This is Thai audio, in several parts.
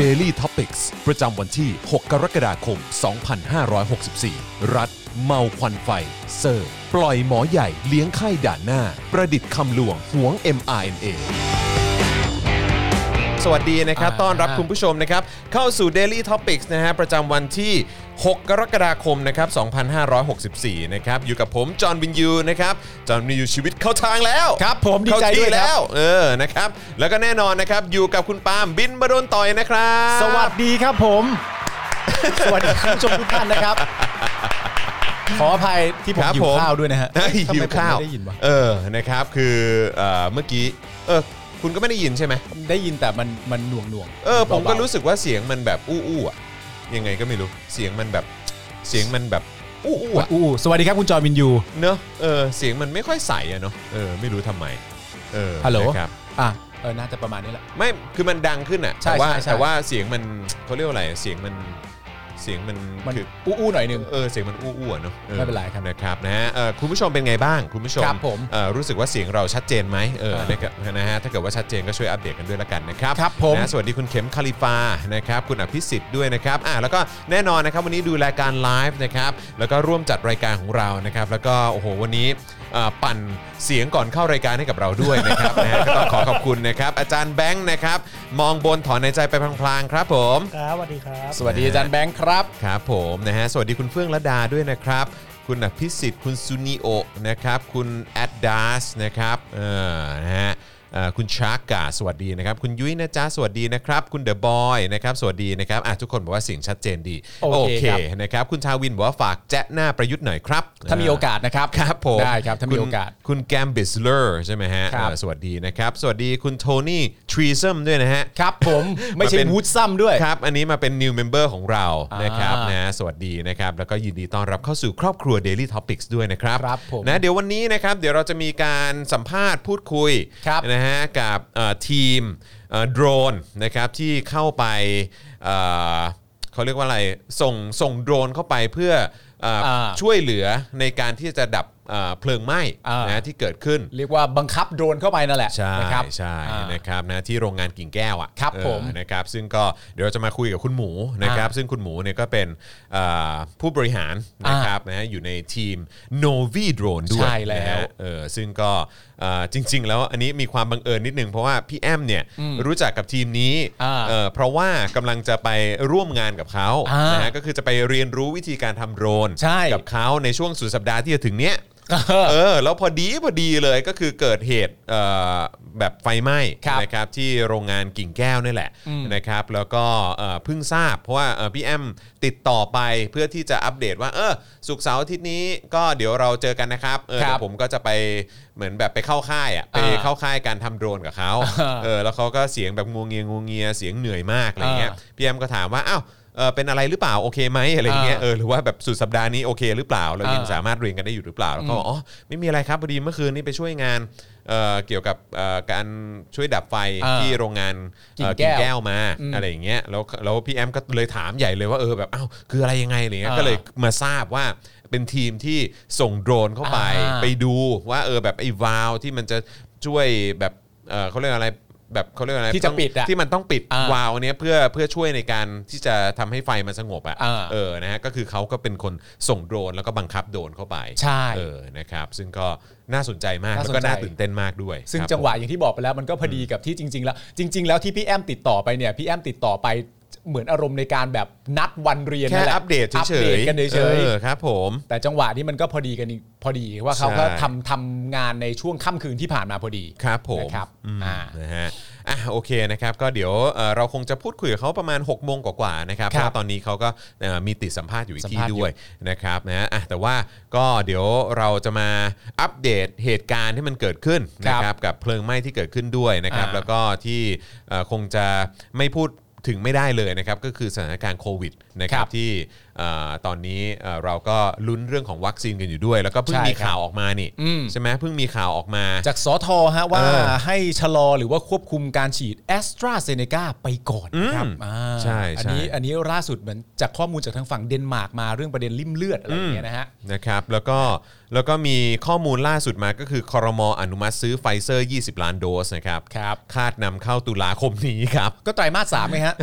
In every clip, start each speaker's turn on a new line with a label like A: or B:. A: Daily Topics ประจำวันที่ 6 กรกฎาคม 2564 รัฐ เมาควันไฟ เซอร์ ปล่อยหมอใหญ่เลี้ยงไข้ด่านหน้า ประดิษฐ์คำลวงหวง mRNA สวัสดีนะครับ ต้อนรับคุณผู้ชมนะครับ เข้าสู่ Daily Topics นะฮะ ประจำวันที่ 6 กรกฎาคมนะครับ 2564 นะครับ อยู่กับผม จอห์นวินยูนะครับ จอห์นวินยูชีวิตเข้าทางแล้ว
B: ครับผมดีใจด้วย
A: เข้าที่
B: ครับ
A: แล้ว เออ นะครับ แล้วก็แน่นอนนะครับ อยู่กับคุณปาล์มบินมาโดนต่อยนะครับ
B: สวัสดีครับผม สวัสดีคุณผู้ชมทุกท่านนะครับ ขออภัยที่ผม
A: ครับ
B: หิวข้าวด้วยนะฮะ
A: เอ้ย
B: ทำ
A: หิ
B: ไม
A: วข้าว
B: ผมไม่ได้ยินวะ
A: เออ นะครับ คือเอ่อเมื่อกี้ เออ คุณก็ไม่ได้ยินใช่ไหม
B: ได้ยินแต่มันมันหน่วงหน่วง
A: เออ ผมก็รู้
B: สึก
A: สึกว่าเสียงมันแบบอู้อู้ๆอะยังไงก็ไม่รู้ เสียงมันแบบ เสียงมันแบบอู้อู้ๆอะ
B: อู้สวัสดีครับคุณจอห์นวินยู
A: เนอะเออ เสียงมันไม่ค่อยใสอะเนอะเออ ไม่รู้ทำไม เออ
B: ฮัลโหล
A: นะครับ
B: อ่ะเออน่าจะประมาณนี้แหละ
A: ไม่ คือมันดังขึ้นอ่ะ
B: ใช่
A: แต่ว่า
B: ใช่ใช่
A: แต่ว่าเสียงมันเขาเรียกว่าอะไร เสียงมัน เสียงมัน
B: มัน
A: คือ
B: อู้อู้หน่อยหนึง
A: เออเสียงมันอู้ๆอะเนอะออ
B: ไม่เป็นไรครับ
A: นะครับนะฮะเอ่อคุณผู้ชมเป็นไงบ้างคุณผู้ชม
B: ครับผม
A: เอ่อรู้สึกว่าเสียงเราชัดเจนไหมเออ
B: เออ
A: นะครับนะฮะถ้าเกิดว่าชัดเจนก็ช่วยอัปเดตกันด้วยละกันนะครับ
B: ครับผม
A: นะสวัสดีคุณเข็มคาลิฟานะครับคุณอภิสิทธิ์ด้วยนะครับอ่าแล้วก็แน่นอนนะครับวันนี้ดูรายการไลฟ์นะครับแล้วก็ร่วมจัดรายการของเรานะครับแล้วก็โอ้โหวันนี้เอ่อปั่นเสียงก่อนเข้ารายการให้กับเราด้วยนะครับ นะฮะก็ต้องขอขอบคุณนะครับอาจารย์แบงค์นะครับมองบนถอนในใจไปพลางๆครับผม
C: ครับสวัสดีครับ
B: สวัสดีอาจารย์แบงค์ครับ
A: ครับผมนะฮะสวัสดีคุณเฟื่องระดาด้วยนะครับ คุณอภิสิทธิ์คุณซูนิโอะนะครับ คุณแอดดาสนะครับเออนะฮะเอ่อคุณชาร์กกาสวัสดีนะครับ คุณยุ้ยนะจ๊ะสวัสดีนะครับ คุณเดอะบอยนะครับสวัสดีนะครับอ่ะทุกคนบอกว่าเสียงชัดเจนดี
B: โอเคครับ
A: นะครับคุณชาวินบอกว่าฝากแจ๊ะหน้าประยุทธ์หน่อยครับ
B: ถ้ามีโอกาสนะครับ
A: ครับผม
B: ได้ครับถ้ามี
A: ณ
B: โอกาส
A: คุณแกมบิสเลอร์ใช่ไหมฮะ
B: ครับ
A: เอ่อสวัสดีนะครับ สวัสดีคุณโทนี่ทรีซัมด้วยนะฮะ
B: ครับผมไม่ใช่
A: มันเป็น
B: วูดซัมด้วย
A: ครับ อันนี้มาเป็น new member ของเรา
B: อ่าน
A: นะครับนะสวัสดีนะครับ แล้วก็ยินดีต้อนรับเข้าสู่ครอบครัว Daily Topics ด้วยนะครับ
B: ครับผม
A: นะเดี๋ยววันนี้นะครับเดี๋ยวเราจะมีการสัมภาษณ์พูดคุย
B: ครับ
A: นะฮะกับเอ่อทีมโดรนนะครับที่เข้าไปเอ่อเขาเรียกว่าอะไรส่งส่งโดรนเข้าไปเพื่อเอ่ออาช่วยเหลือในการที่จะดับเอ่อเพลิงไหม้
B: อ่าน
A: นะที่เกิดขึ้น
B: เรียกว่าบังคับโดรนเข้าไปนั่นแหละ
A: ใช่
B: นะครับ
A: ใช่
B: อ่า
A: นะครับนะที่โรงงานกิ่งแก้วอ่ะ
B: ครับ
A: เออ
B: ผม
A: นะครับซึ่งก็เดี๋ยวเราจะมาคุยกับคุณหมูนะครับซึ่งคุณหมูเนี่ยก็เป็นเอ่อผู้บริหารนะครับนะฮะอยู่ในทีม Novi Drone ด้วย
B: ใช่แล้ว
A: นะฮะเออซึ่งก็เอ่อจริง ๆ แล้วอันนี้มีความบังเอิญนิดนึง เพราะว่าพี่แอมเนี่ยรู้จักกับทีมนี้
B: อ่า
A: เอ่อเพราะว่ากำลังจะไปร่วมงานกับเขา
B: อ่าน
A: นะฮะก็คือจะไปเรียนรู้วิธีการทำโดรน
B: ใช่
A: กับเขาในช่วงสุดสัปดาห์ที่จะถึงเนี้ย
B: เออ
A: เออแล้วพอดีพอดีเลยก็คือเกิดเหตุเอ่อแบบไฟไหม้
B: ครับ
A: นะครับที่โรงงานกิ่งแก้วนี่แหละนะครับแล้วก็เอ่อเพิ่งทราบ เพราะว่าเอ่อพี่แอมติดต่อไปเพื่อที่จะอัปเดตว่าเออสุกร์เสาร์อาทิตย์นี้ก็เดี๋ยวเราเจอกันนะครับเออ
B: ครับ
A: เดี๋ยวผมก็จะไปเหมือนแบบไปเข้าค่ายอ่ะไป
B: อ่า
A: เข้าค่ายการทำโดรนกับเขาเออแล้วเขาก็เสียงแบบงวงเงียงวงเงียเสียงเหนื่อยมากอะไรเงี้ย
B: อ่า
A: พี่แอมก็ถามว่าอ้าวเออเป็นอะไรหรือเปล่าโอเคไหมอะไรเงี้ย
B: อ่า
A: เออหรือว่าแบบสุดสัปดาห์นี้โอเคหรือเปล่าเรายัง
B: อ่า
A: สามารถเรียนกันได้อยู่หรือเปล่าแล้วก็บอกอ๋อไม่มีอะไรครับพอดีเมื่อคืนนี้ไปช่วยงานเอ่อเกี่ยวกับเอ่อการช่วยดับไฟ
B: อ่า
A: ที่โรงงานเอ่อ
B: กิ่งแก้ว
A: แก้วมาอะไรอย่างเงี้ยแล้วแล้วพี่แอมก็เลยถามใหญ่เลยว่าเออแบบอ้าวคืออะไรยังไงอะไรเงี้ย
B: อ่า
A: ก็เลยมาทราบว่าเป็นทีมที่ส่งโดรนเข้าไป
B: อ่า
A: ไปดูว่าเออแบบไอ้วาล์วที่มันจะช่วยแบบเอ่อเขาเรียกอะไรแบบเขาเรียกอะไร
B: ที่จะปิดอะ
A: ที่มันต้องปิด
B: อ่าว
A: าล์วเนี้ยเพื่อเพื่อช่วยในการที่จะทำให้ไฟมันสงบอะ
B: อ่า
A: เออ เออ นะฮะ ก็คือเขาก็เป็นคนส่งโดรนแล้วก็บังคับโดรนเข้าไป
B: ใช่
A: เออ นะครับ ซึ่งก็น่าสนใจมาก
B: น่า
A: แล้
B: สน
A: ว
B: ใจ
A: ก็น่าตื่นเต้นมากด้วย
B: ซึ่ง
A: ครับ
B: จังหวะอย่างที่บอกไปแล้วมันก็พอดีกับที่จริง ๆ แล้ว จริง ๆ แล้วที่พี่แอมติดต่อไปเนี่ยพี่แอมติดต่อไปเหมือนอารมณ์ในการแบบนัดวันเรีย
A: ผม
B: น
A: แค่
B: นั่นหละ
A: อัปเดตเฉ
B: อัปเด
A: ย
B: ต
A: ๆ
B: กันเฉย
A: ออครับผม
B: ๆแต่จังหวะนี้มันก็พอดีกันพอดีว่าเขาก็
A: ใช่
B: ทำทำงานในช่วงค่ำคืนที่ผ่านมาพอดี
A: ครับผม
B: นะครับ
A: อืม
B: อ่า
A: นะฮะ อ่ะ โอเค นะครับ ก็เดี๋ยวเอ่อเราคงจะพูดคุยกับเขาประมาณ6กโมงกว่าๆ นะครับ เพ
B: ครับ
A: ราะว่าตอนนี้เขาก็เอ่อมีติดสัมภาษณ์อยู่อีก
B: สัม
A: ที่
B: ภาษณ์อยู่
A: ด้วยนะครับ นะฮะอ่ะแต่ว่าก็เดี๋ยวเราจะมาอัปเดตเหตุการณ์ที่มันเกิดขึ้นนะค
B: ครั
A: รับ
B: บ
A: กับเพลิงไหม้ที่เกิดขึ้นด้วยนะครับ
B: อ่า
A: แล้วก็ที่เอ่อคงจะไม่พูดถึงไม่ได้เลยนะครับ ก็คือสถานการณ์โควิดนะครั
B: ครับ บ
A: ที่ อ่าตอนนี้เอ่อเราก็ลุ้นเรื่องของวัคซีนกันอยู่ด้วย แล้วก็เพิ่ง
B: ใช่
A: มี
B: ครับ
A: ข่าวออกมานี่
B: อืม
A: ใช่ไหมเพิ่งมีข่าวออกมา
B: จากสอทอฮะว่า
A: เออ
B: ให้ชะลอหรือว่าควบคุมการฉีดแอสตราเซเนกาไปก่อนนะครับ
A: อืม
B: อ่า
A: ใช่ใช่
B: อันี้อันนี้ล่าสุดเหมือนจากข้อมูลจากทางฝั่งเดนมาร์กมาเรื่องประเด็นริ่มเลือดอะไรอย่างเงี้ยนะฮะ
A: นะครับแล้วก็แล้วก็มีข้อมูลล่าสุดมาก็คือคอรมออนุมัติซื้อไฟเซอร์ 20 ล้านโดสนะครับ
B: ครับ
A: คาดนำเข้าตุลาคมนี้ครับ
B: ก็ไตรมาสสามไงฮะ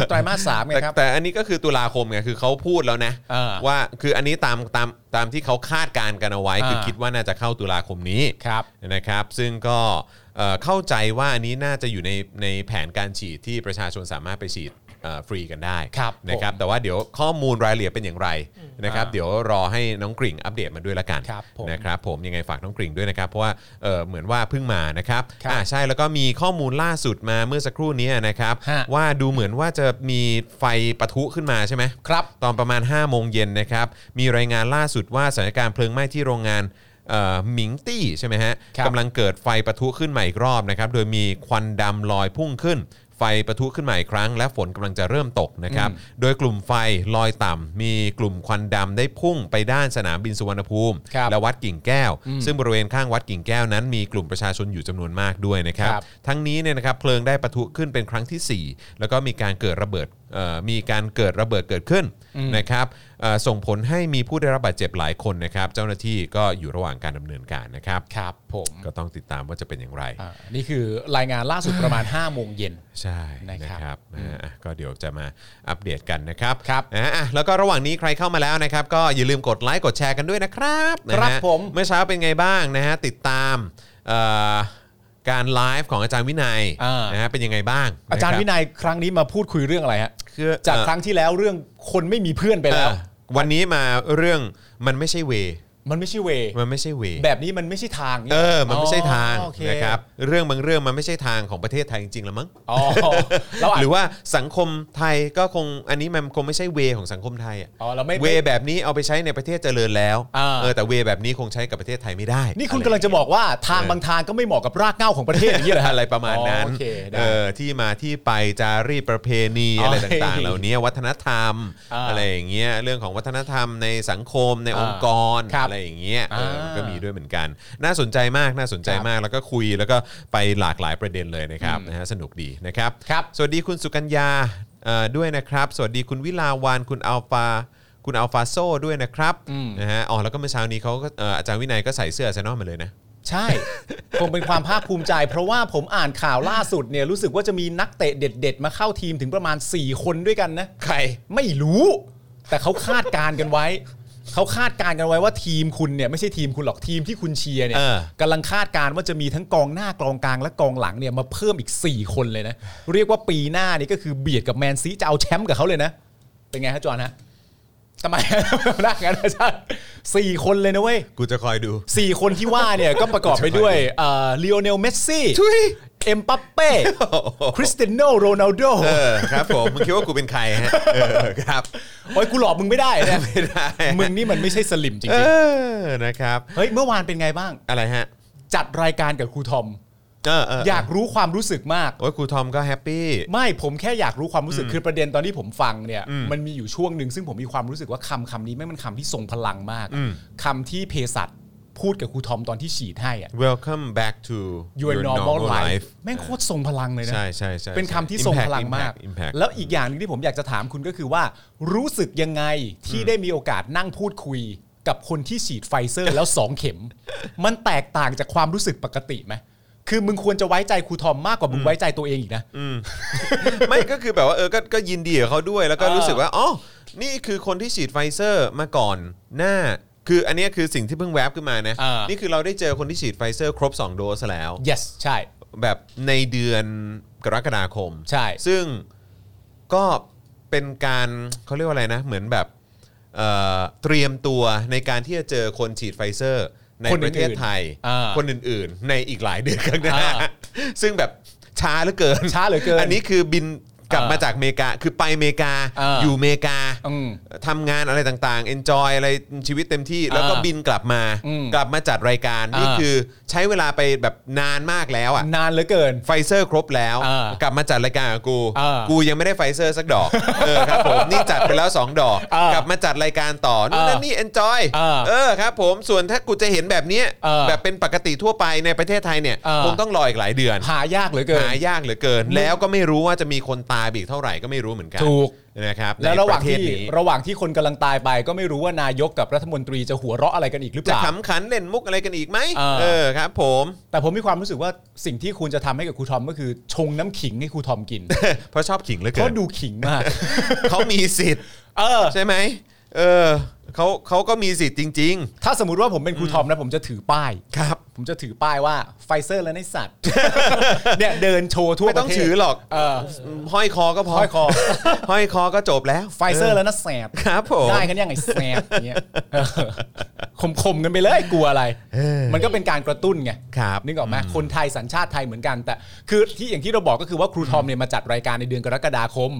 B: ก็ไตรมาสสามไง
A: แต่
B: ครับ
A: แต่อันนี้ก็คือตุลาคมไงคือเขาพูดแล้วนะ
B: อ่า
A: ว่าคืออันนี้ตามตามตามที่เขาคาดการณ์กันเอาไว้ คืออา คิดว่าน่าจะเข้าตุลาคมนี้
B: ครับ
A: นะครับ ซึ่งก็เอ่อเข้าใจว่าอันนี้น่าจะอยู่ในในแผนการฉีดที่ประชาชนสามารถไปฉีดเอ่อฟรีกันได้
B: ครับ
A: นะครับ
B: ผม
A: แต่ว่าเดี๋ยวข้อมูลรายละเอียดเป็นอย่างไรนะครับ
B: อ่า
A: เดี๋ยวรอให้น้องกริ่งอัปเดตมาด้วยละกัน
B: ครับผม
A: นะครับผมยังไงฝากน้องกริ่งด้วยนะครับเพราะว่าเอ่อเหมือนว่าเพิ่งมานะครับ
B: ครับ
A: อ่าใช่แล้วก็มีข้อมูลล่าสุดมาเมื่อสักครู่นี้นะครับ
B: ฮะ
A: ว่าดูเหมือนว่าจะมีไฟปะทุขึ้นมาใช่ไหม
B: ครับ
A: ตอนประมาณ 5 โมงเย็นนะครับ มีรายงานล่าสุดว่าสถานการณ์เพลิงไหม้ที่โรงงานเอ่อหมิงตี้ใช่ไหมฮะ
B: ครับ
A: กำลังเกิดไฟปะทุขึ้นใหม่อีกรอบนะครับ โดยมีควันดำลอยพุ่งขึ้น ไฟปะทุขึ้นใหม่อีกครั้ง และฝนกำลังจะเริ่มตกนะครับ โดยกลุ่มไฟลอยต่ำมีกลุ่มควันดำได้พุ่งไปด้านสนามบินสุวรรณภูมิ
B: ครับ
A: และวัดกิ่งแก้ว ซึ่งบริเวณข้างวัดกิ่งแก้วนั้น มีกลุ่มประชาชนอยู่จำนวนมากด้วยนะครับ
B: ครับ
A: ทั้งนี้เนี่ยนะครับเพลิงได้ปะทุขึ้นเป็นครั้งทีสี่ 4 แล้วก็มีการเกิดระเบิดเอ่อมีการเกิดระเบิดเกิดขึ้นนะครับเอ่อส่งผลให้มีผู้ได้รับบาดเจ็บหลายคนนะครับ เจ้าหน้าที่ก็อยู่ระหว่างการดำเนินการนะครับ
B: ครับผม
A: ก็ต้องติดตามว่าจะเป็นอย่างไร
B: อ่านี่คือรายงานล่า สุดประมาณ 5 โมงเย็น
A: ใช่นะ
B: นะ
A: ค
B: ครับ
A: รับอ่าอ่ะก็เดี๋ยวจะมาอัปเดตกันนะครับ
B: ครับ
A: อ่ะอ่ะแล้วก็ระหว่างนี้ใครเข้ามาแล้วนะครับ ก็อย่าลืมกดไลค์กดแชร์กันด้วยนะครับนะฮะ
B: ครับผม
A: เมื่อเช้าเป็นไงบ้างนะฮะติดตามเอ่อการไลฟ์ของอาจารย์วินัย
B: อ่าน
A: นะฮะเป็นยังไงบ้างะคบ
B: อาจารย์วินัยครั้งนี้มาพูดคุยเรื่องอะไรฮะ
A: คือ
B: จาก
A: เอ่อ
B: ครั้งที่แล้วเรื่องคนไม่มีเพื่อนไป
A: เอ่
B: แล้
A: อ
B: ว
A: วันนี้มาเรื่องมันไม่ใช่เว
B: มันไม่ใช่เว
A: มันไม่ใช่เว
B: แบบนี้มันไม่ใช่ทาง
A: เออ มันไม่ใช่ทาง
B: อ๋อโอเ
A: นะครับเรื่องบางเรื่องมันไม่ใช่ทางของประเทศไทยจริงๆแล้วมั้ง
B: อ๋อเราอาจ
A: หรือว่าสังคมไทยก็คงอันนี้มันคงไม่ใช่เวของสังคมไทยอะ
B: อ๋อเราไม่
A: เว
B: ไม่
A: แบบนี้เอาไปใช้ในประเทศเจริญแล้ว
B: อ่า
A: เออแต่เวแบบนี้คงใช้กับประเทศไทยไม่ได้
B: นี่คุณกำลังจะบอกว่าทางบางทางก็ไม่เหมาะกับรากเหง้าของประเทศอย่างนี้เหรอฮะ
A: อะไรประมาณนั้น
B: อ๋อโอเคได้
A: เออที่มาที่ไปจารีตประเพณี
B: อ๋ออ
A: อะไรต่างๆ เหล่านี้วัฒนธรรม
B: อ่า
A: อะไรอย่างเงี้ยเรื่องของวัฒนธรรมในสังคมใน
B: อ่า
A: องค์กร
B: ครับ
A: อะไรอย่างเงี้ยเออ
B: อ่ามั
A: มันก็มีด้วยเหมือนกัน น่าสนใจมากน่าสนใจมากแล้วก็คุยแล้วก็ไปหลากหลายประเด็นเลยนะครับนะฮะสนุกดีนะครับ
B: ครับ
A: สวัสดีคุณสุกัญญาเอ่อด้วยนะครับ สวัสดีคุณวิลาวานคุณอัลฟาคุณอัลฟาโซด้วยนะครับนะฮะอ๋อแล้วก็เมื่อเช้านี้เขาก็เอ่ออาจารย์วินัยก็ใส่เสื้ออาร์เซนอลมาเลยนะ
B: ใช่ คงเป็นความภาคภูมิใจ เพราะว่าผมอ่านข่าวล่าสุดเนี่ยรู้สึกว่าจะมีนักเตะเด็ด ๆ มาเข้าทีมถึงประมาณ 4 คนด้วยกันนะ
A: ใคร
B: ไม่รู้ แต่เขาคาดการณ์กันไว้ เขาคาดการณ์กันไว้ว่าทีมคุณเนี่ยไม่ใช่ทีมคุณหรอกทีมที่คุณเชียร์เนี่ย
A: เออก
B: ำลังคาดการณ์ว่าจะมีทั้งกองหน้ากองกลางและกองหลังเนี่ยมาเพิ่มอีก 4 คนเลยนะ เรียกว่าปีหน้านี่ก็คือเบียดกับแมนซีจะเอาแชมป์กับเขาเลยนะ เป็นไงฮะจอห์นฮะ ทำไม นักงั้นอาจารย์ สี่คนเลยนะเว้ย
A: กูจะค อยดู
B: สี่คนที่ว่าเนี่ย ก็ประกอบไปด้วย เอ่อลีโอเนล เมส ซี่
A: ทุย
B: เอ็มปัปเป้ คริสเตียโนโรนัลโด
A: เออครับผม มึงคิดว่ากูเป็นใครฮะเออครับ
B: โอ้ยกูหลอกมึงไม่ได้นะ
A: ไม่ได้
B: มึงนี่มันไม่ใช่สลิมจริง
A: เออนะครับ
B: ๆ เฮ้ย เมื่อวานเป็นไงบ้าง
A: อะไรฮะ
B: จัดรายการกับครูทอ ม
A: เออเอออย
B: อากรู้ความรู้สึกมาก
A: โอ้ยครูทอมก็แฮปปี้
B: ไม่ผมแค่อยากรู้ความรู้สึกคือประเด็นตอนที่ผมฟังเนี่ย มันมีอยู่ช่วงหนึ่งซึ่งผมมีความรู้สึกว่าคำคำนี้แม่งมันคำที่ทรงพลังมากอะ
A: อืม
B: คำที่เภสัชพูดกับครูทอมตอนที่ฉีดให้อะ
A: Welcome back to
B: your normal life แม่งโคตรทรงพลังเลยนะ
A: ใช่ใช่ใช่
B: เป็นคำที่
A: ใช่
B: ทรง
A: Impact
B: พลังมาก
A: Impact Impact
B: แล้วอีกอย่างหนึงที่ผมอยากจะถามคุณก็คือว่า รู้สึกยังไงที่ได้มีโอกาสนั่งพูดคุย กับคนที่ฉีดไฟเซอ ร์แล้ว 2 เข็ม มันแตกต่างจากความรู้สึกปกติไหมคือมึงควรจะไว้ใจครูทอมมากกว่ามึงไว้ใจตัวเองอีกนะ
A: ไม่ก็คือแบบว่าเออก็ก็ยินดีกับเขาด้วย แล้วก็
B: เออ
A: รู้สึกว่าอ๋อนี่คือคนที่ฉีดไฟเซอร์มาก่อนหน้า คืออันเนี้ยคือสิ่งที่เพิ่งแวบขึ้นมานะ
B: เออ
A: นี่คือเราได้เจอคนที่ฉีดไฟเซอร์ครบ 2 โดสแล้ว
B: yes ใช่
A: แบบในเดือนกรกฎาคม
B: ใช่
A: ซึ่งก็เป็นการเขาเรียกว่าอะไรนะ เหมือนแบบเอ่อเตรียมตัวในการที่จะเจอคนฉีดไฟเซอร์ ใน
B: คน
A: ป
B: อื่
A: ระ
B: นๆ
A: เทศไทย
B: อ่า
A: คนอื่นๆ ในอีกหลายเดือนข้างหน้า
B: อ่า
A: ซึ่งแบบช้าเหลือเกิน
B: ช้าเหลือเกิน
A: อันนี้คือบินกลับ
B: อ่าม
A: มาจากอเมริกาคือไปอเมริกา
B: อ่า
A: อยู่อเมริกา
B: อืม
A: ทำงานอะไรต่างๆ enjoy อะไรชีวิตเต็มที่ แล้วก็บินกลับมา
B: อืม
A: กลับมาจัดรายการ นี่
B: อ่า
A: คือใช้เวลาไปแบบนานมากแล้วอ่ะ
B: นานเหลือเกิน
A: ไฟเซอร์ครบแล้ว
B: เออก
A: ลับมาจัดรายการกับกู
B: เออ
A: กูยังไม่ได้ไฟเซอร์สักดอก เออครับผมนี่จัดไปแล้ว 2 ดอก
B: เออก
A: ลับมาจัดรายการต่อนู่นนั่นนี่ enjoy
B: เออ
A: เออครับผมส่วนถ้ากูจะเห็นแบบเนี้ย
B: เออ
A: แบบเป็นปกติทั่วไปในประเทศไทยเนี่ย
B: เออ
A: คงต้องรออีกหลายเดือน
B: หายากเหลือเกิน
A: หายากเหลือเกิน แล้วก็ไม่รู้ว่าจะมีคนตายไปอีกเท่าไหร่ก็ไม่รู้เหมือนกัน
B: ถูก
A: นะครับ
B: และ
A: ใน
B: ระห
A: ป
B: ว่าง
A: ระเทศ
B: ที่
A: นี้
B: ระหว่างที่คนกำลังตายไป ก็ไม่รู้ว่านายกกับรัฐมนตรีจะหัวเราะอะไรกันอีกหรือเป
A: จะ
B: ล่า
A: ขำขันเล่นมุกอะไรกันอีกไหม
B: เออ
A: เออครับ ผม
B: แต่ผมมีความรู้สึกว่าสิ่งที่คุณจะทำให้กับครูทอมก็คือชงน้ำขิงให้ครูทอมกิน
A: เพราะชอบขิงเหลือ
B: เพ
A: เกิน
B: ราะดูขิงมาก
A: เขามีสิทธิ์
B: เออ
A: ใช่ไหมเออเขาเขาก็มีสิทธิ์จริง
B: ถ้าสมมติว่าผมเป็นครูทอมนะผมจะถือป้าย
A: ๆ ครับ
B: ผมจะถือป้ายว่าไฟเซอร์และใน สัตว์ เนี่ยเดินโชว์ทั่ว
A: ไม่
B: ป
A: ต้
B: ระ
A: อง
B: เทศ
A: ถือหรอก
B: เออ
A: ห้อยคอก็พอ
B: ห้อยคอ
A: ห้อยคอก็จบแล้ว
B: ไฟเซอร์แล้วนะแสบ
A: ครับผม
B: ได้กันยังไงแสบอย่างเงี้ยค มคมๆกันไปเลยกลัวอะไร มันก็เป็นการกระตุ้นไง
A: ครับ
B: นึกออกไหมคนไทยสัญชาติไทยเหมือนกัน แต่คือที่อย่างที่เราบอกก็คือว่าครูทอมเนี่ยมาจัดรายการในเดือนกรกฎาคม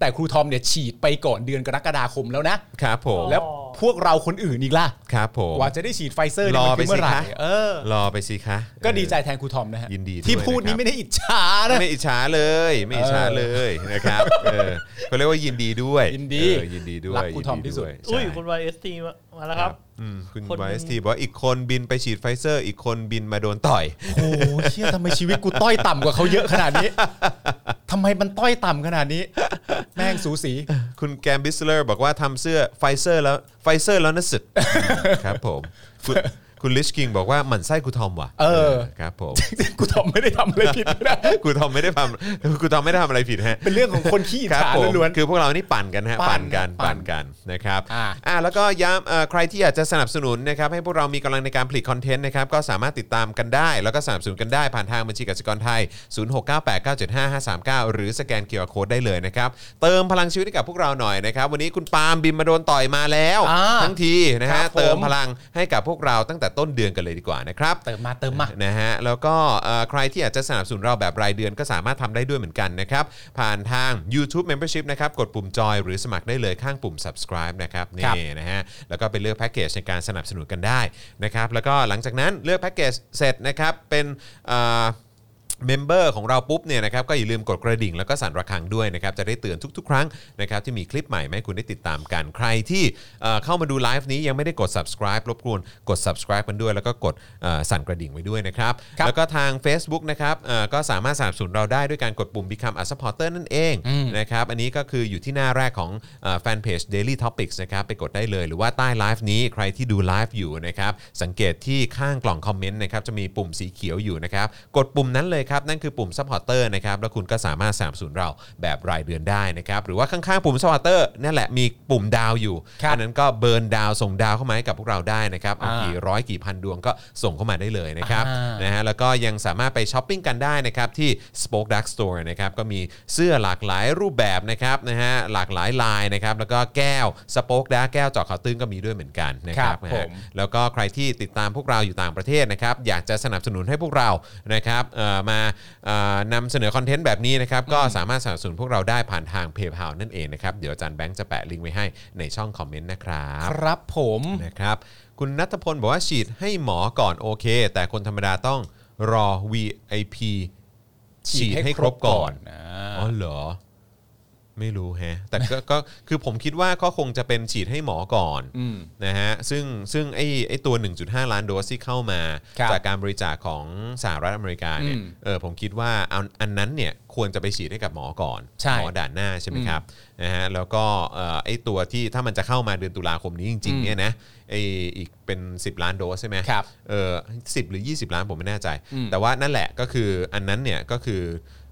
B: แต่ครูทอมเนี่ยฉีดไปก่อนเดือนกรกฎาคมแล้วนะ
A: ครับผม
B: แล้วพวกเราคนอื่นอีกล่ะ
A: ครับผม
B: กว่าจะได้ฉีดไฟเซอร์เนี่ย
A: รอ
B: มันคือเมื่อไหร่
A: ไปสิคะ
B: เออ
A: รอไปสิคะ
B: ก็ดีใจแทนครูทอมนะฮะ
A: ยินดีด้วย
B: ที่พูด
A: นะครับ
B: นี้ไม่ได้อิจฉา
A: เออ
B: นะ
A: ไม่อิจฉาเลย ไม่อิจฉาเลยนะครับเออเขาเรียกว่ายินดีด้วย
B: ยินดี
A: เออยินดีด้วย
B: รักครูทอมที่สุด
A: ยินวย
C: อุ้ย
A: ใช่
C: คุณวายเอสตีมาแล้วครับ
A: อืมคุณ
C: คน
A: วายเอสทีบอกว่าอีกคนบินไปฉีดไฟเซอร์ อีกคนบินมาโดนต่อย
B: โอ้โหเชี่ยทำไมชีวิตกูต้อยต่ำกว่าเขาเยอะขนาด นี้ทำไมมันต้อยต่ำขนาดนี้ แม่งสูสี
A: คุณแกมบิสเลอร์บอกว่าทำเสื้อไฟเซอร์แล้วไฟเซอร์แล้วนะสุดครับผมคุณคุณลิชกิงบอกว่าหมั่นไส้ครูทอมว่ะ
B: เออ
A: ครับผม
B: กูทอมไม่ได้ทำอะไรผิดนะ
A: ครูทอมไม่ได้ทำครูทอมไม่ได้ทำอะไรผิดฮะ
B: เป็นเรื่องของคนขี้อิจ
A: ครับ
B: ฉา
A: ผม
B: ล้วน
A: คือพวกเรานี่ปั่นกันฮะ
B: ปั่
A: ปั่น
B: น
A: กัน
B: ปั่น
A: ปั่นกันนะครับ
B: อ่า
A: อ่าแล้วก็ย้ำเอ่อใครที่อยากจะสนับสนุนนะครับให้พวกเรามีกำลังในการผลิตคอนเทนต์นะครับก็สามารถติดตามกันได้ แล้วก็สนับสนุนกันได้ผ่านทางบัญชีกสิกรไทย 0698975539 หรือสแกนเคอร์โคดได้เลยนะครับเติมพลังชีวิตให้กับพวกเราหน่อยนะครับวันนี้คุณปาล์มบินมาโดนต่อยมาแล้ว
B: อ่า
A: ทั้งทีนะ
B: ครั
A: ฮะ
B: บผม
A: เติมพลังให้กับพวกเราตั้งแต่ต้นเดือนกันเลยดีกว่านะครับ
B: ๆเติมมาเติมมา
A: นะฮะแล้วก็เอ่อใครที่อยากจะสนับสนุนเราแบบรายเดือนก็สามารถทำได้ด้วยเหมือนกันนะครับ ผ่านทาง YouTube Membership นะครับ กดปุ่มจอยหรือสมัครได้เลยข้างปุ่ม subscribe นะครับ
B: ครั
A: นี่
B: บ
A: นะฮะแล้วก็ไปเลือกแพ็กเกจในการสนับสนุนกันได้นะครับ แล้วก็หลังจากนั้นเลือกแพ็กเกจเสร็จนะครับ เป็นเอ่อ เมมเบอร์ของเราปุ๊บเนี่ยนะครับก็อย่าลืมกดกระดิ่งแล้วก็สั่นระฆังด้วยนะครับจะได้เตือนทุกๆ ครั้งนะครับที่มีคลิปใหม่มาให้คุณได้ติดตามกัน ใครที่เอ่อเข้ามาดูไลฟ์นี้ยังไม่ได้กด subscribe รบกวนกด subscribe กันด้วย แล้วก็กดเอ่อสั่นกระดิ่งไว้ด้วยนะครับ
B: ครับ
A: แล้วก็ทาง Facebook นะครับเอ่อก็สามารถสนับสนุนเราได้ด้วยการกดปุ่ม Become a supporter นั่นเองนะครับอันนี้ก็คืออยู่ที่หน้าแรกของแฟนเพจ Daily Topics นะครับไปกดได้เลยหรือว่าใต้ไลฟ์นี้ใครที่ดูไลฟ์อยู่นะครับสังเกตที่ข้างกล่องคอมเมนต์นะครับจะมีปุ่มสีเขียวอยู่นะครับกดปุ่มนั้นเลยครับ นั่นคือปุ่ม supporter นะครับแล้วคุณก็สามารถสนับสนุนเราแบบรายเดือนได้นะครับหรือว่าข้างๆปุ่ม supporter นั่นแหละมีปุ่มดาวอยู่
B: ครับ
A: อันนั้นก็เบิร์นดาวส่งดาวเข้ามาให้กับพวกเราได้นะครับเอา
B: อ่า
A: กี่ร้อยกี่พันดวงก็ส่งเข้ามาได้เลยนะครับ นะครับนะ
B: อ่าน
A: ฮะแล้วก็ยังสามารถไปช้อปปิ้งกันได้นะครับที่ Spoke Dark Store นะครับก็มีเสื้อหลากหลายรูปแบบนะครับนะฮะหลากหลายลายนะครับแล้วก็แก้ว Spoke Dark แก้วเจาะข่าวตึ้งก็มีด้วยเหมือนกันนะครับ
B: ครับ
A: นะ
B: ผ
A: ฮะ
B: ม
A: แล้วก็ใครที่ติดตามพวกเราอยู่ต่างประเทศนะครับอยากจะสนับสนุนให้พวกเรานะครับเอ่อมาเอ่อนำเสนอคอนเทนต์แบบนี้นะครับก็สามารถสนับสนุนพวกเราได้ผ่านทาง PayPal นั่นเองนะครับเดี๋ยวอาจารย์แบงค์จะแปะลิงก์ไว้ให้ในช่องคอมเมนต์นะครับ
B: ครับผม
A: นะครับคุณนัทพลบอกว่าฉีดให้หมอก่อนโอเค แต่คนธรรมดาต้องรอ VIP ฉีดให้ครบก่อนอ๋อเหรอ ไม่รู้แฮะ แต่ก็ ก็คือผมคิดว่าก็คงจะเป็นฉีดให้หมอก่อน
B: อืม
A: นะฮะซึ่งซึ่งไอ้ไอ้ตัว 1.5 ล้านโดสที่เข้ามา
B: ครับ
A: จากการบริจาคของสหรัฐอเมริกาเนี่ย
B: อืม
A: เออผมคิดว่าเอาอันนั้นเนี่ยควรจะไปฉีดให้กับหมอก่อน
B: ใช่
A: หมอด่านหน้าใช่ไหมครับนะฮะแล้วก็เอ่อไอ้ตัวที่ถ้ามันจะเข้ามาเดือนตุลาคมนี้จริงๆเนี่ยนะไอ้อีกเป็น 10 ล้านโดสใช่ไหม
B: ครับ
A: เออสิหรือ 20 ล้านผมไม่แน่ใจ แต่ว่านั่นแหละก็คืออันนั้นเนี่ยก็คือ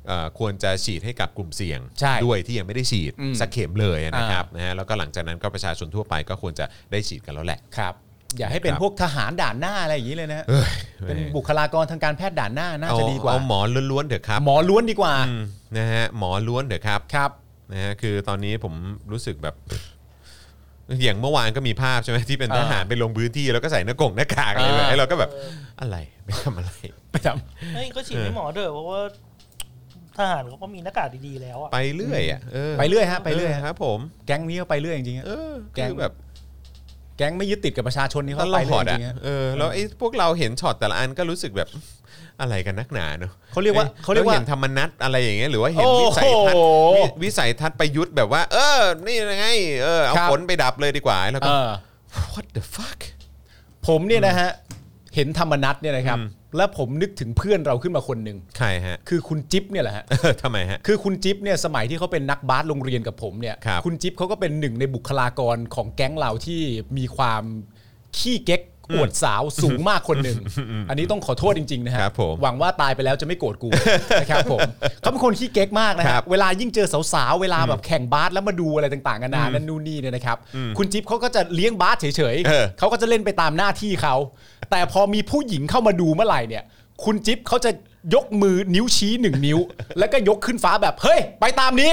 A: เอ่อควรจะฉีดให้กับกลุ่มเสี่ยง
B: ใช่
A: ด้วยที่ยังไม่ได้ฉีด
B: อืม
A: สักเข็มเลยนะครับนะฮะแล้วก็หลังจากนั้นก็ประชาชนทั่วไปก็ควรจะได้ฉีดกันแล้วแหละ
B: ครับ อย่าให้เป็น
A: ครับ
B: พวกทหารด่านหน้าอะไรอย่างนี้เลยนะฮะเป็นบุคลากรทางการแพทย์ด่านหน้าน่า
A: เอา
B: จะดีกว่า
A: เอาหมอล้วนๆเถอะครับ
B: หมอล้วนดีกว่า
A: อืมนะฮะหมอล้วนเถอะครับ
B: ครับ
A: นะฮะคือตอนนี้ผมรู้สึกแบบ อย่างเมื่อวานก็มีภาพใช่ไหมที่เป็น
B: เออ
A: ทหารไปลงพื้นที่แล้วก็ใส่หน้ากงหน้ากากอะไรแบบนี้เราก็แบบอะไรไปทำอะไร
B: ไปท
C: เฮ้ยก็ฉีดให้หมอเด้อเพราะว่า ทหารเขาก็มีหน้ากากดีๆแล้วอะ
A: ไปเรื่อยอ่ะเออ
B: ไปเรื่อยฮะไปเรื่อย
A: ค
B: ฮะ
A: รับ ผม
B: แก๊งนี้ก็ไปเรื่อยจริงๆฮะ
A: เออ
B: แกง
A: คือแบบ
B: แก๊งไม่ยึดติดกับประชาชนนี่
A: ต
B: เขา
A: ล
B: ไปเรื่
A: อ
B: อย
A: ด
B: จ
A: อ่ะ
B: ริงๆฮะ
A: เออแล้วไอ้พวกเราเห็นช็อตแต่ละอันก็รู้สึกแบบ อะไรกันนักหนาเนอะ
B: เขาเรียกว่า
A: อ้
B: เขาเรียกว่า
A: เห็นธรรมนัตอะไรอย่างเงี้ยหรือว่าเห็น
B: โอ้โห
A: วิสัยทัศน์วิวิสัยทัศน์ประยุทธ์แบบว่า เออ นี่ไงเออเอา
B: ครับ
A: ฝนไปดับเลยดีกว่าแล้ว
B: เอ
A: ก็
B: อ
A: what the fuck
B: ผมเนี่ยนะฮะเห็นธรรมนัตเนี่ยนะครับ แล้วผมนึกถึงเพื่อนเราขึ้นมาคนหนึ่ง
A: ใครฮะ
B: คือคุณจิ๊บเนี่ยแหละฮะ
A: เอ อทำไมฮะ
B: คือคุณจิ๊บเนี่ยสมัยที่เขาเป็นนักบาสโรงเรียนกับผมเนี่ย
A: ครับ
B: ณจิ๊บเขาก็เป็นหนึ่งในบุคลากรของแก๊งเราที่มีความขี้เก๊กอวดสาวสูงมากคนหนึ่ง อันนี้ต้องขอโทษจริงๆนะฮะ
A: ครับผม
B: หวังว่าตายไปแล้วจะไม่โกรธกู นะครับ ผมเขาเป็นคนขี้เก๊กมากนะ
A: ค
B: ฮะ
A: รับ
B: เวลายิ่งเจอสาวๆเวลาแบบแข่งบาสแล้วมาดูอะไรต่างๆกันานานั่นนู่นนี่เนี่ยนะครับ คุณจิ๊บเขาก็จะเลี้ยงบาสเฉย
A: เออ
B: เขาก็จะเล่นไปตามหน้าที่เขาแต่พอมีผู้หญิงเข้ามาดูเมื่อไหร่เนี่ย คุณจิ๊บเขาจะยกมือนิ้วชี้หนึ่งนิ้ว แล้วก็ยกขึ้นฟ้าแบบเฮ้ย ไปตามนี้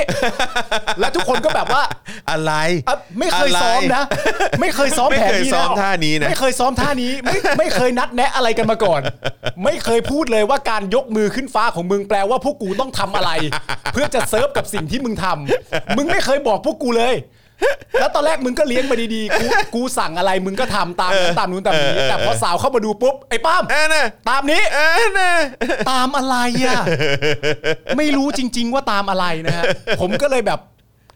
B: แล้วทุกคนก็แบบว่า
A: อะไร
B: อ่ะไม่เคยซ้อมนะ ไม่เคยซ้อม
A: ไม่
B: แผน
A: เคย
B: นี้
A: ซ้อมท่านี้นะ
B: ไม่เคยซ้อมท่านี้ไม่ไม่เคยนัดแนะอะไรกันมาก่อน ไม่เคยพูดเลยว่าการยกมือขึ้นฟ้าของมึงแปลว่าพวกกูต้องทำอะไร เพื่อจะเซิร์ฟกับสิ่งที่มึงทำมึงไม่เคยบอกพวกกูเลย แล้วตอนแรกมึงก็เลี้ยงมาดีๆกูกูสั่งอะไรมึงก็ทำตามนั้นตามนู้นตามนี้แต่พอสาวเข้ามาดูปุ๊บไอ้ป้าม
A: เออนะ
B: ตามนี้
A: เออนะ
B: ตามอะไร อ่ะ ไม่รู้จริง ๆ ว่าตามอะไรนะฮะ ผมก็เลยแบบ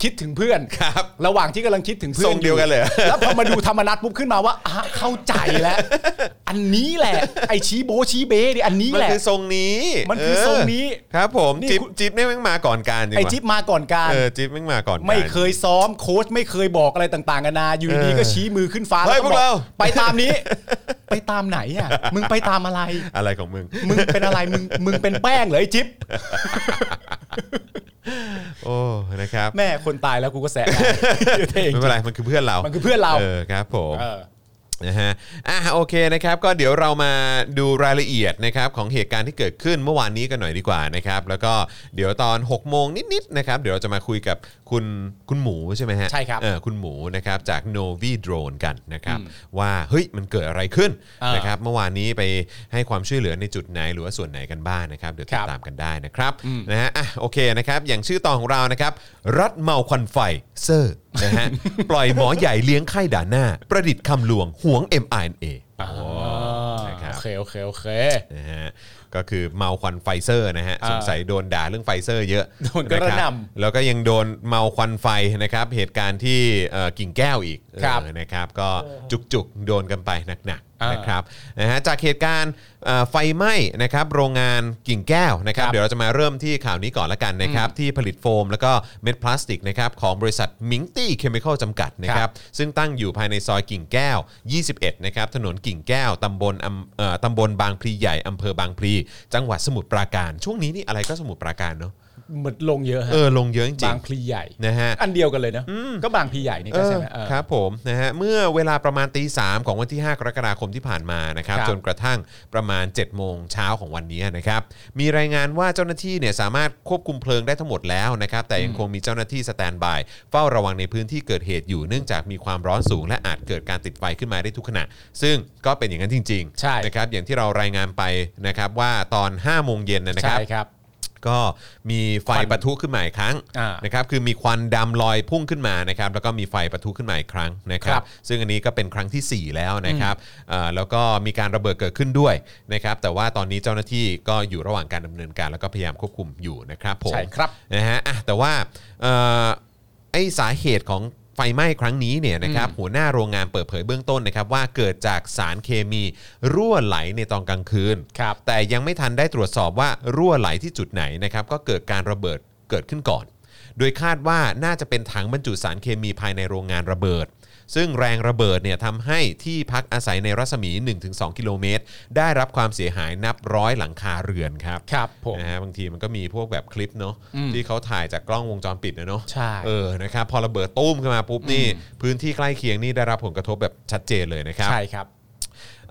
B: คิดถึงเพื่อน
A: ครับ
B: ระหว่างที่กำลังคิดถึงเพื่อน
A: ทรงเดียวกันเลยเหรอ
B: แล้วพอมาดูธรรมนัตปุ๊บขึ้นมาว่าอ่ะเข้าใจ แล้ว อันนี้แหละ ไอชี้โบะชี้เบ้ดิอั นนี้
A: มัน
B: แหละ
A: คือทรงนี้
B: มันคือ
A: เ
B: ทรงนี้
A: ครับ ผม
B: นี่
A: จิ๊บ
B: คุณ
A: จิ๊บเนี่ยแม่งมาก่อนการจริง
B: ไอ
A: ว่ะ
B: จิ๊บมาก่อนการ
A: เออจิ๊บแม่งมาก่อนการ
B: ไม่เคยซ้อมโค้ชไม่เคยบอกอะไรต่างๆกันานาอยู่ดีๆก็ชี้มือขึ้นฟ้า
A: เฮ้ย
B: แล้ว
A: พวก
B: บอ
A: เรา
B: ไปตามนี้ ไปตามไหนอ่ะมึงไปตามอะไร
A: อะไรของมึง
B: มึงเป็นอะไรมึงมึงเป็นแป้งเหรอไอจิ๊บ
A: โอ้นะครับ
B: แม่คนตายแล้วกูก็แสะได้ เท่จริ
A: ไม่
B: ง
A: เป็นไรมันคือเพื่อนเรา
B: มั
A: มัน
B: คือเพื่อนเรา
A: เออครับผม
B: เออ
A: นะฮะอ่ะโอเคนะครับ ก็เดี๋ยวเรามาดูรายละเอียดนะครับของเหตุการณ์ที่เกิดขึ้นเมื่อวานนี้กันหน่อยดีกว่านะครับ แล้วก็เดี๋ยวตอน6กโมงนิดๆนะครับ เดี๋ยวเราจะมาคุยกับคุณคุณหมูใช่ไหมฮะ
B: ใช่ครับ
A: เออคุณหมูนะครับจาก Novi Drone กันนะครับ ว่าเฮ้ยมันเกิดอะไรขึ้น
B: เออ
A: นะครับ เมื่อวานนี้ไปให้ความช่วยเหลือในจุดไหนหรือว่าส่วนไหนกันบ้างนะครับเดี๋ยวติด
B: ครับ
A: ตามกันได้นะครับนะฮะอ่ะโอเคนะครับ อย่างชื่อตอนของเรานะครับ รัดเมาควันไฟเซอร์นะ ฮะ ปล่อยหมอใหญ่เลี้ยงไข้ด่านหน้า ประดิษฐ์คำลวงห่วง mRNA นะครับ
B: โอเคโอเคโอเค
A: นะฮะก็คือเมาควันไฟเซอร์นะฮะ
B: อ่า
A: สงสัยโดนด่าเรื่องไฟเซอร์เยอะ
B: โดนกระห
A: ค
B: น่ำ
A: บแล้วก็ยังโดนเมาควันไฟนะครับเหตุการณ์ที่เอ่อกิ่งแก้วอีก
B: ครับ
A: เออนะครับก็จุกๆ โดนกันไปหนัก
B: อ่า
A: ๆนะครับนะฮะจากเหตุการณ์เอ่อไฟไหม้นะครับโรงงานกิ่งแก้วนะครับ
B: ครับ
A: เดี๋ยวเราจะมาเริ่มที่ข่าวนี้ก่อนละกันนะครับที่ผลิตโฟม แล้วก็เม็ดพลาสติกนะครับของบริษัทมิงตี้เคมีคอลจำกัดนะค
B: ครั
A: รับ
B: บ
A: ครับซึ่งตั้งอยู่ภายในซอยกิ่งแก้ว 21 นะครับ ถนนกิ่งแก้ว ตำบลอำเอ่อตำบลบางพลีใหญ่ อำเภอบางพลี จังหวัดสมุทรปราการ ช่วงนี้นี่อะไรก็สมุทรปราการเนาะ
B: เหมือนลงเยอะฮะ
A: เออ ลงเยอะจริ
B: บาง งพลีใหญ่
A: นะฮะ
B: อันเดียวกันเลยนะก็บางพลีใหญ่นี่ก็ใช่ไหมเออ
A: ครับผมนะฮะเมื่อเวลาประมาณตีสของวันที่ 5 กรกฎาคมที่ผ่านมานะครับ
B: ครับ
A: จนกระทั่งประมาณ 7 โมงเช้าของวันนี้นะครับมีรายงานว่าเจ้าหน้าที่เนี่ยสามารถควบคุมเพลิงได้ทั้งหมดแล้วนะครับแต่ยังคงมีเจ้าหน้าที่สแตนด์บายเฝ้าระวังในพื้นที่เกิดเหตุอยู่เนื่องจากมีความร้อนสูง และอาจเกิดการติดไฟขึ้นมาได้ทุกขณะ ซึ่งก็เป็นอย่างนั้นจริงๆ
B: ใช่
A: นะครับอย่างที่เรารายงานไปนะครับว่าตอน 5 โมงเย็นนะค
B: ใช่
A: รับ
B: ครับ
A: ก็มีไฟ
B: ควัน
A: ปะทุขึ้นมาอีกครั้ง
B: อ่า
A: นะครับคือมีควันดำลอยพุ่งขึ้นมานะครับแล้วก็มีไฟปะทุขึ้นมาอีกครั้งนะครับ
B: ครับ
A: ซึ่งอันนี้ก็เป็นครั้งทีสี่4 แล้วนะครับเอ่อแล้วก็มีการระเบิดเกิดขึ้นด้วยนะครับแต่ว่าตอนนี้เจ้าหน้าที่ก็อยู่ระหว่างการดำเนินการ แล้วก็พยายามควบคุมอยู่นะครับผม
B: ใช่ครับ
A: นะฮะอ่ะแต่ว่าเอ่อไอสาเหตุของไฟไหม้ครั้งนี้เนี่ยนะครับหัวหน้าโรงงานเปิดเผยเบื้องต้นนะครับว่าเกิดจากสารเคมีรั่วไหลในตอนกลางคืน
B: ครับ
A: แต่ยังไม่ทันได้ตรวจสอบว่ารั่วไหลที่จุดไหนนะครับก็เกิดการระเบิดเกิดขึ้นก่อน โดยคาดว่าน่าจะเป็นถังบรรจุสารเคมีภายในโรงงานระเบิด ซึ่งแรงระเบิดเนี่ยทำให้ที่พักอาศัยในรัศมี 1-2 กิโลเมตร ได้รับความเสียหายนับร้อยหลังคาเรือนครับ
B: ครับผม
A: นะฮะบางทีมันก็มีพวกแบบคลิปเนาะที่เขาถ่ายจากกล้องวงจรปิดนะเนาะ
B: ใช่
A: เออนะครับพอระเบิดตุ้มขึ้นมาปุ๊บนี่พื้นที่ใกล้เคียงนี่ได้รับผลกระทบแบบชัดเจนเลยนะครับ
B: ใช่ครับ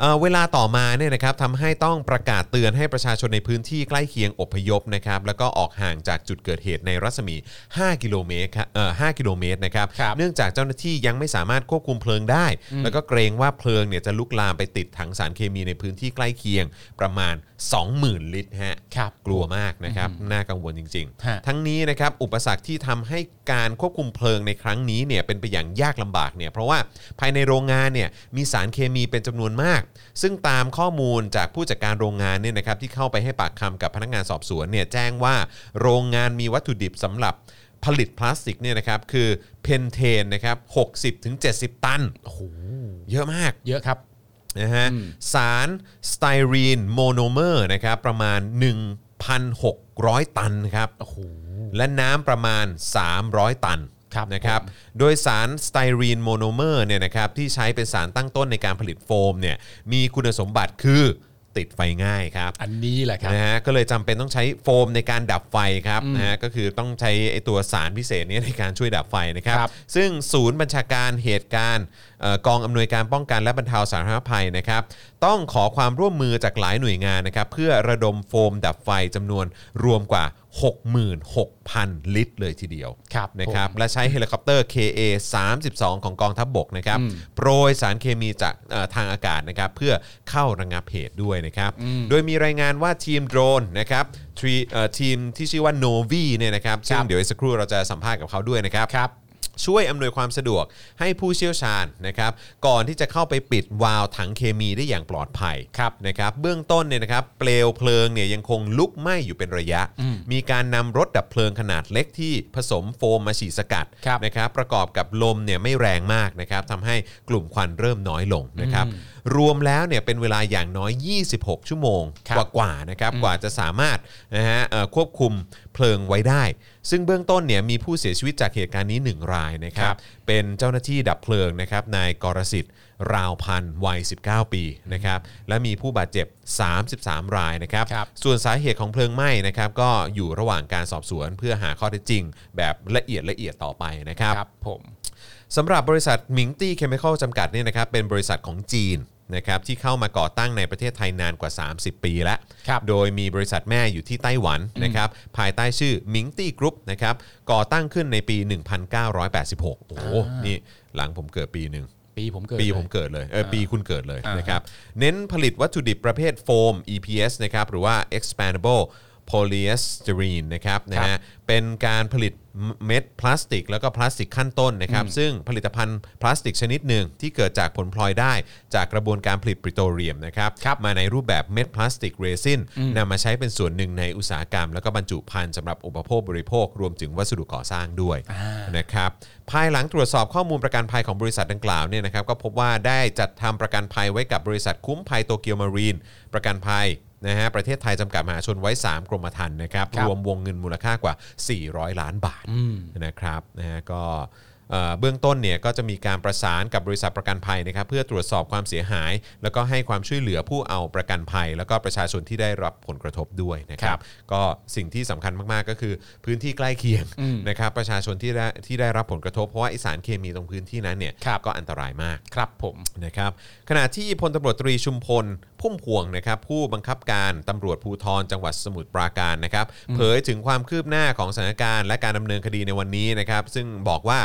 A: เอ่อเวลาต่อมาเนี่ยนะครับทำให้ต้องประกาศเตือนให้ประชาชนในพื้นที่ใกล้เคียงอพยพนะครับแล้วก็ออกห่างจากจุดเกิดเหตุในรัศมี 5 กิโลเมตรครับเอ่อ5กิโลเมตรนะครับ
B: ครับ
A: เนื่องจากเจ้าหน้าที่ยังไม่สามารถควบคุมเพลิงได้ แล้วก็เกรงว่าเพลิงเนี่ยจะลุกลามไปติดถังสารเคมีในพื้นที่ใกล้เคียงประมาณ 20,000 ลิตรฮะ
B: ครับ
A: กลัวมากนะครับน่ากังวลจริง
B: ฮะ
A: ๆ ทั้งนี้นะครับอุปสรรคที่ทำให้การควบคุมเพลิงในครั้งนี้เนี่ยเป็นไปอย่างยากลำบากเนี่ยเพราะว่าภายในโรงงานเนี่ยมีสารเคมีเป็นจำนวนมาก ซึ่งตามข้อมูลจากผู้จัดการโรงงานเนี่ยนะครับที่เข้าไปให้ปากคำกับพนักงานสอบสวนเนี่ยแจ้งว่าโรงงานมีวัตถุดิบสำหรับผลิตพลาสติกเนี่ยนะครับคือเพนเทนนะครับ60-70 ตันโอ้โหเยอะมาก
B: เยอะครับ
A: นะฮะสารสไตรีนโมโนเมอร์นะครับประมาณ 1,600 ตันครับและน้ำประมาณ 300 ตัน
B: ครับ
A: นะครับ
B: ผม
A: โดยสารสไตรีนโมโนเมอร์เนี่ยนะครับที่ใช้เป็นสารตั้งต้นในการผลิตโฟมเนี่ยมีคุณสมบัติคือติดไฟง่ายครับ
B: อันนี้แหละครับ
A: นะฮะก็เลยจำเป็นต้องใช้โฟมในการดับไฟครับนะฮะก็คือต้องใช้ไอตัวสารพิเศษเนี้ในการช่วยดับไฟนะครับ
B: ครับ
A: ซึ่งศูนย์บัญชาการเหตุการณ์เอ่อกองอำนวยการป้องกันและบรรเทาสาธารณภัยนะครับ ต้องขอความร่วมมือจากหลายหน่วยงานนะครับ เพื่อระดมโฟมดับไฟจำนวนรวมกว่า 66,000 ลิตรเลยทีเดียว
B: ครับ
A: นะครับ
B: ผม
A: และใช้เฮลิคอปเตอร์ KA 32 ของกองทัพบกนะครับโปรยสารเคมีจากเอ่อทางอากาศนะครับเพื่อเข้าระงับเหตุด้วยนะครับ โดยมีรายงานว่าทีมโดรนนะครับทีเอ่อทีมที่ชื่อว่าโนวีเนี่ยนะครับซึ่งเดี๋ยวอีกสักครู่เราจะสัมภาษณ์กับเขาด้วยนะครับ
B: ครับ
A: ช่วยอำนวยความสะดวกให้ผู้เชี่ยวชาญนะครับ ก่อนที่จะเข้าไปปิดวาล์วถังเคมีได้อย่างปลอดภัย
B: ครับ
A: นะครับ เบื้องต้นเนี่ยนะครับ เปลวเพลิงเนี่ยยังคงลุกไหม้อยู่เป็นระยะ มีการนำรถดับเพลิงขนาดเล็กที่ผสมโฟมมาฉีดสกัด
B: ครับ
A: นะครับ ประกอบกับลมเนี่ยไม่แรงมากนะครับทำให้กลุ่มควันเริ่มน้อยลงนะครับ รวมแล้วเนี่ยเป็นเวลาอย่างน้อย 26 ชั่วโมง
B: ครับ
A: กว่ากว่าๆนะครับกว่าจะสามารถนะฮะเอ่อควบคุมเพลิงไว้ได้ ซึ่งเบื้องต้นเนี่ยมีผู้เสียชีวิตจากเหตุการณ์นี้ 1 รายนะครับ เป็นเจ้าหน้าที่ดับเพลิงนะครับนายกรสิทธิ์ราวพันธ์วัย 19 ปีนะครับและมีผู้บาดเจ็บ 33 รายนะครับ
B: ครับ
A: ส่วนสาเหตุของเพลิงไหม้นะครับก็อยู่ระหว่างการสอบสวนเพื่อหาข้อเท็จจริง แบบละเอียดละเอียดต่อไปนะครับ
B: ครับผม
A: สำหรับบริษัทหมิงตี้เคมีคอลจำกัดเนี่ยนะครับเป็นบริษัทของจีนนะครับที่เข้ามาก่อตั้งในประเทศไทยนานกว่า 30 ปีแล้ว
B: ครับ
A: โดยมีบริษัทแม่อยู่ที่ไต้หวันนะครับภายใต้ชื่อมิงตี้กรุ๊ปนะครับก่อตั้งขึ้นในปี 1986 โอ้โหนี่หลังผมเกิดปีหนึ่ง
B: ปีผมเกิด
A: ปีผมเกิดเลยเออปีคุณเกิดเลยนะครับเน้นผลิตวัตถุดิบประเภทโฟม EPS นะครับหรือว่า expandable polyester นะครับนะฮะเป็นการผลิตเม็ดพลาสติก แล้วก็พลาสติกขั้นต้นนะครับซึ่งผลิตภัณฑ์พลาสติกชนิดหนึ่งที่เกิดจากผลพลอยได้จากกระบวนการผลิตปริโตรเรียมนะครับ
B: ครับ
A: มาในรูปแบบเม็ดพลาสติกเรซินนำมาใช้เป็นส่วนหนึ่งในอุตสาหกรรม แล้วก็บรรจุภัณฑ์สำหรับอุปโภคบริโภค รวมถึงวัสดุก่อสร้างด้วย
B: อ่า
A: นะครับภายหลังตรวจสอบข้อมูลประกันภัยของบริษัทดังกล่าวเนี่ยนะครับก็พบว่าได้จัดทำประกันภัยไว้กับบริษัทคุ้มภัยโตเกียวมารีน ประกันภัยนะฮะประเทศไทยจำกัดมหาชนไว้ 3 กรมธรรม์นะครับ
B: ครับ
A: รวมวงเงินมูลค่ากว่า 400 ล้านบาทนะครับนะฮะก็เอ่อเบื้องต้นเนี่ยก็จะมีการประสานกับบริษัทประกันภัยนะครับเพื่อตรวจสอบความเสียหาย แล้วก็ให้ความช่วยเหลือผู้เอาประกันภัย แล้วก็ประชาชนที่ได้รับผลกระทบด้วยนะค
B: ครั
A: รับ
B: บ
A: ก็สิ่งที่สำคัญมาก ๆ ก็คือพื้นที่ใกล้เคียงนะครับประชาชนที่ได้ที่ได้รับผลกระทบ เพราะว่าไอสารเคมีตรงพื้นที่นั้นเนี่ย
B: ครับ
A: ก็อันตรายมาก
B: ครับผม
A: นะครับขณะที่พลตำรวจตรีชุมพลพุ่มพวงนะครับผู้บังคับการตำรวจภูธรจังหวัดสมุทรปราการนะครับเผยถึงความคืบหน้าของสถานการณ์และการดำเนินคดีในวันนี้นะครับซึ่งบอกว่า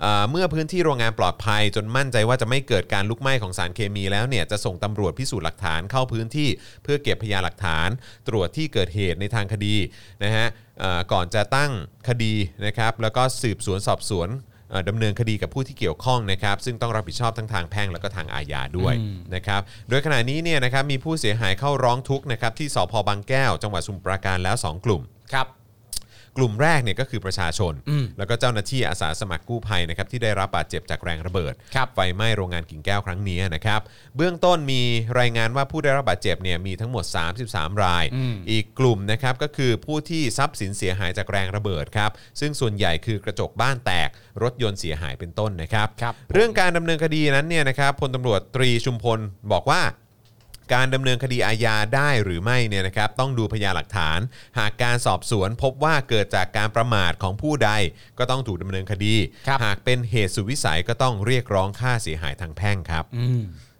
A: เอ่อเมื่อพื้นที่โรงงานปลอดภัย จนมั่นใจว่าจะไม่เกิดการลุกไหม้ของสารเคมีแล้วเนี่ยจะส่งตำรวจพิสูจน์หลักฐานเข้าพื้นที่เพื่อเก็บพยานหลักฐาน ตรวจที่เกิดเหตุในทางคดีนะฮะเอ่อก่อนจะตั้งคดีนะครับแล้วก็สืบสวนสอบสวน เอ่อดำเนินคดีกับผู้ที่เกี่ยวข้องนะครับซึ่งต้องรับผิดชอบทั้งทางแพ่งแล้วก็ทางอาญาด้วยนะครับโดยขณะนี้เนี่ยนะครับมีผู้เสียหายเข้าร้องทุกข์นะครับที่สพบางแก้ว จังหวัดสมุทรปราการแล้ว 2 กลุ่ม
B: ครับ
A: กลุ่มแรกเนี่ยก็คือประชาชน แล้วก็เจ้าหน้าที่อาสาสมัครกู้ภัยนะครับที่ได้รับบาดเจ็บจากแรงระเบิด
B: ครับ
A: ไฟไหม้โรงงานกิ่งแก้วครั้งนี้นะครับเบื้องต้นมีรายงานว่าผู้ได้รับบาดเจ็บเนี่ยมีทั้งหมด 33 ราย อีกกลุ่มนะครับก็คือผู้ที่ทรัพย์สินเสียหายจากแรงระเบิดครับซึ่งส่วนใหญ่คือกระจกบ้านแตกรถยนต์เสียหายเป็นต้นนะครับ
B: ครับ
A: เรื่องการดำเนินคดีนั้นเนี่ยนะครับพลตำรวจตรีชุมพลบอกว่า การดำเนินคดีอาญาได้หรือไม่เนี่ยนะครับต้องดูพยานหลักฐาน หากการสอบสวนพบว่าเกิดจากการประมาทของผู้ใดก็ต้องถูกดำเนินคดี
B: ครับ
A: หากเป็นเหตุสุดวิสัยก็ต้องเรียกร้องค่าเสียหายทางแพ่งครับ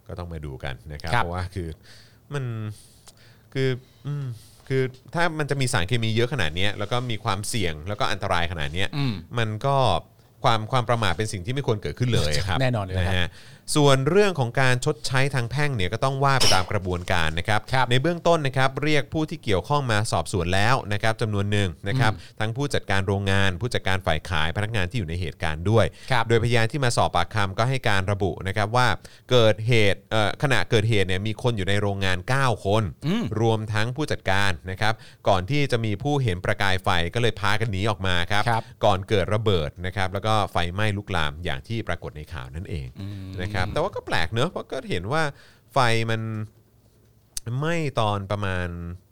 A: ก็ต้องมาดูกันนะครับ
B: ครับ
A: เพราะว่าคือมันคืออืมคือถ้ามันจะมีสารเคมีเยอะขนาดเนี้ยแล้วก็มีความเสี่ยงแล้วก็อันตรายขนาดเนี้ย
B: อืม
A: มันก็ความความประมาทเป็นสิ่งที่ไม่ควรเกิดขึ้นเลยครับ
B: แน่นอนเลยครับ
A: นะฮะส่วนเรื่องของการชดใช้ทางแพ่งเนี่ยก็ต้องว่าไปตามกระบวนการนะครับ
B: ครับ
A: ในเบื้องต้นนะครับเรียกผู้ที่เกี่ยวข้องมาสอบสวนแล้วนะครับจำนวนหนึ่งนะครับทั้งผู้จัดการโรงงาน ผู้จัดการฝ่ายขายพนักงานที่อยู่ในเหตุการณ์ด้วย
B: ครับ
A: โดยพยานที่มาสอบปากคำก็ให้การระบุนะครับว่าเกิดเหตุเอ่อขณะเกิดเหตุเนี่ยมีคนอยู่ในโรงงาน 9 คน รวมทั้งผู้จัดการนะครับ ก่อนที่จะมีผู้เห็นประกายไฟก็เลยพากันหนีออกมาครับ
B: ครับ
A: ก่อนเกิดระเบิดนะครับแล้วก็ไฟไหม้ลุกลามอย่างที่ปรากฏในข่าวนั่นเองนะครับแต่ว่าก็แปลกเนอะเพราะก็เห็นว่าไฟมันไหม้ตอนประมาณ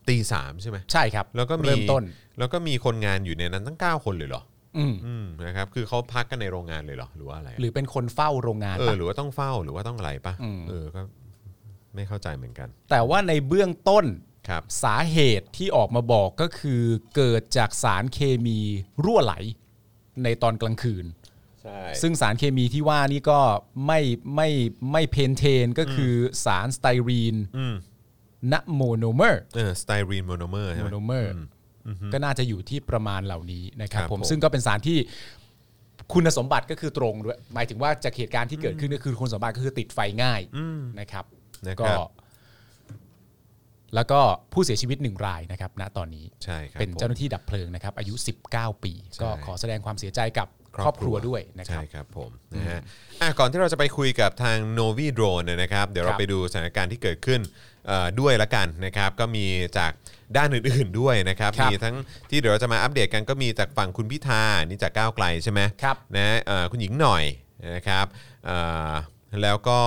A: ตีสามใช่ไหม
B: ใช่ครับ
A: แล้วก็มี
B: เริ่มต้น
A: แล้วก็มีคนงานอยู่ในนั้นตั้ง 9 คนเลยเหรอ
B: อืม
A: อืมนะครับคือเขาพักกันในโรงงานเลยเหรอหรือว่าอะไรอะ
B: หรือเป็นคนเฝ้าโรงงาน
A: เอ
B: ปะ
A: อหรือว่าต้องเฝ้าหรือว่าต้องอะไรปะ
B: อืม
A: เออก็ไม่เข้าใจเหมือนกัน
B: แต่ว่าในเบื้องต้น
A: ครับ
B: สาเหตุที่ออกมาบอกก็คือเกิดจากสารเคมีรั่วไหลในตอนกลางคืน
A: ใช่
B: ซึ่งสารเคมีที่ว่านี่ก็ไม่ไม่ไม่เพนเทนก็คือสารสไตรีน
A: อืม
B: นะโมโนเมอร์
A: เออสไตรีนโมโนเมอร์ใช่
B: โม
A: ไหม
B: โนเมอร์ก็น่าจะอยู่ที่ประมาณเหล่านี้นะครับ
A: ครับ
B: ผม
A: ผม
B: ซึ่งก็เป็นสารที่คุณสมบัติก็คือตรงด้วยหมายถึงว่าจากเหตุการณ์ที่เกิดขึ้นก็คือคุณสมบัติก็คือติดไฟง่าย
A: อืม
B: นะครับ
A: นะค
B: ก็
A: รับ
B: แล้วก็ผู้เสียชีวิตหนึ่งรายนะครับ ณตอนนี้
A: ใช่ครับ
B: เป็นเจ้าห
A: ผม
B: น้าที่ดับเพลิงนะครับ อายุ 19 ปี
A: ใช่
B: ก็ขอแสดงความเสียใจกับครอบครัวด้วยนะครับ
A: ใช่ครับผมนะฮะอ่ะก่อนที่เราจะไปคุยกับทาง Novi Drone เนี่ยนะครับ เดี๋ยวเรา
B: ครับ
A: ไปดูสถานการณ์ที่เกิดขึ้นเอ่อด้วยละกันนะครับ ก็มีจากด้านอื่นๆด้วยนะครับ
B: ครับ
A: มีทั้งที่เดี๋ยวเราจะมาอัปเดตกันก็มีจากฝั่งคุณพิธานี่จากก้าวไกลใช่ไหม
B: ครับ
A: นะเอ่อคุณหญิงหน่อยนะครับเอ่อแล้วก็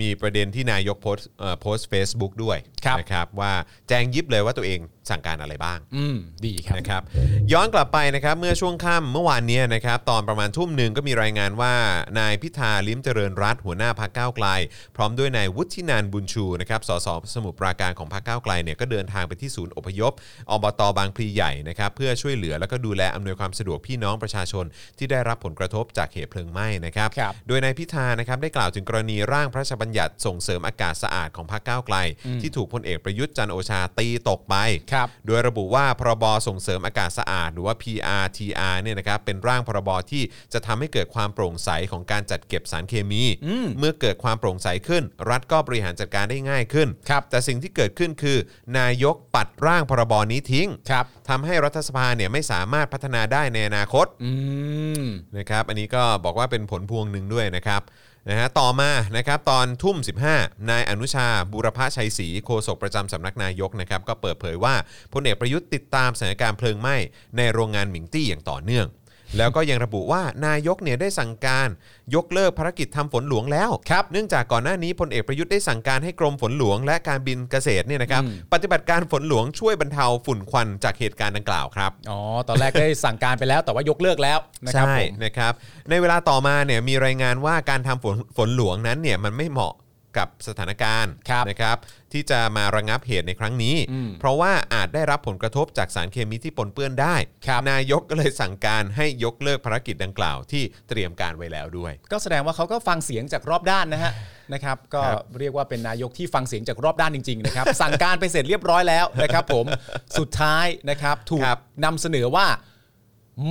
A: มีประเด็นที่นายกโพสต์เอ่อโพสต์เฟซบุ๊กด้วย
B: ครับ
A: นะครับว่าแจ้งยิบเลยว่าตัวเองสั่งการอะไรบ้าง
B: อืมดีครับ
A: นะครับย้อนกลับไปนะครับเมื่อช่วงค่ำเมื่อวานเนี้ยนะครับตอนประมาณทุ่มหนึ่งก็มีรายงานว่านายพิธาลิ้มเจริญรัตน์หัวหน้าพรรคก้าวไกล พร้อมด้วยนายวุฒินันท์บุญชูนะครับสสสมุทรปราการของพรรคก้าวไกลเนี่ยก็เดินทางไปที่ศูนย์อพยพอบตบางพลีใหญ่นะครับเพื่อช่วยเหลือแล้วก็ดูแลอำนวยความสะดวกพี่น้องประชาชนที่ได้รับผลกระทบจากเหตุเพลิงไหม้นะครับ
B: ครับ
A: โดยนายพิธานะครับได้กล่าวถึงกรณีร่างพระราชบัญญัติส่งเสริมอากาศสะอาดของพรรคก้าวไกล ที่ถูกพลเอกประยุทธ์จันทร์โอชาตีตกไป
B: ครับ
A: โดยระบุว่าพรบส่งเสริมอากาศสะอาด หรือว่า PRTR เนี่ยนะครับเป็นร่างพรบที่จะทำให้เกิดความโปร่งใสของการจัดเก็บสารเคมี เมื่อเกิดความโปร่งใสขึ้น รัฐก็บริหารจัดการได้ง่ายขึ้น
B: ครับ
A: แต่สิ่งที่เกิดขึ้นคือ นายกปัดร่างพรบนี้ทิ้ง
B: ครับ
A: ทำให้รัฐสภาเนี่ยไม่สามารถพัฒนาได้ในอนาคต
B: อืม
A: นะครับอันนี้ก็บอกว่าเป็นผลพวงหนึ่งด้วยนะครับนะฮะต่อมานะครับตอนทุ่ม 15 นายอนุชาบุรพชัยศรีโฆษกประจำสำนักนายกนะครับก็เปิดเผยว่าพลเอกประยุทธ์ติดตามสถานการณ์เพลิงไหม้ในโรงงานหมิงตี้อย่างต่อเนื่อง แล้วก็ยังระบุว่านายกเนี่ยได้สั่งการยกเลิกภารกิจทำฝนหลวงแล้วครับเนื่องจากก่อนหน้านี้พลเอกประยุทธ์ได้สั่งการให้กรมฝนหลวง และการบินเกษตรเนี่ยนะครับ
B: อืม
A: ปฏิบัติการฝนหลวงช่วยบรรเทาฝุ่นควันจากเหตุการณ์ดังกล่าวครับ
B: อ๋อ ตอนแรกได้สั่งการไปแล้วแต่ว่ายกเลิกแล้วนะครับ
A: ใช่
B: ผม
A: นะครับในเวลาต่อมาเนี่ยมีรายงานว่าการทำฝนฝนหลวงนั้นเนี่ยมันไม่เหมาะกับสถานการณ์
B: ครับ
A: นะครับที่จะมาระงับเหตุในครั้งนี้
B: อืม
A: เพราะว่าอาจได้รับผลกระทบจากสารเคมีที่ปนเปื้อนได้
B: ครับ
A: นายกก็เลยสั่งการให้ยกเลิกภารกิจดังกล่าวที่เตรียมการไว้แล้วด้วย
B: ก็แสดงว่าเขาก็ฟังเสียงจากรอบด้านนะฮะ นะครับ ก็
A: ครับ
B: เรียกว่าเป็นนายกที่ฟังเสียงจากรอบด้านจริง ๆ นะครับ สั่งการไปเสร็จเรียบร้อยแล้วนะครับ ผม สุดท้ายนะครับ ถูกนำเสนอว่า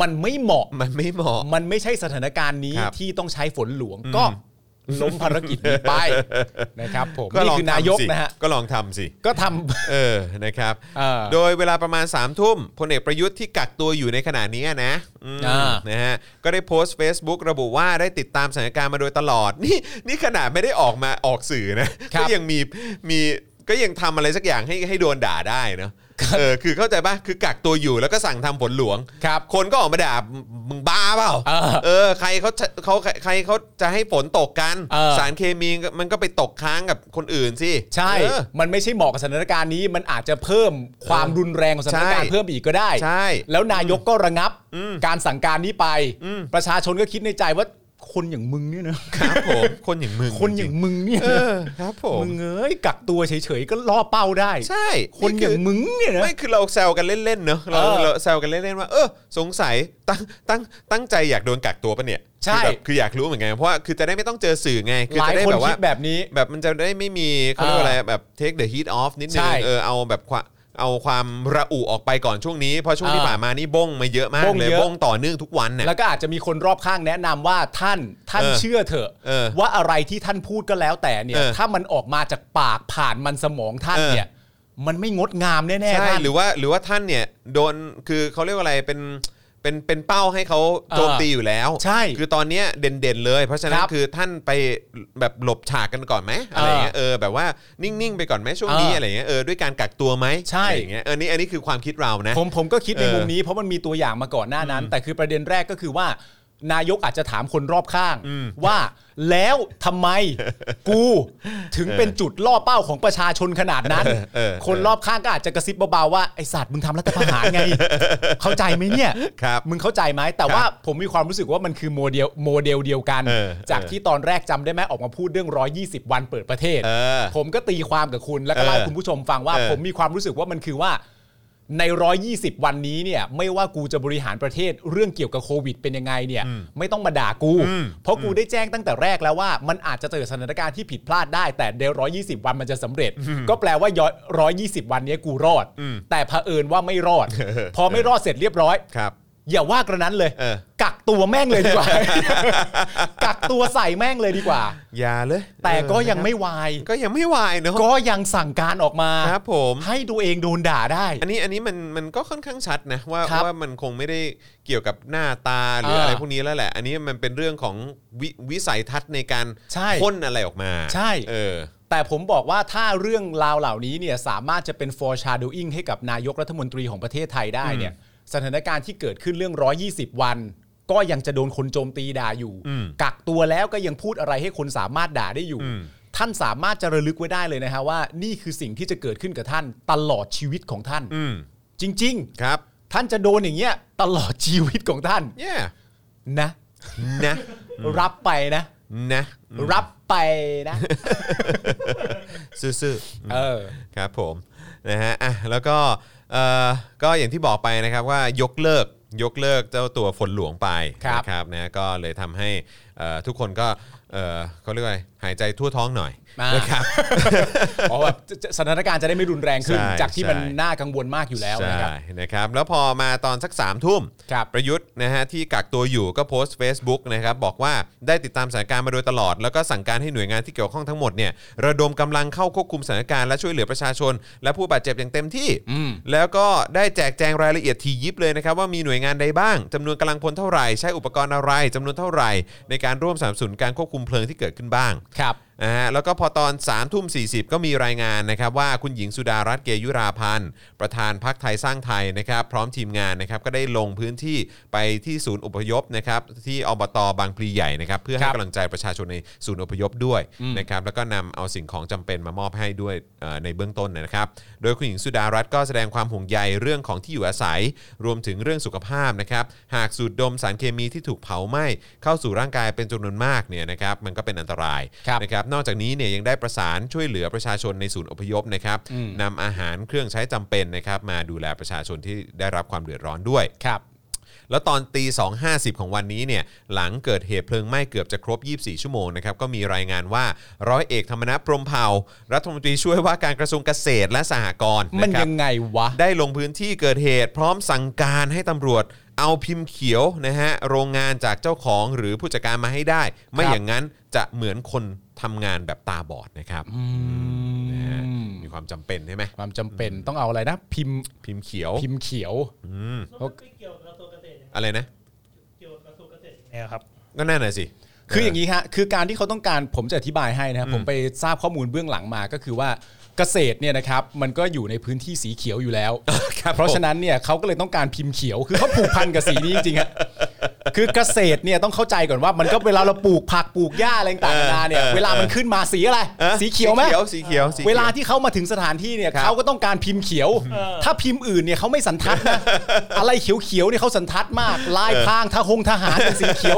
B: มันไม่เหมาะ
A: มันไม่เหมาะ
B: มันไม่ใช่สถานการณ์นี้
A: ครับ
B: ที่ต้องใช้ฝนหลวงก็ล้มภารกิจนี้ไป นะครับ ผมนี่คือนายก
A: ทำสิ
B: นะฮะ
A: ก็ลองทำสิ
B: ก็ทำ
A: เออ นะครับ
B: เออ
A: โดยเวลาประมาณ3ามทุ่มพลเอกประยุทธ์ที่กักตัวอยู่ในขณะนี้นะอืม
B: อ่าน
A: นะฮะ ก็ได้โพสต์ Facebook ระบุว่าได้ติดตามสถานการณ์มาโดยตลอด นี่นี่ขนาดไม่ได้ออกมาออกสื่อนะ ก็ยังมีมีก็ยังทำอะไรสักอย่างให้ให้โดนด่าได้เนอะเออ คือเข้าใจป่ะ คือกักตัวอยู่แล้วก็สั่งทำผลหลวง
B: ครับ
A: คนก็ออกมาด่ามึงบ้าเปล่า
B: เออ
A: เออ ใครเขาจะเขาใครเขาจะให้ฝนตกกัน
B: เออ
A: สารเคมีมันก็ไปตกค้างกับคนอื่นสิ
B: ใช่
A: เออ
B: มันไม่ใช่เหมาะกับสถานการณ์นี้ มันอาจจะเพิ่มความรุนแรงของสถานการณ์
A: ใช่
B: เพิ่มอีกก็ได้
A: ใช่
B: แล้วนายกก็ระงับ
A: อืม
B: การสั่งการนี้ไป
A: อืม
B: ประชาชนก็คิดในใจว่า คนอย่างมึงเนี่ยนะครับ
A: ผมคนอย่างมึง
B: คนอย่างมึงเนี่ย
A: เอ
B: นะ
A: อครับผม
B: มึงเอ้ยกักตัวเฉยๆก็ล่อเป้าได้
A: ใช่
B: คนอย่างมึงเนี่ยนะ
A: ไม่คือเราแซวกันเล่นๆเนอะเรา
B: เออ
A: เราแซวกันเล่นๆว่าเออสงสัยตั้งตั้งตั้งใจอยากโดนกักตัวปะเนี่ยคื
B: ใช่
A: อแบบคืออยากรู้เหมือนกันเพราะว่าคือจะได้ไม่ต้องเจอสื่อไงคือ
B: หลาย
A: จะได้
B: คน
A: แบบ
B: คิ
A: ว่า
B: ดแบบนี้
A: แบบมันจะได้ไม่มีเขาเรียกว่าอะไรแบบ take the heat off นิดนึ
B: ใช่
A: งเออเอาแบบควะเอาความระอุออกไปก่อนช่วงนี้ เพราะช่วงที่
B: อ่า
A: ผ่านมานี่บ้งมาเยอะมาก
B: บ้ง
A: เลย
B: เยอะ
A: บ้งต่อเนื่องทุกวันเนี่ย
B: แล้วก็อาจจะมีคนรอบข้างแนะนำว่าท่านท่าน
A: เออ
B: เชื่อเถอะ
A: เออ
B: ว่าอะไรที่ท่านพูดก็แล้วแต่เนี่ย
A: เออ
B: ถ้ามันออกมาจากปากผ่านมันสมองท่าน
A: เออ
B: เนี่ย มันไม่งดงามแน่ๆ
A: ใช่
B: ท่าน
A: หรือว่าหรือว่าท่านเนี่ยโดนคือเขาเรียกว่าอะไรเป็นเป็นเป็นเป้าให้เขาโจมตีอยู่แล้ว
B: ใช่
A: คือตอนเนี้ยเด่นๆเลย เพราะฉะนั้น
B: ครับ
A: คือท่านไปแบบหลบฉากกันก่อนไหมอะไรเงี้ยเออแบบว่านิ่งๆไปก่อนไหมช่วงนี้
B: เอออ
A: อะไรเงี้ยเออด้วยการกักตัวไหม
B: ใช่
A: อะไรเงี้ยเออนี่อันนี้คือความคิดเรานะ
B: ผมผมก็คิดใน
A: เออ
B: มุมนี้เพราะมันมีตัวอย่างมาก่อนหน้านั้น แต่คือประเด็นแรกก็คือว่า นายกอาจจะถามคนรอบข้างว่า แล้วทำไม กูถึงเป็นจุดล่อเป้าของประชาชนขนาดนั้น
A: เออเออ
B: คนรอบข้างก็อาจจะกระซิบเบาๆว่าไอสัตว์มึงทำรัฐประหารไง เข้าใจไหมเนี่ย
A: ครับ
B: มึงเข้าใจไหมแต่ว่าผมมีความรู้สึกว่ามันคือโมเดลโมเดลเดียวกัน
A: เออ
B: จาก
A: เออ
B: ที่ตอนแรกจำได้ไหมออกมาพูดเรื่อง 120 วันเปิดประเทศ
A: เออ
B: ผมก็ตีความกับคุณแล้วก็เล่าให้
A: เออ
B: คุณผู้ชมฟังว่า
A: เออ
B: ผมมีความรู้สึกว่ามันคือว่าใน 120 วันนี้เนี่ย ไม่ว่ากูจะบริหารประเทศเรื่องเกี่ยวกับโควิดเป็นยังไงเนี่ย ไม่ต้องมาด่ากู
A: อืม
B: เพราะกูได้แจ้งตั้งแต่แรกแล้วว่ามันอาจจะเจอสถานการณ์ที่ผิดพลาดได้ แต่ใน120 วันมันจะสำเร็จ ก็แปลว่าย้อย120 วันเนี้ยกูรอด แต่เผอิญว่าไม่รอด พอไม่รอดเสร็จเรียบร้อย
A: ครับ
B: อย่าว่ากระนั้นเลย
A: เออ
B: กักตัวแม่งเลยดีกว่า กักตัวใส่แม่งเลยดีกว่า
A: อย่าเลย
B: แต่ก็
A: เออ
B: ยัง
A: นะครับ
B: ไม่วาย
A: ก็ยังไม่วายเนอะ
B: ก็ยังสั่งการออกมา
A: ครับผม
B: ให้ตัวเองโดนด่าได้
A: อันนี้อันนี้มันมันก็ค่อนข้างชัดนะว่า
B: ครับ
A: ว่ามันคงไม่ได้เกี่ยวกับหน้าตาหรือ
B: เอออ
A: อะไรพวกนี้แล้วแหละ อันนี้มันเป็นเรื่องของวิวิสัยทัศน์ในการ
B: ใช่
A: พ่นอะไรออกมา
B: ใช่
A: เออ
B: แต่ผมบอกว่าถ้าเรื่องราวเหล่านี้เนี่ยสามารถจะเป็น foreshadowing ให้กับนายกรัฐมนตรีของประเทศไทยได้เนี่ยสถานการณ์ที่เกิดขึ้นเรื่อง 120 วัน ก็ยังจะโดนคนโจมตีด่าอยู่
A: อืม
B: กักตัวแล้วก็ยังพูดอะไรให้คนสามารถด่าได้อยู่
A: อืม
B: ท่านสามารถจะระลึกไว้ได้เลยนะฮะว่านี่คือสิ่งที่จะเกิดขึ้นกับท่านตลอดชีวิตของท่าน
A: อืม
B: จริง
A: ครับ
B: ๆ ท่านจะโดนอย่างเงี้ยตลอดชีวิตของท่าน
A: yeah
B: นะ
A: นะ
B: รับไปนะ
A: นะ
B: รับไปนะ
A: ซื่อๆ
B: เออ
A: ครับผมนะฮะอ่ะแล้วก็เอ่อก็อย่างที่บอกไปนะครับว่ายกเลิกยกเลิกเจ้าตัวฝนหลวงไป
B: ครับ
A: นะครับนะก็เลยทำให้เอ่อทุกคนก็เอ่อเขาเรียกว่าอะไรหายใจทั่วท้องหน่อย
B: อ่าน
A: นะครับ
B: เพรา ะแบบจะจะสถานการณ์จะได้ไม่รุนแรงขึ้น
A: ใช่
B: จากที่มัน
A: ใช่
B: น่ากังวลมากอยู่แล้วนะครับ
A: ใช่นะครับ แล้วพอมาตอนสัก3ามทุ่ม
B: ครับ
A: ประยุทธ์นะฮะที่กักตัวอยู่ก็โพสต์ Facebook นะครับบอกว่าได้ติดตามสถานการณ์มาโดยตลอด แล้วก็สั่งการให้หน่วยงานที่เกี่ยวข้องทั้งหมดเนี่ยระดมกำลังเข้าควบคุมสถานการณ์และช่วยเหลือประชาชน และผู้บาดเจ็บอย่างเต็มที่
B: อืม
A: แล้วก็ได้แจกแจงรายละเอียดทียิบเลยนะครับว่ามีหน่วยงานใดบ้างจำนวนกำลังพลเท่าไหร่ใช้อุปกรณ์อะไรจำนวนเท่าไหร่ ในการร่วมสนับสนุนการควบคุมเพลิงที่เกิดขึ้นบ้าง
B: ครับ
A: นะฮะแล้วก็พอตอน3ามทุ่มสีก็มีรายงานนะครับว่าคุณหญิงสุดารัตน์เกยุราพันธ์ ประธานพักไทยสร้างไทยนะครับ พร้อมทีมงานนะครับก็ได้ลงพื้นที่ไปที่ศูนย์อพยพนะครับที่อบตบางพลีใหญ่นะครับเพื่อให้
B: ครับ
A: กำลังใจประชาชนในศูนย์อพยพด้วยนะครับแล้วก็นำเอาสิ่งของจำเป็นมามอบให้ด้วยเอ่อในเบื้องต้นนะครับ โดยคุณหญิงสุดารัตน์ก็แสดงความห่วงใยเรื่องของที่อยู่อาศัย รวมถึงเรื่องสุขภาพนะครับหากสูดดมสารเคมีที่ถูกเผาไหม้เข้าสู่ร่างกายเป็นจำนวนมากเนี่ยนะครับมันก็เป็นอันตราย
B: ครับ
A: นะครับนอกจากนี้เนี่ยยังได้ประสานช่วยเหลือประชาชนในศูนย์อพยพนะครับนำอาหารเครื่องใช้จำเป็นนะครับมาดูแลประชาชนที่ได้รับความเดือดร้อนด้วย
B: ครับ
A: แล้วตอนตี2.50 ของวันนี้เนี่ยหลังเกิดเหตุเพลิงไหม้เกือบจะครบ 24 ชั่วโมงนะครับก็มีรายงานว่าร้อยเอกธรรมนัฐพรหมเผ่ารัฐมนตรีช่วยว่าการกระทรวงเกษตรและสหกรณ์ะครับ
B: มันยังไงวะ
A: ได้ลงพื้นที่เกิดเหตุพร้อมสั่งการให้ตำรวจเอาพิมพ์เขียวนะฮะโรงงานจากเจ้าของหรือผู้จัดการมาให้ได้ ไม่อย่างนั้นจะเหมือนคนทำงานแบบตาบอดนะครับนะฮะมีความจำเป็นใช่ไหม
B: ความจำเป็นต้องเอาอะไรนะ พิมพ์
A: พิมพ์เขียว
B: พิมพ์เขียว
C: แล้วมันไม่เกี่ยวกับกระทรวงเกษตรยังไง
A: อะไรนะ
C: เกี่ยวกับกระทรวงเกษตรยังไงครับ
A: ก็นั่นน่ะสิ
B: คืออย่างนี้ฮะคือการที่เขาต้องการผมจะอธิบายให้นะครับผมไปทราบข้อมูลเบื้องหลังมาก็คือว่าเกษตรเนี่ยนะครับมันก็อยู่ในพื้นที่สีเขียวอยู่แล้ว
A: ครับ
B: เพราะฉะนั้นเนี่ยเขาก็เลยต้องการพิมพ์เขียว คือเขาผูกพันกับสีนี้จริงๆฮะ คือเกษตรเนี่ยต้องเข้าใจก่อนว่ามันก็เวลาเราปลูกผักปลูกหญ้าอะไรต่างๆนานาเนี่ย
A: เออเออ
B: เวลามันขึ้นมาสีอะไร
A: อ่ะ
B: สีเขียวไหม
A: สีเขียวสีเขียวสีขีย
B: เวลาที่เขามาถึงสถานที่เนี่ย
A: ครับ
B: เขาก็ต้องการพิมพ์เขียว
C: เออ
B: ถ้าพิมพ์อื่นเนี่ยเขาไม่สันทัดนะ อะไรเขียวๆเนี่ยเขาสันทัดมากลายพรางทหงทหารเป็นสีเขียว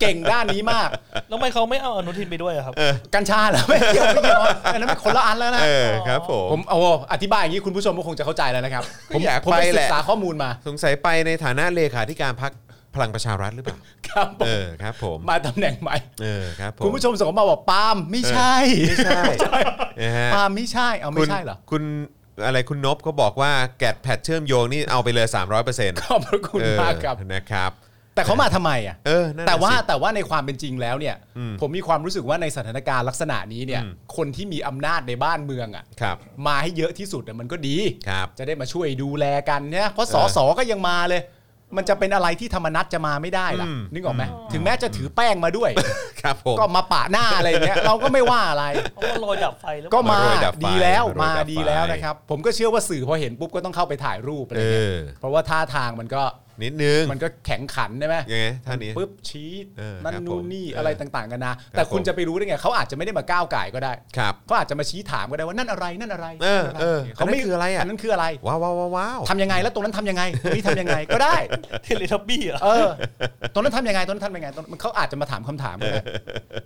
B: เก่งด้านนี้มาก
C: แล้วทำไมเขาไม่เอาอนุทินไปด้วย อะครับ
B: กัญชาเหรอไม่เกี่ยวไม่เกี่ยวอันนั้นเป็นคนละอันแล้วนะ
A: เออครับผม
B: ผมโอ้โหอธิบายอย่างนี้คุณผู้ชมก็คงจะเข้าใจแล้วนะครับ ผม
A: อยาก
B: ผมไป
A: ไปแห
B: ศึ
A: ละ
B: กษาข้อมูลมา
A: สงสัยไปในฐานะเลขาธิการพักพลังประชารัฐหรือเปล่า
B: ครับผม
A: เออครับผม
B: มาตำแหน่งใหม่
A: เออครับผม
B: คุณผู้ชมส่งมาบอกปาล์มไม่ใช่
A: ไม่ใช่นะฮะ
B: ปาล์มไม่ใช่เอาไม่ใช่เหรอ
A: คุณคุณอะไรคุณนบเขาบอกว่าแกดแพดเชื่อมโยงนี่เอาไปเลย 300%
B: ขอบพระคุณมากครับ
A: เออนะครับ
B: แต่เขามาทำไมอ่ะ
A: เออนั่นน่ะ
B: แต่ว่า
A: สิ
B: แต่ว่าในความเป็นจริงแล้วเนี่ย ผมมีความรู้สึกว่าในสถานการณ์ลักษณะนี้เนี่ย
A: อืม
B: คนที่มีอำนาจในบ้านเมืองอ่ะ
A: ครับ
B: มาให้เยอะที่สุดน่ะมันก็ดี
A: ครับ
B: จะได้มาช่วยดูแลกันเนี่ยเพราะสอสอก็ยังมาเลย มันจะเป็นอะไรที่ธรรมนัตจะมาไม่ได้ล่ะ
A: อืม
B: นึกออกไหมถึงแม้จะถือแป้งมาด้วย
A: ครับ ผม
B: ก็มาปะหน้าอะไรอย่างเงี้ยเราก็ไม่ว่าอะไร
C: เพราะว่าลอยดับไฟแล้ว
B: ก็มา
A: โรยดับไฟ
B: ดีแล้ว
A: โรยดั
B: มา
A: บไฟ
B: ดีแล้วนะครับ ผมก็เชื่อว่าสื่อพอเห็นปุ๊บก็ต้องเข้าไปถ่ายรูปอะไร
A: เอ
B: เงี้ย
A: อ
B: เพราะว่าท่าทางมันก็
A: นิดนึง
B: มันก็แข็งขันใช่ไหม
A: ยังไงท่านนี้
B: ปุ๊บชี้
A: เออ
B: นั่น
A: ครับผม
B: นู่นนี่
A: เอออ
B: อะไรต่างๆกันนะ แต่
A: ครับผม
B: คุณจะไปรู้ได้ไงเขาอาจจะไม่ได้มาก้าวไก่ายก็ได้
A: ครับ
B: เขาอาจจะมาชี้ถามก็ได้ว่านั่นอะไรนั่นอะไร
A: เออ
B: นั่นอะไร
A: เอออันนั้นคืออะไรอ่ะ
B: นนั้นคืออะไร
A: ว้าวว้าวว้าวว้าว
B: ทำยังไงแล้วตรงนั้นทำยังไงตรงนี้ทำยังไงก็ได้
C: เทเลทับบี้อะ
B: เออ ตรงนั้นทำยังไงตรงนั้นทำยังไงตรงมันเขาอาจจะมาถามคำถามก็ได้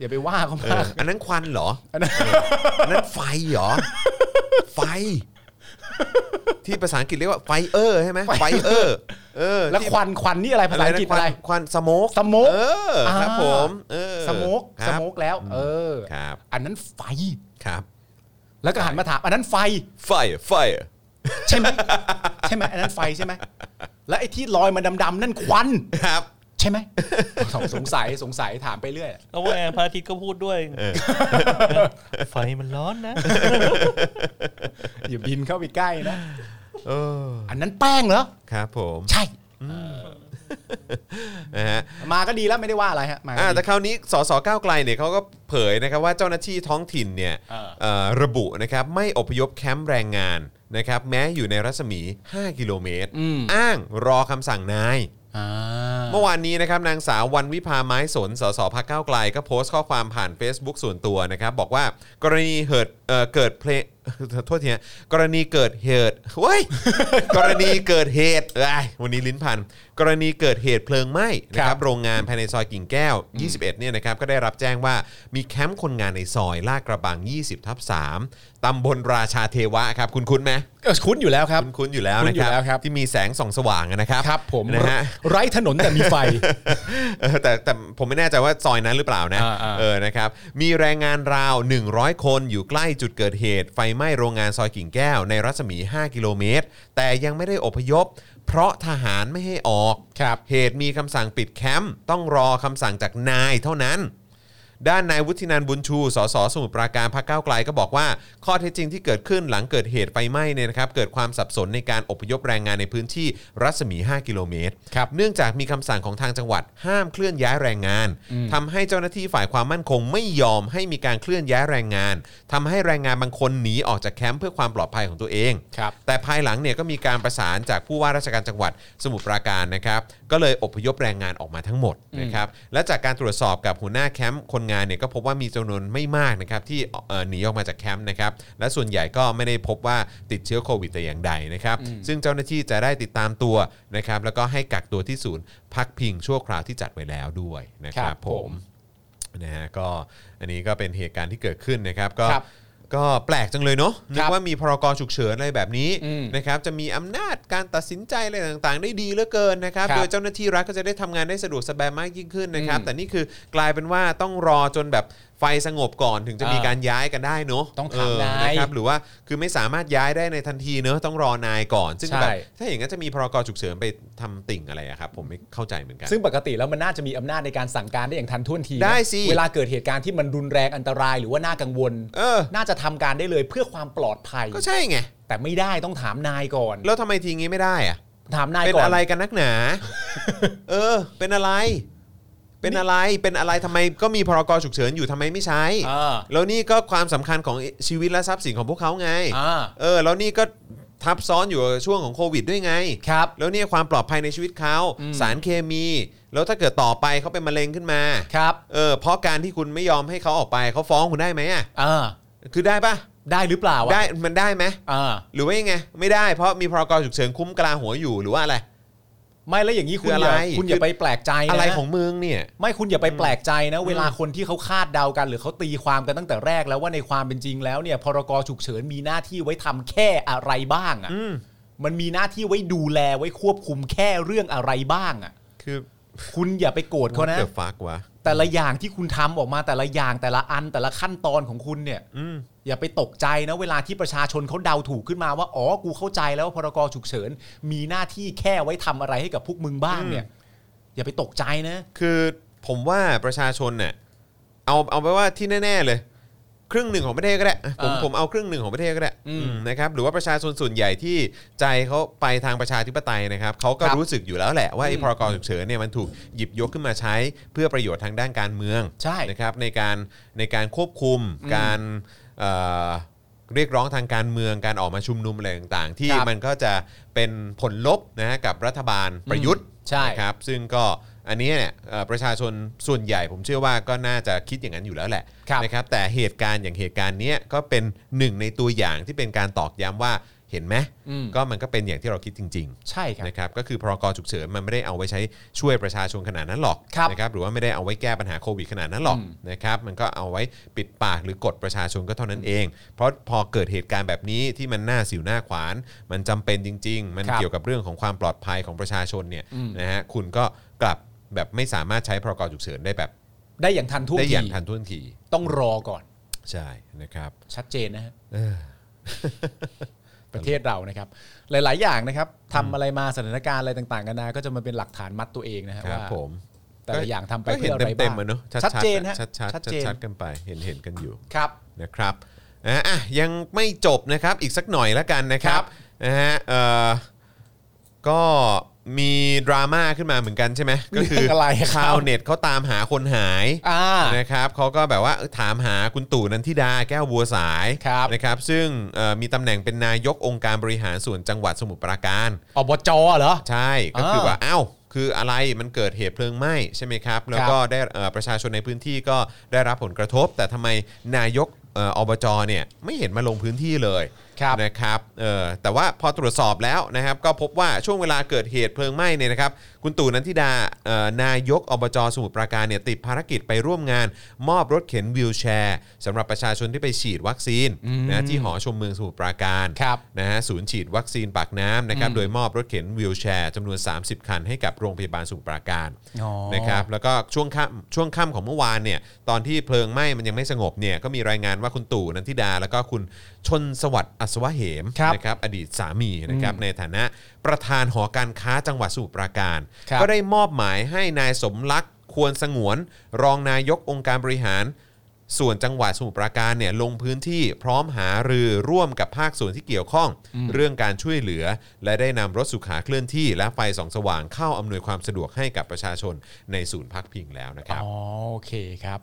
B: อย่าไปว่าเขา
A: เอ
B: มา
A: อก อันนั้นควันเหรอ
B: อันนั้น
A: อันนั้นไฟเหรอ ไฟ ที่ภาษาอังกฤษเรียกว่าไฟเออร์ใช่ไหมไฟเออร์เออ
B: แล้ว
A: ที่
B: ควันควันนี่อะไรภาษาอังกฤษอะไร
A: นควันสโมก
B: smoke
A: เออครับ
B: อ่า
A: ผมเออ
B: สโมก
A: ค
B: ส
A: รับ
B: โมกแล้ว เออ
A: ครับ
B: อันนั้นไฟ
A: ครับ
B: แล้วก็หันมาถามอันนั้นไฟ
A: fire fire
B: ใช่ไหมใช่ไหมอันนั้นไฟใช่ไหมและไอ้ที่ลอยมาดำๆนั่นควัน
A: ครับ
B: ใช่ไหมสองสงสัยสงสัยถามไปเรื่อย
C: แล้วว่าแอนพระอาทิตย์ก็พูดด้วย
A: เออ
C: ไฟมันร้อนนะ
B: อย่าบินเข้าไปใกล้นะ
A: เออ
B: อันนั้นแป้งเหรอ
A: ครับผม
B: ใช่
A: นะฮะ
B: มาก็ดีแล้วไม่ได้ว่าอะไรฮะมาก็
A: อ่า
B: ดี
A: แต่คราวนี้สสก้าวไกลเนี่ยเขาก็เผยนะครับว่าเจ้าหน้าที่ท้องถิ่นเนี่ย
B: เออ
A: เอ่อระบุนะครับไม่อพยพแคมป์แรงงานนะครับแม้อยู่ในรัศมี 5 กิโลเมตร อ้างรอคำสั่งนาย
B: อ่า
A: เมื่อวานนี้นะครับนางสาววันวิภาไม้สนสสพักเก้าวไกล ก็โพสต์ข้อความผ่าน Facebook ส่วนตัวนะครับ บอกว่ากรณีเหิดเอ่อเกิดเพลง โทษทีฮะกรณีเกิดเหตุเว้ย กรณีเกิดเหตุเอ้ยวันนี้ลิ้นพัน กรณีเกิดเหตุเพลิงไหม้นะค
B: ครั
A: รับบ โรงงานภายในซอยกิ่งแก้ว 21เนี่ยนะครับก็ได้รับแจ้งว่ามีแคมป์คนงานในซอยลาดกระบัง 20ทับ3ตำบลราชาเทวะครับคุณคุ้นไหม
B: เออคุ้นอยู่แล้วครับ
A: คุ้นๆอยู่แล้ว
B: คุ้
A: นะ
B: นอยู่แล้ว
A: ค
B: ครั
A: รับ บที่มีแสงส่องสว่างนะครับ
B: ครับผม
A: นะฮะ
B: ไร้ถนนแต่มีไฟ
A: เออแต่แต่ผมไม่แน่ใจว่าซอยนั้นหรือเปล่านะ
B: อ่าๆ
A: เออนะครับมีแรงงานราว 100 คนอยู่ใกล้จุดเกิดเหตุ ไฟไหม้โรงงานซอยกิ่งแก้ว ในรัศมี 5 กิโลเมตร แต่ยังไม่ได้อพยพ เพราะทหารไม่ให้ออก
B: ครับ
A: เหตุมีคำสั่งปิดแคมป์ต้องรอคำสั่งจากนายเท่านั้น ด้านนายวุฒินันท์บุญชู สสสมุทรปราการพรรคก้าวไกลก็บอกว่า ข้อเท็จจริงที่เกิดขึ้นหลังเกิดเหตุไฟไหม้เนี่ยนะครับ เกิดความสับสนในการอพยพแรงงานในพื้นที่รัศมี 5 กิโลเมตร
B: ครับ
A: เนื่องจากมีคำสั่งของทางจังหวัดห้ามเคลื่อนย้ายแรงงานทำให้เจ้าหน้าที่ฝ่ายความมั่นคงไม่ยอมให้มีการเคลื่อนย้ายแรงงานทำให้แรงงานบางคนหนีออกจากแคมป์เพื่อความปลอดภัยของตัวเอง
B: ครับ
A: แต่ภายหลังเนี่ยก็มีการประสานจากผู้ว่าราชการจังหวัดสมุทรปราการนะครับ ก็เลยอพยพแรงงานออกมาทั้งหมดนะครับและจากการตรวจสอบกับหัวหน้าแคมป์คนงานเนี่ยก็พบว่ามีจำนวนไม่มากนะครับที่เอ่อหนีออกมาจากแคมป์นะครับและส่วนใหญ่ก็ไม่ได้พบว่าติดเชื้อโควิดแต่อย่างใดนะครับ ซึ่งเจ้าหน้าที่จะได้ติดตามตัวนะครับแล้วก็ให้กักตัวที่ศูนย์พักพิงชั่วคราวที่จัดไว้แล้วด้วยนะค
B: ครั
A: รับบ ผ
B: ผม ม
A: นะฮะก็อันนี้ก็เป็นเหตุการณ์ที่เกิดขึ้นนะครับก็
B: ครับ
A: ก็แปลกจังเลยเนาะนึก
B: ครับ
A: ว่ามีพรกฉุกเฉินอะไรแบบนี้
B: อืม
A: นะครับจะมีอำนาจการตัดสินใจอะไรต่างๆ ได้ดีเหลือเกินนะครับ
B: ครับ
A: โดยเจ้าหน้าที่รัฐก็จะได้ทำงานได้สะดวกสบายมากยิ่งขึ้นนะครับ
B: อืม
A: แต่นี่คือกลายเป็นว่าต้องรอจนแบบไฟสงบก่อนถึงจะมี
B: อ่า
A: การย้ายกันได้เนาะ
B: ต้อง
A: เ
B: ถามนาย
A: นะครับหรือว่าคือไม่สามารถย้ายได้ในทันทีเนอะต้องรอนายก่อน ซึ่ง
B: ใช่
A: แบบถ้าอย่างนั้นจะมีพรกฉุกเฉินไปทำติ่งอะไรอะครับผมไม่เข้าใจเหมือนกัน
B: ซึ่งปกติแล้วมันน่าจะมีอำนาจในการสั่งการได้อย่างทันท่วงทีนะ
A: ได้สิ
B: เวลาเกิดเหตุการณ์ที่มันรุนแรงอันตรายหรือว่าน่ากังวล
A: เออ
B: น่าจะทำการได้เลยเพื่อความปลอดภัย
A: ก็ใช่ไง
B: แต่ไม่ได้ต้องถามนายก่อน
A: แล้วทำไมทีงี้ไม่ได้อะ
B: ถามนาย
A: เป็น
B: ก่อน
A: อะไรกันนักหนา เออ เป็นอะไร เป็นอะไร เป็นอะไรทำไมก็มีพรกฉุกเฉินอยู่ทำไมไม่ใช้
B: เออ
A: แล้วนี่ก็ความสำคัญของชีวิตและทรัพย์สินของพวกเขาไง
B: อ่า
A: เออ แล้วนี่ก็ ทับซ้อนอยู่กับช่วงของโควิดด้วยไง
B: ครับ
A: แล้วเนี่ยความปลอดภัยในชีวิตเขา
B: อืม
A: สารเคมี แล้วถ้าเกิดต่อไปเขาเป็นมะเร็งขึ้นมา
B: ครับ
A: เออเพราะการที่คุณไม่ยอมให้เขาออกไปเขาฟ้องคุณได้ไหมอ่ะ
B: อ่า
A: คือได้ปะ
B: ได้หรือเปล่าอะ
A: ได้มันได้ไหม
B: อ่า
A: หรือว่ายังไงไม่ได้เพราะมีพรกฉุกเฉินคุ้มกลาหัวอยู่หรือว่าอะไร
B: ไม่แล้วอย่างนี้คุณ
A: คือ
B: อ
A: อะไร
B: ย่าคุณอย่าไปแปลกใจน
A: อะไรของมึงเนี่ย
B: ไม่คุณอย่าไปแปลกใจนะ เวลาคนที่เขาคาดเดากัน หรือเขาตีความกันตั้งแต่แรกแล้วว่าในความเป็นจริงแล้วเนี่ยพรกฉุกเฉินมีหน้าที่ไว้ทำแค่อะไรบ้างอ่ะ
A: อืม
B: มันมีหน้าที่ไว้ดูแลไว้ควบคุมแค่เรื่องอะไรบ้างอ่ะ
A: คือ
B: คุณอย่าไปโกรธเขานะ
A: What the fuck วะ
B: แต่ละอย่างที่คุณทำออกมาแต่ละอย่างแต่ละอันแต่ละขั้นตอนของคุณเนี่ย
A: อืม
B: อย่าไปตกใจนะเวลาที่ประชาชนเขาเดาถูกขึ้นมาว่า อ๋อ กูเข้าใจแล้วว่าพรกฉุกเฉิน มีหน้าที่แค่ไว้ทำอะไรให้กับพวกมึงบ้างเนี่ย อย่าไปตกใจนะ
A: คือผมว่าประชาชนเนี่ยเอาเอาไปว่าที่แน่ ๆ เลย ครึ่งหนึ่งของประเทศก็ได้อ่ะผม
B: อ่า
A: ผมเอาครึ่งหนึ่งของประเทศก็ได้
B: อืม
A: อืมนะครับหรือว่าประชาชนส่วนใหญ่ที่ใจเขาไปทางประชาธิปไตยนะครับเขาก็
B: ครับ
A: รู้สึกอยู่แล้วแหละว่าไอ้
B: อืม
A: พรกฉุกเฉินเนี่ยมันถูกหยิบยกขึ้นมาใช้เพื่อประโยชน์ทางด้านการเมือง
B: ใช่
A: นะครับในการในการควบคุม
B: อืม
A: การเอ่อเรียกร้องทางการเมืองการออกมาชุมนุมอะไรต่างๆ ที่
B: ครับ
A: มันก็จะเป็นผลลบนะฮะกับรัฐบาลประยุทธ์
B: ใช่
A: นะครับซึ่งก็อันนี้เนี่ยเอ่อประชาชนส่วนใหญ่ผมเชื่อว่าก็น่าจะคิดอย่างนั้นอยู่แล้วแหละ
B: ครับ
A: นะครับแต่เหตุการณ์อย่างเหตุการณ์เนี้ยก็เป็นหนึ่งในตัวอย่างที่เป็นการตอกย้ำว่าเห็นไหม
B: อืม
A: ก็มันก็เป็นอย่างที่เราคิดจริง
B: ใช่ครับ
A: ๆนะครับก็คือพรกฉุกเฉินมันไม่ได้เอาไว้ใช้ช่วยประชาชนขนาดนั้นหรอก
B: ครับ
A: นะครับหรือว่าไม่ได้เอาไว้แก้ปัญหาโควิดขนาดนั้นหรอก
B: อืม
A: นะครับมันก็เอาไว้ปิดปากหรือกดประชาชนก็เท่านั้นเอง เพราะพอเกิดเหตุการณ์แบบนี้ที่มันหน้าสิวหน้าขวาน มันจำเป็นจริง ๆ มัน
B: ครับ
A: เกี่ยวกับเรื่องของความปลอดภัยของประชาชนเนี่ย
B: อืม
A: นะฮะคุณก็กลับแบบไม่สามารถใช้พรกฉุกเฉินได้แบบ
B: ได้อย่างทันท่วง
A: ได้อ
B: ที
A: ย่างทันท่วงที
B: ต้องรอก่อน
A: ใช่นะครับ
B: ชัดเจนนะฮะ
A: เออ
B: ประเทศเรานะครับ หลาย ๆ อย่างนะครับทำอะไรมาสถานการณ์อะไรต่างๆกันานาก็จะมาเป็นหลักฐานมัดตัวเองนะฮะ
A: ครับ
B: ว่า
A: ผม
B: แต่ละอย่างทำไป
A: ก็
B: เพื่
A: เห็น
B: ออะไร
A: เต็
B: บ้าม ง
A: ๆอะเนอะ
B: ชัดเจนฮะ
A: ชัดๆชัดๆ
B: ชัดเจน
A: ชัดๆกันไปเห็นเห็นกันอยู่
B: ครับ
A: นะครับอ่ะอ่ะยังไม่จบนะครับอีกสักหน่อยละกันนะครับ
B: ครับ
A: นะฮะเอ่อก็มีดราม่าขึ้นมาเหมือนกัน ใช่ไหมก็คื
B: เรื่องอะไรครับ
A: ชาวเน็ตเขาตามหาคนหาย
B: อ่า
A: นะครับเขาก็แบบว่าเอ้ยถามหาคุณตู่นันทิดาแก้วบัวสาย
B: ครับ
A: นะครับซึ่งเอ่อมีตำแหน่งเป็นนายกองค์การบริหารส่วนจังหวัดสมุทรปราการ
B: อบจเหรอ
A: ใช่ก็คือ
B: อ่า
A: ว่าอ้าวคืออะไรมันเกิดเหตุเพลิงไหม้ใช่ไหมครับ แล้วก็ได้เอ่อประชาชนในพื้นที่ก็ได้รับผลกระทบ แต่ทำไมนายกเอ่ออบจเนี่ยไม่เห็นมาลงพื้นที่เลย
B: ครับ
A: นะครับเอ่อแต่ว่าพอตรวจสอบแล้วนะครับ ก็พบว่าช่วงเวลาเกิดเหตุเพลิงไหม้เนี่ยนะครับ คุณตู่นันทิดาเอ่อนายกอบจสมุทรปราการเนี่ยติดภารกิจไปร่วมงาน มอบรถเข็นวีลแชร์สำหรับประชาชนที่ไปฉีดวัคซีน
B: อืม
A: นะที่หอชมเมืองสมุทรปราการ
B: ครับ
A: นะฮะศูนย์ฉีดวัคซีนปากน้ำนะครับ
B: อืม
A: โดยมอบรถเข็นวีลแชร์จำนวน 30 คันให้กับโรงพยาบาลสมุทรปราการ
B: อ๋อ
A: นะครับแล้วก็ช่วงค่ำช่วงค่ำของเมื่อวานเนี่ยตอนที่เพลิงไหม้มันยังไม่สงบเนี่ยก็มีรายงานว่าคุณตู่นันทิดา แล้วก็คุณชนสวัสดิ์อัศวะเหม
B: ครับ
A: นะครับอดีตสามีนะครับ
B: อืม
A: ในฐานะประธานหอการค้าจังหวัดสมุทรปราการ
B: ครับ
A: ก็ได้มอบหมายให้นายสมรักษ์ควรสงวน รองนายกองค์การบริหาร ส่วนจังหวัดสมุทรปราการเนี่ยลงพื้นที่พร้อมหารือร่วมกับภาคส่วนที่เกี่ยวข้อง เรื่องการช่วยเหลือ และได้นำรถสุขาเคลื่อนที่ และไฟส่องสว่างเข้าอำนวยความสะดวกให้กับประชาชนในศูนย์พักพิงแล้วนะครับ
B: อ๋อโอเคครับ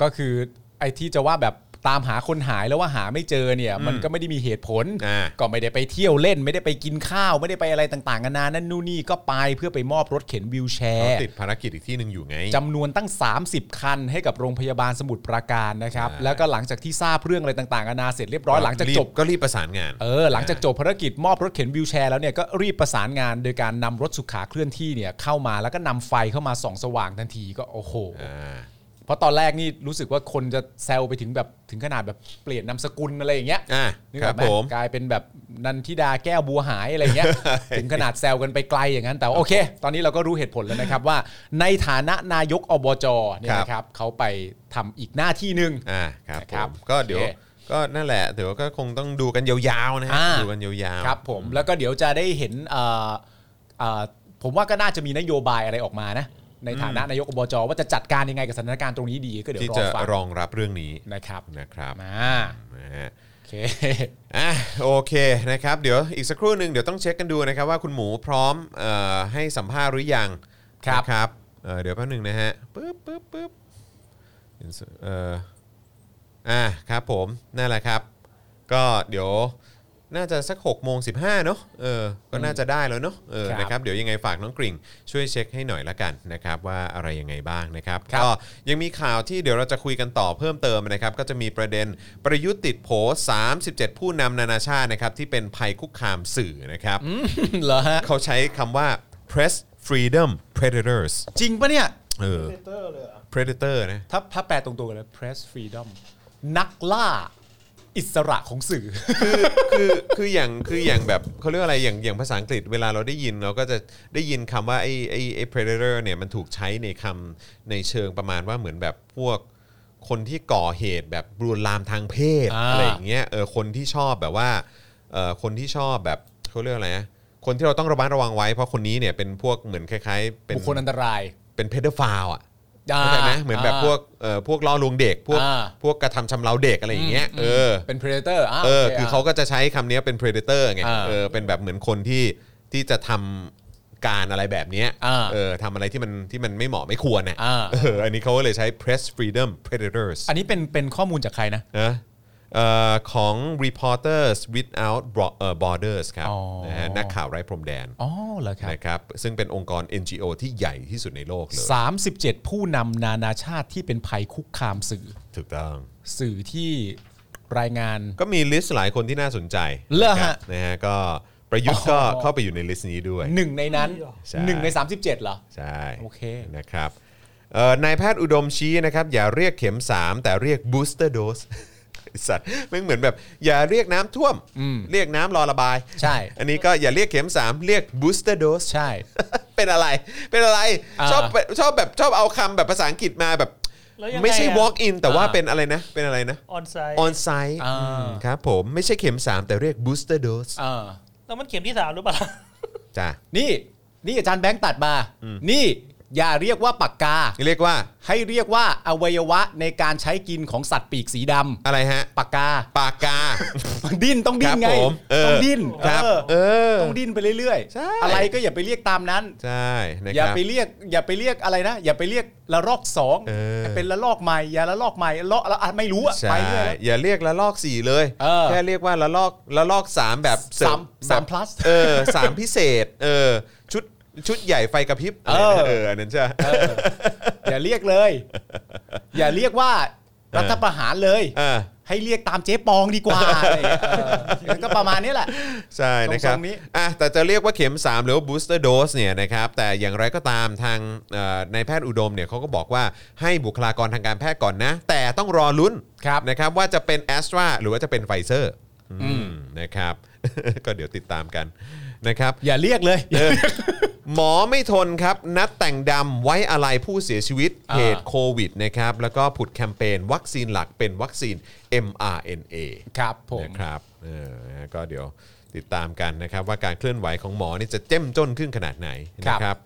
B: ก็คือไอ้ที่จะว่าแบบตามหาคนหายแล้วว่าหาไม่เจอเนี่ย มันก็ไม่ได้มีเหตุผล
A: อ่า
B: ก็ไม่ได้ไปเที่ยวเล่น ไม่ได้ไปกินข้าว ไม่ได้ไปอะไรต่างๆกันานานั่นนู่นนี่ก็ไปเพื่อไปมอบรถเข็นวิวแช
A: เขา
B: ร์
A: ติดภารกิจอีกที่หนึ่งอยู่ไง
B: จำนวนตั้ง 30 คันให้กับโรงพยาบาลสมุทรปราการนะครับ
A: ใช่
B: แล้วก็หลังจากที่ทราบเรื่องอะไรต่างๆกันานาเสร็จเรียบร้อยหลังจากจบ
A: ก็รีบประสานงาน
B: เออหลังจากจบภารกิจมอบรถเข็นวิวแชร์แล้วเนี่ยก็รีบประสานงานโดยการนำรถสุขาเคลื่อนที่เนี่ยเข้ามาแล้วก็นำไฟเข้ามาส่องสว่างทันทีก็โอ้โห
A: อ่า
B: เพราะตอนแรกนี่รู้สึกว่าคนจะแซวไปถึงแบบถึงขนาดแบบเปลี่ยนนามสกุลอะไรอย่างเงี้ย
A: อ่า
B: นึก
A: ค
B: อ
A: รั
B: อบ กไหม
A: ผม
B: กลายเป็นแบบนันทิดาแก้วบัวหายอะไรอย่างเงี้ย ถึงขนาดแซวกันไปไกลอย่างนั้น แต่ว่าโอเค ตอนนี้เราก็รู้เหตุผลแล้วนะครับว่า ในฐานะนายกอบจเนี่
A: ค
B: ย
A: รับ
B: นะครับเขาไปทำอีกหน้าที่หนึ่ง
A: อ่าครับ
B: นะ
A: ผ
B: ครับ
A: มก็เดี๋ยว
B: โอเค
A: ก็นั่นแหละเดี๋ยวก็คงต้องดูกันยาวๆนะฮะ
B: อ่า
A: ดูกันยาวๆ
B: ครับผมแล้วก็เดี๋ยวจะได้เห็นเอ่อเอ่อผมว่าก็น่าจะมีนโยบายอะไรออกมานะในฐานะนายกอบจว่าจะจัดการยังไงกับสถานการณ์ตรงนี้ดีก็เดี๋ยว
A: ที่
B: รอ
A: จะ
B: ฟัง
A: รองรับเรื่องนี้
B: นะครับ
A: นะครับ
B: มา
A: นะฮะ
B: โอเค
A: อ่ะโอเคนะครับเดี๋ยวอีกสักครู่หนึ่งเดี๋ยวต้องเช็คกันดูนะครับว่าคุณหมูพร้อมเอ่อให้สัมภาษณ์หรือยัง
B: ครับ
A: นะครับเอ่อเดี๋ยวแป๊บหนึ่งนะฮะปึ๊บปึ๊บปึ๊บเอ่ออ่ะครับผมนั่นแหละครับ ก็เดี๋ยว น่าจะสัก6กโมงสิเนาะเออก็น่าจะได้แล้วเนาะเออ
B: ครับ
A: นะครับเดี๋ยวยังไงฝากน้องกริ่ง ช่วยเช็คให้หน่อยละกันนะครับว่าอะไรยังไงบ้างนะครับ
B: ครับ
A: ก็ยังมีข่าวที่เดี๋ยวเราจะคุยกันต่อเพิ่มเติมนะครับ ก็จะมีประเด็นประยุทธ์ติดโผ37 ผู้นำนานาชาตินะครับที่เป็นภัยคุกคามสื่อนะครับ
B: เหรอฮะ
A: เขาใช้คำว่า press freedom predators
B: จริงปะเนี่ย
A: เออ
C: เตอร์เลยอ่ะ
A: predator นะ
B: ถ้าถ้าแปลตรงตัวกันเลย press freedom นักล่าอิสระของสื่อ
A: คือคือคืออย่างคืออย่างแบบเขาเรียกอะไรอย่างอย่างภาษาอังกฤษเวลาเราได้ยินเราก็จะได้ยินคำว่าไอ้ไอ้ไอ้ predator เนี่ยมันถูกใช้ในคำในเชิงประมาณว่าเหมือนแบบพวกคนที่ก่อเหตุแบบรวนลามทางเพศ
B: อ่า
A: อะไรอย่างเงี้ยเออคนที่ชอบแบบว่าเออคนที่ชอบแบบเขาเรียกอะไรนะคนที่เราต้องระมัดระวังไว้เพราะคนนี้เนี่ยเป็นพวกเหมือนคล้ายๆ เป็น
B: บุคคลอันตราย
A: เป็นเพเดฟาวอ่ะ
B: อ่า
A: เข้าใจไหมเหมือนแบบพวกเอ่อพวกล่อลวงเด็กพวก
B: อ่า
A: พวกกระทำชำเราเด็กอะไรอย่างเงี้ยเออ
B: เป็น predator า
A: เออ
B: โ
A: คือเขาก็จะใช้คำเนี้ยเป็น predator ไง
B: อ่า
A: เออเป็นแบบเหมือนคนที่ที่จะทำการอะไรแบบเนี้ย
B: อ่า
A: เออทำอะไรที่มันที่มันไม่เหมาะไม่ควรน่ะ
B: อ่า
A: เอออันนี้เขาก็เลยใช้ press freedom predators
B: อันนี้เป็นเป็นข้อมูลจากใครนะ
A: นะเอ่อของ reporters without Bro- เอ่อ borders ครับ
B: อ๋อ
A: นะฮะนักข่าวไร้พรมแดน
B: อ๋อเหรอครับ
A: นะครับซึ่งเป็นองค์กร NGO ที่ใหญ่ที่สุดในโลกเลย
B: 37 ผู้นำนานาชาติที่เป็นภัยคุกคามสื่อ
A: ถูกต้อง
B: สื่อที่รายงาน
A: ก็มีลิสต์หลายคนที่น่าสนใจ
B: เหรอฮะ
A: นะครับนะฮะก็ประยุทธ์ก็เข้าไปอยู่ในลิสต์นี้ด้วย
B: หนึ่งในนั้น
A: ใช่
B: หนึ่งใน 37เหรอ
A: ใช่
B: โอเค
A: นะครับเอ่อนายแพทย์อุดมชี้นะครับ อย่าเรียกเข็ม 3 แต่เรียก booster dose ไอ้สัตว์แม่งเหมือนแบบ อย่าเรียกน้ำท่วม เรียกน้ำรอระบาย
B: ใช่
A: อันนี้ก็อย่าเรียกเข็ม 3 เรียก booster dose
B: ใช่
A: เป็นอะไร เป็นอะไร
B: อ่า
A: ชอบชอบแบบชอบเอาคำแบบภาษาอังกฤษมาแบบ
C: แล้วยังไง
A: ไม่ใช่
C: อะ
A: walk in แต่ว่า
B: อ่า
A: เป็นอะไรนะ เป็นอะไรนะ
C: ออนไซ
A: on site
B: อ่า
A: ครับผมไม่ใช่เข็ม 3 แต่เรียก booster dose
B: เออ
C: แล้วมันเข็มที่สามหรือเปล่า
A: จ้ะ
B: นี่นี่อาจารย์แบงค์ตัดมา นี่อย่าเรียกว่าปากกา
A: เรียกว่า
B: ให้เรียกว่าอวัยวะในการใช้กินของสัตว์ปีกสีด
A: อะไรฮะ
B: ำปากกา
A: ปากกา
B: มันดิ้นต้องดิ้นไง
A: ครับผมเออ
B: ต้องดิ้น
A: ครับ
B: เออ
A: เออ
B: ต้องดิ้นไปเรื่อย
A: ใช่
B: ๆ อะไรก็อย่าไปเรียกตามนั้น
A: ใช่นะ
B: อ
A: ค
B: ย่า
A: รับ
B: ไปเรียกอย่าไปเรียกอะไรนะ อย่าไปเรียกละลอกสอง
A: เออ
B: ให้เป็นละลอกใหม่อย่าละลอกใหม่ละละไม่รู้อะ
A: ใช่
B: ไปเรื่อย
A: อย่าเรียกละลอกสี่เลย
B: เออ
A: แค่เรียกว่าละลอกละลอกสามแบบเริ
B: สามสาม
A: แบบ
B: plus
A: เออสามพิเศษเออชุดชุดใหญ่ไฟกระพริบ
B: เออ
A: เอออันนั้นใช่
B: เอออย่าเรียกเลย อย่าเรียกว่ารัฐประหารเลย
A: เออ
B: ให้เรียกตามเจ๊ปองดีกว่าอะไรอย่างเงี้ยเออมันก็ประมาณนี้แหละ
A: ใช่นะครับ
B: ตรงๆนี้
A: อ่ะแต่จะเรียกว่าเข็ม 3 หรือว่า booster dose เนี่ยนะครับแต่อย่างไรก็ตามทางเอ่อนายแพทย์อุดมเนี่ยเขาก็บอกว่าให้บุคลากรทางการแพทย์ก่อนนะ แต่ต้องรอลุ้น
B: ครับ
A: นะครับว่าจะเป็นแอสตราหรือว่าจะเป็นไฟเซอร์นะครับ ก็เดี๋ยวติดตามกันนะครับ
B: อย่าเรียกเลย
A: เออหมอไม่ทนครับ นัดแต่งดำไว้อะไรผู้เสียชีวิต
B: อ่า
A: เหตุโควิดนะครับแล้วก็ผุดแคมเปญวัคซีนหลักเป็นวัคซีน mRNA
B: ครับผม
A: นะครับเออนะฮะก็เดี๋ยวติดตามกันนะครับว่าการเคลื่อนไหวของหมอนี่จะเจ้มจนขึ้นขนาดไหนนะครับ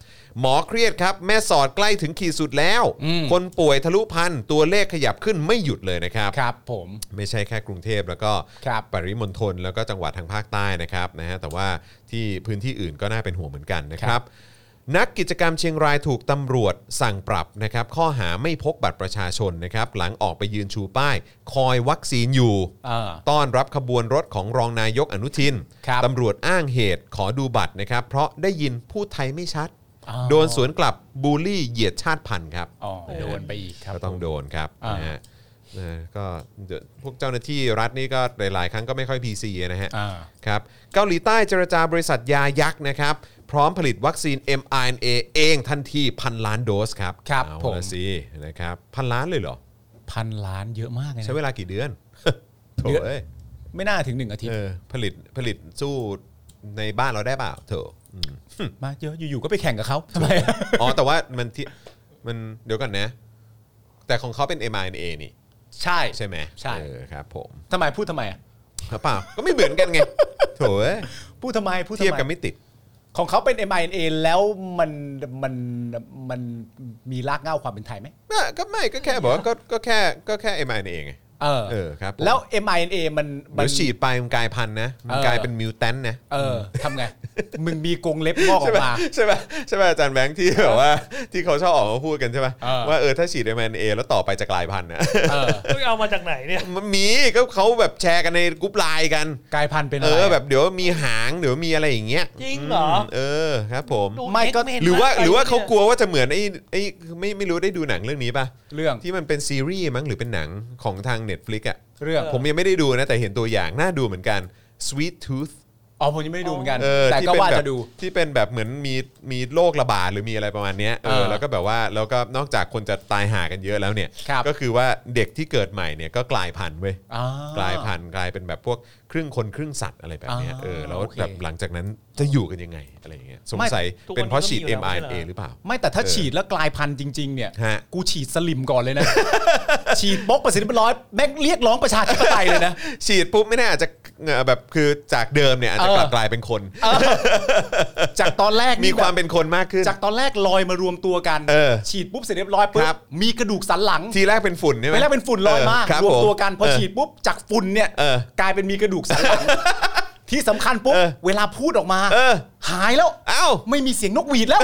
A: หมอเครียดครับ แม่สอดใกล้ถึงขีดสุดแล้ว คนป่วยทะลุพันตัวเลขขยับขึ้นไม่หยุดเลยนะครับ
B: ครับผม
A: ไม่ใช่แค่กรุงเทพแล้วก็
B: ครับ
A: ปริมณฑลแล้วก็จังหวัดทางภาคใต้นะครับนะฮะแต่ว่าที่พื้นที่อื่นก็น่าเป็นห่วงเหมือนกันนะค
B: ครั
A: รับ
B: บ
A: นักกิจกรรมเชียงรายถูกตำรวจสั่งปรับนะครับข้อหาไม่พกบัตรประชาชนนะครับหลังออกไปยืนชูป้าย คอยวัคซีนอยู่
B: อ่า
A: ต้อนรับขบวนรถของรองนายกอนุทิน
B: ครับ
A: ตำรวจอ้างเหตุขอดูบัตรนะครับ เพราะได้ยินพูดไทยไม่ชัด
B: อ๋อ
A: โดนสวนกลับบูลลี่เหยียดชาติพันธุ์ครับ
B: อ๋อโดนไปอีกครับ
A: ก็ต้องโดนครับ
B: อ่าน
A: นะฮะเออก็เดี๋ยวพวกเจ้าหน้าที่รัฐนี่ก็หลาย ๆ ครั้งก็ไม่ค่อย PC นะฮะ
B: อ่า
A: ครับเกาหลีใต้เจรจาบริษัทยายักษ์นะครับ พร้อมผลิตวัคซีน mRNA เองทันทีพันล้านโดสครับ
B: ครับ
A: เอา
B: ผม
A: ละสินะครับพันล้านเลยเหรอ
B: พันล้านเยอะมากเลยนะ
A: ใช้เวลากี่เดือน โถ
B: เดือน
A: เอ้ย
B: ไม่น่าถึงหนึ่งอาทิต
A: เออ
B: ย์
A: ผลิตผลิตสู้ในบ้านเราได้เปล่าโถอืม
B: มาเยอะอยู่ๆก็ไปแข่งกับเขาทำไม
A: อ๋อ แต่ว่ามันที่มันเดี๋ยวก่อนนะ แต่ของเขาเป็น mRNA นี่
B: ใช่
A: ใช่ไหม
B: ใช่
A: เออครับผม
B: ทำไมพูดทำไมอะ
A: หรือเปล่าก็ไม่เหมือนกันไง โถ่เอ้ย
B: พูดทำไมพูดทำ
A: เทียบ
B: ไม
A: กันไม่ติด
B: ของเขาเป็น mRNA แล้วมันมันมันมีรากเหง้าความเป็นไทยไหม
A: ก็ก็ไม่ก็แค่บอกว่าก็ก็แค่ก็แค่ไอ้มาเองไง
B: เออ
A: เออครับผม
B: แล้ว mRNA มันมั
A: เดี๋ยวฉีดไปมันกลายพันธุ์นะมันกลายเป็นมิวแทนนะ
B: เออทำไง มึงมีกรงเล็บงอกอ
A: ใช่
B: อก
A: ป่ะ
B: มา
A: ใช่ป่ะใช่ป่ะอาจารย์แบงค์ที่แบบว่าที่เขาชอบออกมาพูดกันใช่ป่ะ
B: เออ
A: ว่าเออถ้าฉีด m อ n a แล้วต่อไปจะกลายพันธุ์นะ
B: เออ
C: มึงเอามาจากไหนเนี่ย
A: มันมีก็เขาแบบแชร์กันในกรุ๊ปไลน์กัน
B: กลายพันธุ์เป็น
A: เอ
B: อะไร
A: อแบบเดี๋ยวมีหางเดี๋ยวมีอะไรอย่างเงี้ย
C: จริงเหรออื
A: มเออครับผม
C: ดู
B: ไม่ก็
C: เน
A: หรือว่า
C: ไป
A: หรือว่าเขา
C: นี่ย
A: กลัวว่าจะเหมือนไอ้ไอ้ไม่ไม่รู้ได้ดูหนังเรื่องนี้ป่ะ
B: เรื่อง
A: ที่มันเป็นซีรีส์มั้งหรือเป็นหนังของทาง Netflix อ่ะ
B: เรื่อง
A: ผมยังไม่ได้ดูนะ แต่เห็นตัวอย่างน่าดูเหมือนกัน Sweet Tooth
B: อ๋อผมยังไม่ได้ดูเหมือนกัน
A: เออ
B: แต่
A: ที่
B: ก็
A: เป็น
B: ว่า
A: แบบ
B: จะดู
A: ที่เป็นแบบเหมือนมีมีโรคระบาดหรือมีอะไรประมาณเนี้ยเอ
B: เอ
A: อ
B: อ
A: แล้วก็แบบว่าแล้วก็นอกจากคนจะตายหากันเยอะแล้วเนี่ย
B: ครับ
A: ก็คือว่าเด็กที่เกิดใหม่เนี่ยก็กลายพันธุ์เว้ย
B: อ่
A: กลายพันธุ์กลายเป็นแบบพวกครึ่งคนครึ่งสัตว์อะไรแบบเนี้ย
B: อ่า
A: เออแล้ว
B: โอเค
A: แบบหลังจากนั้นจะอยู่กันยังไงอะไรอย่างเงี้ยสง
B: ไม่
A: สัย
C: ทุก
A: เป็นเพราะฉีด
C: วันนี้ก็มี
A: mRNA หรือเปล่า
B: ไม่แต่ถ้า
A: เออ
B: ฉีดแล้วกลายพันธุ์จริง ๆ เนี่ย
A: ฮะ
B: กูฉีดสลิมก่อนเลยนะ ฉีดบล็อกประสิทธิ์เป็นร้อยแม่งเรียกร้องประชาธิปไตยเลยนะ
A: ฉีดปุ๊บไม่แน่อาจจะเอ่อแบบคือจากเดิมเนี่ยอาจจะ
B: เออ
A: กลับกลายเป็นคน
B: จากตอนแรก
A: มี
B: นี่
A: ความ
B: แบบ
A: เป็นคนมากขึ้น
B: จากตอนแรกลอยมารวมตัวกัน
A: เออ
B: ฉีดปุ๊บเสร็จเรียบร้อยปุ๊
A: ครับ บ
B: มีกระดูกสันหลัง
A: ทีแรกเป็นฝุ่นใช่ไหม
B: ไปแรกเป็นฝุ่นลอยมา
A: เคบ
B: รวมตัว
A: ผ
B: กันพอ
A: เ
B: ฉีดปุ๊บจากฝุ่นเนี่ย
A: เออก
B: ลายเป็นมีกระดูกสันหลัง ที่สำคัญปุ๊บ
A: เออ
B: เวลาพูดออกมา
A: เออ
B: หายแล้ว
A: เอ้า
B: ไม่มีเสียงนกหวีดแล้ว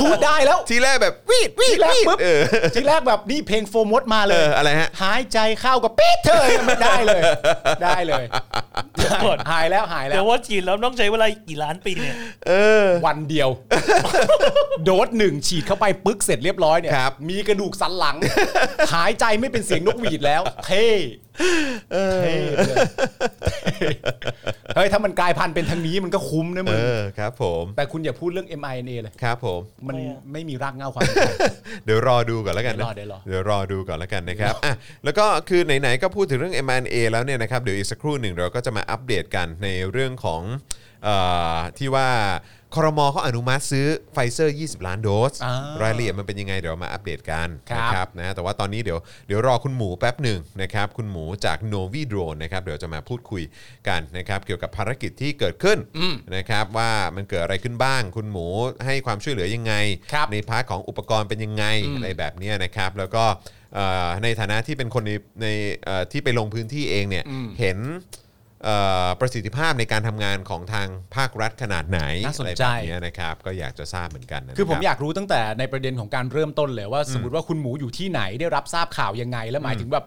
B: พูดได้แล้ว
A: ทีแรกแบบวีดวี
B: ที
A: ด
B: แรก
A: วีด
B: ปุ๊บ
A: เออ
B: ทีแรกแบบนี่เพลงโฟมดมาเล
A: เอย ออะไรฮะ
B: หายใจเข้ากับปี๊ดเธอมันได้เลย ได้เลย
C: ก่อน
B: หายแล้วหายแล้
C: เดี๋ยว วว่าฉีดแล้วต้องใช้เวลากี่ล้านปีเนี่ย
A: เออ
B: วันเดียว โดสหนึ่งฉีดเข้าไปปึ๊กเสร็จเรียบร้อยเนี่ย
A: ครับ
B: มีกระดูกสันหลัง หายใจไม่เป็นเสียงนกหวีดแล้วเท่เท่เลยเฮ้ยถ้ามันกลายพันธุ์เป็นทางนี้มันก็คุ้มนะ
A: เอ
B: มึง
A: อครับผม
B: แต่คุณอย่าพูดเรื่อง mRNA เลย
A: ครับผม
B: มัน
C: ไม่อะ
B: ไม่มีรากเหง้าความเป็นไทย
A: เดี๋ยวรอดูก่อนแล้วกันนะ
B: เดี๋ยวรอเดี๋ยวรอ
A: เดี๋ยวรอดูก่อนแล้วกันนะครับอ่ะแล้วก็คือไหนๆก็พูดถึงเรื่อง m a a แล้วเนี่ยนะครับเดี๋ยวอีกสักครู่หนึ่งเราก็จะมาอัปเดตกันในเรื่องของเออที่ว่าคอรมอเขาอนุมัติซื้อไฟเซอร์ 20 ล้านโดส
B: อ่าร
A: ายละเอียดมันเป็นยังไงเดี๋ยวมาอัปเดตกัน
B: ครับ
A: นะครับนะแต่ว่าตอนนี้เดี๋ยวเดี๋ยวรอคุณหมูแป๊บหนึ่งนะครับคุณหมูจากโนวีโดรนนะครับเดี๋ยวจะมาพูดคุยกันนะครับเกี่ยวกับภารกิจที่เกิดขึ้นนะครับว่ามันเกิดอะไรขึ้นบ้าง คุณหมูให้ความช่วยเหลือยังไง
B: ครับ
A: ในพาร์ทของอุปกรณ์เป็นยังไงอะไรแบบเนี้ยนะครับ แล้วก็เอ่อในฐานะที่เป็นคนในในเอ่อที่ไปลงพื้นที่เองเนี่ยเห็นเอ่อประสิทธิภาพในการทำงานของทางภาครัฐขนาดไหน
B: น่าสน
A: อะไร
B: ใจ
A: แบบเนี้ยนะครับ ก็อยากจะทราบเหมือนกันนะ
B: คือผม
A: รับ
B: อยากรู้ตั้งแต่ในประเด็นของการเริ่มต้นเลยว่า สมมติว่าคุณหมูอยู่ที่ไหนได้รับทราบข่าวยังไง และหมายถึงแบบ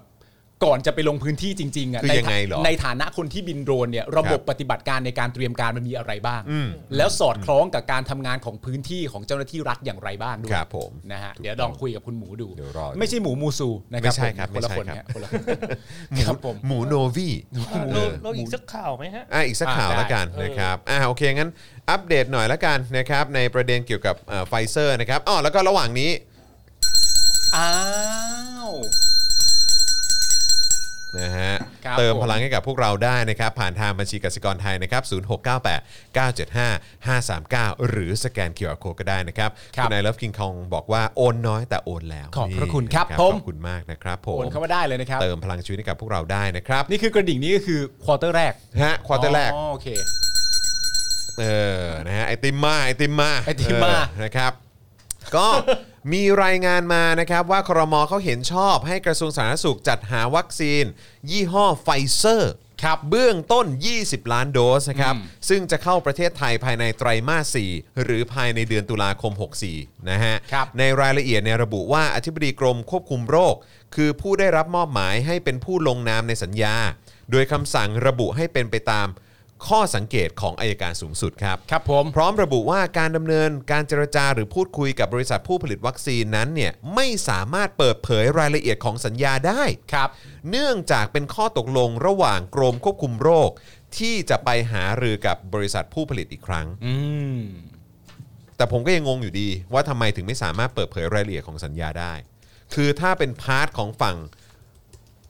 B: ก่อนจะไปลงพื้นที่จริงๆอ่ะ
A: คือ
B: ใน
A: ยังไงเหรอ
B: ในฐานะคนที่บินโดรนเนี่ยระบบปฏิบัติการในการเตรียมการมันมีอะไรบ้าง
A: อืม
B: แล้วสอดคล้องกับการทำงานของพื้นที่ของเจ้าหน้าที่รัฐอย่างไรบ้างด้วย
A: ครับผม
B: นะฮะ
A: ถูกต้อง
B: เดี๋ยวลองคุยกับคุณหมูดู
A: เดี๋ยวรอดู
B: ไม่ใช่หมูมูซูนะค
A: ไม่
B: รับ
A: ใช่ครับ
B: ผมคนละ
A: ไม่
B: คน
A: ใช่ครับ
B: ฮะคนละคน
A: หมู
B: ครับผม
A: หมูโนวี่เอ
C: เรา
A: อ
C: เราอีกสักข่าวไหมฮะ
A: อ่ะอีกสัก
B: อ่ะ
A: ข่าว
B: ได้
A: ละกัน
C: เออ
A: นะครับอ่ะโอเค งั้นอัปเดตหน่อยละกันนะครับในประเด็นเกี่ยวกับไฟเซอร์นะครับอ๋อแล้วก็ระหว่างนี้
B: อ้าว
A: นะฮะ
B: ครับ
A: เติม
B: ผม
A: พลังให้กับพวกเราได้นะครับผ่านทางบัญชีกสิกรไทยนะครับ0698 975 539 หรือสแกน QR Code ก็ได้นะครับ
B: ครับ
A: ณนายเลิฟกิงคองบอกว่าโอนน้อยแต่โอนแล้ว
B: ขอบพระ
A: นี่
B: คุณครับ
A: น
B: ผม
A: ขอบคุณมากนะครับผ
B: โอ
A: ม
B: นเข้ามาได้เลยนะครับ
A: เติมพลังชีวิตให้กับพวกเราได้นะครับ
B: นี่คือกระดิ่งนี้ก็คือควอเตอร์แรก
A: ฮะควอเตอร์แรก
B: โอเค
A: เออนะฮะไอติมมาไอติมมา
B: ไอติมมา
A: เออนะครับ ก็มีรายงานมานะครับว่าครมเขาเห็นชอบให้กระทรวงสาธารณสุขจัดหาวัคซีน ยี่ห้อไฟเซอร์ครับเบื้องต้น 20 ล้านโดสนะครับ ซึ่งจะเข้าประเทศไทยภายในไตรมาส 4 หรือภายในเดือนตุลาคม 64 นะฮะ
B: ครับ
A: ในรายละเอียดเนี่ยระบุว่าอธิบดีกรมควบคุมโรค คือผู้ได้รับมอบหมายให้เป็นผู้ลงนามในสัญญา โดยคำสั่งระบุให้เป็นไปตามข้อสังเกตของอายการสูงสุดครับ
B: ครับผม
A: พร้อมระบุว่าการดำเนินการเจรจาหรือพูดคุยกับบริษัทผู้ผลิตวัคซีนนั้นเนี่ยไม่สามารถเปิดเผยรายละเอียดของสัญญาได้
B: ครับ
A: เนื่องจากเป็นข้อตกลงระหว่างกรมควบคุมโรค ที่จะไปหารือกับบริษัทผู้ผลิตอีกครั้ง
B: อืม
A: แต่ผมก็ยังงงอยู่ดีว่าทำไมถึงไม่สามารถเปิดเผยรายละเอียดของสัญญาได้ คือถ้าเป็นพาร์ทของฝั่ง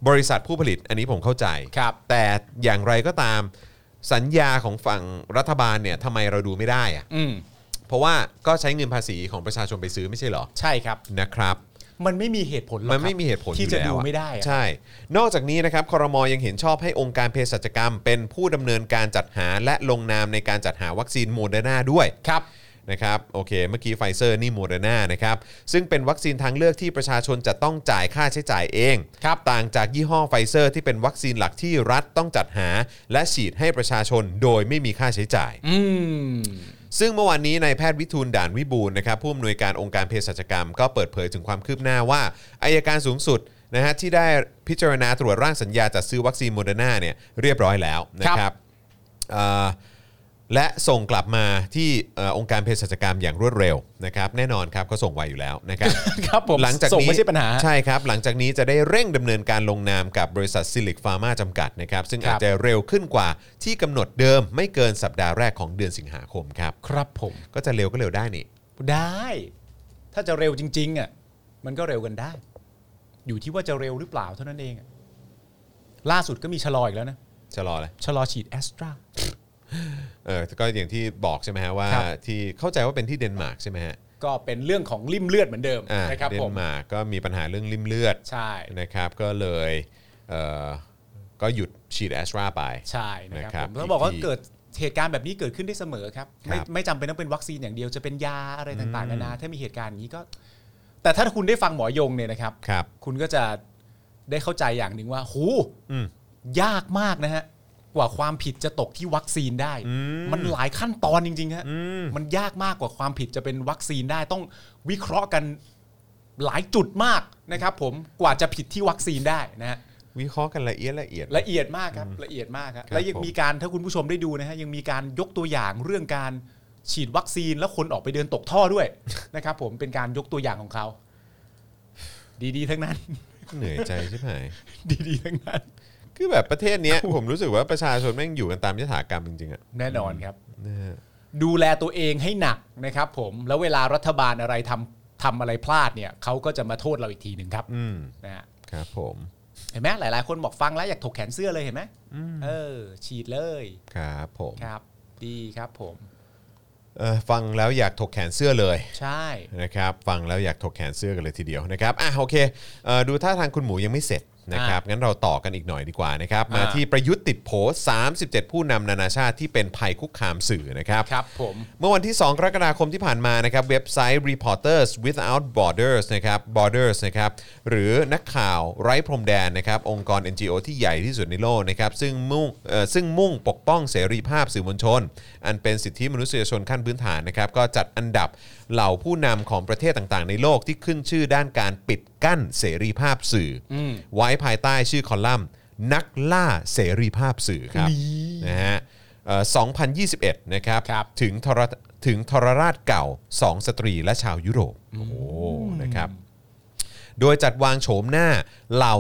A: บริษัทผู้ผลิตอันนี้ผมเข้าใจ
B: ครับ
A: แต่อย่างไรก็ตามสัญญาของฝั่งรัฐบาลเนี่ยทำไมเราดูไม่ได้อะ
B: อืม
A: เพราะว่าก็ใช้เงินภาษีของประชาชนไปซื้อไม่ใช่เหรอ
B: ใช่ครับ
A: นะครับ
B: มันไม่มีเหตุผลหรอกค
A: มั
B: รับ
A: นไม่มีเหตุผล
B: ที่
A: อยู่
B: จะ
A: แล้ว
B: ดู
A: อ
B: ไม่ได้อะ
A: ใช่ นอกจากนี้นะครับคอรมอยังเห็นชอบให้องค์การเภสัชกรรม เป็นผู้ดำเนินการจัดหาและลงนามในการจัดหาวัคซีนโมเดอร์นาด้วย
B: ครับ
A: นะครับโอเค เมื่อกี้ไฟเซอร์นี่โมเดอร์นานะครับซึ่งเป็นวัคซีนทางเลือกที่ประชาชนจะต้องจ่ายค่าใช้จ่ายเอง
B: ครับ
A: ต่างจากยี่ห้อไฟเซอร์ที่เป็นวัคซีนหลักที่รัฐต้องจัดหา และฉีดให้ประชาชนโดยไม่มีค่าใช้จ่าย
B: อืม
A: ซึ่งเมื่อวานนี้นายแพทย์วิทูลด่านวิบูลย์นะครับผู้อำนวยการองค์การเภสัชกรรม ก็เปิดเผยถึงความคืบหน้าว่าอายการสูงสุดนะฮะที่ได้พิจารณาตรวจร่างสัญญาจัดซื้อวัคซีนโมเดอร์นาเนี่ยเรียบร้อยแล้วนะค
B: ครั
A: รับบ เอ่อและส่งกลับมาที่เอ่อองค์การเภสัชกรรมอย่างรวดเร็วนะครับแน่นอนครับก็ส่งไวอยู่แล้วนะครับ
B: ครับ ผม
A: หลังจาก
B: ส่ง
A: นี้
B: ไม่ใช่ปัญหา
A: ใช่ครับ หลังจากนี้จะได้เร่งดำเนินการลงนามกับบริษัทซิลิกฟาร์มาจำกัดนะครับ ซึ่ง
B: ครั
A: อา
B: บ
A: จจะเร็วขึ้นกว่าที่กำหนดเดิมไม่เกินสัปดาห์แรกของเดือนสิงหาคมครับ
B: ครับผม
A: ก็จะเร็วก็เร็วได้นี่
B: ได้ ถ้าจะเร็วจริง ๆอ่ะมันก็เร็วกันได้ อยู่ที่ว่าจะเร็วหรือเปล่าเท่านั้นเองอะล่าสุดก็มีชะลออีกแล้วนะ
A: ชะลอเลย
B: ชะลอฉีดแอสตรา
A: เออก็อย่างที่บอกใช่ไหมฮะว่า
B: ครับ
A: ที่เข้าใจว่าเป็นที่เดนมาร์กใช่ไหมฮะ
B: ก็เป็นเรื่องของริ่มเลือดเหมือนเดิม
A: อ่า
B: นะครับ
A: เด
B: ผ
A: น
B: ม
A: มาร์กก็มีปัญหาเรื่องริมเลือด
B: ใช่
A: นะครับ ก็เลยเอ่อก็หยุดฉีดแอสตราไป
B: ใช่นะครับ
A: นะครับ
B: ผมต้องบอกว่า
A: อีกที
B: เกิดเหตุการณ์แบบนี้เกิดขึ้นได้เสมอครับ ไม่
A: ครับ
B: ไม่จำเป็นต้องเป็นวัคซีนอย่างเดียวจะเป็นยาอะไรต่างๆนานาถ้ามีเหตุการณ์อย่างนี้ก็ แต่ถ้าคุณได้ฟังหมอยงเนี่ยนะครับ
A: ครับ
B: คุณก็จะได้เข้าใจอย่างหนึ่งว่าหู
A: อืม
B: ยากมากนะฮะ กว่าความผิดจะตกที่วัคซีนได้ มันหลายขั้นตอนจริงๆฮะ
A: ม
B: มันยากมากกว่าความผิดจะเป็นวัคซีนได้ต้องวิเคราะห์กันหลายจุดมากนะครับ ผมกว่าจะผิดที่วัคซีนได้นะฮะ
A: วิเคราะห์กันละเอียดละเอียด
B: ละเอียดมากครับละเอียดมากครับ
A: ครับ
B: และยัง
A: ผม
B: มีการถ้าคุณผู้ชมได้ดูนะฮะยังมีการยกตัวอย่างเรื่องการฉีดวัคซีนแล้วคนออกไปเดินตกท่อด้วย นะครับ ผมเป็นการยกตัวอย่างของเขา ดีๆ ทั้งนั้น
A: เหนื่อยใจใช่ไหม
B: ดีๆทั้งนั้น
A: คือแบบประเทศเนี้ย ผมรู้สึกว่าประชาชนแม่งอยู่กันตามยถากรรมจริงๆอะ
B: แน่นอนครับ
A: นะฮะ
B: ดูแลตัวเองให้หนักนะครับผมแล้วเวลารัฐบาลอะไรทำทำอะไรพลาดเนี่ยเขาก็จะมาโทษเราอีกทีหนึ่งครับ
A: อืม
B: นะฮะ
A: ครับผม
B: เห็นไหมหลาย ๆ คนบอกฟังแล้วอยากถกแขนเสื้อเลยเห็นไหมเออ ฉีดเลย
A: ครับผม
B: ครับ ดีครับผม
A: เอ่อฟังแล้วอยากถกแขนเสื้อเลย
B: ใช่
A: นะครับฟังแล้วอยากถกแขนเสื้อกันเลยทีเดียวนะครับอ่ะโอเคเอ่อดูท่าทางคุณหมูยังไม่เสร็จนะครับงั้นเราต่อกันอีกหน่อยดีกว่านะครับมา
B: อ่า
A: ที่ประยุทธ์ติดโผ37 ผู้นำนานาชาติที่เป็นภัยคุกคามสื่อนะครับ
B: ครับผม
A: เมื่อวันที่ 2 กรกฎาคมที่ผ่านมานะครับเว็บไซต์ Reporters Without Borders นะครับ Borders นะครับหรือนักข่าวไร้พรมแดนนะครับองค์กร NGO ที่ใหญ่ที่สุดในโลกนะครับซึ่งมุ่งเอ่อซึ่งมุ่งปกป้องเสรีภาพสื่อมวลชน อันเป็นสิทธิมนุษยชนขั้นพื้นฐานนะครับก็จัดอันดับเหล่าผู้นำของประเทศต่างๆ ในโลกที่ขึ้นชื่อด้านการปิดกั้นเสรีภาพสื่ออไว้ภายใต้ชื่อคอลัมน์ นักล่าเสรีภาพสื่อครับนะฮะเอ่อ2021 นะครับ
B: ครับ
A: ถึงทรถึงทรราชเก่าสองสตรีและชาวยุโรป โอ้โหนะครับ โดยจัดวางโฉมหน้าเหล่า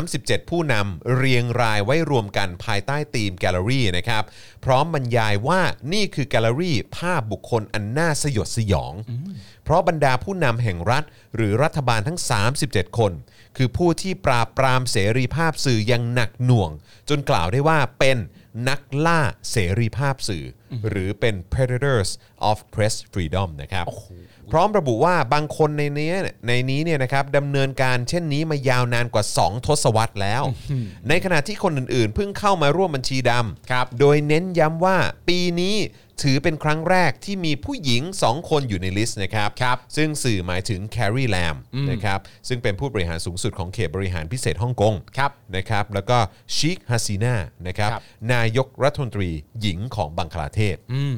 A: 37 ผู้นำเรียงรายไว้รวมกันภายใต้ธีมแกลเลอรี่นะครับ พร้อมบรรยายว่านี่คือแกลเลอรี่ภาพบุคคลอันน่าสยดสยอง เพราะบรรดาผู้นำแห่งรัฐ หรือรัฐบาลทั้ง 37 คน คือผู้ที่ปราบปรามเสรีภาพสื่ออย่างหนักหน่วง จนกล่าวได้ว่าเป็นนักล่าเสรีภาพสื่ออหรือเป็น predators of press freedom นะครับ พร้อมระบุว่าบางคนในเนี้ยในนี้เนี่ยนะครับดำเนินการเช่นนี้มายาวนานกว่า 2 ทศวรรษแล้ว ในขณะที่คนอื่นๆ เพิ่งเข้ามาร่วมบัญชีด
B: ครับ
A: ำโดยเน้นย้ำว่าปีนี้ถือเป็นครั้งแรกที่มีผู้หญิง 2 คนอยู่ในลิสต์นะครับ
B: ครับ
A: ซึ่งสื่อหมายถึงแครีแลมนะครับซึ่งเป็นผู้บริหารสูงสุดของเขตบริหารพิเศษฮ่องกง
B: ครับ
A: นะครับแล้วก็ชิคฮาซีนานะครับ
B: ครับ
A: นายกรัฐมนตรีหญิงของบังคลาเทศ
B: อืม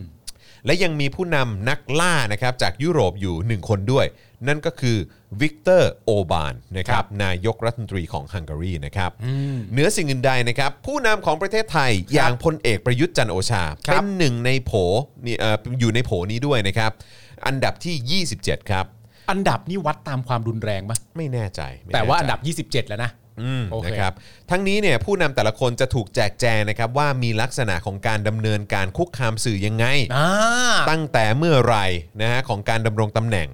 A: และยังมีผู้นำนักล่านะครับจากยุโรปอยู่ 1 คนด้วย นั่นก็คือวิกเตอร์โอบานนะครับนายกรัฐมนตรีของฮังการีนะครับเหนือสิ่งอื่นใดนะครับผู้นำของประเทศไทยอย่างพลเอกประยุทธ์จันทร์โอชา
B: ครับ
A: เป็นหนึ่งในโผนี่เอ่ออยู่ในโผนี้ด้วยนะครับ อันดับที่ 27 ครับ
B: อันดับนี่วัดตามความรุนแรงปะ
A: ไม่แน่ใจไม่น่ใจ
B: แต่ว่าอันดับ 27 แล้วนะ
A: อืม
B: โอเค
A: นะครับทั้งนี้เนี่ยผู้นำแต่ละคนจะถูกแจกแจงนะครับว่ามีลักษณะของการดำเนินการคุกคามสื่อยังไง
B: อ่า
A: ตั้งแต่เมื่อไหรนะฮะของการดำรงตำแหน่ง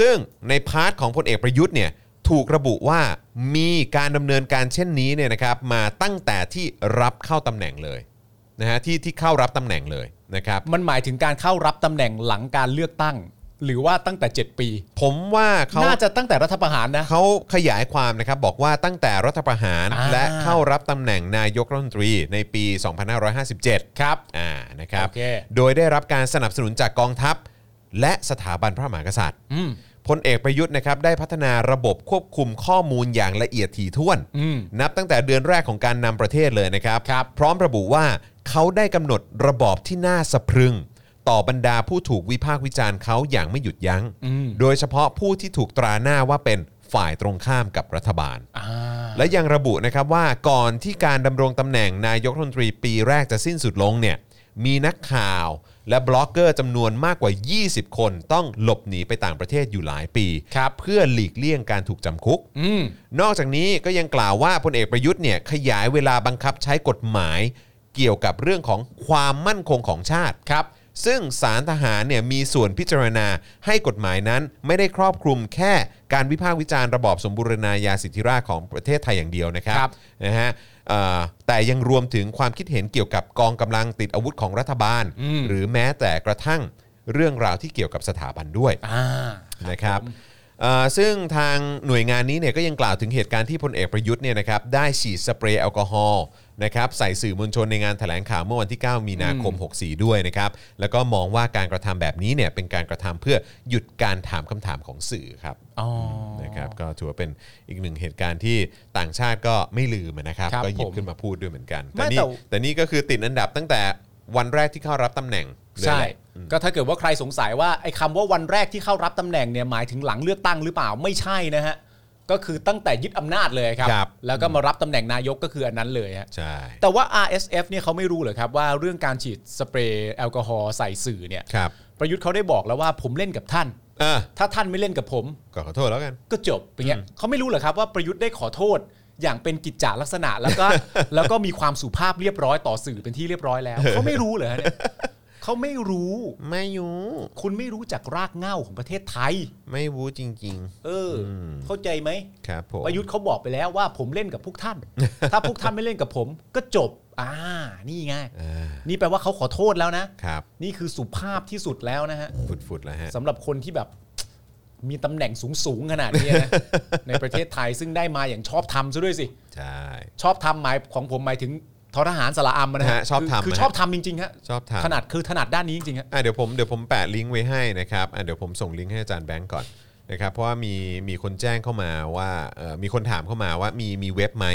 A: ซึ่งในพาร์ทของพลเอกประยุทธ์เนี่ยถูกระบุว่ามีการดำเนินการเช่นนี้เนี่ยนะครับมาตั้งแต่ที่รับเข้าตำแหน่งเลยนะฮะที่ที่เข้ารับตำแหน่งเลยนะครับ
B: มันหมายถึงการเข้ารับตำแหน่งหลังการเลือกตั้ง หรือว่าตั้งแต่ 7 ปี
A: ผมว่าเขา
B: น่าจะตั้งแต่รัฐประหารนะ
A: เขาขยายความนะครับบอกว่าตั้งแต่รัฐประหาร
B: อ่า
A: และเข้ารับตำแหน่งนายกรัฐมนตรีในปี 2557 ครับอ่านะครับ
B: โอเค
A: โดยได้รับการสนับสนุนจากกองทัพ และสถาบันพระมหากษัตริย์
B: อืม
A: พลเอกประยุทธ์นะครับได้พัฒนาระบบควบคุมข้อมูลอย่างละเอียดถี่ถ้วน
B: อืม
A: นับตั้งแต่เดือนแรกของการนำประเทศเลยนะครับ
B: ครับ
A: พร้อมระบุว่าเขาได้กำหนดระบอบที่น่าสะพรึง ต่อบรรดาผู้ถูกวิพากษ์วิจารณ์เขาอย่างไม่หยุดยัง้ง
B: อืม
A: โดยเฉพาะผู้ที่ถูกตราหน้าว่าเป็นฝ่ายตรงข้ามกับรัฐบาล
B: อ่า
A: และยังระบุนะครับว่าก่อนที่การดำรงตำแหน่งนายกรัฐมนตรีปีแรกจะสิ้นสุดลงเนี่ยมีนักข่าวและบล็อกเกอร์จำนวนมากกว่า 20 คนต้องหลบหนีไปต่างประเทศอยู่หลายปี
B: ครับ
A: เพื่อหลีกเลี่ยงการถูกจำคุก
B: อืม
A: นอกจากนี้ก็ยังกล่าวว่าพลเอกประยุทธ์เนี่ยขยายเวลาบังคับใช้กฎหมาย เกี่ยวกับเรื่องของความมั่นคงของชาติครับ ซึ่งสารทหารเนี่ยมีส่วนพิจารณาให้กฎหมายนั้นไม่ได้ครอบคลุมแค่การวิพากษ์วิจารณ์ระบอบสมบูรณาญาสิทธิราชย์ของประเทศไทยอย่างเดียวนะครับ
B: ครับ
A: นะฮะเอ่อแต่ยังรวมถึงความคิดเห็นเกี่ยวกับกองกำลังติดอาวุธของรัฐบาล หรือแม้แต่กระทั่งเรื่องราวที่เกี่ยวกับสถาบันด้วย
B: อ่า
A: นะครับเอ่อซึ่งทางหน่วยงานนี้เนี่ยก็ยังกล่าวถึงเหตุการณ์ที่พลเอกประยุทธ์เนี่ยนะครับได้ฉีดสเปรย์แอลกอฮอล์นะครับใส่สื่อมวลชนในงานแถลงข่าวเมื่อวันที่ 9 มีนาคม 64 ด้วยนะครับแล้วก็มองว่าการกระทำแบบนี้เนี่ยเป็นการกระทำเพื่อหยุดการถามคำถามของสื่อครับ
B: อ๋อ
A: นะครับก็ถือว่าเป็นอีกหนึ่งเหตุการณ์ที่ต่างชาติก็ไม่ลืมนะครับ
B: ครับ
A: ก็หยิบ
B: ผม
A: ขึ้นมาพูดด้วยเหมือนกัน
B: ไม่
A: แต่นี่
B: แต่
A: แต่นี่ก็คือติดอันดับตั้งแต่วันแรกที่เข้ารับตำแหน่งเลย
B: ใช่
A: แหละอืม
B: ก็ถ้าเกิดว่าใครสงสัยว่าไอ้คำว่าวันแรกที่เข้ารับตำแหน่งเนี่ยหมายถึงหลังเลือกตั้งหรือเปล่าไม่ใช่นะฮะ ก็คือตั้งแต่ยึดอำนาจเลยครับ
A: ครับ
B: แล้วก็มารับตำแหน่งนายกก็คืออันนั้นเลยฮะ
A: ใช่
B: แต่ว่า RSF เนี่ยเขาไม่รู้เหรอครับว่าเรื่องการฉีดสเปรย์แอลกอฮอล์ใส่สื่อเนี่ย
A: ครับ
B: ประยุทธ์เขาได้บอกแล้วว่าผมเล่นกับท่าน
A: เออ
B: ถ้าท่านไม่เล่นกับผม
A: ก็ขอโทษแล้วกัน
B: ก็จบอย่างเงี้ยเขาไม่รู้เหรอครับว่าประยุทธ์ได้ขอโทษอย่างเป็นกิจจาลักษณะแล้วก็ แล้วก็มีความสุภาพเรียบร้อยต่อสื่อเป็นที่เรียบร้อย แล้ว เขาไม่รู้เหรอฮะเนี่ยเขาไม่รู้
A: ไม่ยู
B: คุณไม่รู้จักรากเหง้าของประเทศไทย
A: ไม่วู้จริง
B: เอออ
A: ม
B: เข้าใจไหม
A: ๆ ครับผม
B: ประยุทธ์เขาบอกไปแล้วว่าผมเล่นกับพวกท่ าน ถ้าพวกท่านไม่เล่นกับผม ก็จบ อ่า นี่ไง
A: อ่า
B: นี่แปลว่าเขาขอโทษแล้วนะ
A: ครับ
B: นี่คือสุภาพที่สุดแล้วนะฮะ
A: ฟุดๆแล้วฮะ
B: สำหรับคนที่แบบ มีตำแหน่งสูงๆขนาดนี้ นะ ในประเทศไทยซึ่งได้มาอย่างชอบทำซะด้วยสิ
A: ใช่
B: ชอบทำหมายของผมหมายถึงทอทหารสระอัมนะ
A: ฮะ
B: ฮะ
A: ชอบทำ
B: คือ
A: นะฮะ
B: ชอบทำจริงๆฮะ
A: ชอบถาม
B: ถนัดคือถนัดด้านนี้จริงๆฮะ
A: อ่ะเดี๋ยวผมเดี๋ยวผมแปะลิงก์ไว้ให้นะครับอ่ะเดี๋ยวผมส่งลิงก์ให้อาจารย์แบงก์ก่อนนะครับเพราะว่ามีมีคนแจ้งเข้ามาว่าเอ่อมีคนถามเข้ามาว่ามีมีเว็บไหม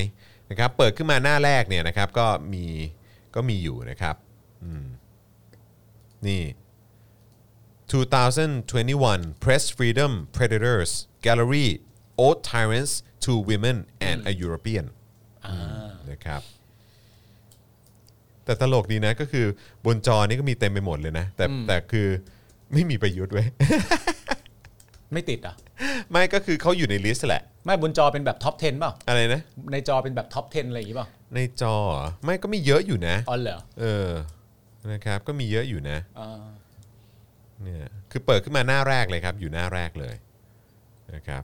A: นะครับเปิดขึ้นมาหน้าแรกเนี่ยนะครับก็มีก็มีอยู่นะครับอืมนี่ 2021 Press Freedom Predators Gallery Old Tyrants Two Women and a European นะครับ แต่ตลกดีนะก็คือบนจอนี่ก็มีเต็มไปหมดเลยนะ แต่แต่คือไม่มีประยุทธ์เว้ย
B: ไม่ติดเหรอ่ะ
A: ไม่ก็คือเขาอยู่ในลิสต์แหละ
B: ไม่บนจอเป็นแบบท็อป 10 เปล่า
A: อะไรนะ
B: ในจอเป็นแบบท็อป 10 อะไรอย่างงี้เปล่า
A: ในจอเหรอไม่ก็มีเยอะอยู่นะ
B: อ๋อเหรอ
A: เออนะครับ ก็มีเยอะอยู่นะ
B: อ่า
A: เนี่ยคือเปิดขึ้นมาหน้าแรกเลยครับ อยู่หน้าแรกเลยนะครับ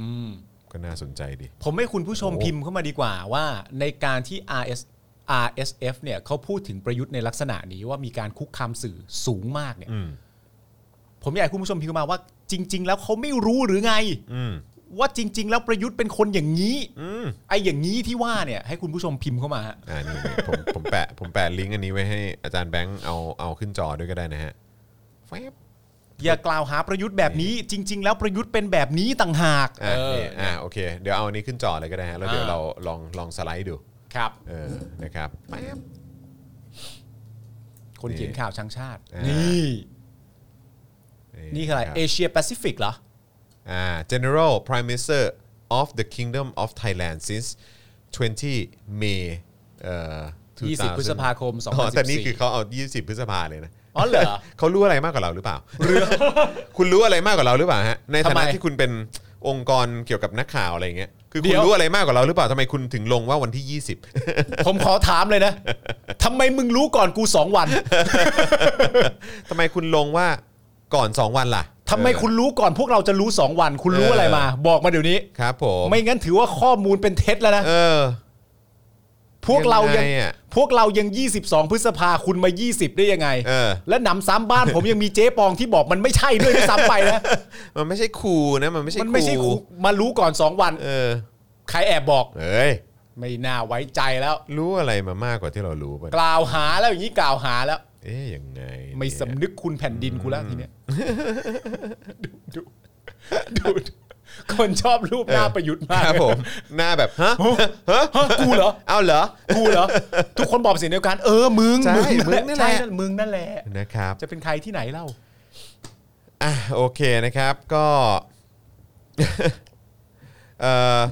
B: อืม
A: ก็น่าสนใจดี
B: ผมให้คุณผู้ชม
A: โอ้
B: พิมพ์เข้ามาดีกว่าว่าในการที่ RS RSF เนี่ยเขาพูดถึงประยุทธ์ในลักษณะนี้ว่ามีการคุกคามสื่อสูงมากเนี่ย
A: อืม
B: ผมอยากให้คุณผู้ชมพิมพ์มาว่าจริง ๆ แล้วเขาไม่รู้หรือไง
A: อืม
B: ว่าจริง ๆ แล้วประยุทธ์เป็นคนอย่างนี้
A: อืม
B: ไอ้อย่างนี้ที่ว่าเนี่ยให้คุณผู้ชมพิมพ์เข้ามาฮะ
A: อ่านี่นี่ผมผมแปะผมแปะลิงก์อันนี้ไว้ให้อาจารย์แบงค์เอาเอาขึ้นจอด้วยก็ได้นะฮะแฟบ
B: อย่ากล่าวหาประยุทธ์แบบนี้ จริง ๆ แล้วประยุทธ์เป็นแบบนี้ต่างหาก
A: อ่า
B: เออ
A: นี่อ่าโอเค เดี๋ยวเอาอันนี้ขึ้นจอเลยก็ได้ฮะแล้วเดี๋ยว
B: อ่า
A: เราลองลองสไลด์ดู
B: ครับ
A: เออนะครับแฟบ
B: คนเขียนข่าวช่างชาติ
A: อ่านี่
B: นี่นี่คืออะไร
A: บ
B: เอเชียแปซิฟิกเหรอ
A: อ่า General Prime Minister of the Kingdom of Thailand since 20 May เอ่อ
B: 20
A: 2000
B: พฤษภาคม
A: อ๋อแต่นี่คือ
B: 2014
A: เขาเอา 20 พฤษภาเลยนะ
B: อ๋อเหรอ
A: เขารู้อะไรมากกว่าเราหรือเปล่าเรือ คุณรู้อะไรมากกว่าเราหรือเปล่าฮะในฐานะ
B: ทำไม
A: ที่คุณเป็นองค์กรเกี่ยวกับนักข่าวอะไรอย่างเงี้ยคือ
B: เดี๋
A: คุณ
B: ยว
A: รู้อะไรมากกว่าเราหรือเปล่าทำไมคุณถึงลงว่าวันที่ 20
B: ผมขอถามเลยนะ ทำไมมึงรู้ก่อนกูสองวัน
A: ทำไมคุณลงว่าก่อน 2 วันล่ะ
B: ทำไมคุณ
A: เอ
B: รู้ก่อนพวกเราจะรู้สองวัน คุณรู้
A: เอออ
B: อะไรมา บอกมาเดี๋ยวนี้
A: อครับผม
B: ไม่งั้นถือว่าข้อมูลเป็นเท็จแล้วนะ
A: เออ
B: พวกเรายัง
A: ยังไงอะ
B: พวกเรายัง 22 พฤษภาคุณมา 20 ได้ยังไง
A: เออ
B: และหนำซ้ำบ้านผมยังมีเจ๊ปองที่บอกมันไม่ใช่ด้วยซ้ำไปนะ
A: มันไม่ใช่ครูนะมันไม่ใช่
B: มันไม่ใช่
A: ครู
B: กูมารู้ก่อนสองวัน
A: เออ
B: ใครแอบบอก
A: เอ้ย
B: ไม่น่าไว้ใจแล้ว
A: รู้อะไรมามากกว่าที่เรารู้ป่ะ
B: กล่าวหาแล้วอย่างนี้กล่าวหาแล้ว
A: เ เอ๊ยยังไง
B: ไม่สำนึกคุณแผ่นดินกูแล้วทีเนี้ยดูดูดูดูคนชอบรูปหน้าประยุทธ์มาก
A: ครับผม หน้าแบบฮะ
B: ฮะกูเหรอ
A: เอาเหรอ
B: กูเหรอ ทุกคนบอกเสียงเดียวกัน เออ มึง
A: ใช่มึ
B: มึ
A: ง
B: ง
A: นั่
B: นั่
A: นแหละ
B: นแหละใช่มึงนั่นแหละ
A: นะครับ
B: จะเป็นใครที่ไหนเล่า
A: อ่ะโอเคนะครับก็ เออ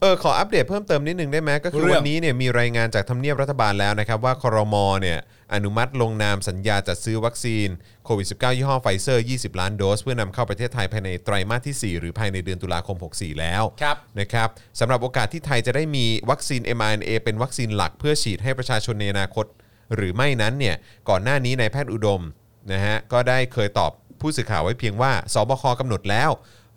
A: เออขออัปเดตเพิ่มเติมนิดนึงได้ไหมก็คือ
B: เรื่อง
A: วันนี้เนี่ยมีรายงานจากทำเนียบรัฐบาลแล้วนะครับ ว่าครมเนี่ยอนุมัติลงนามสัญญาจัดซื้อวัคซีนโควิด -19 ยี่ห้อไฟเซอร์ 20 ล้านโดส เพื่อนำเข้าประเทศไทยภายในไตรมาสที่ 4 หรือภายในเดือนตุลาคม 64 แล้ว
B: ครับ
A: นะครับสำหรับโอกาสที่ไทยจะได้มีวัคซีน mRNA เป็นวัคซีนหลักเพื่อฉีดให้ประชาชนในอนาคต หรือไม่นั้นเนี่ยก่อนหน้านี้นายแพทย์อุดมนะฮะก็ได้เคยตอบผู้สื่อข่าวไว้เพียงว่าสบคกำหนดแล้ว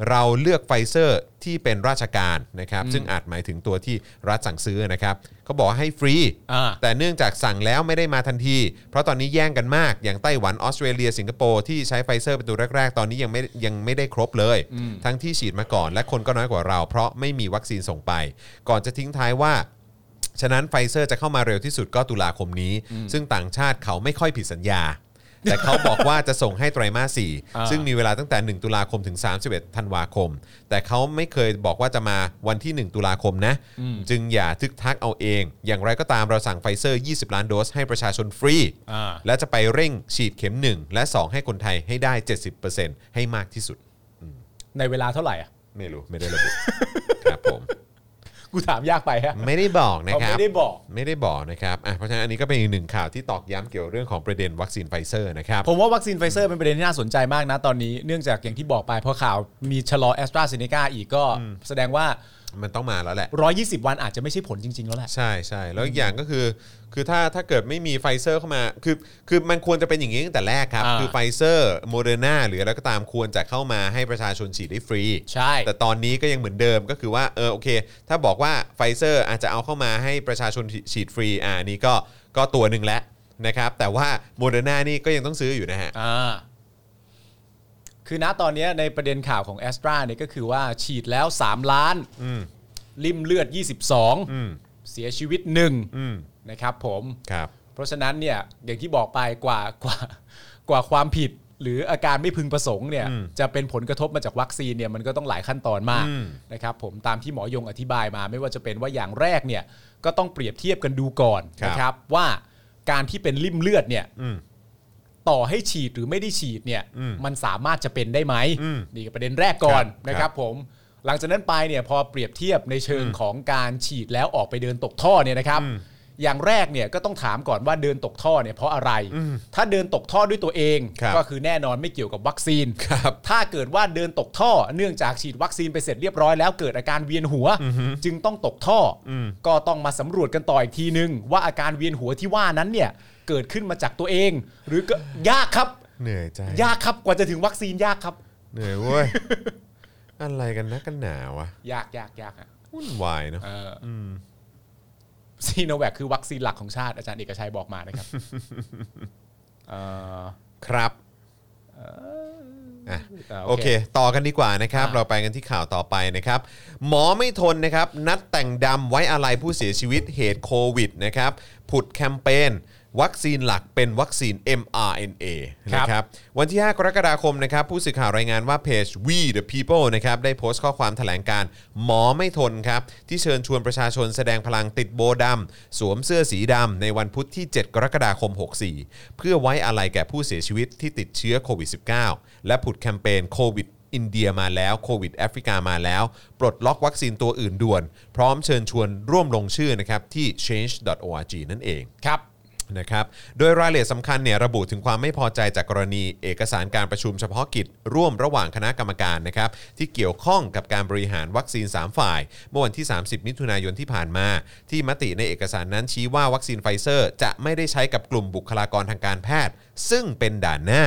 A: เราเลือกไฟเซอร์ที่เป็นราชการนะครับซึ่งอาจหมายถึงตัวที่รัฐสั่งซื้อนะครับเขาบอกให้ฟรี
B: อ่า
A: แต่เนื่องจากสั่งแล้วไม่ได้มาทันที เพราะตอนนี้แย่งกันมาก อย่างไต้หวันออสเตรเลียสิงคโปร์ที่ใช้ไฟเซอร์เป็นตัวแรก ๆ ตอนนี้ยังไม่ยังไม่ได้ครบเลย ทั้งที่ฉีดมาก่อนและคนก็น้อยกว่าเรา เพราะไม่มีวัคซีนส่งไป ก่อนจะทิ้งท้ายว่า ฉะนั้นไฟเซอร์จะเข้ามาเร็วที่สุดก็ตุลาคมนี้ ซึ่งต่างชาติเขาไม่ค่อยผิดสัญญา แต่เขาบอกว่าจะส่งให้ไตรมาสสี่
B: อ่า
A: ซึ่งมีเวลาตั้งแต่ 1 ตุลาคมถึง 31 ธันวาคม แต่เขาไม่เคยบอกว่าจะมาวันที่ 1 ตุลาคมนะ จึงอย่าทึกทักเอาเอง อย่างไรก็ตามเราสั่งไฟเซอร์ 20 ล้านโดสให้ประชาชนฟรี
B: อ่า
A: และจะไปเร่งฉีดเข็ม 1 และ 2 ให้คนไทยให้ได้ 70%ให้มากที่สุด
B: ในเวลาเท่าไหร่อะ
A: ไม่รู้ไม่ได้ระบุ ครับผม
B: กูถามยากไปฮะ
A: ไม่ได้บอกนะ
B: เขา
A: ครั
B: ไม่
A: บ
B: ได้บอก
A: ไม่ได้บอกนะครับอ่ะเพราะฉะนั้นอันนี้ก็เป็นอีกหนึ่งข่าวที่ตอกย้ำเกี่ยวเรื่องของประเด็นวัคซีนไฟเซอร์นะครับ
B: ผมว่าวัคซีนไฟเซอร์เป็นประเด็นที่น่าสนใจมากนะตอนนี้ เนื่องจากอย่างที่บอกไปพอข่าวมีชะลอแอสตราเซเนกาอีกก็แสดงว่า
A: มันต้องมาแล้วแหละ
B: 120 วันอาจจะไม่ใช่ผลจริง ๆ แล้วแหละ
A: ใช่ใช่แล้วอีกอย่างก็คือ คือถ้าถ้าเกิดไม่มีไฟเซอร์เข้ามา คือคือมันควรจะเป็นอย่างนี้ตั้งแต่แรกครับ
B: อ่า
A: คือไฟเซอร์โมเดอร์นาหรืออะไรก็ตามควรจะเข้ามาให้ประชาชนฉีดได้ฟรี
B: ใช่
A: แต่ตอนนี้ก็ยังเหมือนเดิมก็คือว่าเออโอเค ถ้าบอกว่าไฟเซอร์อาจจะเอาเข้ามาให้ประชาชนฉีดฟรีอ่าอันนี้ก็ก็ตัวหนึ่งแล้วนะครับแต่ว่าโมเดอร์นานี่ก็ยังต้องซื้ออยู่นะฮะ
B: อ่า คือณตอนเนี้ยในประเด็นข่าวของแอสตราเนี่ยก็คือว่าฉีดแล้ว 3 ล้าน
A: อืม
B: ริมเลือด
A: อืม
B: 22 เสียชีวิตหนึ่ง
A: อืม
B: นะครับผม
A: ครับ
B: เพราะฉะนั้นเนี่ยอย่างที่บอกไปกว่ากว่ากว่าความผิด หรืออาการไม่พึงประสงค์เนี่ย
A: อืม
B: จะเป็นผลกระทบมาจากวัคซีนเนี่ยมันก็ต้องหลายขั้นตอนมาก
A: อืม
B: นะครับผมตามที่หมอยงอธิบายมา ไม่ว่าจะเป็นว่าอย่างแรกเนี่ยก็ต้องเปรียบเทียบกันดูก่อนนะครับว่าการที่เป็นลิ่มเลือดเนี่ย
A: อืม
B: ต่อให้ฉีดหรือไม่ได้ฉีดเนี่ย
A: อืม
B: มันสามารถจะเป็นได้ไหม
A: อืม
B: นี่ก็ประเด็นแรกก่อน
A: ครับ
B: นะครับผม หลังจากนั้นไปเนี่ยพอเปรียบเทียบในเชิงของการฉีดแล้วออกไปเดินตกท่อเนี่ยนะครับ
A: อืม
B: อย่างแรกเนี่ยก็ต้องถามก่อนว่าเดินตกท่อเนี่ยเพราะอะไร ถ้าเดินตกท่อด้วยตัวเอง
A: ครับ
B: ก็คือแน่นอนไม่เกี่ยวกับวัคซีน
A: ครับ
B: ถ้าเกิดว่าเดินตกท่อ เนื่องจากฉีดวัคซีนไปเสร็จเรียบร้อยแล้วเกิดอาการเวียนหัว จึงต้องตกท่ออ
A: ม
B: ก็ต้องมาสำรวจกันต่ออีกทีนึง ว่าอาการเวียนหัวที่ว่านั้นเนี่ยเกิดขึ้นมาจากตัวเอง หรือก็ยากครับ
A: เหนื่อยใจ
B: ยากครับกว่าจะถึงวัคซีนยากครับ
A: เหนื่อยเว้ย อะไรกันนะกันหนาวะ
B: ยากยากยากอะ
A: วุ่นวายเนาะ
B: เอออซีโนแวคคือวัคซีนหลักของชาติอาจารย์เอกชัยบอกมา นะครับ เอ่อ
A: ครับอ่ะ
B: า
A: โอเค ต่อกันดีกว่านะครับ
B: อ่ะ
A: เราไปกันที่ข่าวต่อไปนะครับ หมอไม่ทนนะครับ นัดแต่งดำไว้อะไรผู้เสียชีวิตเหตุโควิดนะครับ ผุดแคมเปญวัคซีนหลักเป็นวัคซีน mRNA นะครับ วันที่ 5 กรกฎาคมนะครับ ผู้สื่อข่าวรายงานว่าเพจ We the People นะครับ ได้โพสต์ข้อความแถลงการหมอไม่ทนครับ ที่เชิญชวนประชาชนแสดงพลังติดโบดำสวมเสื้อสีดำในวันพุธที่ 7 กรกฎาคม 64 เพื่อไว้อะไรแก่ผู้เสียชีวิตที่ติดเชื้อโควิด -19 และผุดแคมเปญโควิด อินเดียมาแล้วโควิดแอฟริกามาแล้ว ปลดล็อกวัคซีนตัวอื่นด่วน พร้อมเชิญชวนร่วมลงชื่อนะครับที่ change.org นั่นเอง
B: ครับ
A: นะครับ โดยรายละเอียดสำคัญเนี่ยระบุถึงความไม่พอใจจากกรณีเอกสารการประชุมเฉพาะกิจ ร่วมระหว่างคณะกรรมการนะครับที่เกี่ยวข้องกับการบริหารวัคซีน 3 ฝ่าย เมื่อวันที่ 30 มิถุนายนที่ผ่านมา ที่มติในเอกสารนั้นชี้ว่าวัคซีนไฟเซอร์ จะไม่ได้ใช้กับกลุ่มบุคลากรทางการแพทย์ ซึ่งเป็นด่านหน้า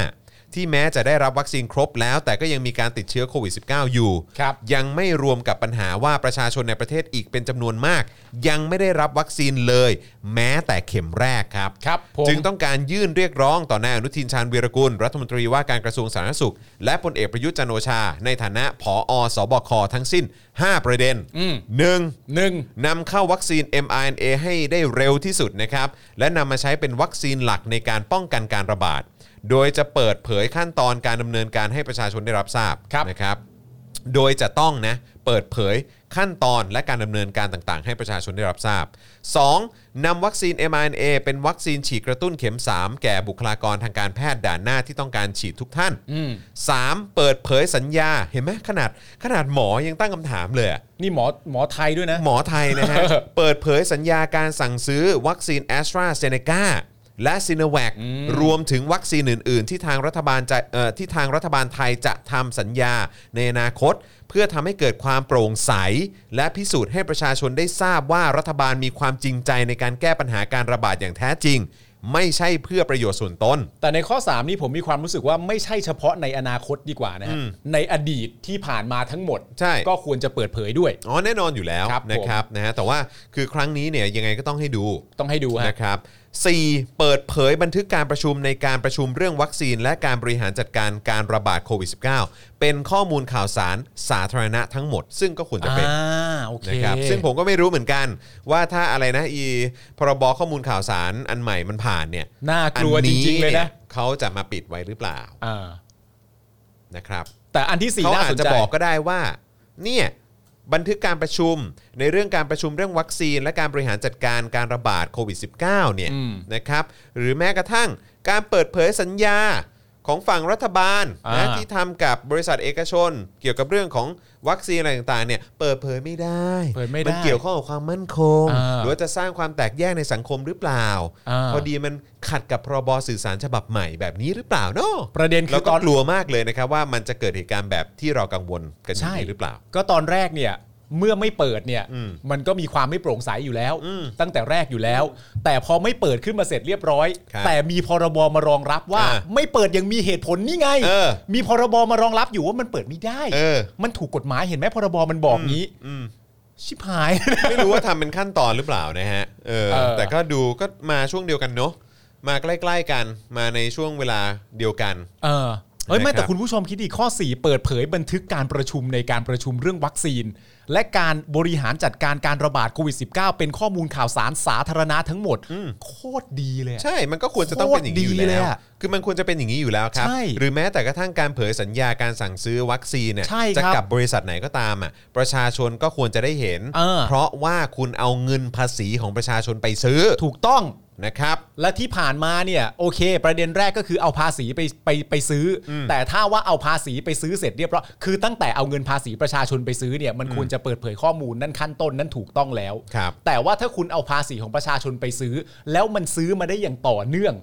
A: ที่แม้จะได้รับวัคซีนครบแล้ว แต่ก็ยังมีการติดเชื้อโควิด -19 อยู่
B: ครับ
A: ยังไม่รวมกับปัญหาว่าประชาชนในประเทศอีกเป็นจำนวนมาก ยังไม่ได้รับวัคซีนเลย แม้แต่เข็มแรกครับ
B: ครับผม
A: จึงต้องการยื่นเรียกร้องต่อนายอนุทินชาญวีรกุล รัฐมนตรีว่าการกระทรวงสาธารณสุข และพลเอกประยุทธ์จันทร์โอชา ในฐานะผอสบคทั้งสิ้น 5 ประเด็น
B: อืม
A: หนึ่ง
B: หนึ่ง
A: นำเข้าวัคซีน mRNA ให้ได้เร็วที่สุดนะครับ และนำมาใช้เป็นวัคซีนหลักในการป้องกันการระบาด โดยจะเปิดเผยขั้นตอนการดำเนินการให้ประชาชนได้รับทราบ
B: ครับ
A: นะครับ โดยจะต้องนะเปิดเผยขั้นตอนและการดำเนินการต่างๆ ให้ประชาชนได้รับทราบ 2. นำวัคซีน mRNA เป็นวัคซีนฉีดกระตุ้นเข็ม 3 แก่บุคลากรทางการแพทย์ด่านหน้าที่ต้องการฉีดทุกท่าน
B: อืม
A: 3. เปิดเผยสัญญาเห็นไหมขนาดขนาดหมอยังตั้งคำถามเลยอะ
B: นี่หมอหมอไทยด้วยนะ
A: หมอไทย นะฮะ เปิดเผยสัญญาการสั่งซื้อวัคซีนแอสตราเซเนกาและซี n o แว c รวมถึงวัคซีนอื่น ๆ ที่ทางรัฐบาลจะเอ่อที่ทางรัฐบาลไทยจะทำสัญญาในอนาคต เพื่อทำให้เกิดความโปร่งใส และพิสูจน์ให้ประชาชนได้ทราบว่ารัฐบาลมีความจริงใจในการแก้ปัญหาการระบาดอย่างแท้จริง ไม่ใช่เพื่อประโยชน์ส่วนตน
B: แต่ในข้อ 3 นี่ผมมีความรู้สึกว่าไม่ใช่เฉพาะในอนาคตดีกว่านะฮะ ในอดีตที่ผ่านมาทั้งหมด
A: ใช่
B: ก็ควรจะเปิดเผยด้วย
A: อ๋อแน่นอนอยู่แล้ว
B: ครับผม
A: นะครับนะฮะแต่ว่าคือครั้งนี้เนี่ยยังไงก็ต้องให้ดู
B: ต้องให้ดูฮะ
A: นะครับ 4. เปิดเผยบันทึกการประชุมในการประชุมเรื่องวัคซีน และการบริหารจัดการการระบาดโควิด -19 เป็นข้อมูลข่าวสารสาธารณะทั้งหมด ซึ่งก็ควรจะเป็น
B: อ่า โอเค
A: นะครับซึ่งผมก็ไม่รู้เหมือนกัน ว่าถ้าอะไรนะอีพรบข้อมูลข่าวสารอันใหม่มันผ่านเนี่ย
B: น่ากลัวจริง ๆ เลยนะ
A: เขาจะมาปิดไว้หรือเปล่า
B: อ่า
A: นะครับ
B: แต่อันที่สี่
A: เขา
B: น่า
A: อา
B: ส
A: จ
B: น
A: จะ
B: ใจ
A: บอกก็ได้ว่าเนี่ยบันทึกการประชุมในเรื่องการประชุมเรื่องวัคซีน และการบริหารจัดการการระบาดโควิด -19 เนี่ย
B: อืม
A: นะครับหรือแม้กระทั่งการเปิดเผยสัญญาของฝั่งรัฐบาลนะ
B: อ่า
A: ที่ทำกับบริษัทเอกชน เกี่ยวกับเรื่องของวัคซีนอะไรต่างๆเนี่ยเปิดเผยไม่ได้
B: เปิดไม่ได้
A: มันเกี่ยวข้องกับความมั่นคง
B: อ่า
A: หรือว่าจะสร้างความแตกแยกในสังคมหรือเปล่า
B: อ่า
A: พอดีมันขัดกับพรบสื่อสารฉบับใหม่แบบนี้หรือเปล่าเนาะ
B: ประเด็นคื
A: แล้ว
B: อ
A: ก็
B: ตอน
A: กลัวมากเลยนะครับว่ามันจะเกิดเหตุการณ์แบบที่เรากังวลกันอ
B: ใช่
A: ย่างนี้หรือเปล่า
B: ก็ตอนแรกเนี่ยเมื่อไม่เปิดเนี่ย
A: อืม
B: มันก็มีความไม่โปร่งใสอยู่แล้ว
A: อืม
B: ตั้งแต่แรกอยู่แล้ว แต่พอไม่เปิดขึ้นมาเสร็จเรียบร้อย
A: ครับ
B: แต่มีพรบมารองรับว่า
A: อ่า
B: ไม่เปิดอยังมีเหตุผลนี่ไง
A: เออ
B: มีพรบมารองรับอยู่ว่ามันเปิดไม่ได้
A: เออ
B: มันถูกกฎหมายเห็นไหมพรบมันบอกงี้
A: อืม
B: ชิบหาย
A: ไม่รู้ว่าทำเป็นขั้นตอนหรือเปล่านะฮะเออ
B: เออ
A: แต่ก็ดูก็มาช่วงเดียวกันเนอะมาใกล้ ๆกันมาในช่วงเวลาเดียวกัน
B: เออเฮ้ยไม่
A: นะครับ
B: แต่คุณผู้ชมคิดดีข้อ 4 เปิดเผยบันทึกการประชุมในการประชุมเรื่องวัคซีน และการบริหารจัดการการระบาดโควิด -19 เป็นข้อมูลข่าวสารสาธารณะทั้งหมด โคตรดีเลยอะ
A: ใช่ มันก็ควรจะต้องเป็นอย่างนี้อยู่
B: โคตรดีเล
A: แล้
B: ยว อะ
A: คือมันควรจะเป็นอย่างนี้อยู่แล้วครับ
B: ใช่
A: หรือแม้แต่กระทั่งการเผยสัญญาการสั่งซื้อวัคซีนเนี่ย
B: ใช่ครับ
A: จะกับบริษัทไหนก็ตามอ่ะ ประชาชนก็ควรจะได้เห็น
B: เออ
A: เพราะว่าคุณเอาเงินภาษีของประชาชนไปซื้อ
B: ถูกต้อง
A: นะครับ
B: และที่ผ่านมาเนี่ยโอเค ประเด็นแรกก็คือเอาภาษีไปไปไปซื้ออแต่ถ้าว่าเอาภาษีไปซื้อเสร็จเรียบร้อยคือตั้งแต่เอาเงินภาษีประชาชนไปซื้อเนี่ยมันควรจะเปิดเผยข้อมูลนั่นขั้นต้นนั่นถูกต้องแล้ว
A: ครับ
B: แต่ว่าถ้าคุณเอาภาษีของประชาชนไปซื้อ แล้วมันซื้อมาได้อย่างต่อเนื่อง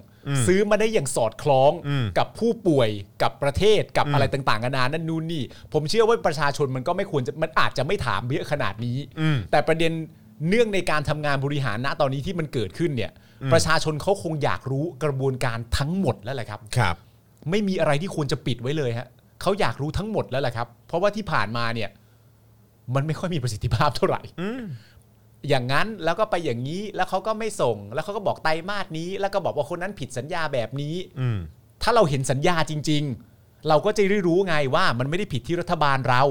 B: ซื้อมาได้อย่างสอดคล้องกับผู้ป่วยกับประเทศกับอะไรต่างๆนานานั่นนู่นนี่ ผมเชื่อว่าประชาชนมันก็ไม่ควรจะมันอาจจะไม่ถามเยอะขนาดนี้ แต่ประเด็นเนื่องในการทำงานบริหารณตอนนี้ที่มันเกิดขึ้นเนี่ย ประชาชนเขาคงอยากรู้กระบวนการทั้งหมดแล้วแหละครับ
A: ครับ
B: ไม่มีอะไรที่ควรจะปิดไว้เลยฮะเขาอยากรู้ทั้งหมดแล้วแหละครับ เพราะว่าที่ผ่านมาเนี่ย มันไม่ค่อยมีประสิทธิภาพเท่าไหร่อย่างนั้นแล้วก็ไปอย่างนี้แล้วเขาก็ไม่ส่ง แล้วเขาก็บอกไตรมาสนี้ แล้วก็บอกว่าคนนั้นผิดสัญญาแบบนี้
A: อืม
B: ถ้าเราเห็นสัญญาจริง ๆ เราก็จะได้รู้ไงว่ามันไม่ได้ผิดที่รัฐบาลเรา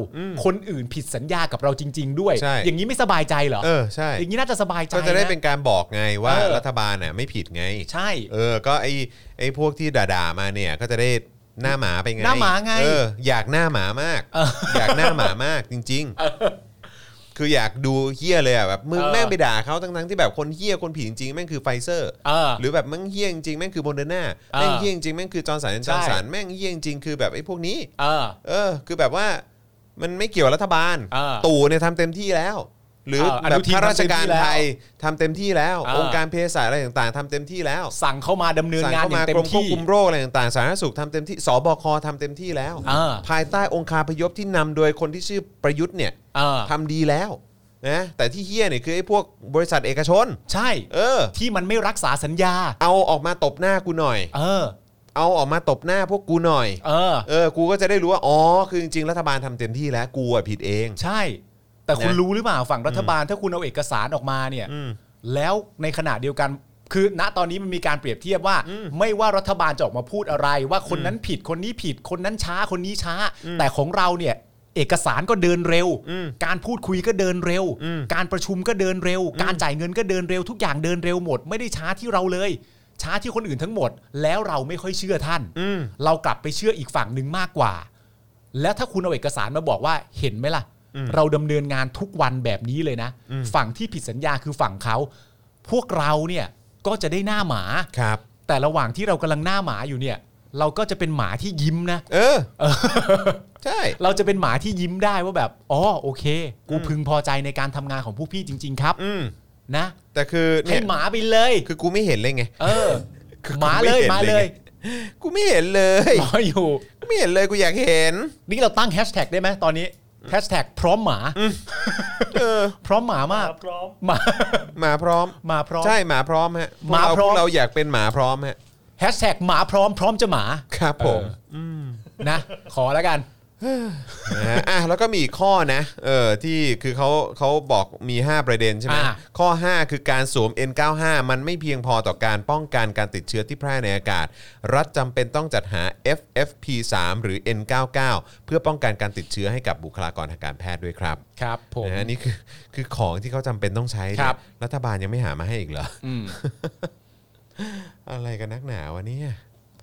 B: คนอื่นผิดสัญญากับเราจริง ๆ ด้วย
A: ใช่
B: อย่างนี้ไม่สบายใจเหรอ
A: เออ ใช่
B: อย่างนี้น่าจะสบายใจ
A: ก็จะได้เป็น
B: นะ
A: การบอกไงว่า
B: เออ
A: รัฐบาลน่ะไม่ผิดไง
B: ใช่
A: เออ ก็ไอ้ไอ้พวกที่ด่าๆมาเนี่ยก็จะได้หน้าหมาไปไง
B: หน้าหมาไง
A: เอออยากหน้าหมามาก
B: เออ
A: อยากหน้าหมามากจริง ๆ คืออยากดูเฮี้ยเลยอ่ะแบบมึง
B: เออ
A: แม่งไปด่าเขาทั้งๆที่แบบคนเฮี้ยคนผิดจริงๆแม่งคือไฟเซอร์
B: เออ
A: หรือแบบแม่งเฮี้ยจริงๆแม่งคือโมเดอร์นาแม่งเฮี้ยจริงๆแม่งคือจอร์นสันจอร์นสันแม่งเฮี้ยจริงๆคือแบบไอ้พวกนี้
B: เออ
A: เออ คือแบบว่ามันไม่เกี่ยวรัฐบาล
B: เออ
A: ตู่เนี่ยทำเต็มที่แล้ว หรือ
B: เอออ
A: แบ
B: นุ
A: บ
B: ทิน
A: ข้าราชการ
B: ทำเต็มที่แล้ว
A: ไทยทำเต็มที่แล้ว
B: เออ
A: องค์การเภสัชอะไรต่างๆทำเต็มที่แล้ว
B: สั่งเข้ามาดำเนิน
A: สั่ง
B: งาน
A: เข้า
B: อ
A: มา
B: ย่างเต็
A: กร
B: ม
A: มควบ
B: ที่
A: คุมโรคอะไรต่างๆสาธารณสุขทำเต็มที่สบคทำเต็มที่แล้ว
B: เออ
A: ภายใต้องค์คาพยพที่นำโดยคนที่ชื่อประยุทธ์เนี่ย
B: เออ
A: ทำดีแล้วนะแต่ที่เฮี้ยเนี่ยคือไอ้พวกบริษัทเอกชน
B: ใช่
A: เออ
B: ที่มันไม่รักษาสัญญา
A: เอาออกมาตบหน้ากูหน่อย
B: เออ
A: เอาออกมาตบหน้าพวกกูหน่อย
B: เออ
A: เออ กูก็จะได้รู้ว่า อ๋อ คือจริงๆ รัฐบาลทำเต็มที่แล้ว กูอะผิดเอง
B: ใช่ แต่คุณ
A: นะ
B: รู้หรือเปล่าฝั่งรัฐบาลถ้าคุณเอาเอกสารออกมาเนี่ย
A: อืม
B: แล้วในขณะเดียวกัน คือณตอนนี้มันมีการเปรียบเทียบว่า ไม่ว่ารัฐบาลจะออกมาพูดอะไร ว่าคนนั้นผิดคนนี้ผิดคนนั้นช้าคนนี้ช้า แต่ของเราเนี่ย เอกสารก็เดินเร็ว
A: อืม
B: การพูดคุยก็เดินเร็ว
A: อืม
B: การประชุมก็เดินเร็ว การจ่ายเงินก็เดินเร็ว ทุกอย่างเดินเร็วหมด ไม่ได้ช้าที่เราเลย ช้าที่คนอื่นทั้งหมด แล้วเราไม่ค่อยเชื่อท่าน
A: อืม
B: เรากลับไปเชื่ออีกฝั่งหนึ่งมากกว่า แล้วถ้าคุณเอาเอกสารมาบอกว่าเห็นไหมล่ะ
A: อืม
B: เราดำเนินงานทุกวันแบบนี้เลยนะ
A: อืม
B: ฝั่งที่ผิดสัญญาคือฝั่งเขา พวกเราเนี่ยก็จะได้หน้าหมา
A: ครับ
B: แต่ระหว่างที่เรากำลังหน้าหมาอยู่เนี่ย เราก็จะเป็นหมาที่ยิ้มนะ
A: เอ อ ใช่
B: เราจะเป็นหมาที่ยิ้มได้ว่าแบบอ๋อโอเค กูพึงพอใจในการทำงานของผู้พี่จริง ๆ ครับ
A: อืม
B: นะ
A: แต่คือ
B: ให้
A: เนี่ย
B: หมาไปเลย
A: คือกูไม่เห็นเลยไง
B: เออ
A: คือ
B: หมาเลย
A: กู
B: มา
A: ไห็น
B: เลย
A: กูไม่เห็นเลย
B: รออยู่
A: กูไม่เห็นเลยกูอยากเห็น
B: นี่เราตั้งแฮชแท็กได้ไหมตอนนี้แฮชแท็กพร้อมหมา
A: เออ
B: พร้อมหมามาก
C: พร้อม
B: หมา
A: หมาพร้อม
B: หมาพร้อม
A: ใช่หมาพร้อมฮะพวก
B: หมา
A: เ
B: พร้อม
A: พวกเราอยากเป็นหมาพร้อมฮะ
B: แฮชแท็กหมาพร้อมพร้อมจะหมา
A: ครับผม
B: นะ ขอแล้วกัน
A: นะฮะอ่ะแล้วก็มีอีกข้อนะเออที่คือเขาเขาบอกมี 5 ประเด็นใช่ไหม
B: อ่า
A: ข้อ 5 คือการสวม N95 มันไม่เพียงพอต่อการป้องกันการติดเชื้อที่แพร่ในอากาศ รัฐจำเป็นต้องจัดหา FFP3 หรือ N99 เพื่อป้องกันการติดเชื้อให้กับบุคลากรทางการแพทย์ด้วยครับ
B: ครับผม
A: นะฮะนี่คือคือของที่เขาจำเป็นต้องใช้เนี่ย
B: ครับ
A: รัฐบาลยังไม่หามาให้อีก เหรอ
B: อืม
A: อะไรกันนักหนาวะเนี่ย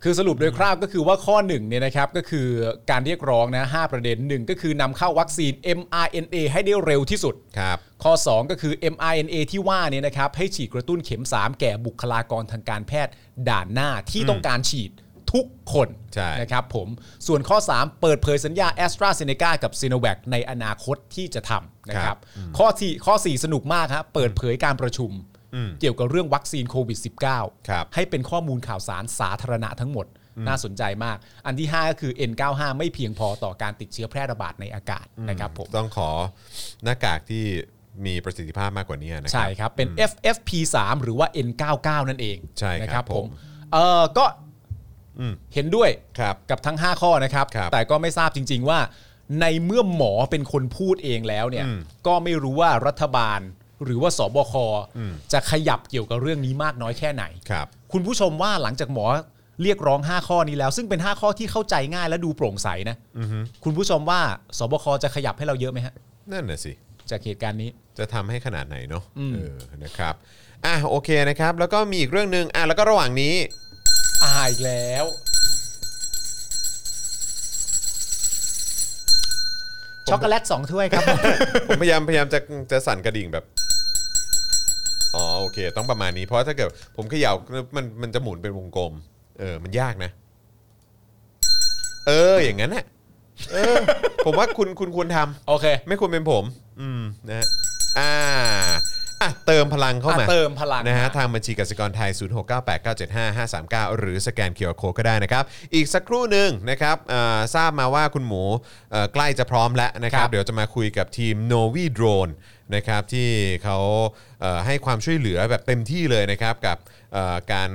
B: คือสรุปโดยคร่าวก็คือว่าข้อหนึ่งเนี่ยนะครับ ก็คือการเรียกร้องนะ5ประเด็นหนึ่งก็คือนำเข้าวัคซีน mRNA ให้ได้เร็วที่สุด
A: ครับ
B: ข้อ 2 ก็คือ mRNA ที่ว่าเนี่ยนะครับ ให้ฉีดกระตุ้นเข็ม 3 แก่บุคลากรทางการแพทย์ด่านหน้าที่ต้องการฉีดทุกคน
A: ใช่
B: นะครับผมส่วนข้อ 3 เปิดเผยสัญญา a s t r a z เซ e c a กับ s i n o v a c ในอนาคตที่จะทำนะครับข้อที่ข้อ 4 สนุกมากครับเปิดเผยการประชุม เกี่ยวกับเรื่องวัคซีนโควิด -19
A: ครับ
B: ให้เป็นข้อมูลข่าวสารสาธารณะทั้งหมด น่าสนใจมาก อันที่ 5 ก็คือ N95 ไม่เพียงพอต่อการติดเชื้อแพร่ระบาดในอากาศนะครับผม
A: ต้องขอหน้ากากที่มีประสิทธิภาพมากกว่านี้นะค
B: ใช่
A: รับ
B: ครับ เป็น FFP3 หรือว่า N99 นั่นเอง
A: ใช่ครับ
B: นะ
A: ผม
B: เออก็
A: อืม
B: เห็นด้วย
A: ครับ
B: กับทั้ง 5 ข้อนะครับ
A: ครับ
B: แต่ก็ไม่ทราบจริง ๆ ว่า ในเมื่อหมอเป็นคนพูดเองแล้วเนี่ย
A: อืม
B: ก็ไม่รู้ว่ารัฐบาลหรือว่าสบค
A: อืม
B: จะขยับเกี่ยวกับเรื่องนี้มากน้อยแค่ไหน
A: ครับ
B: คุณผู้ชมว่าหลังจากหมอเรียกร้อง 5 ข้อนี้แล้ว ซึ่งเป็น 5 ข้อที่เข้าใจง่ายและดูโปร่งใสนะคุณผู้ชมว่าสบคจะขยับให้เราเยอะไหมฮะ
A: นั่นน่ะสิ
B: จากเหตุการณ์นี้
A: จะทำให้ขนาดไหนเนาะ
B: อืม
A: เออนะครับ อ่ะโอเคนะครับ แล้วก็มีอีกเรื่องหนึ่งอ่ะแล้วก็ระหว่างนี้
B: อ่าอีกแล้ว ช็อกโกแลตสองถ้วยครับ
A: ผมพยายามพยายามจะจะสั่นกระดิ่งแบบ อ๋อโอเค ต้องประมาณนี้ เพราะถ้าเกิดผมเขย่ามันมันจะหมุนเป็นวงกลม เออ มันยากนะ เออ อย่างนั้นน่ะเออ ผมว่าคุณคุณควรทำ
B: โอเค
A: ไม่ควรเป็นผม อืม นะฮะอ่า อ่ะ เติมพลังเข้ามา
B: อ่ะเติมพลัง
A: นะฮะทางบัญชีกสิกรไทย 0698975539 หรือสแกนเคอร์โคก็ได้นะครับ อีกสักครู่หนึ่งนะครับเอ่อทราบมาว่าคุณหมูเอ่อใกล้จะพร้อมแล้วนะครับ
B: ครับ
A: เดี๋ยวจะมาคุยกับทีม Novi Drone นะครับที่เขาเอ่อให้ความช่วยเหลือแบบเต็มที่เลยนะครับ กับเอ่อการ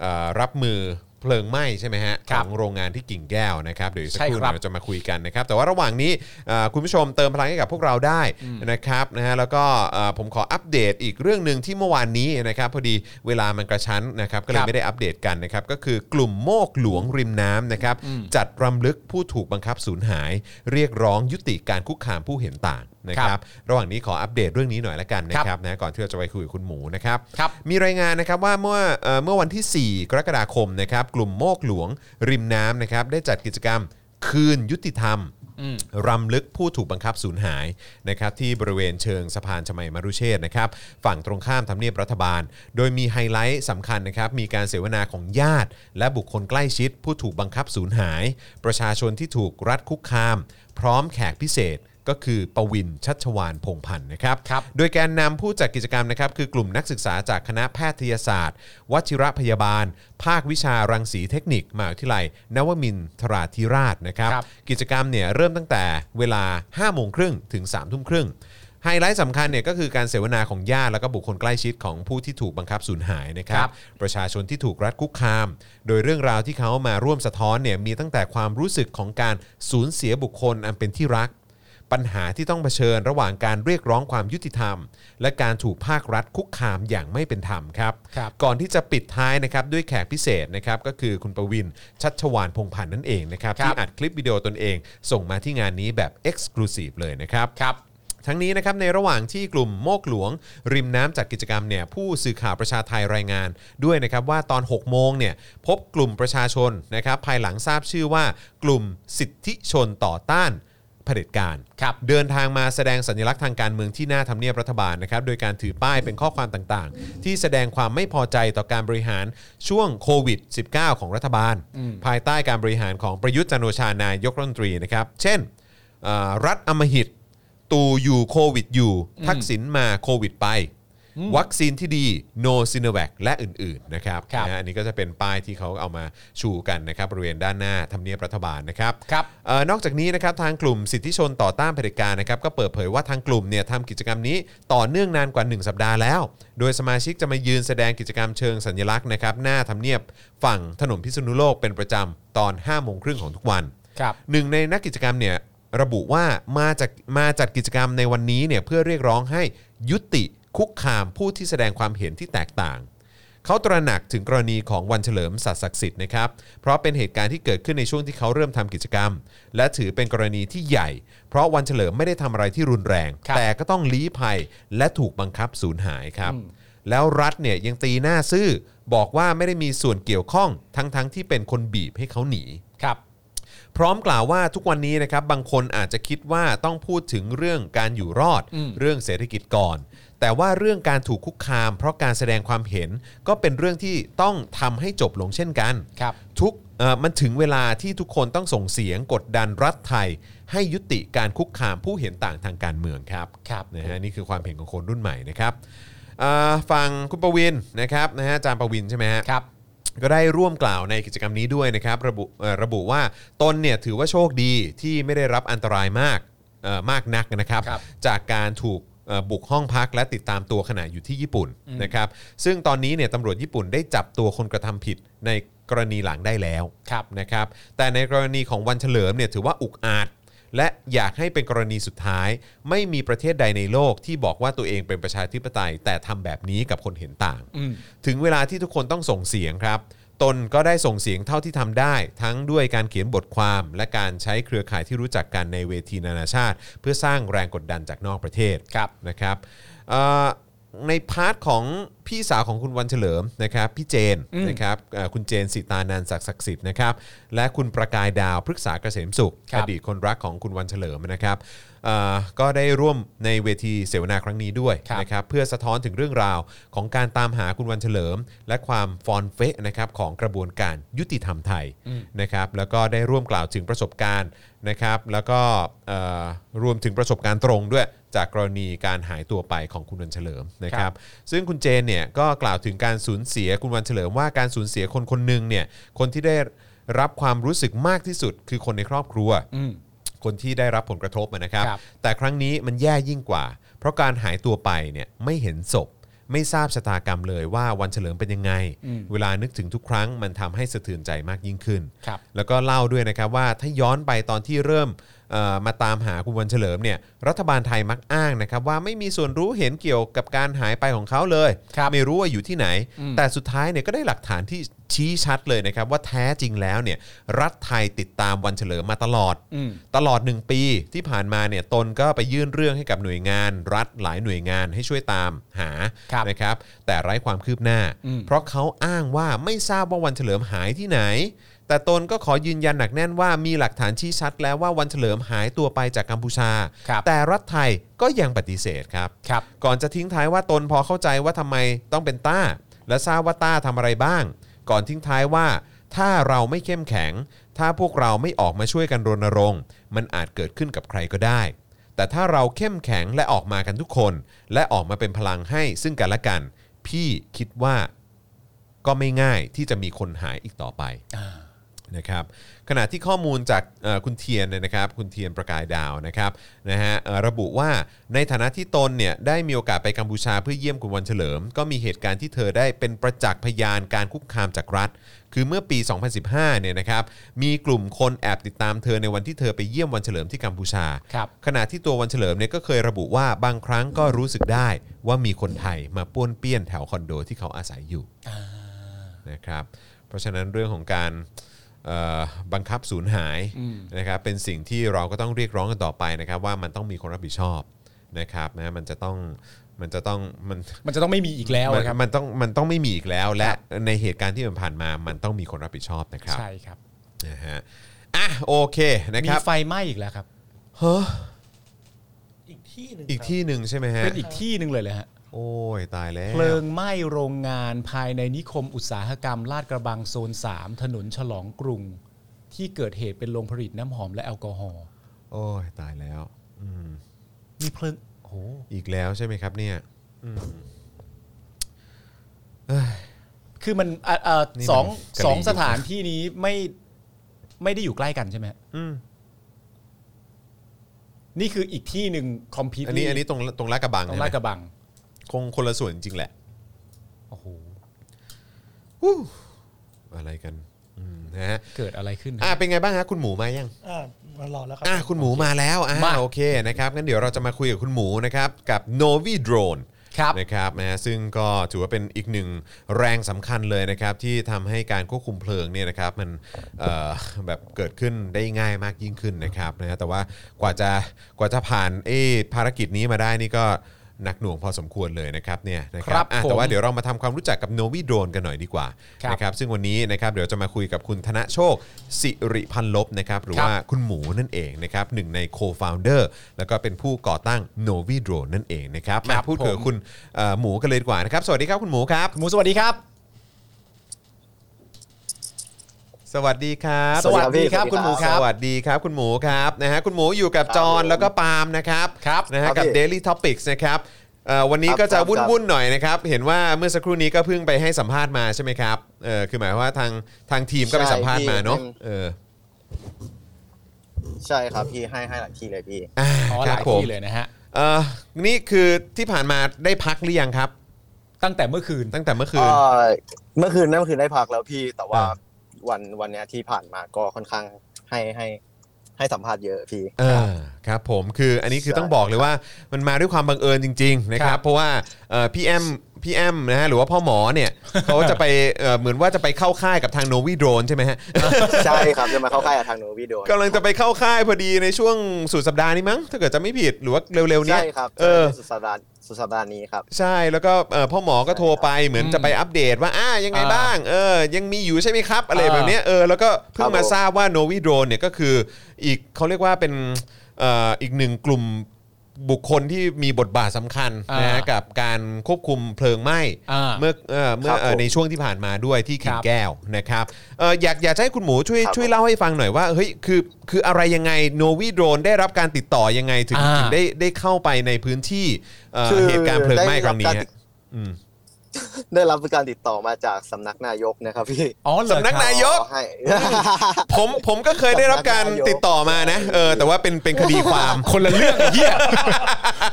A: เอ่อรับมือเพลิงไหม้ใช่ไหมฮะ
B: ครั
A: ข
B: บ
A: องโรงงานที่กิ่งแก้วนะครับเดี๋ยวอีกสัก
B: ใช่
A: ครู่ห
B: ครั
A: นึ่ง
B: บ
A: เดี๋ยวจะมาคุยกันนะครับ แต่ว่าระหว่างนี้เอ่อคุณผู้ชมเติมพลังให้กับพวกเราได้นะครับนะฮะแล้วก็เอ่อผมขออัปเดตอีกเรื่องหนึ่งที่เมื่อวานนี้นะครับพอดีเวลามันกระชั้นนะครับก็เลย
B: ครับ
A: ไม่ได้อัปเดตกันนะครับก็คือกลุ่มโมกหลวงริมน้ำนะครับจัดรำลึกผู้ถูกบังคับสูญหาย เรียกร้องยุติการคุกคามผู้เห็นต่างนะค
B: ค
A: รั
B: รั
A: บบ ระหว่างนี้ขออัปเดตเรื่องนี้หน่อยละกันนะค
B: ครั
A: รับบ นะก่อนที่เราจะไปคุยกับคุณหมูนะครับ
B: ครับ
A: มีรายงานนะครับว่าเมื่อเอ่อเมื่อวันที่ 4 กรกฎาคมนะครับกลุ่มโมกหลวงริมน้ำนะครับได้จัดกิจกรรมคืนยุติธรรม รำลึกผู้ถูกบังคับสูญหายนะครับที่บริเวณเชิงสะพานชมัยมรุเชษฐ์นะครับฝั่งตรงข้ามทำเนียบรัฐบาล โดยมีไฮไลท์สำคัญนะครับมีการเสวนาของญาติ และบุคคลใกล้ชิด ผู้ถูกบังคับสูญหาย ประชาชนที่ถูกรัฐคุกคาม พร้อมแขกพิเศษ ก็คือปวินชัชวานพงษ์พันธ์นะครับ
B: ครับ
A: โดยแกนนำผู้จัดกิจกรรมนะครับคือกลุ่มนักศึกษาจากคณะแพทยศาสตร์ วชิระพยาบาล ภาควิชารังสีเทคนิคมหาวิทยาลัย นวมินทราธิราชนะครับ
B: ครับ
A: กิจกรรมเนี่ยเริ่มตั้งแต่เวลา 5 โมงครึ่งถึง 3 ทุ่มครึ่ง ไฮไลท์สำคัญเนี่ยก็คือการเสวนาของญาติแล้วก็บุคคลใกล้ชิดของผู้ที่ถูกบังคับสูญหายนะครั
B: ครับ บ
A: ประชาชนที่ถูกรัฐคุกคาม โดยเรื่องราวที่เขามาร่วมสะท้อนเนี่ยมีตั้งแต่ความรู้สึกของการสูญเสียบุคคลอันเป็นที่รัก ปัญหาที่ต้องเผชิญระหว่างการเรียกร้องความยุติธรรม และการถูกภาครัฐคุกคามอย่างไม่เป็นธรรมครับ
B: ครับ
A: ก่อนที่จะปิดท้ายนะครับด้วยแขกพิเศษนะครับก็คือคุณประวินชัชวานพงษ์พันธ์นั่นเองนะครับ
B: ครับ
A: ที่อัดคลิปวิดีโอตนเอง ส่งมาที่งานนี้แบบ Exclusive เลยนะครับ
B: ครับ
A: ทั้งนี้นะครับในระหว่างที่กลุ่มโมกหลวง ริมน้ำจัดกิจกรรมเนี่ยผู้สื่อข่าวประชาไทยรายงาน ด้วยนะครับว่าตอน 6 โมงเนี่ยพบกลุ่มประชาชนนะครับภายหลังทราบชื่อว่ากลุ่มสิทธิชนต่อต้านเผด็จการ
B: ครับ
A: เดินทางมาแสดงสัญลักษณ์ทางการเมืองที่หน้าทำเนียบรัฐบาลนะครับโดยการถือป้ายเป็นข้อความต่างๆ ที่แสดงความไม่พอใจต่อการบริหารช่วงโควิด -19 ของรัฐบาล ภายใต้การบริหารของประยุทธ์จันทร์โอชานายกรัฐมนตรีนะครับเช่นเอ่อรัฐอำมหิต ตูอยู่โควิดอยู่ทักษิณมาโควิดไป วัคซีนที่ดี no s i n o v a c และอื่น ๆ นะครับ
B: ครับ
A: นะฮะอันนี้ก็จะเป็นป้ายที่เขาเอามาชูกันนะครับบริเวณด้านหน้าทำเนียบรัฐบาลนะครับ
B: ครับ
A: เอ่อนอกจากนี้นะครับทางกลุ่มสิทธิชนต่อต้านเผด็จการนะครับก็เปิดเผยว่าทางกลุ่มเนี่ยทำกิจกรรมนี้ต่อเนื่องนานกว่า 1 สัปดาห์แล้ว โดยสมาชิกจะมายืนแสดงกิจกรรมเชิงสัญลักษณ์นะครับหน้าทำเนียบฝั่งถนนพิษณุโลกเป็นประจำตอน5โมงครึ่งของทุกวัน
B: ครับ
A: หนึ่งในนักกิจกรรมเนี่ยระบุว่ามาจากมาจัดกิจกรรมในวันนี้เนี่ยเพื่อเรียกร้องให้ยุติคุกคามผู้ที่แสดงความเห็นที่แตกต่าง เขาตระหนักถึงกรณีของวันเฉลิมสัตย์ศักดิ์สิทธิ์นะครับ เพราะเป็นเหตุการณ์ที่เกิดขึ้นในช่วงที่เขาเริ่มทำกิจกรรม และถือเป็นกรณีที่ใหญ่ เพราะวันเฉลิมไม่ได้ทำอะไรที่รุนแรง
B: ครับ
A: แต่ก็ต้องลี้ภัยและถูกบังคับสูญหายครับ แล้วรัฐเนี่ยยังตีหน้าซื่อบอกว่าไม่ได้มีส่วนเกี่ยวข้องทั้งๆที่เป็นคนบีบให้เขาหนี
B: ครับ
A: พร้อมกล่าวว่าทุกวันนี้นะครับบางคนอาจจะคิดว่าต้องพูดถึงเรื่องการอยู่รอด
B: อืม
A: เรื่องเศรษฐกิจก่อน แต่ว่าเรื่องการถูกคุกคาม เพราะการแสดงความเห็นก็เป็นเรื่องที่ต้องทำให้จบลงเช่นกัน
B: ครับ
A: ทุกเอ่อมันถึงเวลาที่ทุกคนต้องส่งเสียงกดดันรัฐไทย ให้ยุติการคุกคามผู้เห็นต่างทางการเมืองครับ
B: ครับ
A: นะฮะนี่คือความเห็นของคนรุ่นใหม่นะครับเอ่อฟังคุณประวินนะครับนะฮะอาจารย์ประวินใช่ไหมฮะ
B: ครับ
A: ก็ได้ร่วมกล่าวในกิจกรรมนี้ด้วยนะครับระบุเอ่อระบุว่าตนเนี่ยถือว่าโชคดีที่ไม่ได้รับอันตรายมากเอ่อมากนักนะครับ
B: ครับ
A: จากการถูกเอ่อบุกห้องพักและติดตามตัวขณะอยู่ที่ญี่ปุ่นนะครับ ซึ่งตอนนี้เนี่ยตำรวจญี่ปุ่นได้จับตัวคนกระทำผิดในกรณีหลังได้แล้ว
B: ครับ
A: นะครับแต่ในกรณีของวันเฉลิมเนี่ยถือว่าอุกอาจ และอยากให้เป็นกรณีสุดท้าย ไม่มีประเทศใดในโลกที่บอกว่าตัวเองเป็นประชาธิปไตย แต่ทำแบบนี้กับคนเห็นต่าง
B: อืม
A: ถึงเวลาที่ทุกคนต้องส่งเสียงครับ ตนก็ได้ส่งเสียงเท่าที่ทำได้ ทั้งด้วยการเขียนบทความ และการใช้เครือข่ายที่รู้จักกันในเวทีนานาชาติ เพื่อสร้างแรงกดดันจากนอกประเทศ
B: ครับ
A: นะครับเอ่อในพาร์ทของพี่สาวของคุณวันเฉลิมนะครับพี่เจน
B: อืม
A: นะครับเอ่อคุณเจนสิตานันท์ศักดิ์ศักดิ์สิทธิ์นะครับและคุณประกายดาวพฤกษาเกษมสุข
B: ครั
A: อบ ดีตคนรักของคุณวันเฉลิมนะครับเอ่อก็ได้ร่วมในเวทีเสวนาครั้งนี้ด้วยนะครับเพื่อสะท้อนถึงเรื่องราวของการตามหาคุณวันเฉลิม และความฟอนเฟะนะครับของกระบวนการยุติธรรมไทยนะครับแล้วก็ได้ร่วมกล่าวถึงประสบการณ์นะครับแล้วก็เอ่อรวมถึงประสบการณ์ตรงด้วย จากกรณีการหายตัวไปของคุณวันเฉลิมนะค
B: ครั
A: รับ
B: บ
A: ซึ่งคุณเจนเนี่ยก็กล่าวถึงการสูญเสียคุณวันเฉลิมว่าการสูญเสียคนคนหนึ่งเนี่ยคนที่ได้รับความรู้สึกมากที่สุด คือคนในครอบครัว
B: อืม
A: คนที่ได้รับผลกระทบอะนะครับ
B: ครับ
A: แต่ครั้งนี้มันแย่ยิ่งกว่า เพราะการหายตัวไปเนี่ยไม่เห็นศพ ไม่ทราบชะตากรรมเลยว่าวันเฉลิมเป็นยังไง
B: อืม
A: เวลานึกถึงทุกครั้งมันทำให้สะเทือนใจมากยิ่งขึ้น
B: ครับ
A: แล้วก็เล่าด้วยนะครับว่าถ้าย้อนไปตอนที่เริ่มเอ่อมาตามหาคุณวันเฉลิมเนี่ยรัฐบาลไทยมักอ้างนะครับว่าไม่มีส่วนรู้เห็นเกี่ยวกับการหายไปของเขาเลย
B: ครับ
A: ไม่รู้ว่าอยู่ที่ไหน
B: อืม
A: แต่สุดท้ายเนี่ยก็ได้หลักฐานที่ชี้ชัดเลยนะครับว่าแท้จริงแล้วเนี่ยรัฐไทยติดตามวันเฉลิมมาตลอด
B: อืม
A: ตลอด 1 ปีที่ผ่านมาเนี่ยตนก็ไปยื่นเรื่องให้กับหน่วยงาน รัฐหลายหน่วยงานให้ช่วยตามหา
B: ครับ
A: นะครับ แต่ไร้ความคืบหน้า
B: อืม
A: เพราะเขาอ้างว่าไม่ทราบว่าวันเฉลิมหายที่ไหน แต่ตนก็ขอยืนยันหนักแน่นว่ามีหลักฐานชี้ชัดแล้วว่าวันเฉลิมหายตัวไปจากกัมพูชา
B: ครับ
A: แต่รัฐไทยก็ยังปฏิเสธครับ
B: ครับ
A: ก่อนจะทิ้งท้ายว่าตนพอเข้าใจว่าทำไมต้องเป็นต้า และทราบว่าต้าทำอะไรบ้าง ก่อนทิ้งท้ายว่า ถ้าเราไม่เข้มแข็ง ถ้าพวกเราไม่ออกมาช่วยกันรณรงค์ มันอาจเกิดขึ้นกับใครก็ได้ แต่ถ้าเราเข้มแข็งและออกมากันทุกคน และออกมาเป็นพลังให้ซึ่งกันและกัน พี่คิดว่าก็ไม่ง่ายที่จะมีคนหายอีกต่อไป นะครับขณะที่ข้อมูลจากเอ่อคุณเทียนเนี่ยนะครับคุณเทียนประกายดาวนะครับนะฮะเอ่อระบุว่าในฐานะที่ตนเนี่ยได้มีโอกาสไปกัมพูชาเพื่อเยี่ยมคุณวันเฉลิม ก็มีเหตุการณ์ที่เธอได้เป็นประจักษ์พยานการคุกคามจากรัฐ คือเมื่อปี 2015เนี่ยนะครับมีกลุ่มคนแอบติดตามเธอในวันที่เธอไปเยี่ยมวันเฉลิมที่กัมพูชา
B: ครับ
A: ขณะที่ตัววันเฉลิมเนี่ยก็เคยระบุว่าบางครั้งก็รู้สึกได้ว่ามีคนไทยมาป้วนเปี้ยนแถวคอนโดที่เขาอาศัยอยู่นะครับเพราะฉะนั้นเรื่องของการเอ่อบังคับสูญหายนะครับเป็นสิ่งที่เราก็ต้องเรียกร้องกันต่อไปนะครับ ว่ามันต้องมีคนรับผิดชอบนะครับนะมันจะต้องมันจะต้องมัน
B: มันจะต้องไม่มีอีกแล้ว
A: มัน
B: นะครับ
A: มันต้องมันต้องไม่มีอีกแล้ว และในเหตุการณ์ที่มันผ่านมามันต้องมีคนรับผิดชอบนะครับ
B: ใช่ครับ
A: นะฮะอ่ะโอเคนะ
B: มี
A: ครับ
B: ไฟไหม้อีกแล้วครับ
A: เฮ้อ
C: อีกที่หนึ่ง
A: อีก
C: ครับ
A: ที่หนึ่งใช่ไหมฮะ
B: เป็นอีกที่หนึ่งเลยเลยฮะ
A: โอ้ยตายแล้ว
B: เพลิงไหม้โรงงานภายในนิคมอุตสาหกรรม ลาดกระบังโซน 3 ถนนฉลองกรุง ที่เกิดเหตุเป็นโรงผลิตน้ำหอมและแอลกอฮอล์
A: โอ้ยตายแล้วอืม
B: มีเพลิงโอ้โห
A: อีกแล้วใช่ไหมครับเนี่ย
B: คือมันอ่ะเอ่อ
A: นี่มัน
B: สอง
A: กะหรี่
B: สองสถานที่นี้ไม่ไม่ได้อยู่ใกล้กันใช่ไหมฮะ
A: อืม
B: นี่คืออีกที่หนึ่งคอมพิวต์
A: อันนี้อันนี้ตรงตรงลาดกระบัง
B: ตรง
A: ใช่ไห
B: ลาม ดกระบัง
A: คงคนละส่วนจริงๆแหละ
B: โอ้โห
A: วู้อะไรกันอืมนะฮะ
B: เกิดอะไรขึ้น
A: อ่ะ
B: ฮะ
A: เป็นไงบ้างฮะคุณหมูมายัง
C: อ่ามารอแล้วครั
A: อ่ะคุณหมูมาแล้วอ่ะ
B: มา
A: โอเคนะครับงั้นเดี๋ยวเราจะมาคุยกับคุณหมูนะครับกับ Novi Drone
B: ครับ
A: นะครับนะฮะซึ่งก็ถือว่าเป็นอีกหนึ่งแรงสำคัญเลยนะครับ ที่ทำให้การควบคุมเพลิงเนี่ยนะครับมันเอ่อแบบเกิดขึ้นได้ง่ายมากยิ่งขึ้นนะครับนะฮะแต่ว่ากว่าจะกว่าจะผ่านเออภารกิจนี้มาได้นี่ก็หนักหน่วงพอสมควรเลยนะครับเนี่ยนะค
B: ครั
A: รับบ อ่ะ
B: ผม
A: แต่ว่าเดี๋ยวเรามาทำความรู้จักกับโนวีโดรนกันหน่อยดีกว่า
B: ครับ
A: นะครับซึ่งวันนี้นะครับเดี๋ยวจะมาคุยกับคุณธนโชคสิริพันลบนะครับหรือว่า คุณหมูนั่นเองนะครับหนึ่งใน co-founder แล้วก็เป็นผู้ก่อตั้ง Novi Drone นั่นเองนะครับ
B: ค
A: มา
B: รับ
A: พูดคุยกับ
B: ผม
A: คุณเอ่อหมูกันเลยดีกว่านะครับ สวัสดีครับคุณหมูครับ
B: หมูสวัสดีครับ
A: สวัสดีครับ
B: สวัสดีครับ
D: สวัสดีครับ
B: คุณหมูครับ
A: สวัสดีครับคุณหมูครับนะฮะคุณหมูอยู่กับจอห์นแล้วก็ปาล์มนะครับ
B: ครับ
A: นะฮะ
D: ครั
A: กับ
D: บพี่
A: Daily Topics นะครับเอ่อวันนี้
D: ครับ
A: ก็จะ
D: ครับ
A: วุ่นๆหน่อยนะครับ เห็นว่าเมื่อสักครู่นี้ก็เพิ่งไปให้สัมภาษณ์มาใช่ไหมครับเออคือหมายความว่าทางทางทีมก็ไปสัมภาษณ์มาเนาะเออ
D: ใช่ครับพี่ให้ให้หลายที่เลยพี่
A: อ่า
B: อ๋อ
A: ค
B: ห
A: รับ
B: ลาย
A: ผม
B: ที่เลยนะฮะ
A: เอ่อนี่คือที่ผ่านมาได้พักหรือยังครับ
B: ตั้งแต่เมื่อคืน
A: ตั้งแต่เมื่อคื
D: ก็
A: น
D: เมื่อคืนนั่นเมื่อคืนได้พักแล้วพี่ แต่ว่า
A: อ่า
D: วันวันเนี้ยที่ผ่านมาก็ค่อนข้างให้ให้ให้สัมภาษณ์เยอะ พี่
A: เออครับผมคืออันนี้คือ
D: ใช่
A: ต้องบอกเลยว่ามันมาด้วยความบังเอิญจริงๆนะค
B: ค
A: รั
B: รับ บ
A: เพราะว่าเอ่อพี่แอมพี่แอมนะฮะหรือว่าพ่อหมอเนี่ย เขาจะไปเอ่อเหมือนว่าจะไปเข้าค่ายกับทางโนวีโดรนใช่ไหม ฮะ
D: ใช่ครับจะมาเข้าใกล้กับทางโนวิโดน
A: กำลังจะไปเข้าค่ายพอดีในช่วงสุดสัปดาห์นี้มั้งถ้าเกิดจะไม่ผิดหรือว่าเร็วๆเนี้
D: ใช่
A: ย
D: ครับ
A: เออ
D: สุดสัปดาห์สุดสัปดาห์นี้ครับ
A: ใช่แล้วก็เอ่อพ่อหมอก็โทรไปเหมือน
B: อืม
A: จะไปอัปเดตว่าอ่ายังไง
B: อ่า
A: บ้างเออยังมีอยู่ใช่ไหมครับ อะไร
B: อ่า
A: แบบเนี้ยเออแล้วก็เพิ่
D: ครั
A: ง
D: บผม
A: มาทราบว่าโนวิโดรนเนี่ยก็คืออีกเขาเรียกว่าเป็นเอ่ออีกหนึ่งกลุ่มบุคคลที่มีบทบาทสำคัญ
B: อ่าน
A: นะกับการควบคุมเพลิงไหม้
B: อ่า
A: เมื่อเอ่อเมื่อเอ่อในช่วงที่ผ่านมาด้วยที่กิ่ง
B: ครับ
A: แก้วนะครับเอ่ออยากอยากจะให้คุณหมูช่วย
D: ครับ
A: ช่วย
D: ผม
A: เล่าให้ฟังหน่อยว่าเฮ้ยคือคืออะไรยังไงโนวิโดรนได้รับการติดต่อยังไงถึง
B: อ่า
A: ถึงได้ได้เข้าไปในพื้นที่เอ่อ เอ่อ
D: คือ
A: เหตุการณ์เพลิงไหม้ครั้งนี้
D: ได้รั
A: ฮะ
D: บ
A: อืม
D: การติดได้รับการติดต่อมาจากสำนักนายกนะครับพี่
B: อ๋อเหรอ
A: สำนัก
B: ครับ
A: นายก
D: ขอให้
A: ผมผมก็เคยได้รับการ
D: สำนักนายก
A: ติดต่อมานะเออแต่ว่าเป็นเป็นคดีความ
B: คนละเรื่องไอ้เหี้ ย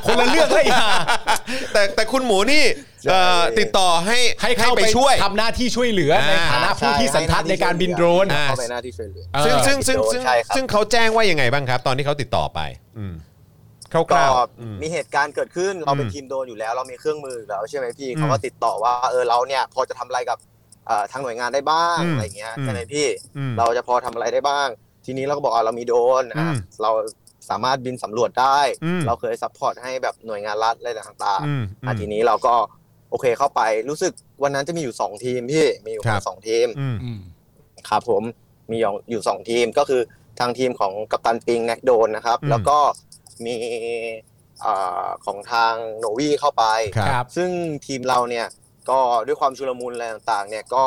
B: คนละเรื่องเลยอ่ะ
A: แต่แต่คุณหมูนี่เอ่อ
D: ใช่
A: ติดต่อให้
B: ให้เข้าไป
A: ไปช่วย
B: ทำหน้าที่ช่วยเหลือในฐานะผู้ที่สันทัดในการบินโดรน
A: อ่า
D: เข้าไปหน้าที่ช่วยเหลือ
A: ซึ่งซึ่งซึ่ง
D: โดน
A: ซึ่ง
D: ใช่ครับ
A: ซึ่งเขาแจ้งว่ายังไงบ้างครับ ตอนที่เขาติดต่อไป อืมค
D: ก็
A: ร่าวๆอืม
D: มีเหตุการณ์เกิดขึ้นเราเป็น
A: อืม
D: ทีมโดนอยู่แล้วเรามีเครื่องมืออยู่แล้วใช่ไหมพี่
A: อืม
D: เขาก็ติดต่อว่าเออเราเนี่ยพอจะทำอะไรกับเอ่อทางหน่วยงานได้บ้าง
A: อืม
D: อะไรเงี้ย
A: อืม
D: ใช่ไหมพี่
A: อืม
D: เราจะพอทำอะไรได้บ้าง ทีนี้เราก็บอกอ่ะเรามีโดรน
A: อื
D: อ่ะ
A: ม
D: เราสามารถบินสำรวจได้
A: อืม
D: เราเคยซัพพอร์ตให้แบบหน่วยงานรัฐอะไรต่าง
A: อืม
D: ๆ
A: อื
D: อ่ะ
A: ม
D: ทีนี้เราก็โอเคเข้าไปรู้สึกวันนั้นจะมีอยู่สองทีมพี่มีอยู่
A: ครับ
D: สองทีม
A: อืม
B: อืม
D: ครับผมมีอยู่อยู่สองทีมก็คือทางทีมของกัปตันปิงแน็กโดนนะครับ
A: อืม
D: แล้วก็มีเอ่อของทางโนวีเข้าไป
A: ครับ
D: ซึ่งทีมเราเนี่ยก็ด้วยความชุลมุนอะไรต่างๆเนี่ยก็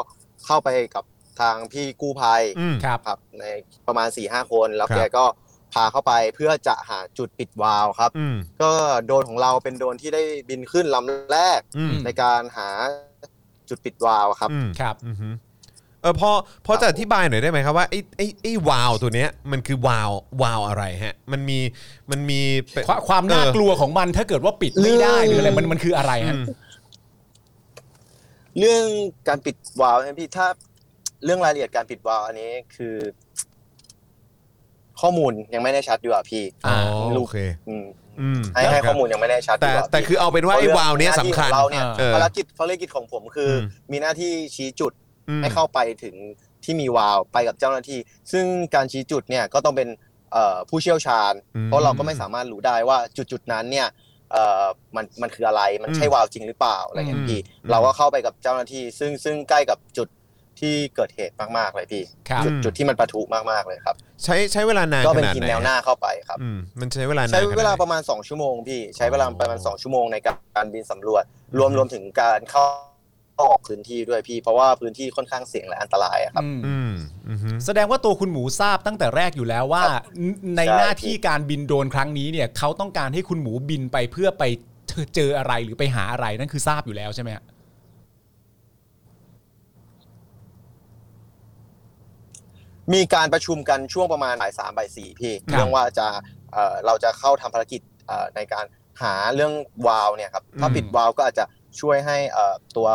D: เข้าไปกับทางพี่กู้ภัย
A: อืม
B: ครับ
D: ครับในประมาณ4ี่ห้าคนแล้ว
A: ครับ
D: แกก็พาเข้าไปเพื่อจะหาจุดปิดวาล์วครับ
A: อืม
D: ก็โดรนของเราเป็นโดรนที่ได้บินขึ้นลำแรก
A: อืม
D: ในการหาจุดปิดวาล์วครับ
A: อืม
B: ครับ
A: อืม เออพอพอจะอธิบายหน่อยได้ไหมครับว่าไอ้ไอ้ไอ้วาวตัวเนี้ยมันคือวาววาวอะไรฮะ มันมีมันมีเป็น
B: ความความน่า
A: เออก
B: ลัวของมันถ้าเกิดว่าปิดไม่ได้หรืออะไรมันมันคืออะไร
A: อืม
B: ฮะ
D: เรื่องการปิดวาล์วเนี่ยพี่ถ้าเรื่องรายละเอียดการปิดวาล์วอันนี้คือ ข้อมูลยังไม่ได้ชัดดีกว่าพี่
A: อ๋อ
D: ลู
A: โอก เค
D: อืม
A: อืม
D: ให้ให้
A: ครับ
D: ข้อมูลยังไม่ได้ชัดดี
A: แต่
D: กว่า
A: แต่
D: พี่
A: คือเอาเป็นว่าไอ้วาวเนี้ยสำคัญ
D: เพราะเรื่องหน้าที่ของเราเนี่ย
A: เออ
D: ภารกิจภารกิจของผมคืออ
A: ม
D: มีหน้าที่ชี้จุด
A: อืม
D: ให้เข้าไปถึงที่มีวาล์วไปกับเจ้าหน้าที่ ซึ่งการชี้จุดเนี่ยก็ต้องเป็นเอ่อผู้เชี่ยวชาญ เพราะเราก็ไม่สามารถรู้ได้ว่าจุดจุดๆนั้นเนี่ยเอ่อมันมันคืออะไรมันใช่วาล์วจริงหรือเปล่าอะไรอย่างเงี้ยพี่เราก็เข้าไปกับเจ้าหน้าที่ ซึ่งซึ่งใกล้กับจุดที่เกิดเหตุมากๆเลยพี่
B: ครับ
D: จุดจุดที่มันปะทุมากๆเลยครับ
A: ใช้ใช้เวลานาน
D: ก็
A: ข
D: เป็น
A: นาด
D: ทีม
A: ไหน
D: แนวหน้าเข้าไปครับ
A: อืมมันใช้เวลานาน
D: ใช้เวลา
A: ขนดไหน
D: ประมาณ 2 ชั่วโมงพี่ใช้เวลาประมาณ
A: อ๋อ
D: 2 ชั่วโมงในการการบินสำรวจ รวม
A: อืม
D: รวมถึงการเข้าออกพื้นที่ด้วยพี่ เพราะว่าพื้นที่ค่อนข้างเสี่ยงและอันตรายอะครับ
B: อืม
A: อืมอืมฮึ
B: แสดงว่าตัวคุณหมูทราบตั้งแต่แรกอยู่แล้วว่า
D: ครับ
B: ใน
D: ใช่
B: หน้าที่การบินโดรนครั้งนี้เนี่ยเขาต้องการให้คุณหมูบินไปเพื่อไปเจออะไรหรือไปหาอะไรนั่นคือทราบอยู่แล้วใช่ไหมฮะ
D: มีการประชุมกันช่วงประมาณบ่ายสามบ่ายสี่พี่
A: ครับ
D: เรื่องว่าจะเอ่อเราจะเข้าทำภารกิจเอ่อในการหาเรื่องวาล์วเนี่ยครับถ้าปิดวาล์วก็อาจจะช่วยให้เอ่อตัว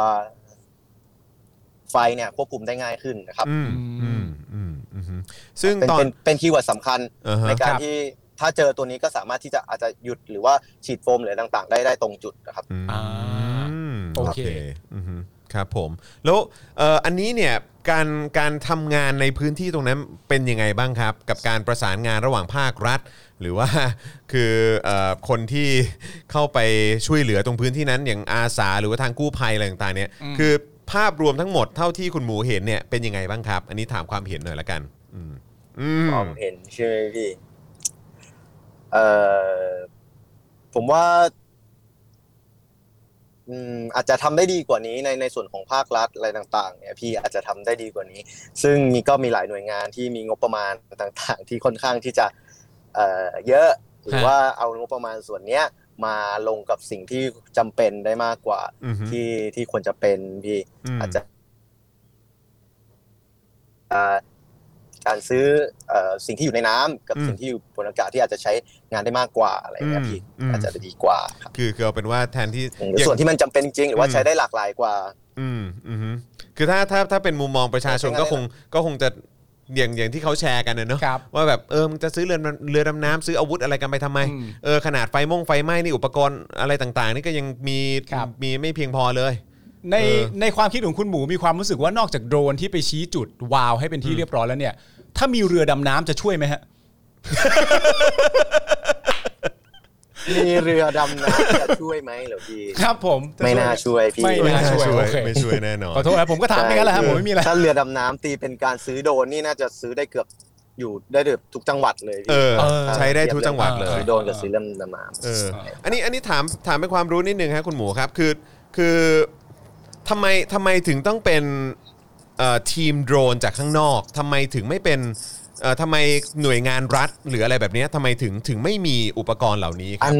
D: ไฟเนี่ยควบคุมได้ง่ายขึ้นนะครับ
A: อืมอืมอืมอืมฮึซึ่ง
D: เป็น
A: ตอน
D: เป็นเป็นคีย์เวิร์ดสำคัญ
A: อ่าฮะ
D: ในการที่ถ้าเจอตัวนี้ก็สามารถที่จะอาจจะหยุดหรือว่าฉีดโฟมหรืออะไรต่างๆ ได้ได้ตรงจุดนะครับ
A: อืม
B: อ่าโอเค
A: อือฮึครับผม แล้วเอ่ออันนี้เนี่ยการการทำงานในพื้นที่ตรงนั้นเป็นยังไงบ้างครับ กับการประสานงานระหว่างภาครัฐ หรือว่า คือเอ่อคนที่เข้าไปช่วยเหลือตรงพื้นที่นั้นอย่างอาสาหรือว่าทางกู้ภัยอะไรต่างๆเนี่ย
B: อืม
A: คือภาพรวมทั้งหมดเท่าที่คุณหมูเห็นเนี่ยเป็นยังไงบ้างครับ อันนี้ถามความเห็นหน่อยละกัน อืมอืม
D: มองเห็นใช่ไหมพี่เอ่อผมว่า อืมอาจจะทำได้ดีกว่านี้ในในส่วนของภาครัฐอะไรต่าง ๆ เนี่ย พี่อาจจะทำได้ดีกว่านี้ ซึ่งมีก็มีหลายหน่วยงานที่มีงบประมาณต่าง ๆ ที่ค่อนข้างที่จะ เอ่อเยอะหรือว่าเอางบประมาณส่วนเนี้ย มาลงกับสิ่งที่จำเป็นได้มากกว่า
A: อืมฮึ
D: ที่ที่ควรจะเป็นพี่
A: ม
D: อาจจะอ่าการซื้อเอ่อสิ่งที่อยู่ในน้ำกับ
A: อืม
D: สิ่งที่อยู่บนอากาศที่อาจจะใช้งานได้มากกว่าอะไรเงี้ย
A: อืม
D: พี่
A: อืม
D: อาจจะดีกว่าครับ
A: คือคือเอาเป็นว่าแทนที่
D: หรือส่วนที่มันจำเป็นจริงๆหรือว่าใช้ได้หลากหลายกว่า
A: อืมอืมฮึคือถ้าถ้าถ้าเป็นมุมมองประชาชนก็คงก็คงจะอย่างอย่างที่เขาแชร์กันนะเนอะ
B: ครับ
A: ว่าแบบเออมึงจะซื้อเรือดำเรือดำน้ำซื้ออาวุธอะไรกันไปทำไม
B: อืม
A: เออขนาดไฟม่งไฟไหม้นี่อุปกรณ์อะไรต่างๆ นี่ก็ยังมี
B: ครับ
A: มีไม่เพียงพอเลย
B: ใน
A: เออ
B: ในความคิดของคุณหมูมีความรู้สึกว่านอกจากโดรนที่ไปชี้จุดวาวให้เป็นที่เรียบร้อยแล้วเนี่ย ถ้ามีเรือดำน้ำจะช่วยไหมฮะ
D: มีเรือดำน้ำจะช่วยไหมเหรอพี่
B: ครับผม
D: ไม่น่าช่วยพี่
B: ไม่ น่าช่วยโอเค
A: ไม่ช่วยแน่นอน
B: ขอโทษนะผมก็ถามไม่งั้นแหละฮะผมไม่มีอะไร
D: ถ้าเรือดำน้ำตีเป็นการซื้อโดรนนี่น่าจะซื้อได้เกือบอยู่ได้เกือบทุกจังหวัดเลยพี่
A: เออ
B: เออ
A: ใช้ได้ทุกจังหวัดเลย
D: ซื้อโดรนกับซื้อเรือดำน้ำ
A: เอออันนี้อันนี้ถามถามเป็นความรู้นิดนึงครับคุณหมูครับคือคือทำไมทำไมถึงต้องเป็นเอ่อทีมโดรนจากข้างนอกทำไมถึงไม่เป็นเอ่อทำไมหน่วยงานรัฐหรืออะไรแบบเนี้ยทำไมถึงถึงไม่มีอุปกรณ์เหล่านี้ครับ
D: อัน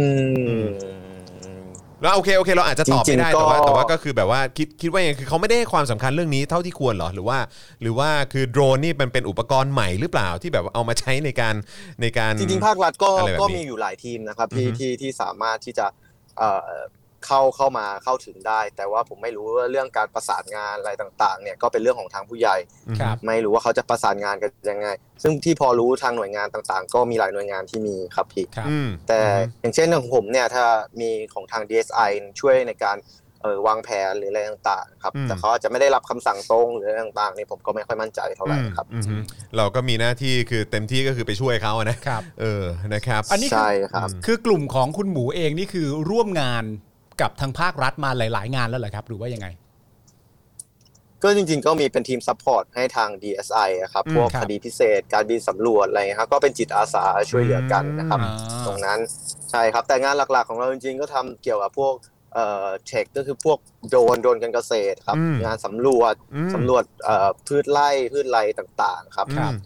A: แล้วโอเคโอเคเราอาจจะตอบ
D: จริ
A: ไม่
D: งๆ
A: ได้แต่ว่า
D: ก็
A: แต่ว่าก็คือแบบว่าคิดคิดว่ายังไงคือเขาไม่ได้ให้ความสำคัญเรื่องนี้เท่าที่ควรเหรอหรือว่า หรือว่าคือโดรนนี่มันเป็นอุปกรณ์ใหม่หรือเปล่าที่แบบว่าเอามาใช้ในการในการ
D: จริงๆภาครัฐก็
A: อะไรแบบนี้
D: ก็มีอยู่หลายทีมนะครับที่
A: อือฮึ
D: ที่ที่สามารถที่จะเอ่อเข้าเข้ามาเข้าถึงได้ แต่ว่าผมไม่รู้ว่าเรื่องการประสานงานอะไรต่างๆ เนี่ยก็เป็นเรื่องของทางผู้ใหญ่
A: อืม
B: ครับ
D: ไม่รู้ว่าเขาจะประสานงานกันยังไง ซึ่งที่พอรู้ทางหน่วยงานต่างๆ ก็มีหลายหน่วยงานที่มีครับพี่
B: ครับ
A: อืม
D: แต่
A: อืม
D: อย่างเช่นของผมเนี่ยถ้ามีของทาง DSI ช่วยในการเอ่อวางแผนหรืออะไรต่างๆครับ
A: อืม
D: แต่เขาอาจจะไม่ได้รับคำสั่งตรงหรืออะไรต่างๆนี่ผมก็ไม่ค่อยมั่นใจเท่าไหร่ครับ
A: อืมอืมเราก็มีหน้าที่คือเต็มที่ก็คือไปช่วยเขาอะนะครับ เออนะครับ
B: อันนี้ คื
D: ใช่ครับ
B: คือกลุ่มของคุณหมูเองนี่คือร่วมงานกับทางภาครัฐมาหลาย ๆ งานแล้วเหรอครับ หรือว่ายังไง
D: ก็จริงๆก็มีเป็นทีมซัพพอร์ตให้ทาง DSI อะครับ
A: อืม
D: พวก
B: ครับ
D: คดีพิเศษ การบินสำรวจอะไรเงี้ยครับก็เป็นจิตอาสาช่วยเหลือกันนะครับ
A: อืม
D: ตรงนั้นใช่ครับ แต่งานหลักๆของเราจริงๆ ก็ทำเกี่ยวกับพวกเอ่อเทคก็คือพวกโดรนโดรนการเกษตรครับ
A: อืม
D: งานสำรวจ
A: อืม
D: สำรวจเอ่อพืชไร่พืชไรต่างๆครับ
A: อืม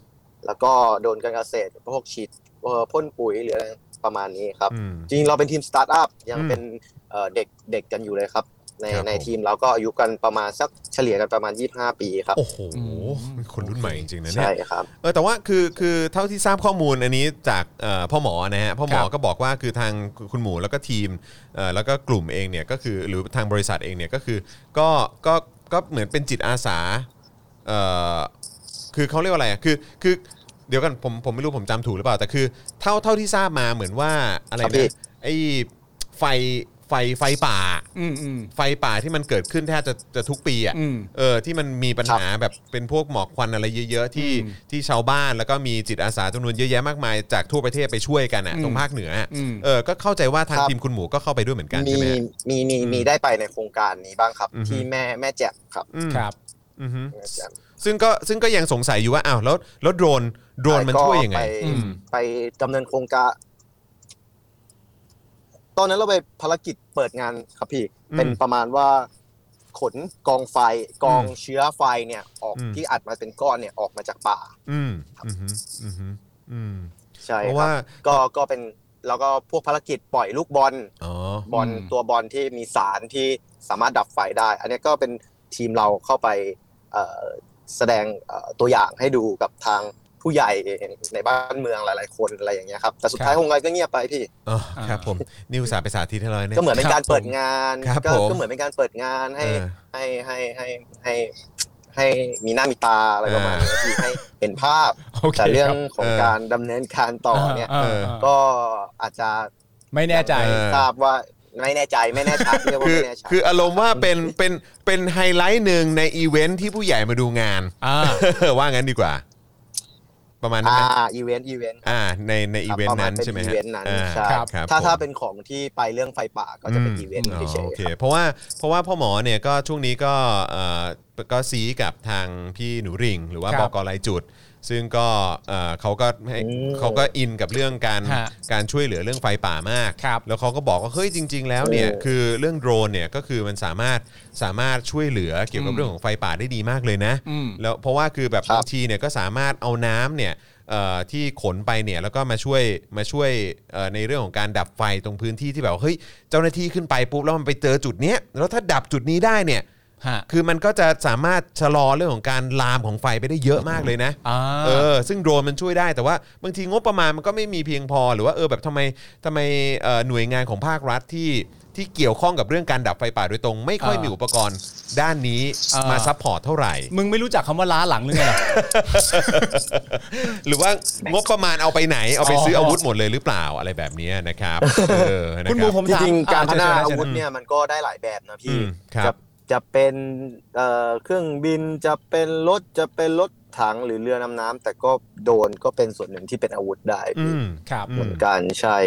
D: แล้วก็โดรนการเกษตรพวกฉีดเอ่อพ่นปุ๋ยหรืออะไรประมาณนี้ครับ
A: อืม
D: จริงๆเราเป็นทีมสตาร์ทอัพยัง
A: อืม
D: เป็นเอ่อเด็กเด็กกันอยู่เลยครับ ใน
A: ครับผม
D: ในทีมแล้วก็อายุกันประมาณสักเฉลี่ยกันประมาณ 25 ปีครับ
A: โอ้โห
B: อืม
A: คนรุ่นใหม่จริงๆนะเนี่
D: ใช่
A: ย
D: ครับ
A: เออแต่ว่าคือคือเท่าที่ทราบข้อมูลอันนี้จากเอ่อพ่อหมอนะฮะพ่อหมอ
B: ครับ
A: ก็บอกว่าคือทางคุณหมูแล้วก็ทีมเอ่อแล้วก็กลุ่มเองเนี่ยก็คือหรือทางบริษัทเองเนี่ยก็คือก็ก็ก็เหมือนเป็นจิตอาสาเอ่อคือเขาเรียกว่าอะไรอ่ะคือคือเดี๋ยวกันผมผมไม่รู้ผมจำถูกหรือเปล่าแต่คือ เท่าเท่าที่ทราบมาเหมือนว่าอะไร
D: ครับพี่
A: นะไอ้ไฟไฟไฟป่า
B: ืมอืม
A: ไฟป่าที่มันเกิดขึ้นแทบจะจะทุกปี
B: อืม
A: อะ่ะ เออที่มันมีปัญหาแบบเป็นพวกหมอกควันอะไรเยอะ ๆ ที่
B: อืม
A: ที่ชาวบ้านแล้วก็มีจิตอาสาจำนวนเยอะแยะมากมายจากทั่วประเทศไปช่วยกันอะ่ะ
B: อืม
A: ตรงภาคเหนืออะ
B: อืม
A: เออก็เข้าใจว่าทาง
D: ครับ
A: ทีมคุณหมูก็เข้าไปด้วยเหมือนกัน
D: มี
A: ใช่ไหมฮะ
D: มีมี
A: อืม
D: มีได้ไปในโครงการนี้บ้างครับ
A: อือฮึ
D: ที่แม่แม่แจ่มครับ
A: อืม
B: ครับ
A: อือฮึ
D: แม่แจ่ม
A: ซึ่งก็ซึ่งก็ยังสงสัยอยู่ว่าอ้าวแล้วแล้วโดรนโดรนมัน
D: ก็
A: ช่วยยังไง
D: ป
B: อืม
D: ไปดำเนินโครงการ ตอนนั้นเราไปภารกิจเปิดงานครับพี่
A: อืม
D: เป็นประมาณว่า ขนกองไฟกอง
A: อืม
D: เชื้อไฟเนี่ย ออก
A: อืม
D: ที่อัดมาเป็นก้อนเนี่ยออกมาจากป่า
A: อืมอือฮึอือฮึอืม
D: ใช่
A: เพ
D: ค
A: ราะ
D: รับ
A: ว่า
D: ก็ก็เป็นแล้วก็พวกภารกิจปล่อยลูกบอล
A: อ๋อบ
D: อล
B: อืม
D: ตัวบอลที่มีสารที่สามารถดับไฟได้ อันเนี้ยก็เป็นทีมเราเข้าไปเอ่อแสดงเอ่อตัวอย่างให้ดูกับทางผู้ใหญ่ในบ้านเมืองหลาย ๆ คนอะไรอย่างเงี้ยครับแต่สุดท้ายโครงการก็เงียบไปพี่
A: อ๋อครับผมนิวสาห์ไปสาธิตให้เราเนี่ย
D: ก็เหมือนเป็นการเปิดงาน
A: ครับ
D: ก็
A: ผม
D: ก็เหมือนเป็นการเปิดงาน
A: เอ
D: ให้
A: อ
D: ให้ให้ให้ให้ให้มีหน้ามีตาอะไรประมาณนี้ที่ให้เห็นภาพ
B: โอเค
D: แต่เรื่อง
B: คบ
D: ของ
A: เออ
D: การดำเนินการต่อเนี่ย
B: าา
A: เออ
D: ก็อาจจะ
B: ไม่แน่ใจ
A: เออ
D: ทราบว่าไม่แน่ใจไม่แน่ชัดเรียกว่า
A: คือ
D: ไม่แน่ชัด
A: คืออารมณ์ว่าเป็นเป็นเป็นไฮไลท์หนึ่งในอีเวนท์ที่ผู้ใหญ่มาดูงาน
B: อ่า
A: เอ อว่างั้นดีกว่า ประมาณนั้น
D: อ่า
A: ไหม
D: อีเวนต์อีเวนต์
A: อ่า ในในอีเวน
D: ป
A: ต์
D: ระมา
A: นั้
D: ณ
A: น
D: เป็น
A: ใช่ไหม
D: อี
A: ฮะ
D: เวนต์นั้น
A: อ่า
D: ใช่
B: ครับ
A: ครับผ
D: ถ้า
A: ม
D: ถ้าเป็นของที่ไปเรื่องไฟป่าก็จะเป็น
A: ม
D: อีเวนต์
A: อ๋อ
D: เฉย
A: โอ
D: ๆ
A: เค
D: ครับ
A: เพราะว่าเพราะว่าพ่อหมอเนี่ยก็ช่วงนี้ก็เอ่อก็ซีกับทางพี่หนูริ่ง หรือว่า
B: ครับ บ
A: กลายจุด ซึ่งก็เอ่อเขาก็ให้
D: อืม
A: เขาก็อินกับเรื่องการ
B: ฮะ
A: การช่วยเหลือเรื่องไฟป่ามาก
B: ครับ
A: แล้วเขาก็บอกว่าเฮ้ยจริง ๆ แล้วเนี่ย
D: เออ
A: คือเรื่องโดรนเนี่ยก็คือมันสามารถสามารถช่วยเหลือเกี่ยวกับ
B: อืม
A: เรื่องของไฟป่าได้ดีมากเลยนะ
B: อืม
A: แล้วเพราะว่าคือแบ
D: ครับ
A: บา
D: บ
A: งทีเนี่ยก็สามารถเอาน้ำเนี่ยเอ่อที่ขนไปเนี่ยแล้วก็มาช่วยมาช่วยเอ่อในเรื่องของการดับไฟตรงพื้นที่ที่แบบเฮ้ยเจ้าหน้าที่ขึ้นไปปุ๊บแล้วมันไปเจอจุดเนี้ยแล้วถ้าดับจุดนี้ได้เนี่ย
B: ฮะ
A: คือมันก็จะสามารถชะลอเรื่องของการลามของไฟไปได้เยอะมากเลยนะ
B: อ่า
A: เออซึ่งโดรนมันช่วยได้แต่ว่าบางทีงบประมาณมันก็ไม่มีเพียงพอ หรือว่าเออแบบทำไมทำไมเอ่อหน่วยงานของภาครัฐที่ที่เกี่ยวข้องกับเรื่องการดับไฟป่าโดยตรง ไม่ค่อย
B: เออ
A: มีอุปกรณ์ด้านนี้
B: เออ
A: มาซัพพอร์ตเท่าไหร่
B: มึงไม่รู้จักคำว่าล้าหลังหรือไงล่ะ
A: หรือว่างบประมาณเอาไปไหนเอาไป
B: อ๋อ
A: ซื้ออาวุธหมดเลยหรือเปล่าอะไรแบบนี้นะครับเออนะ
B: คุณ
A: ค
B: หมู
A: รับ
B: ผม
D: จ
B: ถาม
D: ริงๆการพัฒนา
B: เชิญ
D: อา
B: เชิญ
D: วุธเนี่ยมันก็ได้หลายแบบนะ
A: อื
D: พี่
A: มครับ
D: จะจะเป็นเอ่อเครื่องบินจะเป็นรถจะเป็นรถถังหรือเรือดำน้ำแต่ก็โดนก็เป็นส่วนหนึ่งที่เป็นอาวุธได้
A: อื
D: พี่
A: ม
B: ครับ
A: อื
D: เหมื
A: ม
D: อนกันใช่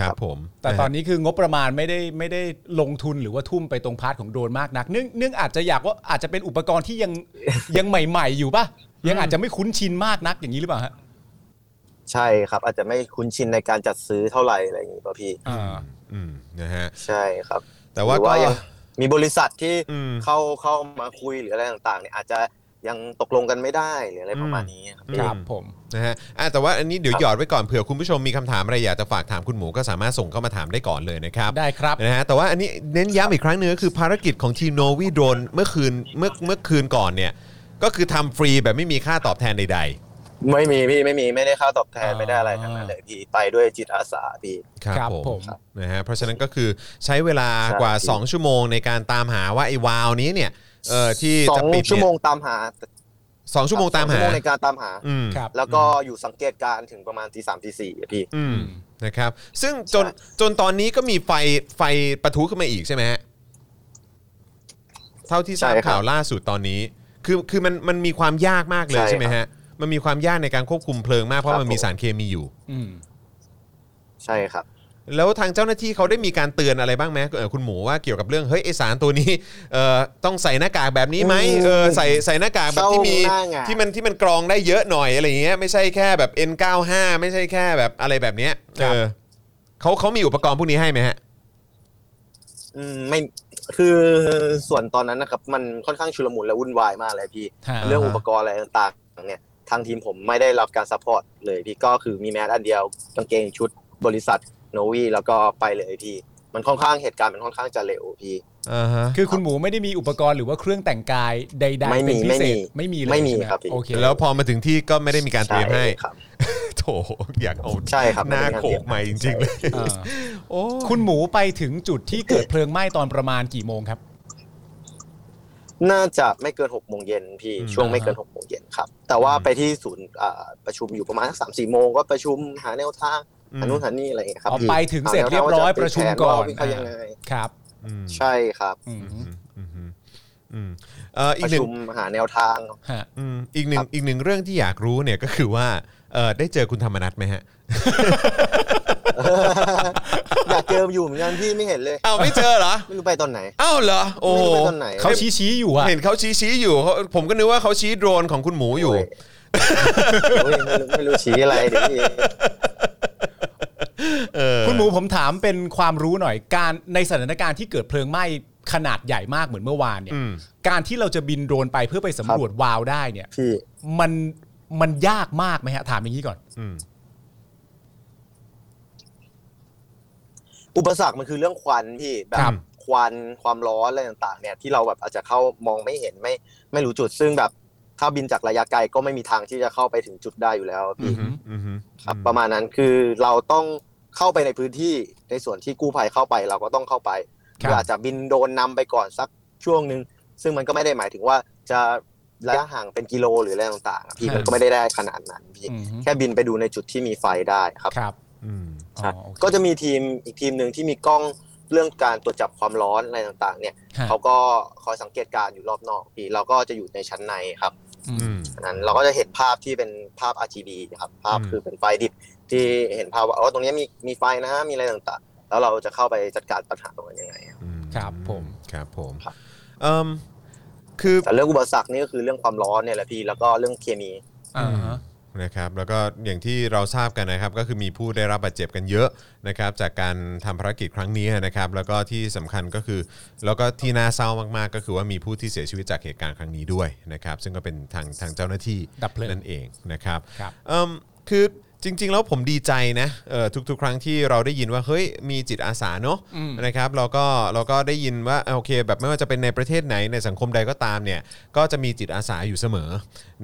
A: ครับผม
B: แต่ตอนนี้คืองบประมาณไม่ได้ไม่ได้ลงทุนหรือว่าทุ่มไปตรงพาร์ทของโดรนมากนักเนื่องเนื่องอาจจะอยากว่าอาจจะเป็นอุปกรณ์ที่ยัง ยังใหม่ ๆ อยู่ป่ะ ยังอาจจะไม่คุ้นชินมากนักอย่างนี้หรือเปล่าฮะ
D: ใช่ครับ อาจจะไม่คุ้นชินในการจัดซื้อเท่าไหร่อะไรอย่างงี้ป่ะพี่
B: อ่า
A: อืมนะฮะ
D: ใช่ครับ
A: แต่ว่า
D: หรือ
A: ก็
D: ว่ายังมีบริษัทที่
A: อืม
D: เข้าเข้ามาคุยหรืออะไรต่างๆเนี่ยอาจจะยังตกลงกันไม่ได้หรืออะไรประมาณนี้ครับ
A: อืม
B: ครับผม
A: นะฮะอ่ะแต่ว่าอันนี้เดี๋ยว
D: ครับ
A: หยอดไว้ก่อนเผื่อคุณผู้ชมมีคำถามอะไรอยากจะฝากถามคุณหมูก็สามารถส่งเข้ามาถามได้ก่อนเลยนะครับ
B: ได้ครับ
A: นะฮะแต่ว่าอันนี้เน้นย้ำอีกครั้งหนึงก็คือภารกิจของทีมโนวีโดรนเมื่อคืนเมื่อเมื่อคืนก่อนเนี่ย ก็คือทำฟรีแบบไม่มีค่าตอบแทนใด
D: ไม่มีพี่ไม่มีไม่ได้ค่าตอบแทน
B: อ่า
D: ไม่ได้อะไรทั้งนั้นเลยพี่ไปด้วยจิตอาสาพี่
A: ๆ ครับ
B: ครับ
A: ผม
B: ผม
A: นะฮะเพราะฉะนั้นก็คือใช้เวลากว่า
D: ใช่ครับ
A: 2 ชั่วโมงในการตามหาว่าไอ้วาวนี้เนี่ยเออที่
D: สอ
A: จะ
D: ง
A: ปิด
D: ชั่วโม
A: เนี่ย
D: งตามหา
A: สองชั่วโมงตาม
D: สอ
A: หา
D: ชั่วโมงในการตามหา
A: อืม
B: ครับ
D: แล้วก็อยู่สังเกตการณ์ถึงประมาณตีสามตีสี่พี่
A: อืม
B: อืม
A: นะครับ ซึ่งจน
D: ใช่
A: จนตอนนี้ก็มีไฟไฟปะทุขึ้นมาอีกใช่ไหมฮะเท่าที่ทราบข่าวล่าสุดตอนนี้ คือคือมันมันมีความยากมากเลยใช่ไหมฮะมันมีความยากในการควบคุมเพลิงมากเพราะมันมีสารเคมีอยู่
B: อืม
D: ใช่ครับ
A: แล้วทางเจ้าหน้าที่เขาได้มีการเตือนอะไรบ้างไหมเอ่อคุณหมูว่าเกี่ยวกับเรื่องเฮ้ยไอสารตัวนี้เอ่อต้องใส่หน้ากากแบบนี้ไหม
D: อืม
A: เออใส่ใส่หน้ากากแบบที่มี
D: เข้าหน้างาน
A: ที่มันที่มันกรองได้เยอะหน่อยอะไรอย่างเงี้ยไม่ใช่แค่แบบ N95 ไม่ใช่แค่แบบอะไรแบบเนี้ยเออเขาเขามีอุปกรณ์พวกนี้ให้ไหมฮะ
D: อืมไม่คือส่วนตอนนั้นนะครับ มันค่อนข้างชุลมุนและวุ่นวายมากเลยพี่
B: ฮะ
D: เรื่อง
A: อ่าฮะ
D: อุปกรณ์อะไรต่างๆเนี่ยทางทีมผมไม่ได้รับการซัพพอร์ตเลยพี่ก็คือมีแมสอันเดียวกางเกงชุดบริษัทโนวีแล้วก็ไปเลยพี่ มันค่อนข้างเหตุการณ์มันค่อนข้างจะเร็วพี่
A: อ่าฮะ
B: คือคุณหมูไม่ได้มีอุปกรณ์หรือว่าเครื่องแต่งกายใดๆ
D: ไม่มี
B: เป็นพิเศษ
D: ไม่
B: ไม่
D: มี
B: มีเลย
D: ไม่มี
B: ใช่ห
D: ครับพี่
B: โอเค
A: แล้วพอมาถึงที่ก็ไม่ได้มีการเตรียมให้
D: ครับ
A: โถอยากเอา
D: ใช่ครับ
A: หน้า
D: ไม่ได้มีการ
A: โข
D: เตรีย
A: ก
D: ม
A: ใหม่จริง ๆ เลย
B: อ่า
A: โอ้
B: คุณหมูไปถึงจุดที่เกิดเพลิงไหม้ตอนประมาณกี่โมงครับ
D: น่าจะไม่เกินหกโมงเย็นพี่ช่วงไม่เกินหกโมงเย็นครับ แต่ว่าไปที่ศูนย์อ่าประชุมอยู่ประมาณสักสามสี่โมงก็ประชุมหาแนวทาง
A: อืม
D: หานู่นหานี่อะไรอย่างเงี้ยครับ
B: อ๋อ
D: พี่
B: ไปถึงเสร็จเรียบร้อยประชุมก่อน
D: หาแวทางว่าจะเปลี่ยนแผว่าวิเคราะห์ยังไง
B: ครับ
A: อืม
D: ใช่ครับ
B: อืม
A: อืมอืมอืมอืมเอ่ออีก
D: ประ
A: หนึ่
D: ชุ
A: ง
D: มหาแนวทาง
B: ฮะ
A: อืมอีกหนึ่งอีกหนึ่งเรื่องที่อยากรู้เนี่ยก็คือว่าเอ่อได้เจอคุณธรรมนัทไหมฮะ
D: อยากเจออยู่เหมือนกันพี่ไม่เห็นเลย
A: อ้าวไม่เจอเหรอ
D: ไม่รู้ไปตอนไหน
A: อ้าวเหรอโอ้
D: ไม่
A: โห
D: รู้ไปตอนไหน
B: เขาชี้ชี้ๆอยู่อะ
A: เห็นเขาชี้ชี้อยู่เขาผมก็นึกว่าเขาชี้โดรนของคุณหมูอยู่
D: โอ้ยไม่รู้ไม่รู้ชี้อะไรเดี๋ยวพี่
A: เออ
B: คุณหมูผมถามเป็นความรู้หน่อยการในสถานการณ์ที่เกิดเพลิงไหม้ขนาดใหญ่มากเหมือนเมื่อวานเนี่ย
A: อืม
B: การที่เราจะบินโดรนไปเพื่อไปสำรวจวาล์วได้เนี่ย
D: พี่
B: มันมันยากมากไหมฮะถามอย่างนี้ก่อน
A: อืม
D: อุปสรรคมันคือเรื่องควันพี่แบ
B: ครับ บ
D: ควันความร้อนอะไรต่างๆ เนี่ยที่เราแบบอาจจะเข้ามองไม่เห็นไม่ไม่รู้จุดซึ่งแบบถ้าบินจากระยะไกลก็ไม่มีทางที่จะเข้าไปถึงจุดได้อยู่แล้วพี่
A: อืมอืม
D: ครับประมาณนั้นคือเราต้องเข้าไปในพื้นที่ในส่วนที่กู้ภัยเข้าไปเราก็ต้องเข้าไป
B: ครับ
D: หรืออาจจะบินโดนนำไปก่อนสักช่วงหนึ่งซึ่งมันก็ไม่ได้หมายถึงว่าจะระยะห่างเป็นกิโลหรืออะไรต่างๆอะพี่มันก็ไม่ได้ได้ขนาดนั้นพี่
B: อืม
D: แค่บินไปดูในจุดที่มีไฟได้ครับ
B: ครับ
A: อืม
B: อ๋อโอเค
D: ก็จะมีทีมอีกทีมหนึ่งที่มีกล้องเรื่องการตรวจจับความร้อนอะไรต่างๆ เนี่ย
B: ฮะ
D: เขาก็คอยสังเกตการณ์อยู่รอบนอกพี่เราก็จะอยู่ในชั้นในครับ
B: อื
A: อื
B: ม
A: ม
D: อันนั้นเราก็จะเห็นภาพที่เป็นภาพ RGB นะครับภาพ
A: อืม
D: คือเป็นไฟดิบที่เห็นภาพว่าอ๋อตรงเนี้ยมีมีไฟนะมีอะไรต่างๆ แล้วเราจะเข้าไปจัดการปัญหาตรงนั้นยังไงครับ
A: อืม
B: ครับผม
A: ครับผม
D: ครับ
A: เอิ่มคือ
D: แต่เรื่องอุปสรรคนี่ก็คือเรื่องความร้อนเนี่ยแหละพี่แล้วก็เรื่องเคมี
B: อ่าฮะ
A: นะครับแล้วก็อย่างที่เราทราบกันนะครับก็คือมีผู้ได้รับบาดเจ็บกันเยอะนะครับจากการทำภารกิจครั้งนี้นะครับแล้วก็ที่สำคัญก็คือ แล้วก็ที่น่าเศร้ามากๆ ก็คือว่ามีผู้ที่เสียชีวิตจากเหตุการณ์ครั้งนี้ด้วยนะครับซึ่งก็เป็นทางทางเจ้าหน้าที่
B: ดับเพลิง
A: นั่นเองนะครับ
B: ครับ
A: เอิ่มคือจริง ๆ แล้วผมดีใจนะเอ่อทุก ๆ ครั้งที่เราได้ยินว่าเฮ้ยมีจิตอาสาเนอะ
B: อืม
A: นะครับเราก็เราก็ได้ยินว่าเอ่อโอเค แบบไม่ว่าจะเป็นในประเทศไหนในสังคมใดก็ตามเนี่ยก็จะมีจิตอาสาอยู่เสมอ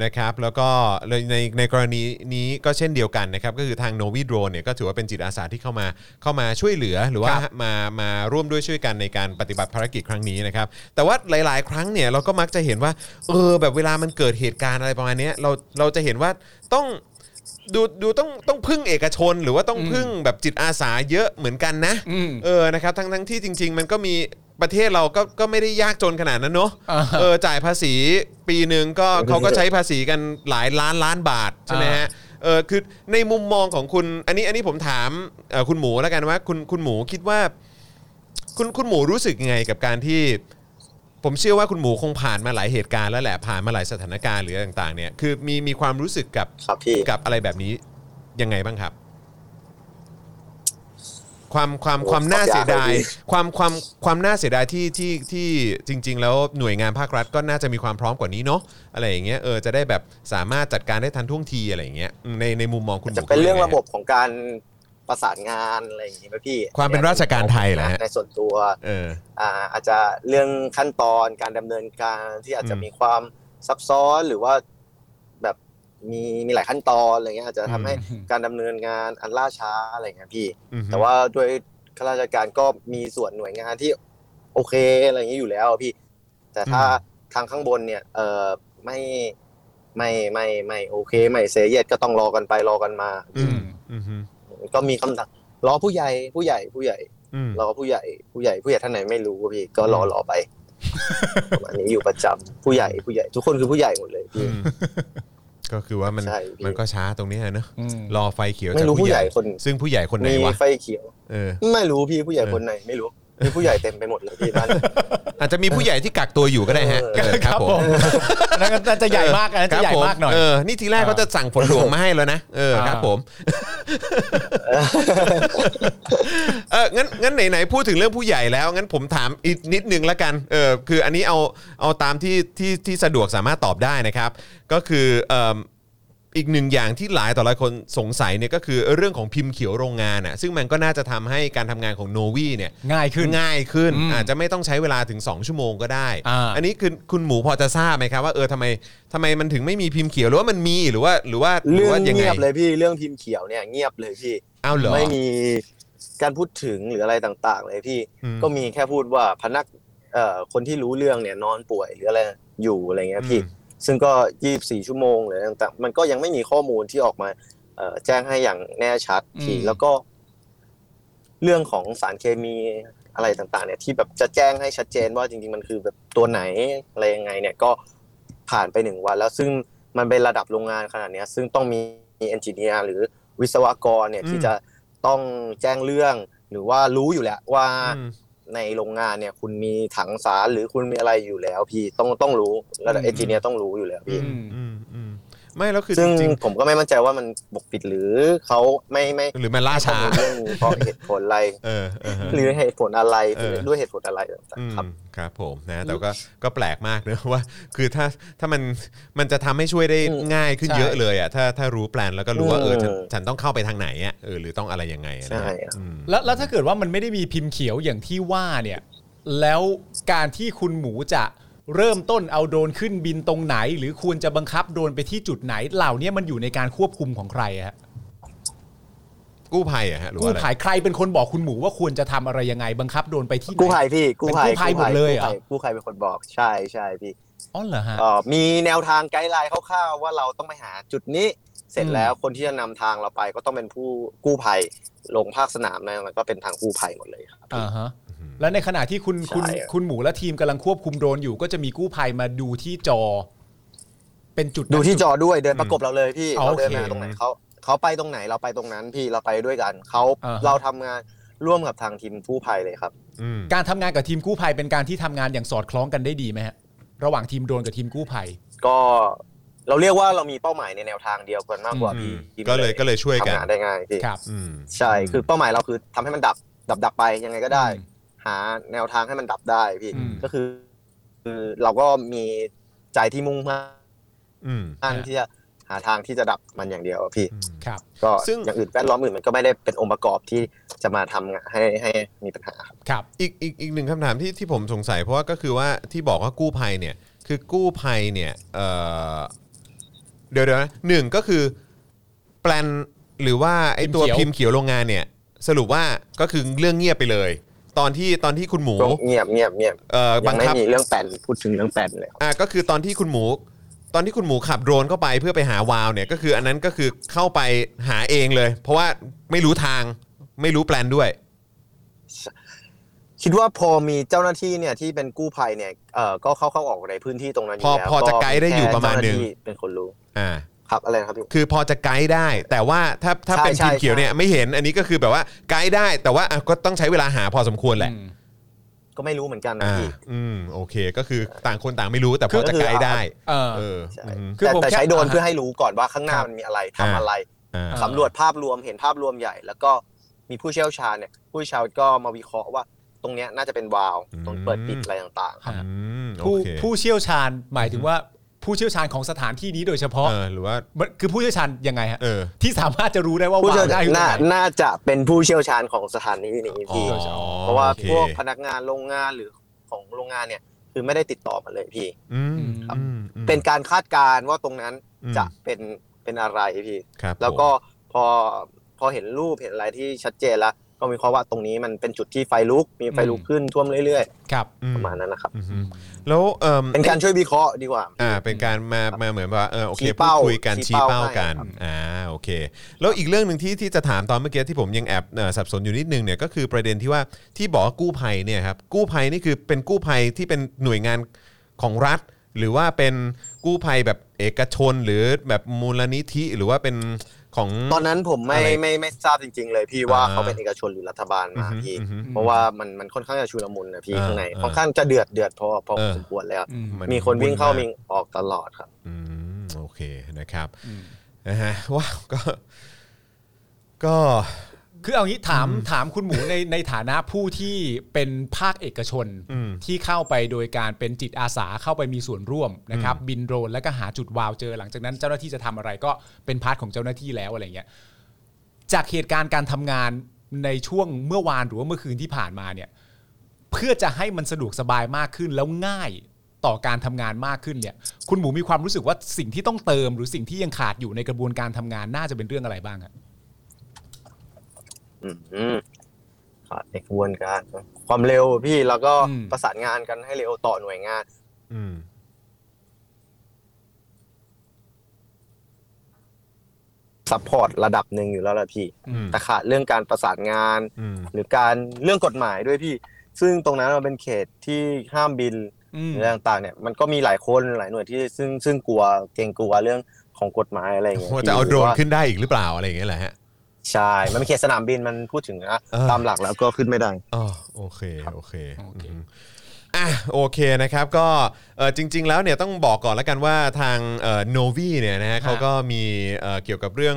A: นะครับแล้วก็เลยในในกรณีนี้ก็เช่นเดียวกันนะครับก็คือทางโนวีโดรนเนี่ยก็ถือว่าเป็นจิตอาสาที่เข้ามาเข้ามาช่วยเหลือหรือว่า
B: ครับ
A: มามาร่วมด้วยช่วยกันในการปฏิบัติภารกิจครั้งนี้นะครับแต่ว่าหลาย ๆ ครั้งเนี่ยเราก็มักจะเห็นว่าเออแบบเวลามันเกิดเหตุการณ์อะไรประมาณเนี้ยเราเราจะเห็นว่าต้อง ดูดูต้องต้องพึ่งเอกชนหรือว่าต้อง
B: อืม
A: พึ่งแบบจิตอาสาเยอะเหมือนกันนะ
B: อืม
A: เออนะครับทั้งทั้งที่จริง ๆ มันก็มีประเทศเราก็ก็ไม่ได้ยากจนขนาดนั้นเนอะ
B: อ่า
A: เออจ่ายภาษีปีหนึ่งก็เขาก็ใช้ภาษีกันหลายล้านล้านบาทใช่ไหมฮะเออคือในมุมมองของคุณอันนี้อันนี้ผมถามเอ่อคุณหมูแล้วกันว่าคุณคุณหมูคิดว่า คุณคุณหมูรู้สึกยังไงกับการที่ ผมเชื่อว่าคุณหมูคงผ่านมาหลายเหตุการณ์แล้วแหละผ่านมาหลายสถานการณ์หรืออะไรต่างๆเนี่ยคือมีมีความรู้สึกกับ
D: ครับพี่
A: กับอะไรแบบนี้ยังไงบ้างครับ ความความ
D: โอ้
A: ความน่า
D: ตอบยาก
A: เสียดาย
D: เลยพี่
A: ความความความน่าเสียดายที่ที่ที่จริง ๆ แล้วหน่วยงานภาครัฐก็น่าจะมีความพร้อมกว่านี้เนาะอะไรอย่างเงี้ยเออจะได้แบบสามารถจัดการได้ทันท่วงทีอะไรอย่างเงี้ยอืมในในมุมมองคุณหมู
D: จะเป็น
A: คิด
D: เรื่อง
A: ยัไ
D: ระบบของการประสานงานอะไรอย่างนี้ไหมพี่
A: ความเป็นราชการไทยเหรอฮะ
D: ในส่วนตัว
A: เออ
D: อ่าอาจจะเรื่องขั้นตอนการดำเนินการที่อาจจะ
A: อืม
D: มีความซับซ้อนหรือว่าแบบมีมีหลายขั้นตอนอะไรเงี้ยอาจจะทำให้
B: อืม
D: การดำเนินงานอันล่าช้าอะไรเงี้ยพี่
A: อือฮึ
D: แต่ว่าด้วยข้าราชการก็มีส่วนหน่วยงานที่โอเคอะไรเงี้ยอยู่แล้วพี่ แต่ถ้าทางข้างบนเนี่ยเออไม่ไม่ไม่ไม่โอเค ไม่เสียเยดก็ต้องรอกันไปรอกันมา
A: อืมอืม
D: ก็มีคำสั่งรอผู้ใหญ่ผู้ใหญ่ผู้ใหญ่
A: อืม
D: รอผู้ใหญ่ผู้ใหญ่ผู้ใหญ่ท่านไหนไม่รู้พี่ก็รอรอไป ประมาณนี้อยู่ประจำผู้ใหญ่ผู้ใหญ่ ทุกคนคือผู้ใหญ่หมดเลย
A: อื
D: พี่
A: มก็คือว่ามัน
D: ใช่พี่
A: มันก็ช้าตรงเนี้ยเนอะ
B: อืม
A: รอไฟเขียว
D: ไม่
A: จาก
D: รู้
A: ผู้
D: ผู้
A: ให
D: ให
A: ญ่
D: ญ่คน
A: ซึ่งผู้ใหญ่คนไหน
D: มี
A: วะ
D: ไฟเขียว
A: เออ
D: ไม่รู้พี่ผู้ใหญ่
A: เออ
D: คนไหนไม่รู้มีผู้ใหญ่เต็มไปหมดเลย พี่บ้าน
A: อาจจะมีผู้ใหญ่ที่กักตัวอยู่ก็ได้ฮะเออ
B: ครับผมอันนั้นก็น่าจะใหญ่มากอันนั้น
A: ค
B: จะ
A: รับ
B: ใหญ่
A: ผม
B: มากหน่อย
A: เออ นี่ทีแรก
B: อ่า
A: เขาจะสั่งฝนหลวงมาให้แล้วนะ เออ
B: อ่า
A: ครับผม เออ งั้น งั้นไหนๆ พูดถึงเรื่องผู้ใหญ่แล้ว งั้นผมถามอีกนิดนึงละกัน เออ คืออันนี้เอา เอาตามที่ ที่ ที่สะดวกสามารถตอบได้นะครับ ก็คือเอม อีกหนึ่งอย่างที่หลายต่อหลายคนสงสัยเนี่ยก็คือเรื่องของพิมพ์เขียวโรงงานอ่ะซึ่งมันก็น่าจะทำให้การทำงานของโนวีเนี่ย
B: ง่ายขึ้น
A: ง่ายขึ้น
B: อืม
A: อาจจะไม่ต้องใช้เวลาถึง 2 ชั่วโมงก็ได้
B: อ่า
A: อันนี้คือคุณหมูพอจะทราบไหมครับว่าเออทำไมทำไมมันถึงไม่มีพิมพ์เขียวหรือว่ามันมีหรือว่าหรือว่าหรื
D: เรื่อ
A: ว่าง ยังไง
D: เงียบเลยพี่เรื่องพิมพ์เขียวเนี่ยเงียบเลยพี่
A: อ้าวเหรอ
D: ไม่มีการพูดถึงหรืออะไรต่างๆ เลยพี่
A: อืม
D: ก็มีแค่พูดว่าพนักเอ่อคนที่รู้เรื่องเนี่ยนอนป่วยหรืออะไรอยู่อะไรเงี้ยพี่
A: อืม
D: ซึ่งก็ 24 ชั่วโมงหรืออะไรต่างๆ มันก็ยังไม่มีข้อมูลที่ออกมาเอ่อแจ้งให้อย่างแน่ชัดพี่
B: อืม
D: แล้วก็ เรื่องของสารเคมีอะไรต่าง ๆ เนี่ย ที่แบบจะแจ้งให้ชัดเจนว่าจริง ๆ มันคือแบบตัวไหนอะไรยังไง เนี่ยก็ผ่านไปหนึ่งวัน แล้วซึ่งมันเป็นระดับโรงงานขนาดเนี้ย ซึ่งต้องมีเอนจิเนียร์หรือวิศวกรเนี่ย
A: อืม
D: ที่จะต้องแจ้งเรื่องหรือว่ารู้อยู่แล้วว่า
A: อืม
D: ในโรงงานเนี่ย คุณมีถังสารหรือคุณมีอะไรอยู่แล้ว พี่ต้องต้องรู้ระดั
B: อื
D: บ
B: ม
D: เอนจิเนียร์ต้องรู้อยู่แล้วพี่
A: อืมอืมอืมไม่แล้วคือจ
D: ซึ่ง
A: ริง
D: ผมก็ไม่มั่นใจว่ามันบกปิดหรือเขาไม่ไม่
A: ๆหรือมันล่าช้า
D: เรื่องนี้เพราะเหตุผลอะไร
A: เออเออฮะ
D: หรือเหตุผลอะไร
A: เออ
D: ด้วยเหตุผลอะไรต่าง
A: อืม
D: ๆครับ
A: ครับผมนะแต่ก็ก็แปลกมากเนอะ ว่า คือถ้าถ้ามันมันจะทำให้ช่วยได้
D: อืม
A: ง่ายขึ้น
B: ใช่
A: เยอะเลยอ่ะถ้าถ้ารู้แปลนแล้วก็รู้ว่าเออฉัน
D: เออ
A: ฉันต้องเข้าไปทางไหนอ่ะเออหรือต้องอะไรยังไงอะนะ
D: ใช่อะ
A: อืม
B: แล้วแล้วถ้าเกิดว่ามันไม่ได้มีพิมพ์เขียวอย่างที่ว่าเนี่ย แล้วการที่คุณหมูจะเริ่มต้นเอาโดรนขึ้นบินตรงไหน หรือควรจะบังคับโดรนไปที่จุดไหน เหล่าเนี้ยมันอยู่ในการควบคุมของใครอะฮะ
A: กู้ภัยอะฮะหรือ
B: กู้
A: ว่าอะไร
B: ภัยใครเป็นคนบอกคุณหมูว่าควรจะทำอะไรยังไง บังคับโดรนไปที่ไหน
D: กู้ภัยพี่กู้ภัย
B: เป็นกู้ภัยหมดเลยเหรอ
D: กู้ภักู้ภัยเป็นคนบอกใช่ใช่พี่
B: อ๋อเหรอฮะ
D: เอ่อมีแนวทางไกด์ไลน์คร่าวๆว่าเราต้องไปหาจุดนี้ เสร็จ
B: อืม
D: แล้วคนที่จะนำทางเราไปก็ต้องเป็นผู้กู้ภัยลงภาคสนามนะมันก็เป็นทางกู้ภัยหมดเลยครับ
B: อ่าฮะและในขณะที่คุณคุณ
D: ใช่อะ
B: คุณหมูและทีมกำลังควบคุมโดรนอยู่ ก็จะมีกู้ภัยมาดูที่จอ เป็นจุดนั้น
D: ดูที่จอด้วยเดินประกบเราเลยพี่
B: อ๋อ
D: เราเดิน
B: โอเค
D: มาตรงไหนเขาเขาไปตรงไหนเราไปตรงนั้นพี่เราไปด้วยกันเขา
B: อ่าฮะ
D: เราทำงานร่วมกับทางทีมกู้ภัยเลยครับ
A: อืม
B: การทำงานกับทีมกู้ภัยเป็นการที่ทำงานอย่างสอดคล้องกันได้ดีไหมฮะระหว่างทีมโดรนกับทีมกู้ภัย
D: ก็เราเรียกว่าเรามีเป้าหมายในแนวทางเดียวกันมากกว่า
A: อื
D: พี่
A: ม
D: ทีม
A: ก็เลยก็เลยช่วยกัน
D: ทำงานได้ง่ายพี่
B: ครับ
A: อืม
D: ใช่ คือเป้าหมายเราคือทำให้มันดับ ดับดับไปยังไงก็ได้ หาแนวทางให้มันดับได้พี่
B: อืม
D: ก็คือคือเราก็มีใจที่มุ่งมั่
A: อืม
D: นที่จะหาทางที่จะดับมันอย่างเดียวอะพี่
A: อืม
B: ครับ
D: ก็
A: ซึ่ง
D: อย่างอื่นแวดล้อมอื่นมันก็ไม่ได้เป็นองค์ประกอบที่จะมาทำให้ให้มีปัญหาครับ
B: ครับ
A: อีกอีกอีกหนึ่งคำถามที่ที่ผมสงสัย เพราะว่าก็คือว่าที่บอกว่ากู้ภัยเนี่ย คือกู้ภัยเนี่ยเอ่อเดี๋ยวเดี๋ยวนะหนึ่งก็คือแปลนหรือว่าไอตัวพิมพ์เขียวโรงงานเนี่ย สรุปว่าก็คือเรื่องเงียบไปเลย ตอนที่ตอนที่คุณหมู
D: ก็เงียบเงียบเงียบ
A: เอ่อ
D: ยั
A: บัง
D: งไม่
A: คับ
D: มีเรื่องแปนพูดถึงเรื่องแปนเลยครับ
A: อ่ะก็คือตอนที่คุณหมู ตอนที่คุณหมูขับโดรนเข้าไปเพื่อไปหาวาล์วเนี่ยก็คืออันนั้นก็คือเข้าไปหาเองเลย เพราะว่าไม่รู้ทางไม่รู้แปลนด้วย
D: คิดว่าพอมีเจ้าหน้าที่เนี่ยที่เป็นกู้ภัยเนี่ยเอ่อก็เข้าเข้าออกในพื้นที่ตรงนั้นยู่
A: พอ
D: แล้ว
A: พอจะไกด์ได้อยู่ประมาณหนึ่ง
D: แค่เจ้หที่เป็นคนรู้
A: อ่า
D: ครับอะไรนะครับพี่
A: คือพอจะไกด์ได้ แต่ว่าถ้าถ้า
D: ใช่
A: เป็น
D: ใช่
A: ทีมเขียว
D: ใช่
A: เนี่ยไม่เห็นอันนี้ก็คือแบบว่าไกด์ได้ แต่ว่าอ่ะก็ต้องใช้เวลาหาพอสมควรแหละ
B: อืม
D: ก็ไม่รู้เหมือนกันนะ
A: อ่า
D: พี่
A: อืมโอเคก็คือต่างคนต่างไม่รู้แต่พอจะไกด์ได้
B: เออ
A: เออ
D: ใช่
A: อืม
B: คือ
D: แต่
B: ผม
D: แต่
B: แค่
D: ใช้โดรน
B: อ่าฮะ
D: เพื่อให้รู้ก่อนว่าข้างหน้า
B: ครับ
D: มันมีอะไรทำ
A: อ่า
D: อะไร
A: อ่า
B: า
D: สำรวจภาพรวมเห็นภาพรวมใหญ่ แล้วก็มีผู้เชี่ยวชาญเนี่ยผู้เชี่ยวชาญก็มาวิเคราะห์ว่า ตรงเนี้ยน่าจะเป็นวาล์วตรงเปิดปิดอะไรต่างๆครับ
A: อืมโอ
B: ผู้
A: เค
B: ผู้เชี่ยวชาญหมายถึงว่าผู้เชี่ยวชาญของสถานที่นี้โดยเฉพาะ
A: เออหรือว่า
B: มันคือผู้เชี่ยวชาญยังไงฮะ
A: เออ
B: ที่สามารถจะรู้ได้ว่า
D: ผู้
B: วา
D: เชี่ยว
B: วได้
D: ชาญ
B: หรือ
D: น่า
B: ไม่
D: น่าจะเป็นผู้เชี่ยวชาญของสถานีนี้
A: อ๋อ
D: พี่ เพราะว่าพวกพนักงานโรงงานหรือของโรงงานเนี่ย คือไม่ได้ติดต่อมาเลยพี่
A: อืม
B: ครับ
A: อืมอืม
D: เป็นการคาดการณ์ว่าตรงนั้น
A: อืม
D: จะเป็นเป็นอะไรพี่
A: ครับผม
D: แล้วก็พอพอเห็นรูปเห็นอะไรที่ชัดเจนแล้ว ก็มีข้อว่าตรงนี้มันเป็นจุดที่ไฟลุก มีไฟลุกขึ้นท่วมเรื่อย
B: ครับ
A: อื
D: ๆ ประมาณนั้นนะครับ
A: อืมแล้วเออ
D: เป็นการช่วยวิเคราะห์ดีกว่า
A: อ่าเป็นการมามาเหมือนว่าเออโอเค
D: ชี้
A: พู
D: เป้า
A: ดคุยกัน
D: ชี้
A: ชี้เป้า
D: เป้าให้
A: กัน
D: ครับ
A: อ่าโอเค แล้วอีกเรื่องหนึ่งที่ที่จะถามตอนเมื่อกี้ที่ผมยังแอบเอ่อสับสนอยู่นิดนึงเนี่ยก็คือประเด็นที่ว่าที่บอกว่ากู้ภัยเนี่ยครับกู้ภัยนี่คือเป็นกู้ภัยที่เป็นหน่วยงานของรัฐ หรือว่าเป็นกู้ภัยแบบเอกชนหรือแบบมูลนิธิหรือว่าเป็นของ
D: ตอนนั้นผมไม่
A: อะไร
D: ไม่ไม่ไม่ทราบจริง ๆ เลยพี่ว่า
A: อ่า
D: เขาเป็นเอกชนหรือรัฐบาล
A: อือ
D: มา
A: ฮึ
D: พี่
A: อือฮึ
D: เพราะว่ามันมันค่อนข้างจะชุลมุนนะพี่
A: อ่า
D: ข้างใน
A: อ่า
D: ค่อนข้างจะเดือดเดือดพอพอ
A: เออ
D: สมควรแล้ว
B: อืม
D: มีคนวิ่งเข้าวิ่
A: น
D: งออกตลอดครับ
A: อืมโอเคนะครับ
B: อืม
A: นะฮะว้าวก็ก็
B: คือเอางี้ถามถามคุณหมู ในในฐานะผู้ที่เป็นภาคเอกชน
A: อืม
B: ที่เข้าไปโดยการเป็นจิตอาสาเข้าไปมีส่วนร่วมนะครับ บินโดรนแล้วก็หาจุดวาวเจอ หลังจากนั้นเจ้าหน้าที่จะทำอะไรก็เป็นพาร์ทของเจ้าหน้าที่แล้วอะไรเงี้ยจากเหตุการณ์การทำงานในช่วงเมื่อวานหรือว่าเมื่อคืนที่ผ่านมาเนี่ย เพื่อจะให้มันสะดวกสบายมากขึ้นแล้วง่ายต่อการทำงานมากขึ้นเนี่ย คุณหมูมีความรู้สึกว่าสิ่งที่ต้องเติม หรือสิ่งที่ยังขาดอยู่ในกระบวนการทำงานน่าจะเป็นเรื่องอะไรบ้างอะ
D: อืมขาดในกระบวนการ ความเร็วพี่แล้วก็ประสานงานกันให้เร็วต่อหน่วยงาน
A: อืม
D: ซัพพอร์ตระดับหนึ่งอยู่แล้วล่ะพี่
A: อืม
D: แต่ขาดเรื่องการประสานงาน
A: อืม
D: หรือการเรื่องกฎหมายด้วยพี่ ซึ่งตรงนั้นมันเป็นเขตที่ห้ามบิน
B: อืม
D: หรืออะไรต่างๆเนี่ยมันก็มีหลายคนหลายหน่วยที่ซึ่งซึ่งกลัวเกรงกลัวเรื่องของกฎหมายอะไรอย่างเงี้ย
A: ว่าจะเอาโดรน
D: ว่า
A: ขึ้นได้อีกหรือเปล่าอะไรอย่างเงี้ยแหละฮะ
D: ใช่มันเป็นเขตสนามบินมันพูดถึงนะ
A: เออ
D: ตามหลักแล้วก็ขึ้นไม่ได้
A: อ๋อโอเค โอเค
B: โอเค
A: อืมอ่ะโอเคนะครับก็เอ่อจริง ๆ แล้วเนี่ยต้องบอกก่อนแล้วกันว่าทางโนวีเนี่ยนะฮะเขาก็มีเอ่อเกี่ยวกับเรื่อง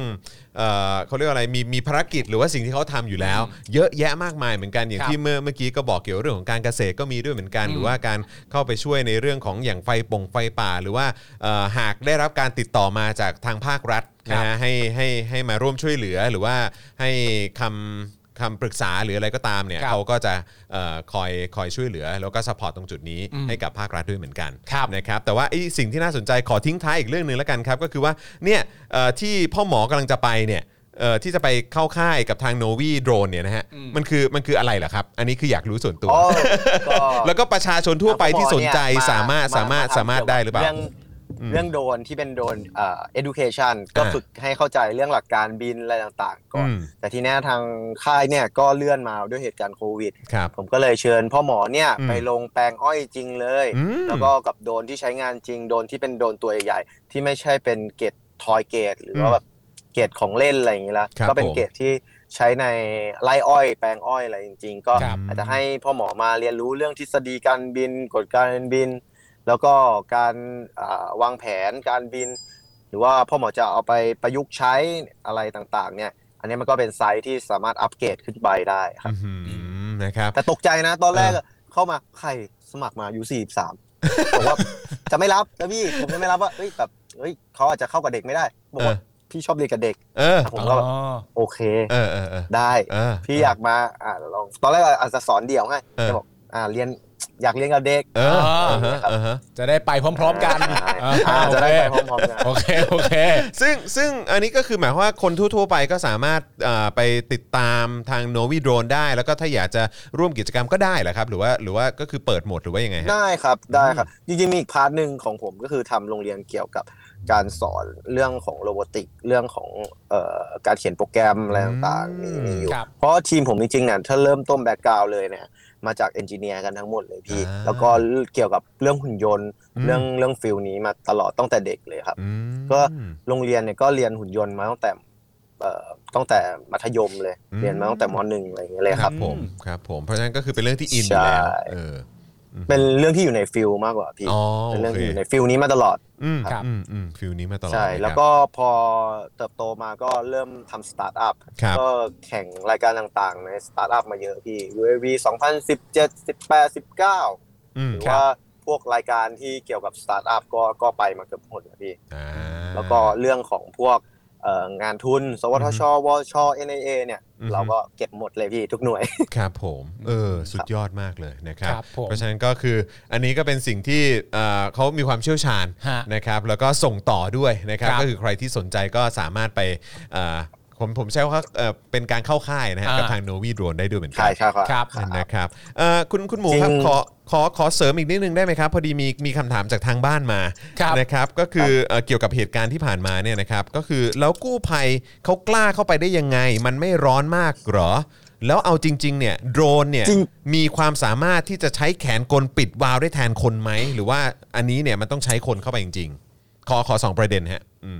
A: เอ่อเขาเรียกว่าอะไรมีมีภารกิจหรือว่าสิ่งที่เขาทำอยู่แล้ว เยอะแยะมากมายเหมือนกันอย่าง
B: ครับ
A: ที่เมื่อเมื่อกี้ก็บอกเกี่ยวเรื่องของการเกษตรก็มีด้วยเหมือนกัน
B: อืม
A: หรือว่าการเข้าไปช่วยในเรื่องของอย่างไฟป่งไฟป่า หรือว่าเอ่อหากได้รับการติดต่อมาจากทางภาครัฐนะฮะให้ให้ให้มาร่วมช่วยเหลือหรือว่าให้คำคำปรึกษาหรืออะไรก็ตามเนี่ย
B: ครับ
A: เขา ก็จะเอ่อคอยคอยช่วยเหลือ แล้วก็สปอร์ตตรงจุดนี้
B: อืม
A: ให้กับภาครัฐด้วยเหมือนกัน
B: ครับ
A: นะครับแต่ว่าไอ้สิ่งที่น่าสนใจขอทิ้งท้ายอีกเรื่องหนึ่งแล้วกันครับ ก็คือว่าเนี่ยเอ่อที่พ่อหมอกำลังจะไปเนี่ยเอ่อที่จะไปเข้าค่ายกับทางโนวีโดรนเนี่ยนะฮะ
B: อืม
A: มันคือมันคืออะไรเหรอครับ อันนี้คืออยากรู้ส่วนตัว
D: อ๋อก็
A: แล้วก็ประชาชนทั่วไปที่สนใจ
D: เย
A: สามารถสามารถ
D: ทำ
A: สามารถได้หรือเปล่า
D: เรื่องเรื่องโดรนที่เป็นโดรนเอ่อ education ก็
A: อ่า
D: ฝึกให้เข้าใจเรื่องหลักการบินอะไรต่างๆก่อน
A: อืม
D: แต่ทีเนี้ยทางค่ายเนี่ยก็เลื่อนมาด้วยเหตุการณ์โควิด
A: ครับ
D: ผมก็เลยเชิญพ่อหมอเนี่ย
A: อืม
D: ไปลงแปลงอ้อยจริงเลย
A: อืม
D: แล้วก็กับโดรนที่ใช้งานจริงโดรนที่เป็นโดรนตัวใหญ่ๆที่ไม่ใช่เป็นเกตทอยเกตหรือว่าแบบเกตของเล่นอะไรอย่างนี้ละ
A: ครับ
D: ก็เป็น
A: ผม
D: เกตที่ใช้ในไร่อ้อยแปลงอ้อยอะไรจริง ๆ ก็
A: ครับ
D: อาจจะให้พ่อหมอมาเรียนรู้เรื่องทฤษฎีการบินกฎการบิน แล้วก็การอ่าวางแผนการบิน หรือว่าพ่อหมอจะเอาไปประยุกต์ใช้อะไรต่างๆเนี่ยอันนี้มันก็เป็นไซต์ที่สามารถอัปเกรดขึ้นไปได้ครับ
A: อื้อหือนะครับ
D: แต่ตกใจนะ ตอนแรก
A: เออ
D: อะเข้ามาใครสมัครมาอายุสี่สามบอกว่า จะไม่รับนะพี่ผมจะไม่รับว่าเฮ้ยแบบเฮ้ยเขาอาจจะเข้ากับเด็กไม่ได้บอกว่าพี่ชอบเรียนกับเด็ก
A: เออ
D: ผมก็แบบ
B: อ๋อ
D: โอเค
A: เออเออเออ
D: ได้
A: เออ
D: พี่อยากมาอ่าลองตอนแรกอาจจะสอนเดี่ยวให้
A: เออ
D: จะบอกอ่าเรียนอยากเรียนกับเด็ก
A: เออ
B: อ่า
A: เออเออเออ
B: จะได้ไปพร้อม ๆ กัน
D: อ่าจะได้ไปพร้อมๆกัน
B: โอเคโอเค
A: ซึ่งซึ่งอันนี้ก็คือหมายความว่าคนทั่ว ๆ ไปก็สามารถเอ่อไปติดตามทางโนวีโดรนได้ แล้วก็ถ้าอยากจะร่วมกิจกรรมก็ได้เหรอครับ หรือว่าหรือว่าก็คือเปิดโหมดหรือว่ายังไงฮะ
D: ได้ครับได้ครับจริงๆมีอีกพาร์ทหนึ่งของผมก็คือทำโรงเรียนเกี่ยวกับการสอนเรื่องของโรบอติกเรื่องของเอ่อการเขียนโปรแกรมอะไรต่างๆ
A: อื
D: มี
A: ม
D: มีอยู่
B: ครับ
D: เพราะทีมผมจริงๆเนี่ยถ้าเริ่มต้นแบ็กกราวเลยเนี่ยมาจากเอนจิเนียร์กันทั้งหมดเลยพี่
A: อ่า
D: แล้วก็เกี่ยวกับเรื่องหุ่นยนต์
A: อืม
D: เรื่องเรื่องฟิลนี้มาตลอดตั้งแต่เด็กเลยครับ
A: อืม
D: ก็ โรงเรียนเนี่ยก็เรียนหุ่นยนต์มาตั้งแต่เอ่อตั้งแต่มัธยมเลย
A: อืม
D: เรียนมาตั้งแต่มหนึ่งอะไรอย่างเงี้ยเลยค
A: ครั
D: รับ
A: บผมครับผมเพราะฉะนั้นก็คือเป็นเรื่องที่อินอยู่
D: ใช่
A: แล้วเออ
D: เป็นเรื่องที่อยู่ในฟิลมากกว่าพี่
A: อ๋อโอ
D: เป็
A: น
D: เรื่อง
A: เค
D: ที่อยู่ในฟิลนี้มาตลอด
A: อืม
B: ครับ
A: อืมอืมฟิลนี้มาตลอด
D: ใช่
A: นะครับ
D: แล้วก็พอเติบโตมาก็เริ่มทำสตาร์ทอัพ
A: ครับ
D: ก็แข่งรายการต่างๆ ในสตาร์ทอัพมาเยอะพี่ UAV 2017 18 19
A: อืม
D: หรือว่าพวกรายการที่เกี่ยวกับสตาร์ทอัพก็ก็ไปมาเกือบหมดแล้วพี่
A: อ่า
D: แล้วก็เรื่องของพวกเอ่องานทุน สวทช วช NIA เนี่ย
A: อือฮึ
D: เราก็เก็บหมดเลยพี่ทุกหน่วย
A: ครับผมเออสุดยอดมากเลยนะครับ
B: ครับผม
A: เพราะฉะนั้นก็คืออันนี้ก็เป็นสิ่งที่เอ่อเขามีความเชี่ยวชาญ
B: ฮะ
A: นะครับแล้วก็ส่งต่อด้วยนะครับ
B: ครับ
A: ก็คือใครที่สนใจก็สามารถไปเอ่อผมผมใช้ว่าเอ่อเป็นการเข้าค่ายนะฮะ
B: อ่า
A: กับทางโนวีโดรนได้ด้วยเหมือนกั
D: ใช่ใช่ ครับ
B: ครับ
A: นะครับเอ่อคุณคุณหมูครับ
D: จริง
A: ขอขอขอเสริมอีกนิดนึงได้ไหมครับ พอดีมีมีคำถามจากทางบ้านมา
B: ครับ
A: นะครับก็คือเอ่อเกี่ยวกับเหตุการณ์ที่ผ่านมาเนี่ยนะครับก็คือแล้วกู้ภัยเขากล้าเข้าไปได้ยังไง มันไม่ร้อนมากเหรอ แล้วเอาจริง ๆ เนี่ยโดรนเนี่ย
D: จริง
A: มีความสามารถที่จะใช้แขนกลปิดวาล์วได้แทนคนไหม หรือว่าอันนี้เนี่ยมันต้องใช้คนเข้าไปจริง ๆ ขอขอสองประเด็นฮะอืม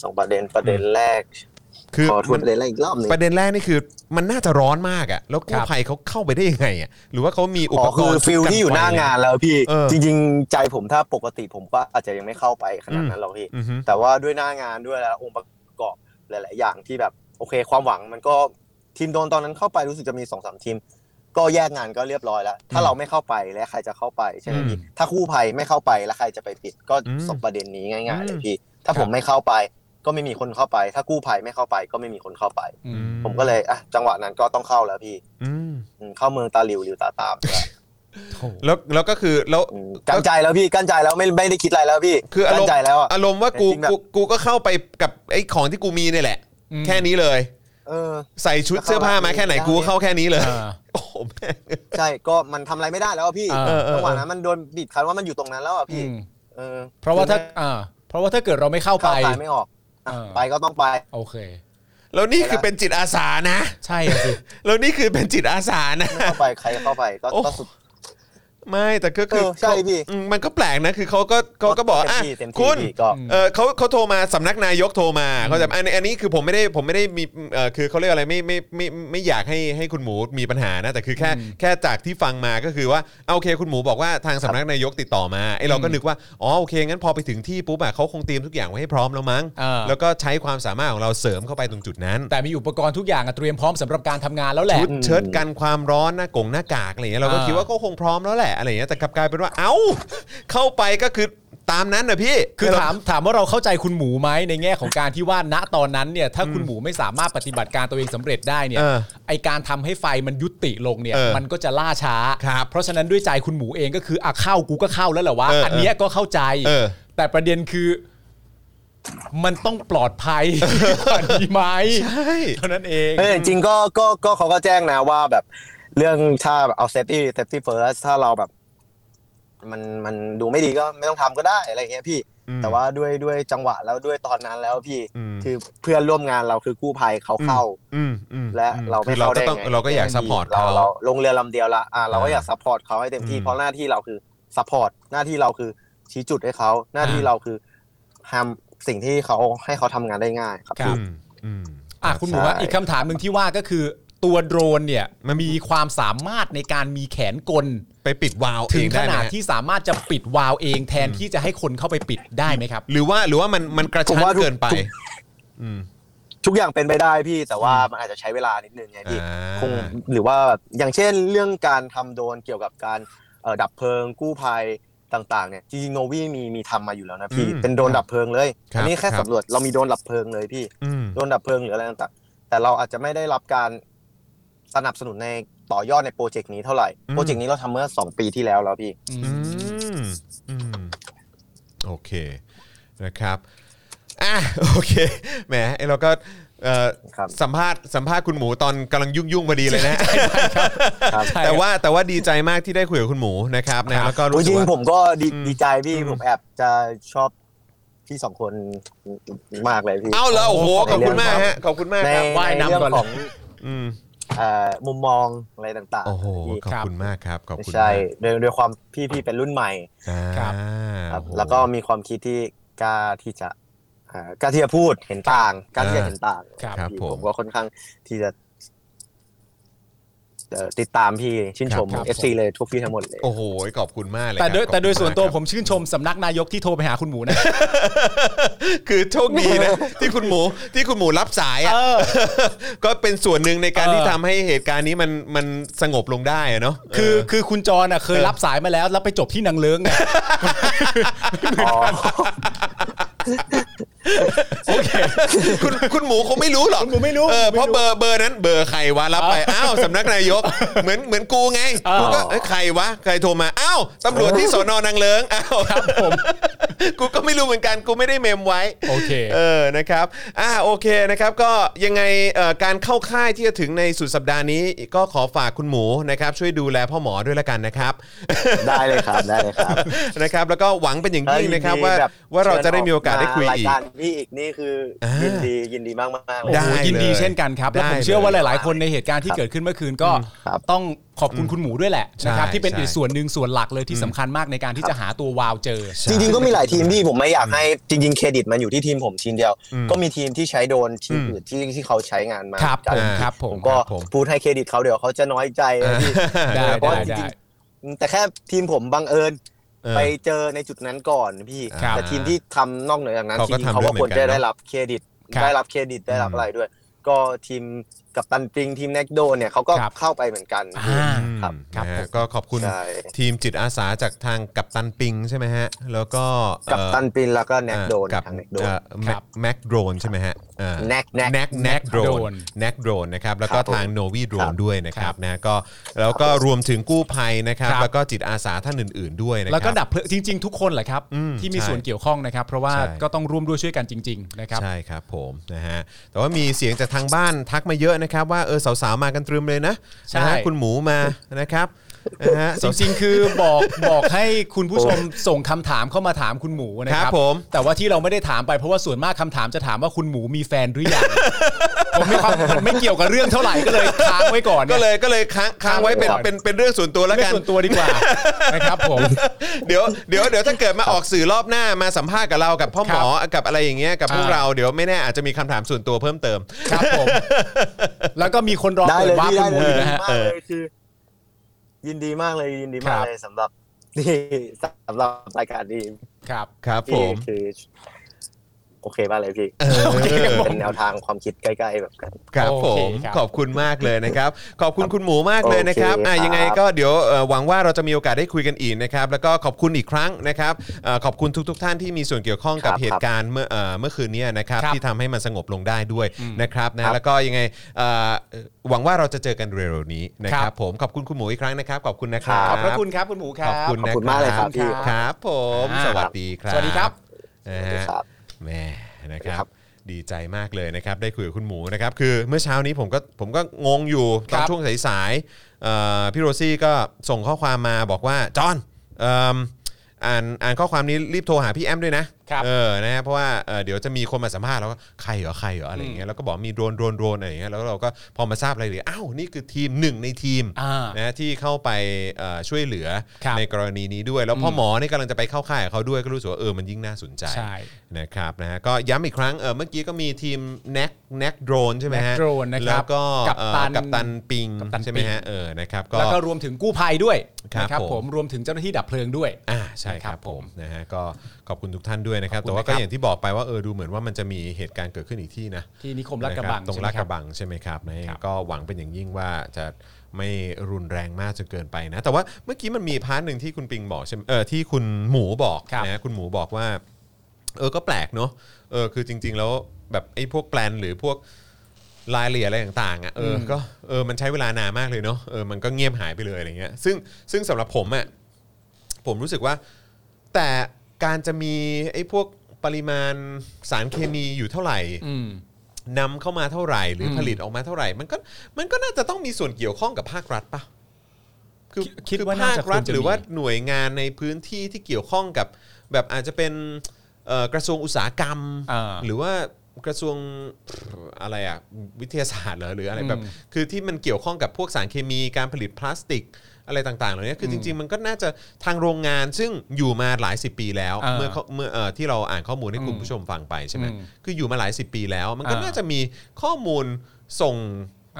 D: สองประเด็นประเด็นแรก
A: คือ
D: ขอทว
A: มั
D: น
A: น
D: ประเด็นแรกอีกรอบหนึ่ง
A: ประเด็นแรกนี่คือมันน่าจะร้อนมากอะแล้วกู้
B: ครับ
A: ภัยเขาเข้าไปได้ยังไงอะหรือว่าเขามีอุ
D: อ๋
A: ป
D: อกคือ
A: รณ์
D: ฟิลที่อยู่หน้างาน
A: กัไฟ
D: แล้วพี่
A: เออ
D: จริง ๆ ใจผมถ้าปกติผมก็อาจจะยังไม่เข้าไปขนาดนั้นหรอกพี่
A: อือฮึ
D: แต่ว่าด้วยหน้างานด้วยแล้วองค์ประกอบหลาย ๆ อย่างที่แบบโอเค ความหวังมันก็ ทีมโดนตอนนั้นเข้าไปรู้สึกจะมีสองสามทีม ก็แยกงานก็เรียบร้อยแล้ว ถ้าเราไม่เข้าไปแล้วใครจะเข้าไปใช่ไหมพี่ถ้าคู่ภัยไม่เข้าไปแล้วใครจะไปปิดก็
A: อืม
D: สองประเด็นนี้
A: อื
D: ง่าย
A: ม
D: ๆ เลยพี่ ถ้าผมไม่เข้าไป ก็ไม่มีคนเข้าไป ถ้ากู้ภัยไม่เข้าไป ก็ไม่มีคนเข้าไป
B: อื
A: อื
B: ม
D: ผมก็เลยอ่ะจังหวะนั้นก็ต้องเข้าแล้วพี่
A: อืม
D: อืมเข้าเมืองตาหลิวหลิวตาตามด้วย
A: แล้วแล้วก็คือแล้ว
D: อืมกั้นใจแล้วพี่กั้นใจแล้วไม่ไม่ได้คิดอะไรแล้วพี่
A: คืออารมณ์
D: กั้นใจแล้วอะ
A: อารมณ์ว่ากู
D: จริงๆแบบ
A: กูกูก็เข้าไปกับไอ้ของที่กูมีเนี่ยแหละ
B: อืม
A: แค่นี้เลย
D: เออ
A: ใส่ชุดเสื้อผ้ามาแค่ไหนกูก็เข้าแค่นี้เลย
B: อ่า
A: โอ้โหแม่ง
D: ใช่ก็มันทำอะไรไม่ได้แล้วอะพี่
B: เออ
A: เออเออ
D: จังหวะนั้นมันโดนบีบคันว่ามันอยู่ตรงนั้นแล้วอะ
B: อื
D: พี่
B: ม
D: เออ
B: เพราะว่าถ้าอ่าเพราะว่าถ้าเกิดเราไม่เข้าไป
D: เข้าไปไม่ออกอ่ะ
B: เออ
D: ไปก็ต้องไป
B: โอเค
A: แล้วนี่คือเป็นจิตอาสานะ
B: ใช่อะสิ
A: แล้วนี่คือเป็นจิตอาสานะ
D: ไม่เข้าไปใครเข้าไปก็
A: โอ้
D: ก็สุด
A: ไม่แต่ก็คือ
D: เออใช่พี่
A: อืมมันก็แปลกนะคือเขาก็เขาก็บอก
D: เต็ม
A: อ่ะ
D: ที่เต็มที่
A: คุณ
D: พี่ก็
A: เออเขาเขาโทรมาสำนักนายกโทรมาเขาใจะอันอันนี้คือผมไม่ได้ผมไม่ได้มีเออคือเขาเรียกอะไรไม่ไม่ไม่ไม่ไม่อยากให้ให้คุณหมูมีปัญหานะแต่คือแค่
B: อืม
A: แค่จากที่ฟังมาก็คือว่าเอาโอเคคุณหมูบอกว่าทางสำนักนายกติดต่อมาไอ้เราก็
B: อืม
A: นึกว่าอ๋อโอเคงั้นพอไปถึงที่ปุ๊บอะเขาคงเตรียมทุกอย่างไว้ให้พร้อมแล้วมั้ง
B: เออ
A: แล้วก็ใช้ความสามารถของเราเสริมเข้าไปตรงจุดนั้น
B: แต่มีอุปกรณ์ทุกอย่างอะเตรียมพร้อมสำหรับการทำงานแล้วแหละ
A: ชุดเชิ้ตกันความร้อนหน้ากงหน้ากากอะไรเงี้ยเราก็
B: อ่า
A: คิดว่าก็คงพร้อมแล้วแหละอะไรเงี้ยแต่กลับกลายเป็นว่าเอ้า เข้าไปก็คือตามนั้นนะพี่
B: คือ
A: เร
B: ถามถามว่าเราเข้าใจคุณหมูไหมในแง่ของการที่ว่าณตอนนั้นเนี่ยถ้าคุณหมูไม่สามารถปฏิบัติการตัวเองสำเร็จได้เนี่ย
A: เออ
B: ไอการทำให้ไฟมันยุติลงเนี่ย
A: เออ
B: มันก็จะล่าช้า
A: ครับ
B: เพราะฉะนั้นด้วยใจคุณหมูเองก็คืออ่ะเข้ากูก็เข้าแล้วแหละวะ
A: เออ
B: อันเนี้ยก็เข้าใจ
A: เออ
B: แต่ประเด็นคือ มันต้องปลอดภั ย กว่านี้ไหม
A: ใช่
B: เท่านั้นเอง
D: เออจริงๆก็ก็ก็เขาก็แจ้งนะว่าแบบเรื่องถ้าแบบเอาเซฟตี้เซฟตี้เฟิร์สถ้าเราแบบ มันมันดูไม่ดีก็ไม่ต้องทำก็ได้อะไรอย่างเงี้ยพี่
A: อืม
D: แต่ว่าด้วยด้วยจังหวะแล้วด้วยตอนนั้นแล้วพี่
A: อืม
D: คือเพื่อนร่วมงานเราคือกู้ภัยเขาเข้า
A: อืมอืม
D: และเรา
A: คื
D: ไม่
A: อเราก็
D: เข้าได้
A: ต้อง
D: ไง
A: เราก็อยากซัพพอร์ตเขา
D: เราเราลงเรือลำเดียวละอ่ะเราก็
A: อ่า
D: อยากซัพพอร์ตเขาให้เต็มที่
A: อืม
D: เพราะหน้าที่เราคือซัพพอร์ตหน้าที่เราคือชี้จุดให้เขาหน้าที่
B: อ่า
D: เราคือทำสิ่งที่เขาให้เขาทำงานได้ง่ายครับ
B: ครับ
A: อืมอืม
B: อ่ะคุณหมู
D: ใช่
B: ว่าอีกคำถามหนึ่งที่ว่าก็คือ ตัวโดรนเนี่ยมันมีความสามารถในการมีแขนกล
A: ไปปิดวาล์ว
B: ถึ
A: เอง ง
B: ข
A: ได้ไหม
B: นาด
A: ฮะ
B: ที่สามารถจะปิดวาล์วเองแทนที่จะให้คนเข้าไปปิดได้ไหมครับ
A: หรือว่าหรือว่ามันมันกระ
D: ผม
A: ชั้น
D: ว่าทุก
A: เกินไป อืม
D: ทุกอย่างเป็นไปได้พี่แต่ว่ามันอาจจะใช้เวลานิดนึงไงพี่
A: อ่า
D: คงหรือว่าอย่างเช่นเรื่องการทำโดรนเกี่ยวกับการเอ่อดับเพลิงกู้ภัยต่างๆเนี่ยจริงๆโนวี่มีมีทำมาอยู่แล้วนะพี่
A: อืม
D: เป็นโดรนดับเพลิงเลย
A: ครับ
D: อันนี้แค่
A: ครับ
D: สำรวจเรามีโดรนดับเพลิงเลยพี่
A: อืม
D: โดนดับเพลิงหรืออะไรต่างๆ แต่เราอาจจะไม่ได้รับการสนับสนุนในต่อยอดในโปรเจกต์นี้เท่าไหร่ โปรเจกต์นี้เราทำเมื่อ 2 ปีที่แล้วแล้วพี่
A: อืมอืมโอเคนะครับอ่ะโอเคแหมไอ้เราก็เอ่อ
D: ครับ
A: สัมภาษณ์สัมภาษณ์คุณหมูตอนกำลังยุ่งๆพอดีเลยนะ
D: ครับ
A: แต่ว่าแต่ว่าดีใจมากที่ได้คุยกับคุณหมูนะครับนะแล้วก็
D: โอ้
A: รู้
D: ยจ
A: สึ
D: ริ
A: ก
D: ง
A: ว่า
D: ผมก็ดี
A: อืม
D: ดีใจพี่
A: อืม
D: ผมแอบจะชอบพี่สองคนมากเลยพี่
A: เอ้าเหรอโอ้โหข
D: ข
A: อ
D: อ
A: บบ
D: คุ
A: คุณ
D: ณ
A: มาก
D: ครับ
A: ฮะขอบคุณมาก
D: ใน
A: ครับ
B: ว่าย
D: ใน
B: น้ำ
D: เรื่อง
B: ก่อน
D: ของ
A: อืม
D: เอ่อมุมมองอะไรต่างๆ
A: โอ้โห
D: พี่
A: ขอบคุณมากครับขอบคุณ
D: ใช่
A: มาก
D: โดยโดยความพี่พี่เป็นรุ่นใหม่
A: อ่า
B: ครับ
D: ครับ
A: โอ้โห
D: แล้วก็มีความคิดที่กล้าที่จะเอ่อกล้าที่จะพูดเห็นต่างกล้าที่จะเห็นต่าง
A: ครับ
D: พี่
A: ผม
D: ผมก็ค่อนข้างที่จะ เอ่อติดตามพี่ชื่นชม
B: ครับครับ
D: FC เลยทุกพี่ทั้งหมดเลย
A: โอ้โหขอบคุณมากเลย
B: แต่โดย
A: ครับ
B: แต่โดย
A: ขอบ
B: ส่
A: คุ
B: วนตัว
A: ณากครับ
B: ผมชื่นชมสำนักนายกที่โทรไปหาคุณหมูนะ
A: คือโชคดีนะ ที่คุณหมูที่คุณหมูรับสายอ่ะ ก็เป็นส่วนหนึ่งในการ
B: เออ
A: ที่ทำให้เหตุการณ์นี้มันมันสงบลงได้อะเนาะ
B: คือ
A: เ
B: คือคุณจรอ่ะเคยรับสายมาแล้ว แล้วไปจบที่นางเลิ้งไง
D: อ๋อ
A: โอเคคุณคุณหมูคงไม่รู้หรอก
B: คุณหมูไม่รู้
A: เออเพราะ
B: ไม่
A: เบ
B: รู้
A: อร์เบอร์นั้นเบอร์ใครวะรับไปอ้าวสำนักนายก เหมือนเหมือนกูไง
B: เออ
A: กูก็เอ้ยใครวะใครโทรมาอ้าวตำรวจที่สอนอนางเลิงอ้าว
B: ครับผม
A: กูก็ไม่รู้เหมือนกันกูไม่ได้เมมไว้
B: โอเค
A: เออ นะครับ อ่า โอเค นะครับ ก็ยังไงเอ่อการเข้าค่ายที่จะถึงในสุดสัปดาห์นี้ ก็ขอฝากคุณหมูนะครับ ช่วยดูแลพ่อหมอด้วยละกันนะครับ
D: ได้เลยครับได้เลยครับ
A: นะครับ แล้วก็หวังเป็นอย่างยิ่งนะครับว่า
D: ยิดีแบบ
A: ว่าเราจะได้มีโอกาสได้คุย
D: ราย
A: อีก
D: การพี่อีกนี่คืออา
A: ยิ
D: ยินดียินดีมากมากๆเลย
A: ได้
B: โอ้โห
A: เลย
B: ยินดีเช่นกันครับ และ
A: ได้
B: ผมเชื่อว่า
A: เลย
B: หลาย ๆ คนในเหตุการณ์ที่เกิดขึ้นเมื่อคืนก็
D: ครับ
B: ต้องขอบคุณคุณหมูด้วยแหละนะครับ
A: ใช่
B: ที่เป็น
A: ใช่
B: อีกส่วนหนึ่งส่วนหลักเลยที่สำคัญมากในการที่
D: ครับ
B: จะหาตัววาวเจอ
D: จริงๆก็มีหลายทีมพี่ผมไม่อยากให้จริง ๆ เครดิตมันอยู่ที่ทีมผมทีมเดียว
A: อืม
D: ก็มีทีมที่ใช้โดรนทีม
A: อืม
D: อื่นที่ที่เขาใช้งานมา
B: ครับ
D: กัน
B: ผมครับผม
D: ผมก็
A: ครับผม
D: พูดให้เครดิตเขาเดี๋ยวเขาจะน้อยใจนะพี่
B: ได้
D: เพราะ
B: ได้
D: ว่าจริ
B: ได้
D: ง แต่แค่ทีมผมบังเอิญ
A: เออ
D: ไปเจอในจุดนั้นก่อนพี่
A: ครับ
D: แต่ทีมที่ทำนอกเหนือจากนั้น
A: เขาก็
D: ทีม
A: ทำ
D: เขา
A: ด้วย
D: ก็
A: เหมื
D: คว
A: อน
D: ร
A: กัน
D: จะ
A: เนอะ
D: ได้รับเครดิต
B: ครับ
D: ได้รับเครดิตได้รับอะไรด้วย ก็ทีม กับตันจริงทีมเน็กโดเนี่ยเขาก็
B: ครับ
D: เข้าไปเหมือนกัน
B: อ่า
D: ครับ
B: ครับ
A: นะฮะ
B: ผม
A: ก็ขอบคุณ
D: ใช่
A: ทีมจิตอาสาจากทางกัปตันปิงใช่ไหมฮะ แล้วก็เอ่อ
D: กับตันปินแล้วก็เน็กโดน
A: กับ
D: ทางเน็กโดน
A: เอ่อแม็
B: ครั
A: ก
B: บ
A: แม็กโดรนใช่ไหมฮะเอ่อ
D: แน็กแน็ก
A: แน็กแน็กโดร
B: Drone
A: นแน็กโดรนนะครับแล้วก็
D: ครับผม
A: ทางโนวีโดร
D: ครั
A: น
D: บ
A: ด้วยนะครับนะก็แล้วก็รวมถึงกู้ภัยนะครับ
B: ครับ
A: แล้วก็จิตอาสาท่านอื่น ๆด้วยนะค
B: แล้
A: รั
B: วก็ดับเพลิงจริง ๆ ทุกคนแหละครับ
A: อืม
B: ที่มี
A: ใช่
B: ส่วนเกี่ยวข้องนะครับ เพราะว่า
A: ใช่
B: ก็ต้องร่วมด้วยช่วยกันจริง ๆ นะครับ
A: ใช่ครับผมนะฮะแต่ว่ามีเสียงจากทางบ้านทักมาเยอะนะครับว่าเออสาวๆมากันตรึมเลยนะ
B: ใช่
A: นะฮะคุณหมูมานะครับนะฮะ
B: จริงๆ คือ บอกบอกให้คุณผู้ชมส่งคำถามเข้ามาถามคุณหมูนะค
A: ครั
B: รับบ
A: ผม
B: แต่ว่าที่เราไม่ได้ถามไปเพราะว่าส่วนมากคำถามจะถามว่าคุณหมูมีแฟนหรือยัง ผมไม่ความมันไม่เกี่ยวกับเรื่องเท่าไหร่ก็เลยค้างไว้ก่อนนี่
A: ก็เลยก็เลยค้างค้างไว้เป็น
D: ก่อน
A: เป็นเป็นเรื่องส่วนตัวแล้ว
B: เรื่
A: กั
B: อ
A: น
B: งส่วนตัวดีก ว่า นะครับผม
A: เดี๋ยวเดี๋ยวเดี๋ยวถ้าเกิดมาออกสื่อรอบหน้ามาสัมภาษณ์กับเรากับพ่อหมอกับอะไรอย่างเงี้ยกับพวก
B: อ่า
A: เราเดี๋ยวไม่แน่อาจจะมีคำถามส่วนตัวเพิ่มเติม
B: ครับผม แล้วก็มีคนรอ
D: ได้
B: เปิด
D: เลย
B: ว่าร์
D: พี่
B: ปคุณหมู
D: ได้เลย
B: อยู่
D: ดี
B: นะฮะ
D: มากเลยคือ ยินดีมากเลยยินดีมา
B: ค
D: ก
B: รับ
D: เลยสำหรับ ที่สำหรับรายการดี
B: ครับ
A: ครับผ
D: พี่
A: ม
D: คือ โอเคมากเลยพี่เป็นแนวทางความคิดใกล้ๆแบบกัน
A: ครับ
B: โอ
A: ผ
B: เค
A: ม
B: ครับ
A: ขอบคุณมากเลยนะครับ ขอบคุณคุณหมูมากเลยนะครับ
D: โอเค
A: อ่ะ
D: ครับ
A: ยังไงก็เดี๋ยวเอ่อหวังว่าเราจะมีโอกาสได้คุยกันอีกนะครับ แล้วก็ขอบคุณอีกครั้งนะครับเอ่อขอบคุณทุกๆทท่านที่มีส่วนเกี่ยวข้องกับ
D: ครับ
A: เหตุการณ์เมื่อเอ่อเมื่อคืนเนี้นะครับ
B: ครับ
A: ที่ทำให้มันสงบลงได้ด้วย
B: อืม
A: นะครับ
D: ครั
A: นะ
D: บ
A: แล้วก็ยังไงเอ่อหวังว่าเราจะเจอกันเร็วๆนี้นะค
B: ครั
A: รับบ ผมขอบคุณคุณหมูอีกครั้งนะครับขอบคุณนะครับ
B: ขอบพระคุณครับคุณหมูค
A: ข
B: รับ
A: อบคุณ
D: ขอบ
A: นะ
D: คุณมากเลยครับพี่
A: ครับ ผม
B: อ่า
A: สวัสดีครับ
B: สวัสดีครับ
A: นะ
D: นะ
A: ฮะ
D: ครับ
A: แหม่นะครับ
D: ครับ
A: ดีใจมากเลยนะครับได้คุยกับคุณหมูนะครับคือเมื่อเช้านี้ผมก็ผมก็งงอยู่ตอน
B: ครับ
A: ช่วงสายๆเอ่อพี่โรซี่ก็ส่งข้อความมาบอกว่าจอห์นเอิ่มอ่านอ่านข้อความนี้รีบโทรหาพี่แอมด้วยนะครับ เออนะฮะเพราะว่าเอ่อเดี๋ยวจะมีคนมาสัมภาษณ์แล้วก็ใครเหรอใครเหรออะไรอย่างเงี้ยแล้วก็บอกมีโดรนโดรนโดรนอะไรอย่างเงี้ยแล้วเราก็พอมาทราบอะไรายละเลยดอ้าวนี่คือทีมหนึ่งในทีม
B: อ่า
A: นะที่เข้าไปเอ่อช่วยเหลือ
B: ครับ
A: ในกรณีนี้ด้วย แล้วพ่ออ
B: ม
A: หมอนี่กำลังจะไปเข้าค่ายกับเขาด้วยก็รู้สึกว่าเออมันยิ่งน่าสนใจ
B: ใช่
A: นะครับนะฮะก็ย้ำอีกครั้งเออเมื่อกี้ก็มีทีม n น c กแนกโดรนใช่ไหมฮะ
B: Neck Drone นะครับ
A: แล้วก็
B: กัปตั
A: เอ่
B: น
A: อกัปตันปิง
B: กัปตันปิง
A: ใช่ไหมฮะเออนะครับก็
B: แล้วก็รวมถึงกู้ภัยด้วย
A: ครับ
B: นะครับ
A: ผม
B: ผมรวมถึงเจ้าหน้าที่ดับเพลิงด้วย
A: อ่าใช่ค
B: ครั
A: รับบ ผ
B: ผม ม
A: นะฮะก็ขอบคุณทุกท่านด้วยนะครับ
B: ขอบคุณ
A: แต่ว่าก็
B: นะครับ
A: อย่างที่บอกไปว่าเออดูเหมือนว่ามันจะมีเหตุการณ์เกิดขึ้นอีกที่นะ
B: ที่นิคมลาดกระบั
A: น
B: ง
A: คตรง
B: ใช่ไหม
A: ลาด
B: ค
A: ก
B: รับ
A: ระบังใช่ไหมครับนะยังไง
B: ครับ
A: ก็หวังเป็นอย่างยิ่งว่าจะไม่รุนแรงมากจนเกินไปนะ แต่ว่าเมื่อกี้มันมีพาร์ทหนึ่งที่คุณปิงบอกใช่ไหมเออที่คุณหมูบอก
B: ครับ
A: นะคุณหมูบอกว่า เออก็แปลกเนอะเออคือจริง ๆ แล้วแบบไอ้พวกแปลนหรือพวกรายละเอียดอะไรต่างๆอ่ะเอออ
B: ม
A: ก็เออมันใช้เวลานานมากเลยเนอะเออมันก็เงียบหายไปเลยอะไรเงี้ยซึ่งซึ่งสำหรับผมอ่ะผมรู้สึกว่า แต่การจะมีไอ้พวกปริมาณสารเคมีอยู่เท่าไหร่นำเข้ามาเท่าไหร่ หรืออ
B: ม
A: ผลิตออกมาเท่าไหร่ มันก็มันก็น่าจะต้องมีส่วนเกี่ยวข้องกับภาครัฐปะ
B: คิดคิดว่า
A: ภา
B: น่า
A: ค
B: จะค
A: รั
B: ว
A: ฐ
B: รจะมี
A: หรือว่าหน่วยงานในพื้นที่ที่เกี่ยวข้องกับ แบบอาจจะเป็นเอ่อกระทรวงอุตสาหกรรม
B: อ่า
A: หรือว่ากระทรวงอะไรอะวิทยาศาสตร์เหรอหรืออะไรแบบ
B: อืม
A: คือที่มันเกี่ยวข้องกับพวกสารเคมีการผลิตพลาสติกอะไรต่างๆเหล่านี้คือจ
B: อืม
A: ริง ๆ มันก็น่าจะทางโรงงานซึ่งอยู่มาหลายสิบปีแล้ว
B: อ่า
A: เมื่อเขาเมื่อเอ่อที่เราอ่านข้อมูลให้คุณ
B: อืม
A: ผู้ชมฟังไปใช่ไหม
B: อืม
A: คืออยู่มาหลายสิบปีแล้ว มันก็
B: อ่า
A: น่าจะมีข้อมูลส่ง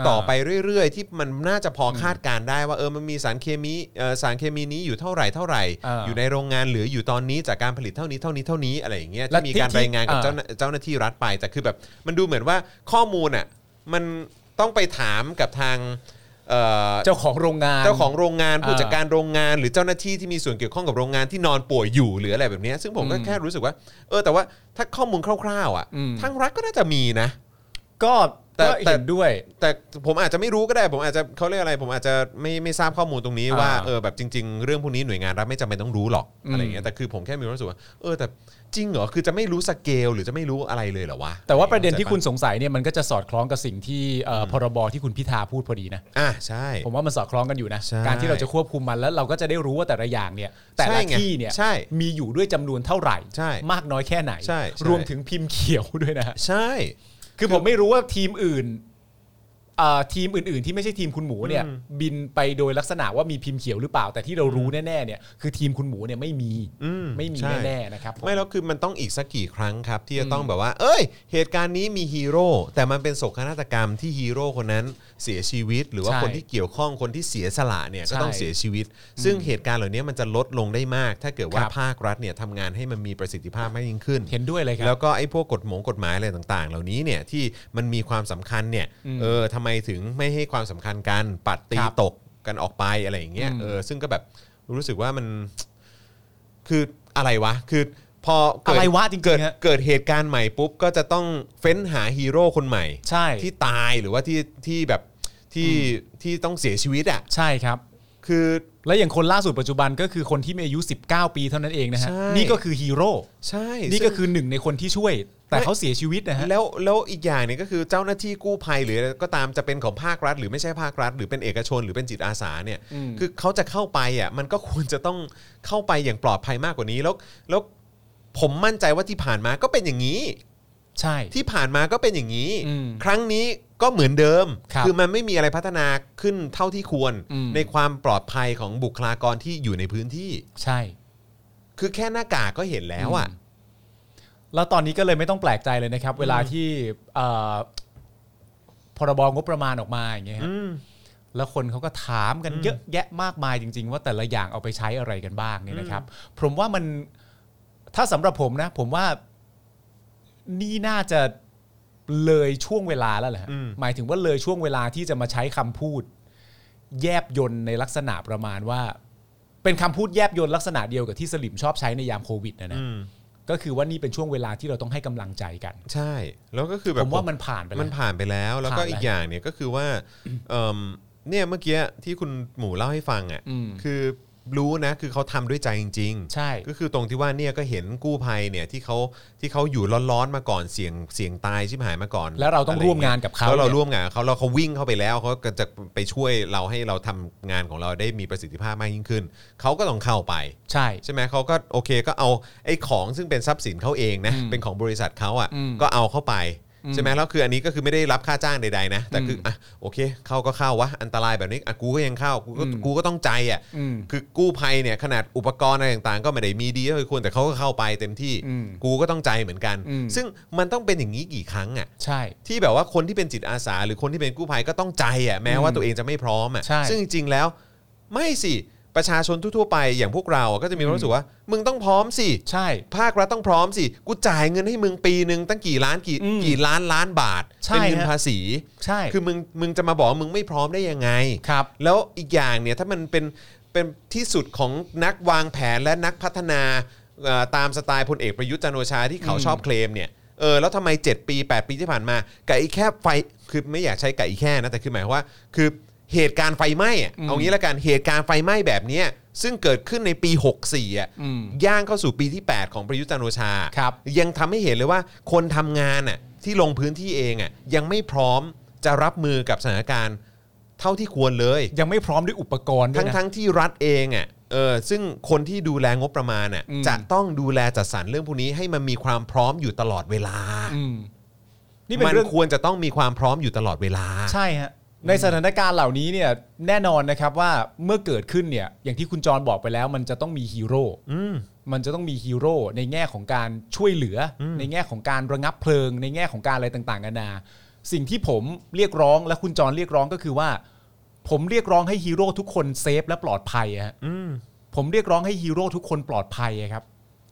A: ต่ออา ไปเรื่อย ๆ ที่มันน่าจะพออคาดการณ์ได้ว่าเออมันมีสารเคมีเอ่อสารเคมีนี้อยู่เท่าไหร่เท่าไหร่
B: อ่า
A: อยู่ในโรงงานเหลืออยู่ตอนนี้จากการผลิตเท่านี้เท่านี้เท่านี้อะไรอย่างเงี้ย
B: และ
A: ที่มีการ
B: ที่
A: รายงานกับ
B: อ่า
A: เจ้าหน้าเจ้าหน้าที่รัฐไปแต่คือแบบมันดูเหมือนว่าข้อมูลอ่ะมันต้องไปถามกับทางเอ่อ
B: เจ้าของโรงงาน
A: เจ้าของโรงงาน ผู้
B: อ่า
A: จัดการโรงงาน หรือเจ้าหน้าที่ที่มีส่วนเกี่ยวข้องกับโรงงานที่นอนป่วยอยู่หรืออะไรแบบเนี้ยซึ่งผมก็
B: อืม
A: แค่รู้สึกว่า เออแต่ว่าถ้าข้อมูลคร่าวๆอ่ะ
B: อืม
A: ทางรัฐก็น่าจะมีนะ
B: ก็
A: แต่
B: ก็
A: แต่
B: เห็นด้วย
A: แต่ผมอาจจะไม่รู้ก็ได้ ผมอาจจะเขาเรียกอะไร ผมอาจจะไม่ไม่ทราบข้อมูลตรงนี้ว่า
B: อ่า
A: เออแบบจริง ๆ เรื่องพวกนี้หน่วยงานรัฐไม่จำเป็นต้องรู้หรอก
B: อืม
A: อะไรอย่างเงี้ยแต่คือผมแค่มีความรู้สึกว่าเออแต่จริงเหรอคือจะไม่รู้สเกลหรือจะไม่รู้อะไรเลยเหรอวะ
B: แต่ว่าประเด็นที่คุณ
A: ข้าใจ
B: สงสัยเนี่ยมันก็จะสอดคล้องกับสิ่งที่เอ่ออพรบที่คุณพิธาพูดพอดีนะ
A: อ่ะใช่
B: ผมว่ามันสอดคล้องกันอยู่นะ
A: ใช่
B: การที่เราจะควบคุมมันแล้วเราก็จะได้รู้ว่าแต่ละอย่างเนี่ย แต่ละ
A: ใช่ไง
B: ที่เนี่ย
A: ใช่
B: มีอยู่ด้วยจำนวนเท่าไหร่
A: ใช่
B: มากน้อยแค่ไหน
A: ใช่ใช่
B: รวมถึงพิมพ์เขียวด้วยนะฮะ
A: ใช่
B: คือผมไม่รู้ว่าทีมอื่นเอ่อทีมอื่น ๆ ที่ไม่ใช่ทีมคุณหมูเนี่ย
A: อืม
B: บินไปโดยลักษณะว่ามีพิมพ์เขียวหรือเปล่า แต่ที่เรารู้แน่ๆเนี่ยคือทีมคุณหมูเนี่ยไม่มี
A: อื
B: ไม่มี
A: ใช่
B: แน่ๆนะครับผม
A: ไม่แล้วคือมันต้องอีกสักกี่ครั้งครับ ที่จะต้อง
B: อืม
A: แบบว่า เอ้ย เหตุการณ์นี้มีฮีโร่แต่มันเป็นโศกนาฏกรรมที่ฮีโร่คนนั้น เสียชีวิต หรือว่า
B: ใช่
A: คนที่เกี่ยวข้องคนที่เสียสละเนี่ยก็
B: ใช่
A: ต้องเสียชีวิต ซึ่งเหตุการณ์เหล่านี้มันจะลดลงได้มาก ถ้าเกิดว่า
B: ครับ
A: ภาครัฐเนี่ยทำงานให้มันมีประสิทธิภาพมากยิ่งขึ้น
B: เห็นด้วยเลยครั
A: แล้ว
B: บ
A: ก็ไอ้พวกกฎหมงกฎหมายอะไรต่างๆ เหล่านี้เนี่ยที่มันมีความสำคัญเนี่ย
B: อืม
A: เออทำไมถึงไม่ให้ความสำคัญกันปัดตี
B: ครับ
A: ตกกันออกไปอะไรอย่างเงี้ย
B: อืม
A: เออซึ่งก็แบบรู้สึกว่ามันคืออะไรวะ คือพอเกิด
B: อะไรวะจริงๆ
A: เกิด
B: ฮะ
A: เกิดเหตุการณ์ใหม่ปุ๊บ ก็จะต้องเฟ้นหาฮีโร่คนใหม่
B: ใช่
A: ที่ตายหรือว่าที่ที่แบบที่ที่ต้องเสียชีวิตอ่ะ
B: ใช่ครับ
A: คือ
B: และอย่างคนล่าสุดปัจจุบันก็คือคนที่มีอายุ 19 ปีเท่านั้นเองนะฮะ
A: ใช่
B: นี่ก็คือฮีโร่
A: ใช่
B: นี่
A: ซึ่
B: ก็
A: ง
B: คือหนึ่งในคนที่ช่วย แต่เขาเสียชีวิตนะฮะ
A: แล้วแล้วอีกอย่างหนึงก็คือเจ้าหน้าที่กู้ภัยหรืออะไรก็ตามจะเป็นของภาครัฐ หรือไม่ใช่ภาครัฐ หรือเป็นเอกชนหรือเป็นจิตอาสาเนี่ย
B: อืม
A: คือเขาจะเข้าไปอ่ะมันก็ควรจะต้องเข้าไปอย่างปลอดภัยมากกว่านี้แล้วแล้วผมมั่นใจว่าที่ผ่านมาก็เป็นอย่างนี้
B: ใช่
A: ที่ผ่านมาก็เป็นอย่างนี้
B: อืม
A: ครั้งนี้ก็เหมือนเดิม
B: ครับ
A: อมันไม่มีอะไรพัฒนาขึ้นเท่าที่ควร
B: อืม
A: ในความปลอดภัยของบุคลากรที่อยู่ในพื้นที่
B: ใช่
A: คือแค่หน้ากากก็เห็นแล้วอ่ะ
B: แล้วตอนนี้ก็เลยไม่ต้องแปลกใจเลยนะครับ เวลาที่เอ่อพรบงบประมาณออกมาอย่างเงี้ยฮะ
A: อืม
B: แล้วคนเขาก็ถามกัน
A: อืม
B: เยอะแยะมากมายจริง ๆ ว่าแต่ละอย่างเอาไปใช้อะไรกันบ้างเนี่ยนะครับ ผมว่ามันถ้าสำหรับผมนะ ผมว่านี่น่าจะเลยช่วงเวลาแล้วแหละฮะหมายถึงว่าเลยช่วงเวลาที่จะมาใช้คำพูด แยบยนในลักษณะประมาณว่า เป็นคำพูดแยบยนลักษณะเดียวกับที่สลิมชอบใช้ในยามโควิดนะนะ
A: อืม
B: ก็คือว่านี่เป็นช่วงเวลาที่เราต้องให้กำลังใจกัน
A: ใช่แล้วก็คือแบบ
B: ผมว่ามันผ่านไปแล้ว
A: มันผ่านไปแล้ว แล้วก็
B: ผ่านแล้ว
A: อีกอย่างเนี่ยก็คือว่าเอิ่มเนี่ยเมื่อกี้ที่คุณหมูเล่าให้ฟังอ่ะ
B: อืม
A: คือรู้นะคือเขาทำด้วยใจจริง ๆ
B: ใช่
A: ก็คือตรงที่ว่าเนี่ยก็เห็นกู้ภัยเนี่ยที่เขาที่เขาอยู่ร้อนๆมาก่อนเสี่ยงเสี่ยงตายชิบหายมาก่อน
B: แล้วเราต้อง
A: ะไย่ย
B: ร่วมงานกับเขา
A: แล้วเรา
B: เนี่ย
A: ร่วมงานกับเขาเราเขาวิ่งเข้าไปแล้วเขาก็จะไปช่วยเราให้เราทำงานของเราได้มีประสิทธิภาพมากยิ่งขึ้นเขาก็ต้องเข้าไป
B: ใช่
A: ใช่ไหมเขาก็โอเคก็เอาไอ้ของซึ่งเป็นทรัพย์สินเขาเองนะ
B: อืม
A: เป็นของบริษัทเขาอ่ะ
B: อืม
A: ก็เอาเข้าไป
B: อืม
A: ใช่ไหมแล้วคืออันนี้ก็คือไม่ได้รับค่าจ้างใดๆนะแต่คือ
B: ม
A: อ่ะโอเคเข้าก็เข้าวะอันตรายแบบนี้อ่ะกูก็ยังเข้ากูก็
B: อืม
A: กูก็ต้องใจอ่ะ
B: อืม
A: คือกู้ภัยเนี่ยขนาดอุปกรณ์อะไรต่างๆ ก็ไม่ได้มีดีเท่าที่ควรแต่เขาก็เข้าไปเต็มที่
B: อืม
A: กูก็ต้องใจเหมือนกัน
B: อืม
A: ซึ่งมันต้องเป็นอย่างนี้กี่ครั้งอ่ะ
B: ใช่
A: ที่แบบว่าคนที่เป็นจิตอาสา หรือคนที่เป็นกู้ภัยก็ต้องใจอ่ะแม้ว่า
B: อืม
A: ตัวเองจะไม่พร้อมอ่ะ
B: ใช่
A: ซึ่งจริงๆแล้ว ไม่สิประชาชนทั่วๆไปอย่างพวกเราอ่ะก็จะมีความ
B: อืม
A: รู้สึกว่า มึงต้องพร้อมสิ
B: ใช่
A: ภาครัฐต้องพร้อมสิกูจ่ายเงินให้มึงปีหนึ่งตั้งกี่ล้านกี่
B: อืม
A: กี่ล้านล้านบาท
B: ใช่
A: เป็นเงิน
B: ฮะ
A: ภาษี
B: ใช่
A: คือมึงมึงจะมาบอกว่ามึงไม่พร้อมได้ยังไง
B: ครับ
A: แล้วอีกอย่างเนี่ยถ้ามันเป็นเป็นที่สุดของนักวางแผนและนักพัฒนาเอ่อตามสไตล์พลเอกประยุทธ์จันทร์โอชาที่เขา
B: อืม
A: ชอบเคลมเนี่ยเออแล้วทำไม 7 ปี 8 ปีที่ผ่านมาไก่อีแค่ไฟคือไม่อยากใช้ไก่อีแค่นะแต่คือหมายความว่า คือเหตุการณ์ไฟไหม้อะ
B: อืม
A: เอางี้ละกันเหตุการณ์ไฟไหม้แบบเนี้ยซึ่งเกิดขึ้นในปี 64อ่ะ
B: อืม
A: ย่างเข้าสู่ปีที่ 8 ของประยุทธ์จันทร์โอชา
B: ครับ
A: ยังทำให้เห็นเลยว่าคนทำงานน่ะที่ลงพื้นที่เองอ่ะยังไม่พร้อมจะรับมือกับสถานการณ์เท่าที่ควรเลย
B: ยังไม่พร้อมด้วยอุปกรณ์ด้ว
A: ทั้
B: ย
A: ง
B: นะ
A: ทั้งที่รัฐเองอ่ะเออซึ่งคนที่ดูแลงบประมาณอ่ะ
B: อืม
A: จะต้องดูแลจัดสรรเรื่องพวกนี้ให้มันมีความพร้อมอยู่ตลอดเวลา
B: อืมนี่เป็น
A: มั
B: เรื่อง
A: ควรจะต้องมีความพร้อมอยู่ตลอดเวลา
B: ใช่ฮะในสถานการณ์เหล่านี้เนี่ยแน่นอนนะครับว่าเมื่อเกิดขึ้นเนี่ย อย่างที่คุณจรบอกไปแล้ว มันจะต้องมีฮีโร่มันจะต้องมีฮีโร่ในแง่ของการช่วยเหลืออในแง่ของการระงับเพลิง ในแง่ของการอะไรต่างๆนานาสิ่งที่ผมเรียกร้องและคุณจรเรียกร้องก็คือว่า ผมเรียกร้องให้ฮีโร่ทุกคนเซฟและปลอดภัยอะฮะผมเรียกร้องให้ฮีโร่ทุกคนปลอดภัยอะครับ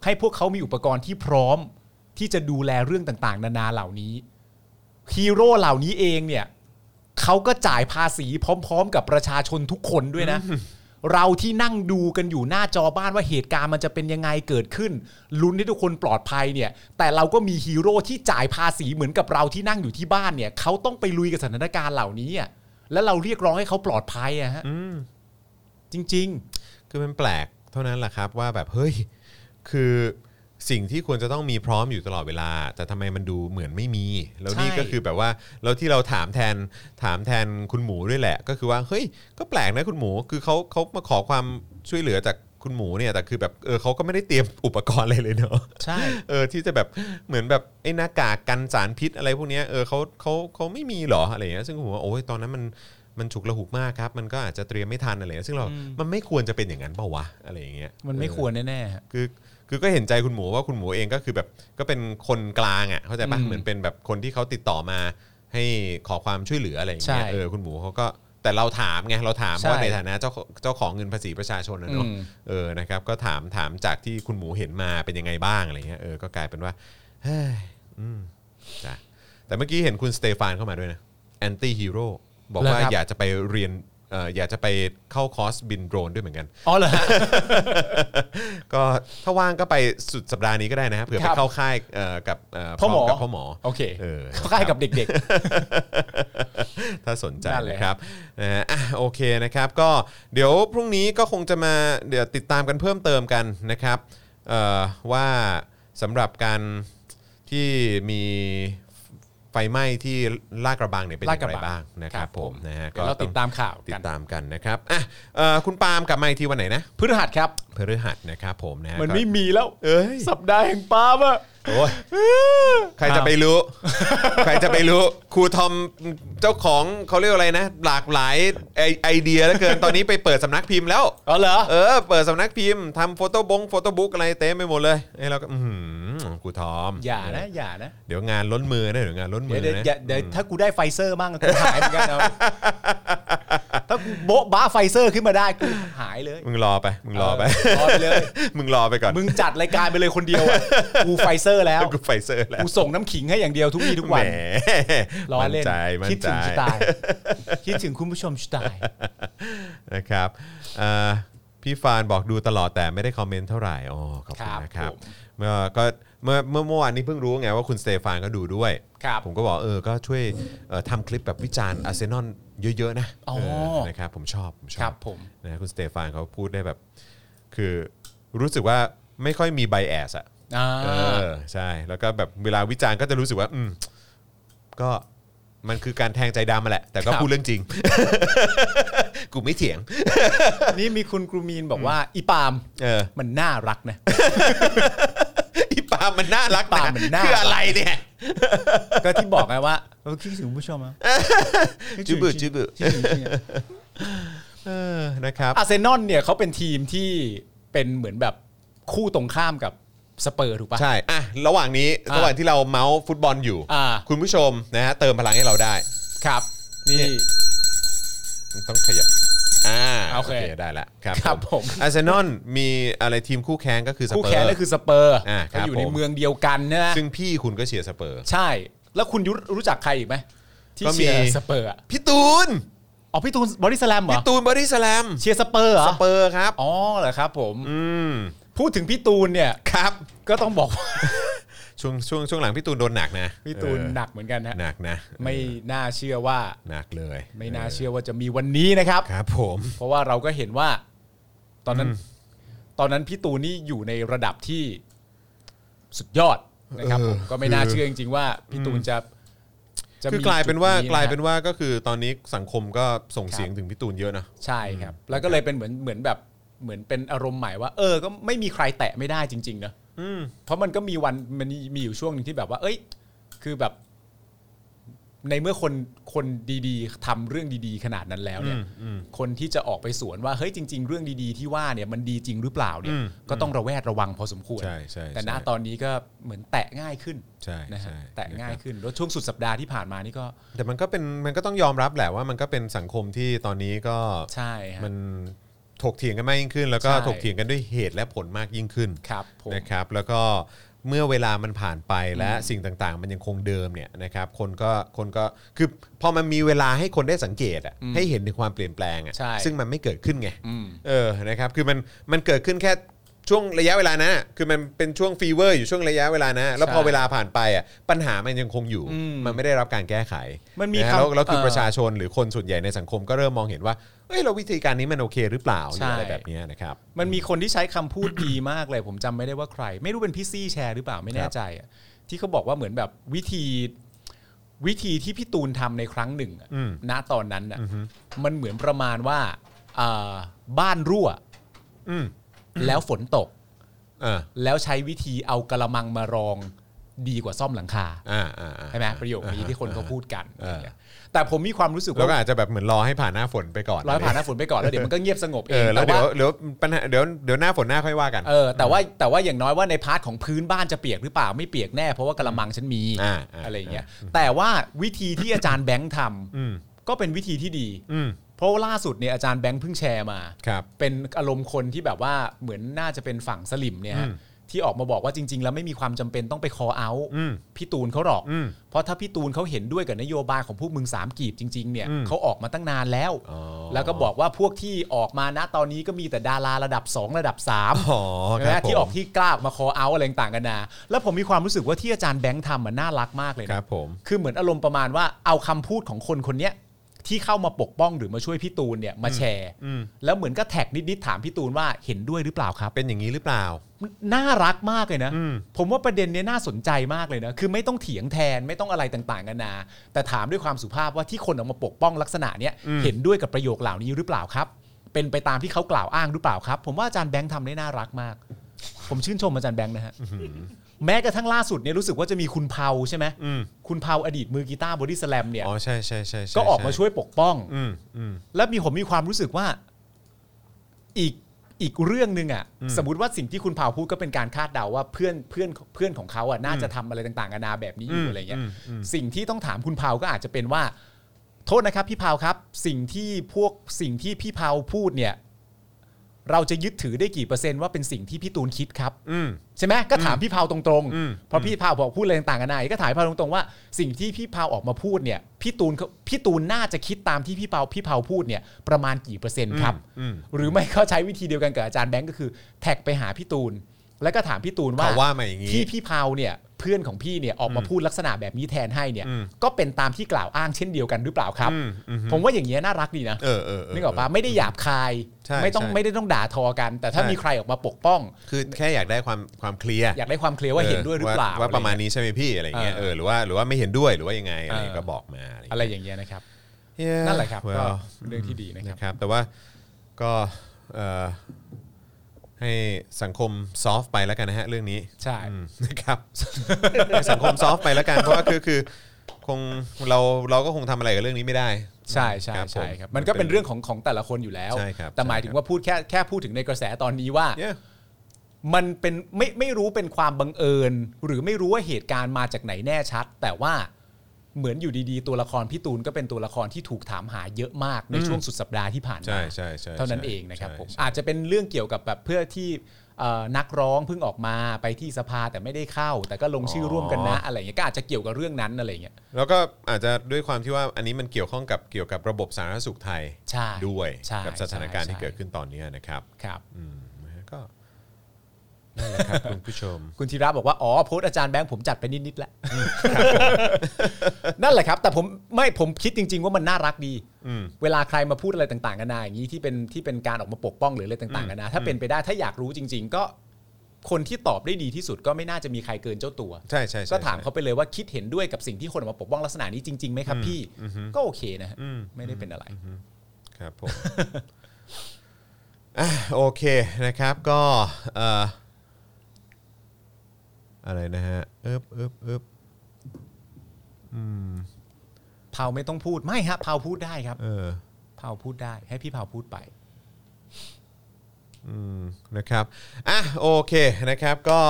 B: ให้พวกเขามีอุปกรณ์ที่พร้อมที่จะดูแลเรื่องต่างๆ นานาเหล่านี้ฮีโร่เหล่านี้เองเนี่ย เขาก็จ่ายภาษีพร้อม ๆ กับประชาชนทุกคนด้วยนะ เราที่นั่งดูกันอยู่หน้าจอบ้านว่าเหตุการณ์มันจะเป็นยังไงเกิดขึ้น ลุ้นให้ทุกคนปลอดภัยเนี่ย แต่เราก็มีฮีโร่ที่จ่ายภาษีเหมือนกับเราที่นั่งอยู่ที่บ้านเนี่ยเขาต้องไปลุยกับสถานการณ์เหล่านี้อะแล้วเราเรียกร้องให้เขาปลอดภัยอะฮะจริง
A: คือมันแปลกเท่านั้นแหละครับว่าแบบเฮ้ยคือสิ่งที่ควรจะต้องมีพร้อมอยู่ตลอดเวลา แต่ทำไมมันดูเหมือนไม่มี แล้วนี่
B: ใช่
A: ก็คือแบบว่าแล้วที่เราถามแทนถามแทนคุณหมูด้วยแหละ ก็คือว่าเฮ้ยก็แปลกนะคุณหมูคือเขาเขามาขอความช่วยเหลือจากคุณหมูเนี่ยแต่คือแบบเออเขาก็ไม่ได้เตรียมอุปกรณ์อะไรเลยเนาะ
B: ใช่
A: เออที่จะแบบเหมือนแบบไอ้หน้ากากกันสารพิษอะไรพวกเนี้ยเออเขาเขาเขาไม่มีเหรออะไรอย่างเงี้ยซึ่งผมว่าโอ้ยตอนนั้นมันมันฉุกละหุกมากครับ มันก็อาจจะเตรียมไม่ทันอะไรอย่างเงี้ยซึ่งเรา มันไม่ควรจะเป็นอย่างนั้นเปล่าวะอะไรอย่างเงี้ย
B: ๆ มันไม่ควรแน่ๆฮะ
A: คือคือก็เห็นใจคุณหมูว่าคุณหมูเองก็คือแบบก็เป็นคนกลางอ่ะเข้าใจปะ
B: อืม
A: เหมือนเป็นแบบคนที่เขาติดต่อมา ให้ขอความช่วยเหลืออะไรอย่างเงี้ย
B: ใช่
A: เออคุณหมูเขาก็แต่เราถามไงเราถาม
B: ใช่
A: เพราะในฐานะเจ้าของเจ้าของเงินภาษีประชาชนนะเนอะ
B: อืม
A: เออนะครับก็ถามถามจากที่คุณหมูเห็นมาเป็นยังไงบ้างอะไรเงี้ยเออก็กลายเป็นว่าเฮ้ยอืมจ้ะแต่เมื่อกี้เห็นคุณสเตฟานเข้ามาด้วยนะแอนตี้ฮีโร่บอกว่า
B: เหรอครับ
A: อยากจะไปเรียนเอ่ออยากจะไปเข้าคอร์สบินโดรนด้วยเหมือนกัน
B: อ๋อเหรอฮะ
A: ก็ถ้าว่างก็ไปสุดสัปดาห์นี้ก็ได้นะฮะเผื่อ
B: ค
A: ไป
B: รับ
A: เข้าค่ายเอ่อกับเอ่อ
B: พ่อหมอ
A: พร้กับพ่อหมอ
B: โอเค
A: เออ
B: เข้าใกล้กับเด็ก
A: ถ้าสนใจ
B: นั่นแหละ
A: นะครับนะฮะอ่ะโอเคนะครับ ก็เดี๋ยวพรุ่งนี้ก็คงจะมาเดี๋ยวติดตามกันเพิ่มเติมกันนะครับเอ่อว่าสำหรับการที่มีไฟไหม้ที่ลาดกระบังเนี่ยเป็นอย่างไรบ้างนะครับผมนะฮะ
B: ๆเดี๋ยวเราติดตามข่าว
A: ติ
B: กั
A: ด
B: น
A: ตามกันนะครับอ่ะเอ่อคุณปาล์มกลับมาอีกทีวันไหนนะ
B: พฤหัสครับ
A: พฤหัสนะครับผมนะฮะ
B: มัน
A: ก็
B: ไม่มีแล้ว
A: เอ้ย
B: สัปดาห์แห่งปาล์มอะ
A: โอ้ยใครจะไปรู้ ใครจะไปรู้ ครูทอมเจ้าของเขาเรียกอะไรนะ หลากหลายไอไอเดียเหลือเกิน ตอนนี้ไปเปิดสำนักพิมพ์แล้ว
B: อ๋อเหรอ
A: เออ เปิดสำนักพิมพ์ทำโฟโต้บงโฟโต้บุ๊กอะไรเต็มไปหมดเลยไอ้เราก็ อือหือครูทอม
B: อย่านะอย่านะ
A: เดี๋ยวงานล้นมือนะเดี๋ยวงานล้นมื
B: เดี๋ย
A: อ
B: ว
A: นะ
B: เดี๋ยวอย่าเดี๋ยวถ้ากูได้ไฟเซอร์มั่งกูหายเหมือนกัน นะถ้ากูโบ๊ะบ้าไฟเซอร์ขึ้นมาได้กูหายเลย
A: มึงรอไป มึงรอไป
B: เรอไปเลย
A: มึงรอไปก่อน
B: มึงจัดรายการไปเลยคนเดียว อะกูไฟเซอร์แล้ว
A: กูไฟเซอร์แล้ว
B: กูส่งน้ำขิงให้อย่างเดียวทุกวีทุก
A: แหม
B: วัน
A: ้
B: ล้อเล่น
A: ใจมั่น
B: คิด
A: ใจ
B: ถึงสไต ล์คิดถึงคุณผู้ชมสไตล์
A: นะครับเอ่อพี่ฟานบอกดูตลอดแต่ไม่ได้คอมเมนต์เท่าไหร่อ๋อขอบคุณนะค
B: ครั
A: รับบ
B: ผม
A: เมื่อก็เมื่อเมื่อเมื่อวานนี้เพิ่งรู้ไงว่าคุณสเตฟานก็ดูด้วย
B: ครับ
A: ผมก็บอกเออก็ช่วยเอ่อทำคลิปแบบวิจารณ์อาร์เซนอลเยอะ ๆ นะ
B: อ๋อ
A: เออนะครับผมชอบผมชอบ
B: ครับผม
A: นะคุณสเตฟานเขาพูดได้แบบ คือรู้สึกว่าไม่ค่อยมีไบแอสอ่ะ
B: อ่า
A: เออใช่ แล้วก็แบบเวลาวิจารณ์ก็จะรู้สึกว่า อืมก็มันคือการแทงใจดำมาแหละ แต่ก็พูดเรื่องจริง กูไม่เถียง
B: นี่มีคุณกรูมีนบอกว่าอีปาล์ม
A: เออ
B: มันน่ารักนะ
A: อีปาล์มมันน่ารัก
B: ปาล์มมันน่า
A: คืออะไรเนี่ย
B: ก็ที่บอกไงว่าเออคิดถึงคุณผู้ชมอะคิดถึ
A: จุ
B: ง
A: บุจุบุ
B: คิดถึงจริงๆอะ
A: เออนะครับ
B: อาร์เซนอลเนี่ยเขาเป็นทีมที่เป็นเหมือนแบบคู่ตรงข้ามกับสเปอร์ถูกปะ
A: ใช่ อ่ะ ระหว่างนี้
B: อ่ะ
A: ระหว่างที่เราเมาส์ฟุตบอลอยู่
B: อ่า
A: คุณผู้ชมนะฮะเติมพลังให้เราได้
B: ครับ นี่
A: ต้องขยับอ่า
B: โอเค
A: ได้ละครับ
B: ครับผม
A: อาร์เซนอลมีอะไรทีมคู่แข่งก็คือสเปอร์
B: คู่แข่งก็คือสเปอร์
A: อ่าครับ
B: เขาอยู่ใน
A: ผม
B: เมืองเดียวกันนะ
A: ซึ่งพี่คุณก็เชียร์สเปอร์
B: ใช่ แล้วคุณยุทธรู้จักใครอีกไหม ที่
A: ก็มี
B: เชียร์สเปอร์อะ
A: พี่ตูน
B: อ๋อพี่ตูนบอดี้สแลมเหรอ
A: พี่ตูนบอดี้สแลม
B: เชียร์สเปอร์เหรอ
A: สเปอร์ครับ
B: อ๋อเหรอครับผม
A: อืม
B: พูดถึงพี่ตูนเนี่ย
A: ครับ
B: ก็ต้องบอกว่า
A: ช่วงช่วงช่วงหลังพี่ตูนโดนหนักนะ
B: พี่ตูนหนักเหมือนกัน
A: เออ
B: นะ
A: หนักนะ
B: ไม่น่าเชื่อว่า
A: หนักเลย
B: ไม่น่าเชื่อว่าจะมีวันนี้นะครับ
A: ครับผม
B: เพราะว่าเราก็เห็นว่า ตอนนั้น ตอนนั้นพี่ตูนนี่อยู่ในระดับที่สุดยอดนะครับผม
A: เออ
B: ก็ไม่น่าเชื่อจริงๆว่าพี่ตูนจะจะ
A: คื
B: มี
A: อกลายเป็นว่า
B: จุดะฮะ
A: กลายเป็นว่าก็คือตอนนี้สังคมก็ส่งเสียงถึงพี่ตูนเยอะนะ
B: ใช่ครับ แล้วก็เลยเป็นเหมือนเหมือนแบบเหมือนเป็นอารมณ์ใหม่ว่า เออ ก็ไม่มีใครแตะไม่ได้จริงๆนะเพราะมันก็มีวันมันมีอยู่ช่วงหนึ่งที่แบบว่า เอ้ย คือแบบ ในเมื่อคนคนดีๆทำเรื่องดีๆ ขนาดนั้นแล้วเนี่ย คนที่จะออกไปสวนว่าเฮ้ยจริง ๆ เรื่องดีๆที่ว่าเนี่ยมันดีจริงหรือเปล่าเนี่ย
A: อืม
B: ก็ต้องระแวดระวังพอสมควร
A: ใช่ใช่ใช่
B: แต่ณตอนนี้ก็เหมือนแตะง่ายขึ้น
A: ใช่
B: นะ
A: ใช่
B: ฮะแตะง่ายขึ้นแล้วช่วงสุดสัปดาห์ที่ผ่านมานี่ก็
A: แต่มันก็เป็นมันก็ต้องยอมรับแหละว่ามันก็เป็นสังคมที่ตอนนี้ก็
B: ใช่ฮะ
A: มันถกเถียงกันมากยิ่งขึ้น แล้วก็
B: ใช่
A: ถกเถียงกันด้วยเหตุและผลมากยิ่งขึ้น
B: ครับผม
A: นะครับ แล้วก็เมื่อเวลามันผ่านไปและสิ่งต่างๆ มันยังคงเดิมเนี่ยนะครับ คนก็คนก็คือพอมันมีเวลาให้คนได้สังเกตอะให้เห็นถึงความเปลี่ยนแปลงอะ
B: ใช่
A: ซึ่งมันไม่เกิดขึ้นไง
B: อืม
A: เออ นะครับ คือมัน มันเกิดขึ้นแค่ช่วงระยะเวลานั้นอะคือมันเป็นช่วงฟีเวอร์อยู่ช่วงระยะเวลานะ แล้วพอ
B: ใช่
A: เวลาผ่านไปอ่ะ ปัญหามันยังคงอยู่
B: อืม
A: มันไม่ได้รับการแก้ไข
B: มันมี
A: ะ
B: คำ
A: แล้วแล้วคือ
B: เอ่อ
A: ประชาชนหรือคนส่วนใหญ่ในสังคมก็เริ่มมองเห็นว่า เอ้ย เราวิธีการนี้มันโอเคหรือเปล่าหรืออะไร
B: ใช่
A: แบบเนี้ยนะครับ
B: มันมีคนที่ใช้คำพูด ดีมากเลย ผมจำไม่ได้ว่าใคร ไม่รู้เป็นพี่ซี่แชร์หรือเปล่าไม่แน่ใจอะที่เขาบอกว่าเหมือนแบบวิธีวิธีที่พี่ตูนทำในครั้งหนึ่งอะ
A: อืม
B: ณตอนนั้นน่ะมันเหมือนประมาณว่าเอ่อบ้านรั่ว
A: อืม
B: แล้วฝนตก
A: อ่า
B: แล้วใช้วิธีเอากระมังมารอง ดีกว่าซ่อมหลังคา
A: อ่าอ่าอ่า
B: ใช่ไหมประโยคนี้ที่คนเขาพูดกัน
A: เอออ
B: ะไรอย่างเงี้ยแต่ผมมีความรู้สึก
A: แล้ว
B: ว่า
A: ก็อาจจะแบบเหมือนรอให้ผ่านหน้าฝนไปก่อน
B: ร้อยผ่านหน้าฝนไปก่อนแล้ว เดี๋ยวมันก็เงียบสงบเอ
A: เอง อแล้ว
B: แต่
A: เดี๋ยว
B: ว่า
A: เดี๋ยวปัญหาเดี๋ยวเดี๋ยวหน้าฝนหน้าค่อยว่ากัน
B: เออแต่ว่าแต่ว่าอย่างน้อยว่าในพาร์ทของพื้นบ้านจะเปียกหรือเปล่าไม่เปียกแน่เพราะว่ากระมังฉันมี
A: อ่าอ่า
B: อะไรอย่างเงี้ยแต่ว่าวิธีที่อาจารย์แบงค์ท
A: อืม
B: ำก็เป็นวิธีที่ดี
A: อืม
B: เพราะว่าล่าสุดเนี่ยอาจารย์แบงค์เพิ่งแชร์มา
A: ครับ
B: เป็นอารมณ์คนที่แบบว่าเหมือนน่าจะเป็นฝั่งสลิมเนี่ยฮะ
A: อืม
B: ที่ออกมาบอกว่าจริง ๆ แล้วไม่มีความจำเป็นต้องไปคอเอาท์
A: อืม
B: พี่ตูนเขาหรอก
A: อืม
B: เพราะถ้าพี่ตูนเขาเห็นด้วยกับนโยบายของพวกมึงสามกีบจริงๆเนี่ย
A: อืม
B: เขาออกมาตั้งนานแล้ว
A: อ๋อ
B: แล้วก็บอกว่าพวกที่ออกมาณตอนนี้ก็มีแต่ดาราระดับสองระดับสาม
A: อ๋อค
B: ใช่
A: รั
B: ไห
A: บผม
B: มที่ออกที่กล้าออกมาคอเอาอะไรต่างกันนาแล้วผมมีความรู้สึกว่าที่อาจารย์แบงค์ทำมันน่ารักมากเลย
A: ค
B: นะ
A: รับผม
B: คือเหมือนอารมณ์ประมาณว่าเอาคำพูดของคนคนเนี้ยที่เข้ามาปกป้องหรือมาช่วยพี่ตูนเนี่ยมาแชร์
A: อืม
B: แล้วเหมือนก็แท็กนิดๆถามพี่ตูนว่าเห็นด้วยหรือเปล่าครับ
A: เป็นอย่างนี้หรือเปล่า
B: น่ารักมากเลยนะ
A: อืม
B: ผมว่าประเด็นเนี้ยน่าสนใจมากเลยนะ คือไม่ต้องเถียงแทนไม่ต้องอะไรต่างๆกันานาแต่ถามด้วยความสุภาพว่าที่คนออกมาปกป้องลักษณะเนี้ย
A: อืม
B: เห็นด้วยกับประโยคเหล่านี้หรือเปล่าครับ เป็นไปตามที่เขากล่าวอ้างหรือเปล่าครับ ผมว่าอาจารย์แบงค์ทำได้น่ารักมาก ผมชื่นชมอาจารย์แบงค์นะฮะแม้กระทั่งล่าสุดเนี่ยรู้สึกว่าจะมีคุณเพาใช่ไหม
A: อืม
B: คุณเพาอดีตมือกีตาร์บอดี้สแลมเนี่ย
A: อ๋อใช่ใช่ใช่ใช่
B: ก็ออกมาช่วยปกป้อง
A: อืมอืม
B: แล้วมีผมมีความรู้สึกว่าอีกอีกเรื่องหนึ่งอ่ะ
A: อืม
B: สมมติว่าสิ่งที่คุณเผาพูดก็เป็นการคาดเดาว่าเพื่อนเพื่อนเพื่อนของเขาอ่ะน่าจะทำอะไรต่างๆนานาแบบนี้อ
A: อืม
B: ยู่อะไรเงี้ย
A: อืมอืม
B: สิ่งที่ต้องถามคุณเผาก็อาจจะเป็นว่า โทษนะครับ พี่เผาครับ สิ่งที่พวกสิ่งที่พี่เผาพูดเนี่ย เราจะยึดถือได้กี่เปอร์เซ็นต์ว่าเป็นสิ่งที่พี่ตูนคิดครับ
A: อืม
B: ใช่ไหมก็ถามพี่เผาตรง
A: อืม
B: ๆเพราะพี่เผาบอกพูดอะไรต่างๆกันานาก็ถามพี่เผาตรงๆว่าสิ่งที่พี่เผาออกมาพูดเนี่ยพี่ตูนเขาพี่ตูนน่าจะคิดตามที่พี่เผาพี่เผาพูดเนี่ยประมาณกี่เปอร์เซ็นต์ครับ
A: อืม
B: หรือไม่ก็ใช้วิธีเดียวกันกับอาจารย์แบงก์ก็คือ แท็กไปหาพี่ตูน แล้วก็ถามพี่ตูนว่า
A: เขาว่ามาอย่างนี้
B: ที่พี่เผาเนี่ยเพื่อนของพี่เนี่ยออกมาพูดลักษณะแบบนี้แทนให้เนี่ย
A: อืม
B: ก็เป็นตามที่กล่าวอ้างเช่นเดียวกันหรือเปล่าครับ
A: อืมอืม
B: ผมว่าอย่างเงี้ยน่ารักดีนะ
A: เออเออเ
B: นึกออกปะไม่ได้หยาบคาย
A: ใช่
B: ไม่ต้อง
A: ใช่
B: ไม่ได้ต้องด่าทอกัน แต่ถ้า
A: ใช่
B: มีใครออกมาปกป้อง
A: คือแค่อยากได้ความความเคลียร์
B: อยากได้ความเคลียร์ว่าเห็นด้วยหรือเปล่า
A: ว่าประมาณนี้ใช่ไหมพี่อะไรเงี้ย
B: เออ
A: เออหรือว่าหรือว่าไม่เห็นด้วยหรือว่ายังไงอะไร
B: เออ
A: ก็บอกมา
B: อะไรอย่างเงี้ยนะครับ นั่นแหละครับ
A: เ
B: ก็เรื่องที่ดีนะครั
A: นะ
B: บ
A: ครับแต่ว่าก็เอ่อให้สังคมซอฟต์ไปแล้วกันนะฮะเรื่องนี้
B: ใช่
A: อืมนะครับ ให้สังคมซอฟต์ไปแล้วกันเพราะว่าคือคือคงเราเราก็คงทำอะไรกับเรื่องนี้ไม่ได้
B: ใช่ใช่
A: ครับ
B: ใช่
A: ผ
B: ครับมันก็เป็นเรื่องของของแต่ละคนอยู่แล้ว
A: ใช่ครับ
B: แต่หมายถึงว่าพูดแค่แค่พูดถึงในกระแสตอนนี้ว่า
A: เนี่ย
B: มันเป็นไม่ไม่รู้เป็นความบังเอิญ หรือไม่รู้ว่าเหตุการณ์มาจากไหนแน่ชัด แต่ว่าเหมือนอยู่ดีๆ ตัวละครพี่ตูนก็เป็นตัวละครที่ถูกถามหาเยอะมากใน
A: อืม
B: ช่วงสุดสัปดาห์ที่ผ่าน
A: ใช่
B: มา
A: ใช่ใช่
B: เท่านั้น
A: ใช่
B: เองนะครับผม
A: ใช่
B: อาจจะเป็นเรื่องเกี่ยวกับแบบเพื่อที่เอ่อนักร้องเพิ่งออกมาไปที่สภาแต่ไม่ได้เข้า แต่ก็ลงชื่อร่วมกันนะอะไรอย่างเงี้ยก็อาจจะเกี่ยวกับเรื่องนั้นอะไรอย่างเงี้ย
A: แล้วก็อาจจะด้วยความที่ว่าอันนี้มันเกี่ยวข้องกับเกี่ยวกับระบบสาธารณสุขไทย
B: ใช่
A: ด้วย
B: ใช่
A: กับสถานการณ์
B: ใช่
A: ที่เกิดขึ้นตอนนี้นะครับ
B: ครับ
A: อืมก็นั่นแหละครับ คุณผู้ชม
B: คุณธีระบอกว่า อ๋อ โพสต์อาจารย์แบงค์ผมจัดไปนิด ๆ แล้ว นั่นแหละครับ แต่ผมไม่ผมคิดจริง ๆ ว่ามันน่ารักดี
A: อืม
B: เวลาใครมาพูดอะไรต่างๆกันานาอย่างนี้ที่เป็นที่เป็นการออกมาปกป้องหรืออะไรต่างๆกันานาถ้าเป็นไปได้ถ้าอยากรู้จริง ๆ ก็คนที่ตอบได้ดีที่สุดก็ไม่น่าจะมีใครเกินเจ้าตัว
A: ใช่ใช่ใช่
B: ก็ถามเขาไปเลยว่าคิดเห็นด้วยกับสิ่งที่คนออกมาปกป้องลักษณะนี้จริงๆไหมครับพี่ก็โอเคนะฮะ
A: อืม
B: ไม่ได้เป็นอะไร
A: ครับผม อ่ะโอเคนะครับก็เอ่ออะไรนะฮะเอิบเอิบเอิบ
B: เผาไม่ต้องพูดไม่ฮะเผาพูดได้ครับ
A: เออ
B: เผาพูดได้ ให้พี่เผาพูดไป
A: อืมนะครับอ่ะโอเคนะครับก็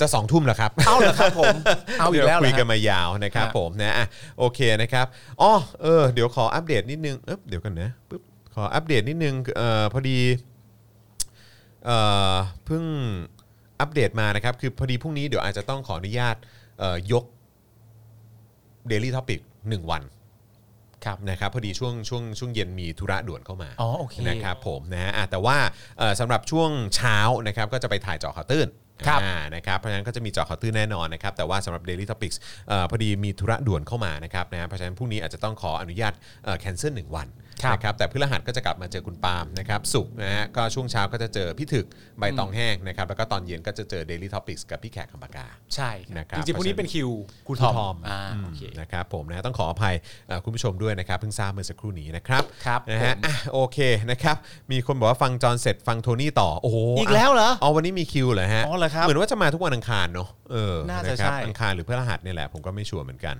A: จะสองทุ่มแล้วครับ
B: เอาเหรอครับผมเอาอีกแล้วเหร
A: ดี๋ยคุย
B: อ
A: กัน
B: ฮะ
A: มายาวนะครับ
B: ครับ
A: ผมนะอ่ะโอเคนะครับอ๋อเออเดี๋ยวขออัปเดตนิดนึงเอ๊บเดี๋ยวกันนะปึ๊บขออัปเดตนิดนึงเอ่อพอดีเอ่อเพิ่งอัปเดตมานะครับ คือพอดีพรุ่งนี้เดี๋ยวอาจจะต้องขออนุญาตเอ่อยก Daily Topic 1 วัน
B: ครับ
A: นะครับพอดีช่วงช่วงช่วงเย็นมีธุระด่วนเข้ามา
B: อ๋อโอเค
A: นะครับผมนะฮะอ่ะแต่ว่าเอ่อสำหรับช่วงเช้านะครับก็จะไปถ่ายเจาะข่าวตื้น
B: ครับ
A: อ่านะครับเพราะฉะนั้นก็จะมีเจาะข่าวตื้นแน่นอนนะครับแต่ว่าสำหรับ Daily Topics เออพอดีมีธุระด่วนเข้ามานะครับนะฮะเพราะฉะนั้นพรุ่งนี้อาจจะต้องขออนุญาตแคนเซิลหนึ่งวัน
B: ครับ
A: นะครับแต่พฤหัสก็จะกลับมาเจอคุณปาล์มนะครับสุกร์นะฮะก็ช่วงเช้าก็จะเจอพี่ถึกใบตองแห้งนะครับแล้วก็ตอนเย็นก็จะเจอ Daily Topics กับพี่แขกคำปากา
B: ใช่
A: นะครับ
B: จริงๆพวกนี้เป็นคิวคุณทอมอ่าโอเค
A: นะครับผมนะต้องขออภัยเอ่อคุณผู้ชมด้วยนะครับเพิ่งทราบเมื่อสักครู่นี้นะครับ
B: ครับ
A: นะฮะ
B: ผม
A: อ่ะโอเคนะครับมีคนบอกว่าฟังจอห์นเสร็จฟังโทนี่ต่อโอ้โห
B: อีกแล้วเหรอ
A: อ๋อวันนี้มีคิวเหรอฮะ
B: อ๋อเหรอครับ
A: มือนว่าจะมาทุกวันอังคารเนาะเออ
B: น่าจะ
A: ครับ
B: ใช่
A: อังคารหรือพฤหัสเนี่ยแหละผมก็ไม่ชัวร์เหมือนกัน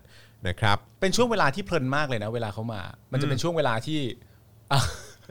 A: นะครับ
B: เป็นช่วงเวลาที่เพลินมากเลยนะ เวลาเขามา มันจะเป็นช่วงเวลาที่อ่ะ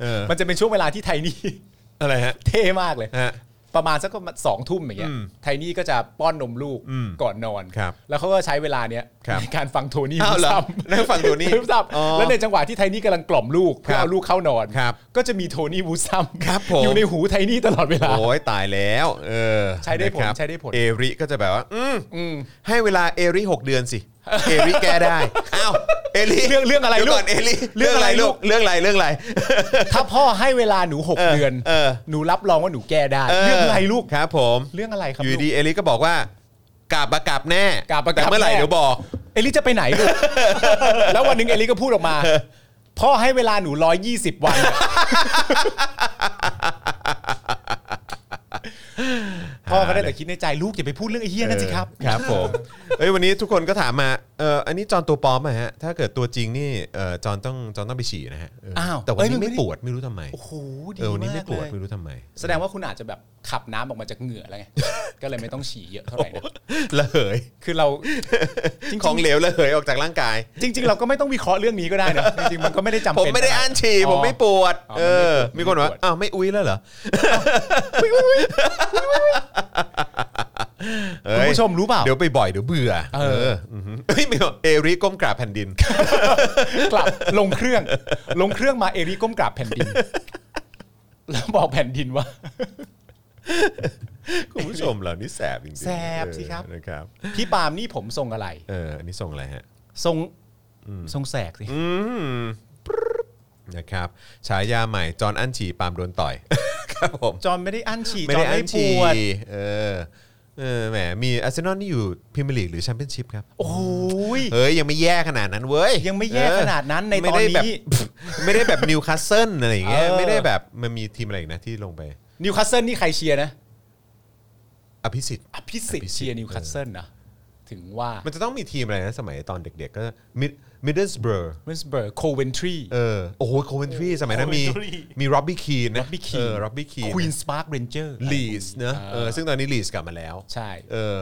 A: เออ
B: มันจะเป็นช่วงเวลาที่ไทนี่
A: อะไรฮะ
B: เท่มากเลย
A: ฮะ
B: ประมาณสักประมาณสองทุ่มอย่างเงี้ย
A: อืม
B: ไทนี่ก็จะป้อนนมลูก
A: อืม
B: ก่อนนอน
A: ครับ
B: แล้วเขาก็ใช้เวลาเนี้ย
A: ครับ
B: ในการฟังโทนี่
A: อ้าวเหรอ
B: ซ้
A: นั่งฟังโทนี่
B: ซ้
A: อ๋อ
B: ำแล้วในจังหวะที่ไทนี่กำลังกล่อมลูก
A: ครั
B: เพื่อบ เอาลูกเข้านอน
A: ครับ
B: ก็จะมีโทนี่วูดซัม
A: ครับผม
B: อยู่ในหูไทนี่ตลอดเวลา
A: โอ้ยตายแล้วเออ
B: ใช้ได้ผล
A: นะครับ
B: ใช้ได้ผล
A: เอริก็จะแบบว่า อืม
B: อืม
A: ให้เวลาเอริหกเดือน สิเอริแก้ได้อ้าวเอริ
B: เรื่องเรื่องอะไร
A: ดี๋ยวก่อน
B: ลูก
A: เอริ
B: เรื่องอะไรลูก
A: เรื่องอะไรเรื่องอะไร
B: ถ้าพ่อให้เวลาหนูหก
A: เออ
B: เดือน
A: เออ
B: หนูรับรองว่าหนูแก้ได้ เรื่องอะไรลูก
A: ครับผม
B: เรื่องอะไรครับ
A: อยู่
B: ลูก
A: ดีเอลิก็บอกว่ากลับมากลับแน่
B: กลับมากลับ
A: แต่เมื่อไหร่
B: แน่
A: เดี๋ยวบอก
B: เอลิจะไปไหน ลูก แล้ววันหนึ่งเอลิก็พูดออกมา พ่อให้เวลาหนูร้อยยี่สิบวัน พ่อก็ได้แต่คิดในใจลูกอย่าไปพูดเรื่องไอ้เหี้ยนั่นสิครับ
A: เออครับผมเอ้ยวันนี้ทุกคนก็ถามมาเอออันนี้จอนตัวปลอมไหมฮะถ้าเกิดตัวจริงนี่เออจอนต้องจอนต้องไปฉี่นะฮะเ
B: อ้าว
A: แต่วัน
B: เอ้
A: นี้
B: ยมันไม่
A: ไม่
B: ได้
A: ปวดไม่รู้ทำไม
B: โอ้โหดี
A: เออวันนี้
B: มา
A: ไม่
B: ก
A: ป
B: เล
A: วด
B: ย
A: ไม่รู้ทำไม
B: แสดงว่าคุณอาจจะแบบขับน้ำออกมาจากเหงื่ออะไร ไง ก็เลยไม่ต้องฉี่เยอะเท่าไหร่นะ
A: ระเหย
B: คือเราจริง
A: ของเหลวระเหยออกจากร่างกาย
B: ๆจริง ๆ เราก็ไม่ต้องวิเคราะห์เรื่องนี้ก็ได้นะจริงๆมันก็ไม่ได้จำ
A: ผม
B: เป็
A: ไม่ได้
B: นะร
A: อั้นฉี่ผมไม่ปวด
B: อ๋อ
A: เออ
B: มันไม่
A: มี
B: ป
A: ค
B: วน ด
A: บอกว่าอ้าวไม่อุ้ยแล้วเหรอเอ้ย
B: คุณผู้ชมรู้เปล่า
A: เดี๋ยวไปบ่อยเดี๋ยวเบื่อ
B: เอ
A: อ
B: อ
A: หือเฮ้ยไม่เอาเอริก้มกราบแผ่นดิน
B: กลับลงเครื่อง ลงเครื่องมาเอริก้มกราบแผ่นดิน แล้วบอกแผ่นดินว่า
A: คุณผู้ชมเหล่านี้แสบจริงๆ
B: แสบสิครับ
A: เออนะครับ
B: พี่ปาล์มนี่ผมทรงอะไร
A: เอออันนี้ส่งอะไรฮะ
B: ทรงทรงแสกสิ
A: อืมปรึ๊ดนะครับฉายาใหม่จอห์นอันฉีปาล์มโดนต่อย ครับผม
B: จอนไม่ได้อั้นฉี่
A: ไม่
B: จอ
A: ได้
B: น
A: อั
B: ไม่
A: น
B: ป
A: ฉี
B: วด
A: เออเออแหมมีอาร์เซนอลนี่อยู่พรีเมียร์ลีกหรือแชมเปี้ยนชิพครับ
B: โอ้ย
A: เฮ้ยยังไม่แย่ขนาดนั้นเว้ย
B: ยังไม่แย่
A: เออ
B: ขนาดนั้นใน
A: ไม่ได้
B: ต
A: แบ
B: อบ นนี้
A: ไม่ได้แบบนิวคาสเซิลอะไรอย่างเงี้ย
B: เออ
A: ไม่ได้แบบมันมีทีมอะไรอีกนะที่ลงไป
B: นิวคาสเซิลนี่ใครเชียร์นะ
A: อภิสิทธิ์
B: อภิสิท
A: อภิสิท
B: ธิ์
A: ธิ์
B: เชียร์นิวคาสเซิลนะถึงว่า
A: มันจะต้องมีทีมอะไรนะ สมัยตอนเด็กๆ ก็มิดมิดเดิลสเบร์
B: เวนสเบิร์กโคเวนทรี
A: เออโอ้โหโคเวนทรีสมัยนั้นมี
C: Coventry
A: มีร็อบบี้คีนนะ
B: Robbie
A: เอ
B: Keane
A: อร็อบบี้คีน
B: ควีนสปาร์คเรนเจอร์
A: ลีสเนอะเออซึ่งตอนนี้ลีสกลับมาแล้ว
B: ใช่
A: เออ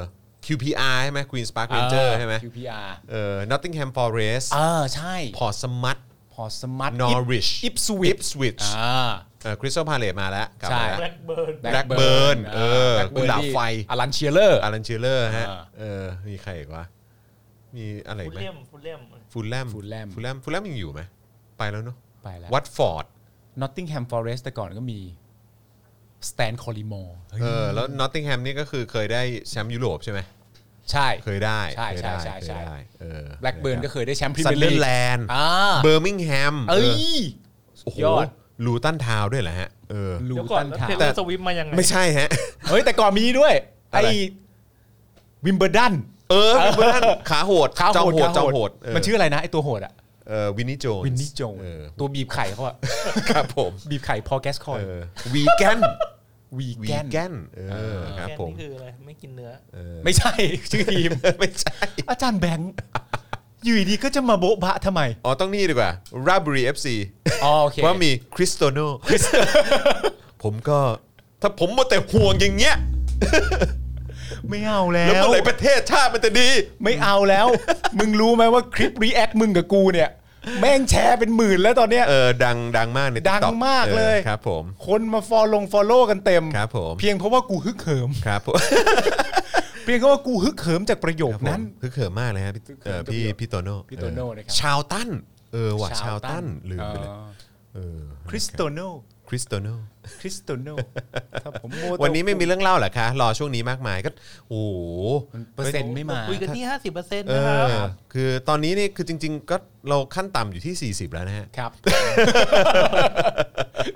A: QPR ใช่ไหม Queen Spark Ranger ใช่ไหม
B: QPR
A: เออ Nottingham Forest
B: เออใช่
A: พอสมัต
B: พอสมัต
A: Norwich
B: อิปสวิป
A: Ipswich
B: อ่า
A: เออคริสตัลพาเลตมาแล้วกลับมา
B: ใช่
A: แล้ว
C: แบล็กเบิร์น
A: Blackburn เออกุหลาบไฟ
B: อลันเชียเลอร์
A: อารันเชลเลอร์ฮะ
B: อ่า
A: เออมีใครอีกวะมีอะไรอีก
C: ฟูล
A: ไหม
C: เลียมฟูลเลียม
A: ฟูลแลม
B: Fulham
A: ฟูลแลมฟูลแลมยังอยู่ไหมไปแล้วเนาะ
B: ไปแล้ว
A: วัตฟอร์ด
B: นอตติงแฮมฟอเรสต์แต่ก่อนก็มีสแตนคอริมอร์
A: เออแล้วนอตติงแฮมนี่ก็คือเคยได้แชมป์ยุโรปใช่ไหม
B: ใช่
A: เคยได้
B: ใช่
A: เคยได้
B: ใช่ใช่
A: เคยได้เออ
B: แบล็กเบิร์นก็เคยได้แชมป์พรี
A: ซั
B: เมี
A: น
B: ยร์
A: เดอก
B: ลี
A: ร์แลนด์
B: อ่า
A: เบอร์มิงแฮม
B: เอ้ย
A: โอ้โห
B: ยอด
A: ลูตันทาวน์ด้วยเหรอฮะเออ
B: ลู
C: เดี๋ยวก่อน
B: ตัน
C: แล้ว
B: ทาว
C: เทเลอ
A: แต่
C: ร์สวิฟต์มายังไง
A: ไม่ใช่ฮะ
B: เฮ้ยแต่ก่อนมีนี่ด้วย ไอ้
A: อะไร
B: วิมเบิลดัน
A: เออเบอร์นขาโหด
B: ขา
A: จอม
B: โหด
A: โหด
B: ขา
A: จอม
B: โห
A: โห
B: ด
A: ด
B: มันชื่ออะไรนะ ไอ้ตัวโหดอะ
A: เออวินนี่โจน
B: วินนี่โจน
A: เออ
B: ตัวบีบไข่เขาอะ
A: ครับผม
B: บีบไข่พอแก๊สคอย
A: เออวีแก น
B: วี
A: วี
B: แกน
A: แกนเออครับ
C: แกน
A: ผม
C: นี่คืออะไร ไม่กินเนื้อ
A: เออ
B: ไม่ใช่ ชื่อทีม
A: ไม่ใช่
B: อาจารย์แบงค์อยู่ดีๆก็จะมาโบ๊ะบะทำไม
A: อ๋อต้องนี่ดีกว่าราบุรีเอฟซี
B: อ๋อโอเค
A: ว่ามีคริสโต โน ผมก็ถ้าผมมาแต่ห่วงอย่างเงี้ย
B: ไม่เอาแล้
A: แล้ว
B: ว
A: เมื่อไหร่ประเทศชาติมันจะดี
B: ไม่เอาแล้ว มึงรู้ไหมว่าคลิปรีแอคมึงกับกูเนี่ย แม่งแชร์เป็นหมื่นแล้วตอนเนี้ย
A: เออ ดังดังมากใน
B: ดัง
A: TikTok
B: มากเลย
A: ออครับผม
B: คนมาฟอลลงฟอลโล่กันเต็ม
A: ครับผม
B: เพียงเพราะว่ากูฮึกเหิม
A: ครับผม
B: เพียงเพราะว่ากูฮึกเหิมจากประโยคนั้น
A: ครับผมคือเขิมมากเลยฮะพี่
B: คือเขิ
A: เอ่
B: ม
A: อพี่
B: ตัวเดียว
A: พี่โตโน่
B: พี่
A: เออ
B: โตโน่นะครับ
A: ชาวตั้นเออว่ะชาวตั้นลืมไปเลยเออ
B: คริสโตโน
A: คริสโตโน
B: คริสโตโนถ้าผมโต
A: วันนี้ไม่มีเรื่องเล่าเหรอคะ รอช่วงนี้มากมายก็โอ้โห
B: มันเปอร์เซ็นต์ไม่มา
C: คุยกันที่ห้าสิบเปอร์เซ็นต์
A: เอ
C: นะครับ
A: อคือตอนนี้นี่คือจริง ๆ ก็เราขั้นต่ำอยู่ที่ 40 แล้วนะฮะ
B: ครับ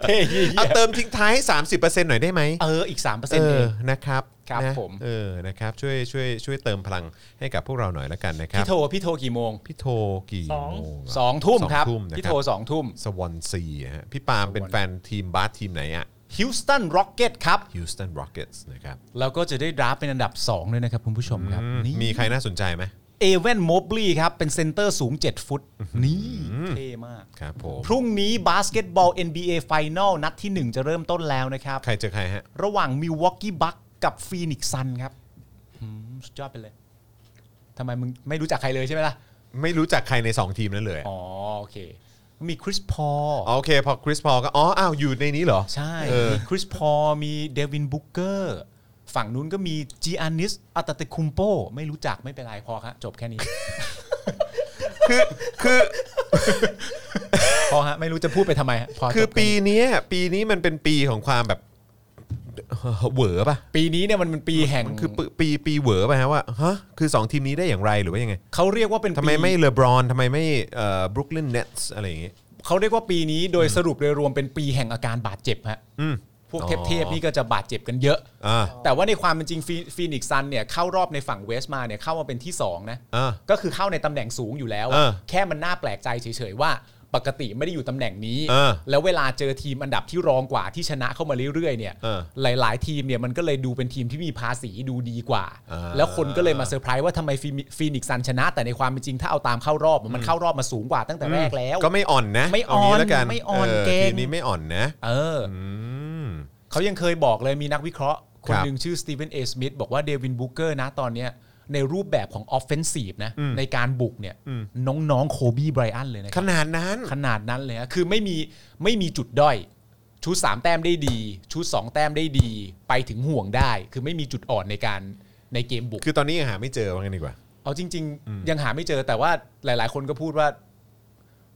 B: เฮ้ย
A: เอาเติมทิ้งท้ายให้สามสิบเปอร์เซ็นต์หน่อยได้ไหม
B: เอออีกสามเปอร์
A: เอ
B: เซ็นต์
A: อนะครับ
B: ครับ
A: นะ
B: ผม
A: เออนะครับช่วยช่วยช่วยเติมพลังให้กับพวกเราหน่อยละกันนะครับ
B: พี่โทพี่โทกี่โมง
A: พี่โทกี่
C: สอง
A: โมงอะ
B: สองทุ่มครั
A: ส
B: บ
A: องทุ่มนะค
B: พี่โท
A: รับ
B: สองทุ่ม
A: สวอนซีฮะพี่ปาล์มเป็นแฟนทีมบาสทีมไหนอะ
B: ฮิวสตันร็อกเก็ตครับ
A: ฮิวสตันโรเกตส์นะครับ
B: แล้วก็จะได้ดราฟเป็นอันดับ 2 ด้วยนะครับคุณผู้ชมครับ
A: อืมมีใครน่าสนใจไหม
B: เอเวนมอบลีครับ เป็นเซนเตอร์สูง 7 ฟุต นี่เท่มาก
A: ครับผม
B: พรุ่งนี้บาสเกตบอล NBA Final นัดที่ 1 จะเริ่มต้นแล้วนะครับ
A: ใครเจอใครฮะ
B: ระหว่างมิวอกกี้บัคกับฟีนิกซันครับอืมสุดยอดไปเลยทำไมมึงไม่รู้จักใครเลยใช่ไหมล่ะ
A: ไม่รู้จักใครใน 2 ทีมนั้นเลยอะ
B: อ๋อ โอเค มีคริสพอล
A: โอเค พอคริสพอลก็ อ๋อ อ้าว อยู่ในนี้เหรอ
B: ใช่
A: เออ
B: มีคริสพอลมีเดวินบุ๊กเกอร์ ฝั่งนู้นก็มีจีอานิสอัตเตคุมโป ไม่รู้จักไม่เป็นไรพอครับจบแค่นี้
A: คือคือ
B: พอฮะไม่รู้จะพูดไปทำไมฮะพอ
A: คือ
B: จบ
A: ปี
B: กัน
A: เนี้ยปีนี้มันเป็นปีของความแบบเอ่อเหวอป่ะ
B: ปีนี้เนี่ยมันเป็นปีแห่ง
A: มันคือปีปีปีเหวอป่ะฮะว่าฮะคือ 2 ทีมนี้ได้อย่างไรหรือว่ายังไง
B: เขาเรียกว่าเป็น
A: ทำไม
B: ปี
A: ไม่เลบรอนทำไมไม่เอ่อบรุกลินเน็ตส์อะไรอย่างงี้
B: เขาเรียกว่าปีนี้โดยสรุปโดยรวมเป็นปีแห่งอาการบาดเจ็บฮะ
A: อืม
B: พวก
A: อ๋อ
B: เทพเทพนี่ก็จะบาดเจ็บกันเยอะ
A: อ่า
B: แต่ว่าในความเป็นจริงฟีนิกซ์ซันเนี่ยเข้ารอบในฝั่งเวสต์มาเนี่ยเข้ามาเป็นที่ 2 นะ
A: อ่า
B: ก็คือเข้าในตำแหน่งสูงอยู่แล้วอะ
A: เออ
B: แค่มันน่าแปลกใจเฉยๆว่าปกติไม่ได้อยู่ตำแหน่งนี้
A: เออ
B: แล้วเวลาเจอทีมอันดับที่รองกว่าที่ชนะเข้ามาเรื่อยๆเนี่ย
A: เออ
B: หลาย ๆ ทีมเนี่ยมันก็เลยดูเป็นทีมที่มีภาษีดูดีกว่า
A: อ่า
B: แล้วคนก็เลยมาเซอร์ไพรส์ว่าทำไมฟีนิกซ์ซันชนะ แต่ในความเป็นจริงถ้าเอาตามเข้ารอบมันเข้ารอบมาสูงกว่าตั้งแต่แรกแล้ว
A: ก็ไม่อ่อนนะ
B: ไม่อ่อ
A: เา
B: น
A: งี้แล้วกัน
B: ไม่อ่อนเก่ง
A: ทีนี้ไม่อ่อนนะ
B: เอออ
A: อืม
B: เขายังเคยบอกเลยมีนักวิเคราะห์ ค
A: คน รับ
B: หนึ่งชื่อสตีเวนเอสมิธบอกว่าเดวินบูเกอร์นะตอนเนี้ยในรูปแบบของออฟเฟนซีฟนะ
A: อืม
B: ในการบุกเนี่ย
A: อืม
B: น้องๆโคบี้ไบรอันเลยนะค
A: ข
B: รับ
A: นาดนั้น
B: ขนาดนั้นเลยนะคือไม่มีไม่มีจุดด้อย ชุด 3 แต้มได้ดี ชุด 2 แต้มได้ดี ไปถึงห่วงได้ คือไม่มีจุดอ่อนในการในเกมบุก
A: คือตอนนี้ยังหาไม่เจอว่างั้นดีกว่า
B: เอาจริง ๆ ยังหาไม่เจอแต่ว่าหลาย ๆ คนก็พูดว่า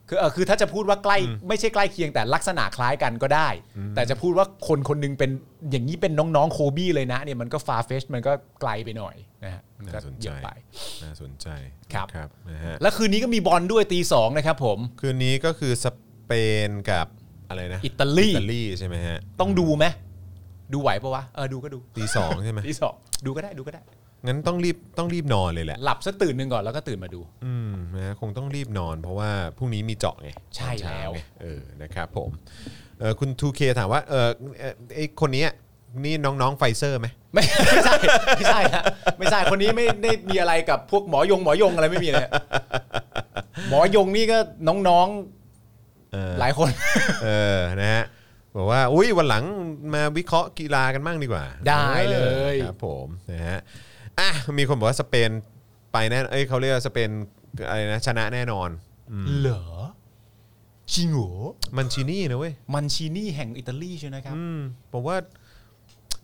B: คือเออคือถ้าจะพูดว่าใกล้ ไม่ใช่ใกล้เคียงแต่ลักษณะคล้ายกันก็ได้ แต่จะพูดว่าคนคนหนึงเป็นอย่างนี้เป็นน้องๆโคบี้เลยนะเนี่ยมันก็ฟาเฟชมันก็ไกลไปหน่อยนะฮะมัก็
A: น่าสน
B: เย
A: ใจ
B: อะไป
A: น่าสนใจ
B: ครับ
A: นะครับนะฮะ
B: แล้วคืนนี้ก็มีบอลด้วยตีสองนะครับผม
A: คืนนี้ก็คือสเปนกับอะไรนะ
B: อิตาลี
A: อิตาลีใช่ไหมฮะ
B: ต้องดูไหมดูไหวปะวะเออดูก็ดู
A: ตีสองใช่ไหม
B: ตีสองดูก็ได้ดูก็ได้
A: งั้นต้องรีบต้องรีบนอนเลยแหละ
B: หลับสักตื่นหนึ่งก่อนแล้วก็ตื่นมาดู
A: อืมนะคงต้องรีบนอน เพราะว่าพรุ่งนี้มีเจาะไง
B: ใช่
A: ตอนเา
B: แล้ว
A: ไงเออนะครับผมเออคุณ 2K ถามว่าเออเอ่อไอคนนี้นี่น้องๆไฟเซอร์ไหม
B: ไม่ ไม่ใช่ไม่ใช่ฮะไม่ใช่คนนี้ไม่ได้มีอะไรกับพวกหมอยงหมอยงอะไรไม่มีเลยฮะหมอยงนี่ก็น้อง
A: เออ
B: ๆหลายคน
A: เออนะฮะบอกว่าอุ้ยวันหลังมาวิเคราะห์กีฬากันบ้างดีกว่า
B: ได้เลย
A: ออครับผมนะฮะอ่ะมีคนบอกว่าสเปนไปแน่เอ้ยเขาเรียกว่าสเปนอะไรนะชนะแน่นอน
B: เหรอชิงโห
A: มันชินี่นะเว้ย
B: มันชีนี่แห่งอิตาลีใช่ไหมครับ
A: อืมผมว่า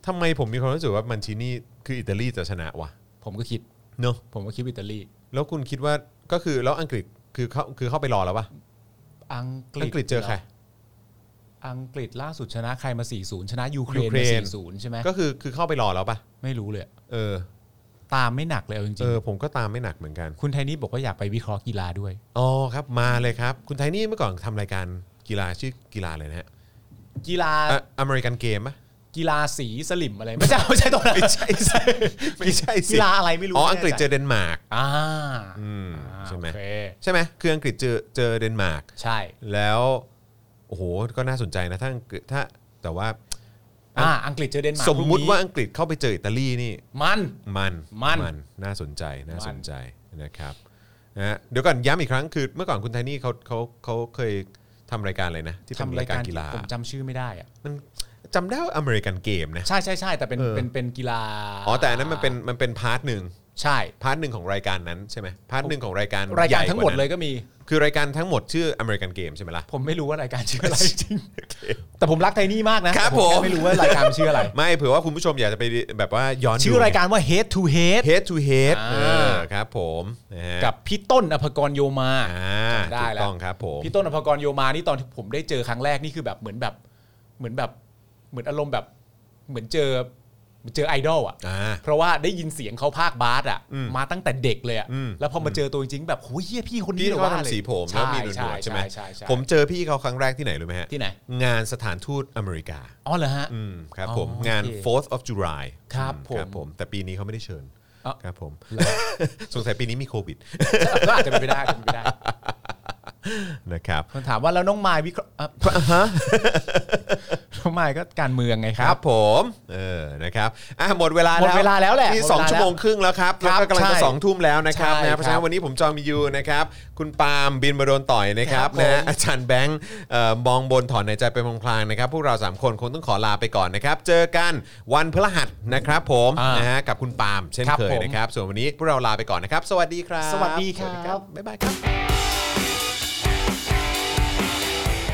A: ทำไมผมมีความรู้สึกว่ามันชินี่คืออิตาลีจะชนะวะ
B: ผมก็คิด
A: เนาะ
B: ผมก็คิดว่าอิตาลี
A: แล้วคุณคิดว่าก็คือแล้วอังกฤษคือเขาคือเข้าไปรอแล้วปะ
B: อังกฤษ
A: อังกฤษเจอใคร
B: อังกฤษล่าสุดชนะใครมา 4-0 ชนะยูเครน
A: ยูเคร
B: มาน 4-0 ใช่ไหม
A: ก็คือคือเข้าไปรอแล้วปะ
B: ไม่รู้เลย
A: เออ
B: ตามไม่หนักเลยเอาจริ
A: เอง อผมก็ตามไม่หนักเหมือนกัน
B: ๆคุณไทนี่บอกว่าอยากไปวิเคราะห์กีฬาด้วย
A: อ๋อครับมาเลยครับ คุณไทนี่เมื่อก่อนทำรายการกีฬาชื่อกีฬาเลยนะฮะ
B: กีฬา
A: อเมริกันเกมปะ
B: กีฬาสีสลิมอะไรไม่ใช่ไม่ใช่ตัวนั้นไม่ใช่
A: ไม่ใช่สิ
B: กีฬาอะไรไม่รู้
A: อ๋ออั
B: ไม่
A: ง
B: แน่
A: ก
B: ใจ
A: ฤษเจอเดนมาร์ก
B: อ่า
A: อืม
B: อ่า
A: ใช่ไหม
B: โอเค
A: ใช่ไหมคืออังกฤษเจอเจอเดนมาร์ก
B: ใช่
A: แล้วโอ้โหก็น่าสนใจนะถ้าอังกฤษถ้าแต่ว่า
B: อ่าอังกฤษเจอเดนมาร์ก
A: สมมุติว่า
B: พรุ่ง
A: อังกฤษเข้าไปเจออิตาลีนี่
B: นี้มัน
A: มัน
B: มัน
A: น่าสนใจน่าสนใจนะครับนะฮะเดี๋ยวก่อนย้ำอีกครั้งคือเมื่อก่อนคุณไทนี่เขาเขาเขาเคยทำรายการอะไรนะ ที่เป็นราร
B: ทำาย ย
A: กา
B: การ ร
A: กีฬา
B: ผมจำชื่อไม่ได้อะ
A: มันจำได้ว่าอเมริกันเกมนะ
B: ใช่ใช่ใช่แต่เป็น
A: เออ
B: เป็นเป็นกีฬา
A: อ๋อแต่อันนั้นมันเป็นมันเป็นพาร์ทหนึ่ง
B: ใช่
A: พาร์ทหนึ่งของรายการนั้นใช่ไหมพาร์ทหนึ่งของรายการ
B: ราย
A: ใญ่
B: การทั้งหมด
A: ว่นั้น
B: เลยก็มี
A: คือรายการทั้งหมดชื่ออเมริกันเกมใช่ไหมล่ะ
B: ผมไม่รู้ว่ารายการชื่ออะไรจริงแต่ผมรักไทนี่มากนะครับ แต่
A: ผม
B: แค่ไม่รู้ว่ารายการมันชื่ออะไร
A: ไม่เผื่อว่าคุณผู้ชมอยากจะไปแบบว่าย้อนดู
B: ชื่อรายการว่า head to head
A: head to head
B: อ่า
A: เออครับผมนะฮะ
B: กับพี่ต้นอภกรโยมา
A: อ่า
B: ได้
A: ถูก
B: แล้ว
A: ต้องครับผม
B: พี่ต้นอภกรโยมานี่ตอนที่ผมได้เจอครั้งแรกนี่คือแบบเหมือนแบบเหมือนแบบเหมือนอารมณ์แบบเหมือนเจอ เจอไอดอลอ่ะ
A: อ่า
B: เพราะว่าได้ยินเสียงเขาภาคบาสอ่ะ
A: อืม
B: มาตั้งแต่เด็กเลยอ่ะ
A: อืม
B: แล้วพอมาเจอตัวจริงๆแบบโอ้ยเฮียพี่คนนี้
A: พี่
B: เหรอ
A: เขา
B: วะอะไร
A: ทำสีผมแล้วมีหน
B: ใช่
A: วดๆใช่ไหม
B: ใช่ใช่
A: ผมเจอพี่เขาครั้งแรกที่ไหนรู้ไหมฮะ
B: ที่ไหน
A: งานสถานทูตอเมริกา
B: อ๋อเหรอฮะ
A: อืมครับ
B: อ๋อ
A: ผมงาน
B: โอเค
A: Fourth of July
B: ครับ
A: อื
B: ผม
A: แต่ปีนี้เขาไม่ได้เชิญ
B: เอ้า
A: ครับผม สงสัยปีนี้มีโควิด
B: ก็อาจจะเป็นไปได้เป็นไปได้
A: นะครับ
B: คนถามว่าแล้วน้องมายวิเคราะห์อ่ะ น้องมายก็การเมืองไงค
A: ค
B: รั
A: รับ บผมเออนะครับอ่ะหมดเวลาแล้ว
B: หมดเวลาแล้วแหละ
A: นี่
B: หมดเวลา
A: สองชั่วโมงครึ่งแล้วครับ
B: ค
A: แล้
B: รั
A: ว
B: บ
A: ก็กำลังจะ
B: ใช่
A: สองทุ่มแล้วนะครับ
B: ใช่
A: นะเพราะฉะนั้
B: ค
A: น
B: รับ
A: วันนี้ผมจอมยูนะครับคุณปาล์มบินมาโดนต่อยนะครับ
B: ครับผม
A: นะฮะอาจารย์แบงค์เอ่อมองบนถอนในใจไปพลางๆนะครับพวกเราสามคนคงต้องขอลาไปก่อนนะครับเจอกันวันพฤหัสนะครับผมนะฮะกับคุณปาล์มเช่น
B: ครับ
A: เคย
B: ผม
A: นะครับส่วนวันนี้พวกเราลาไปก่อนนะครับ สวัสดีครับ
B: สวัสดีครับ
A: บ๊ายบายครับ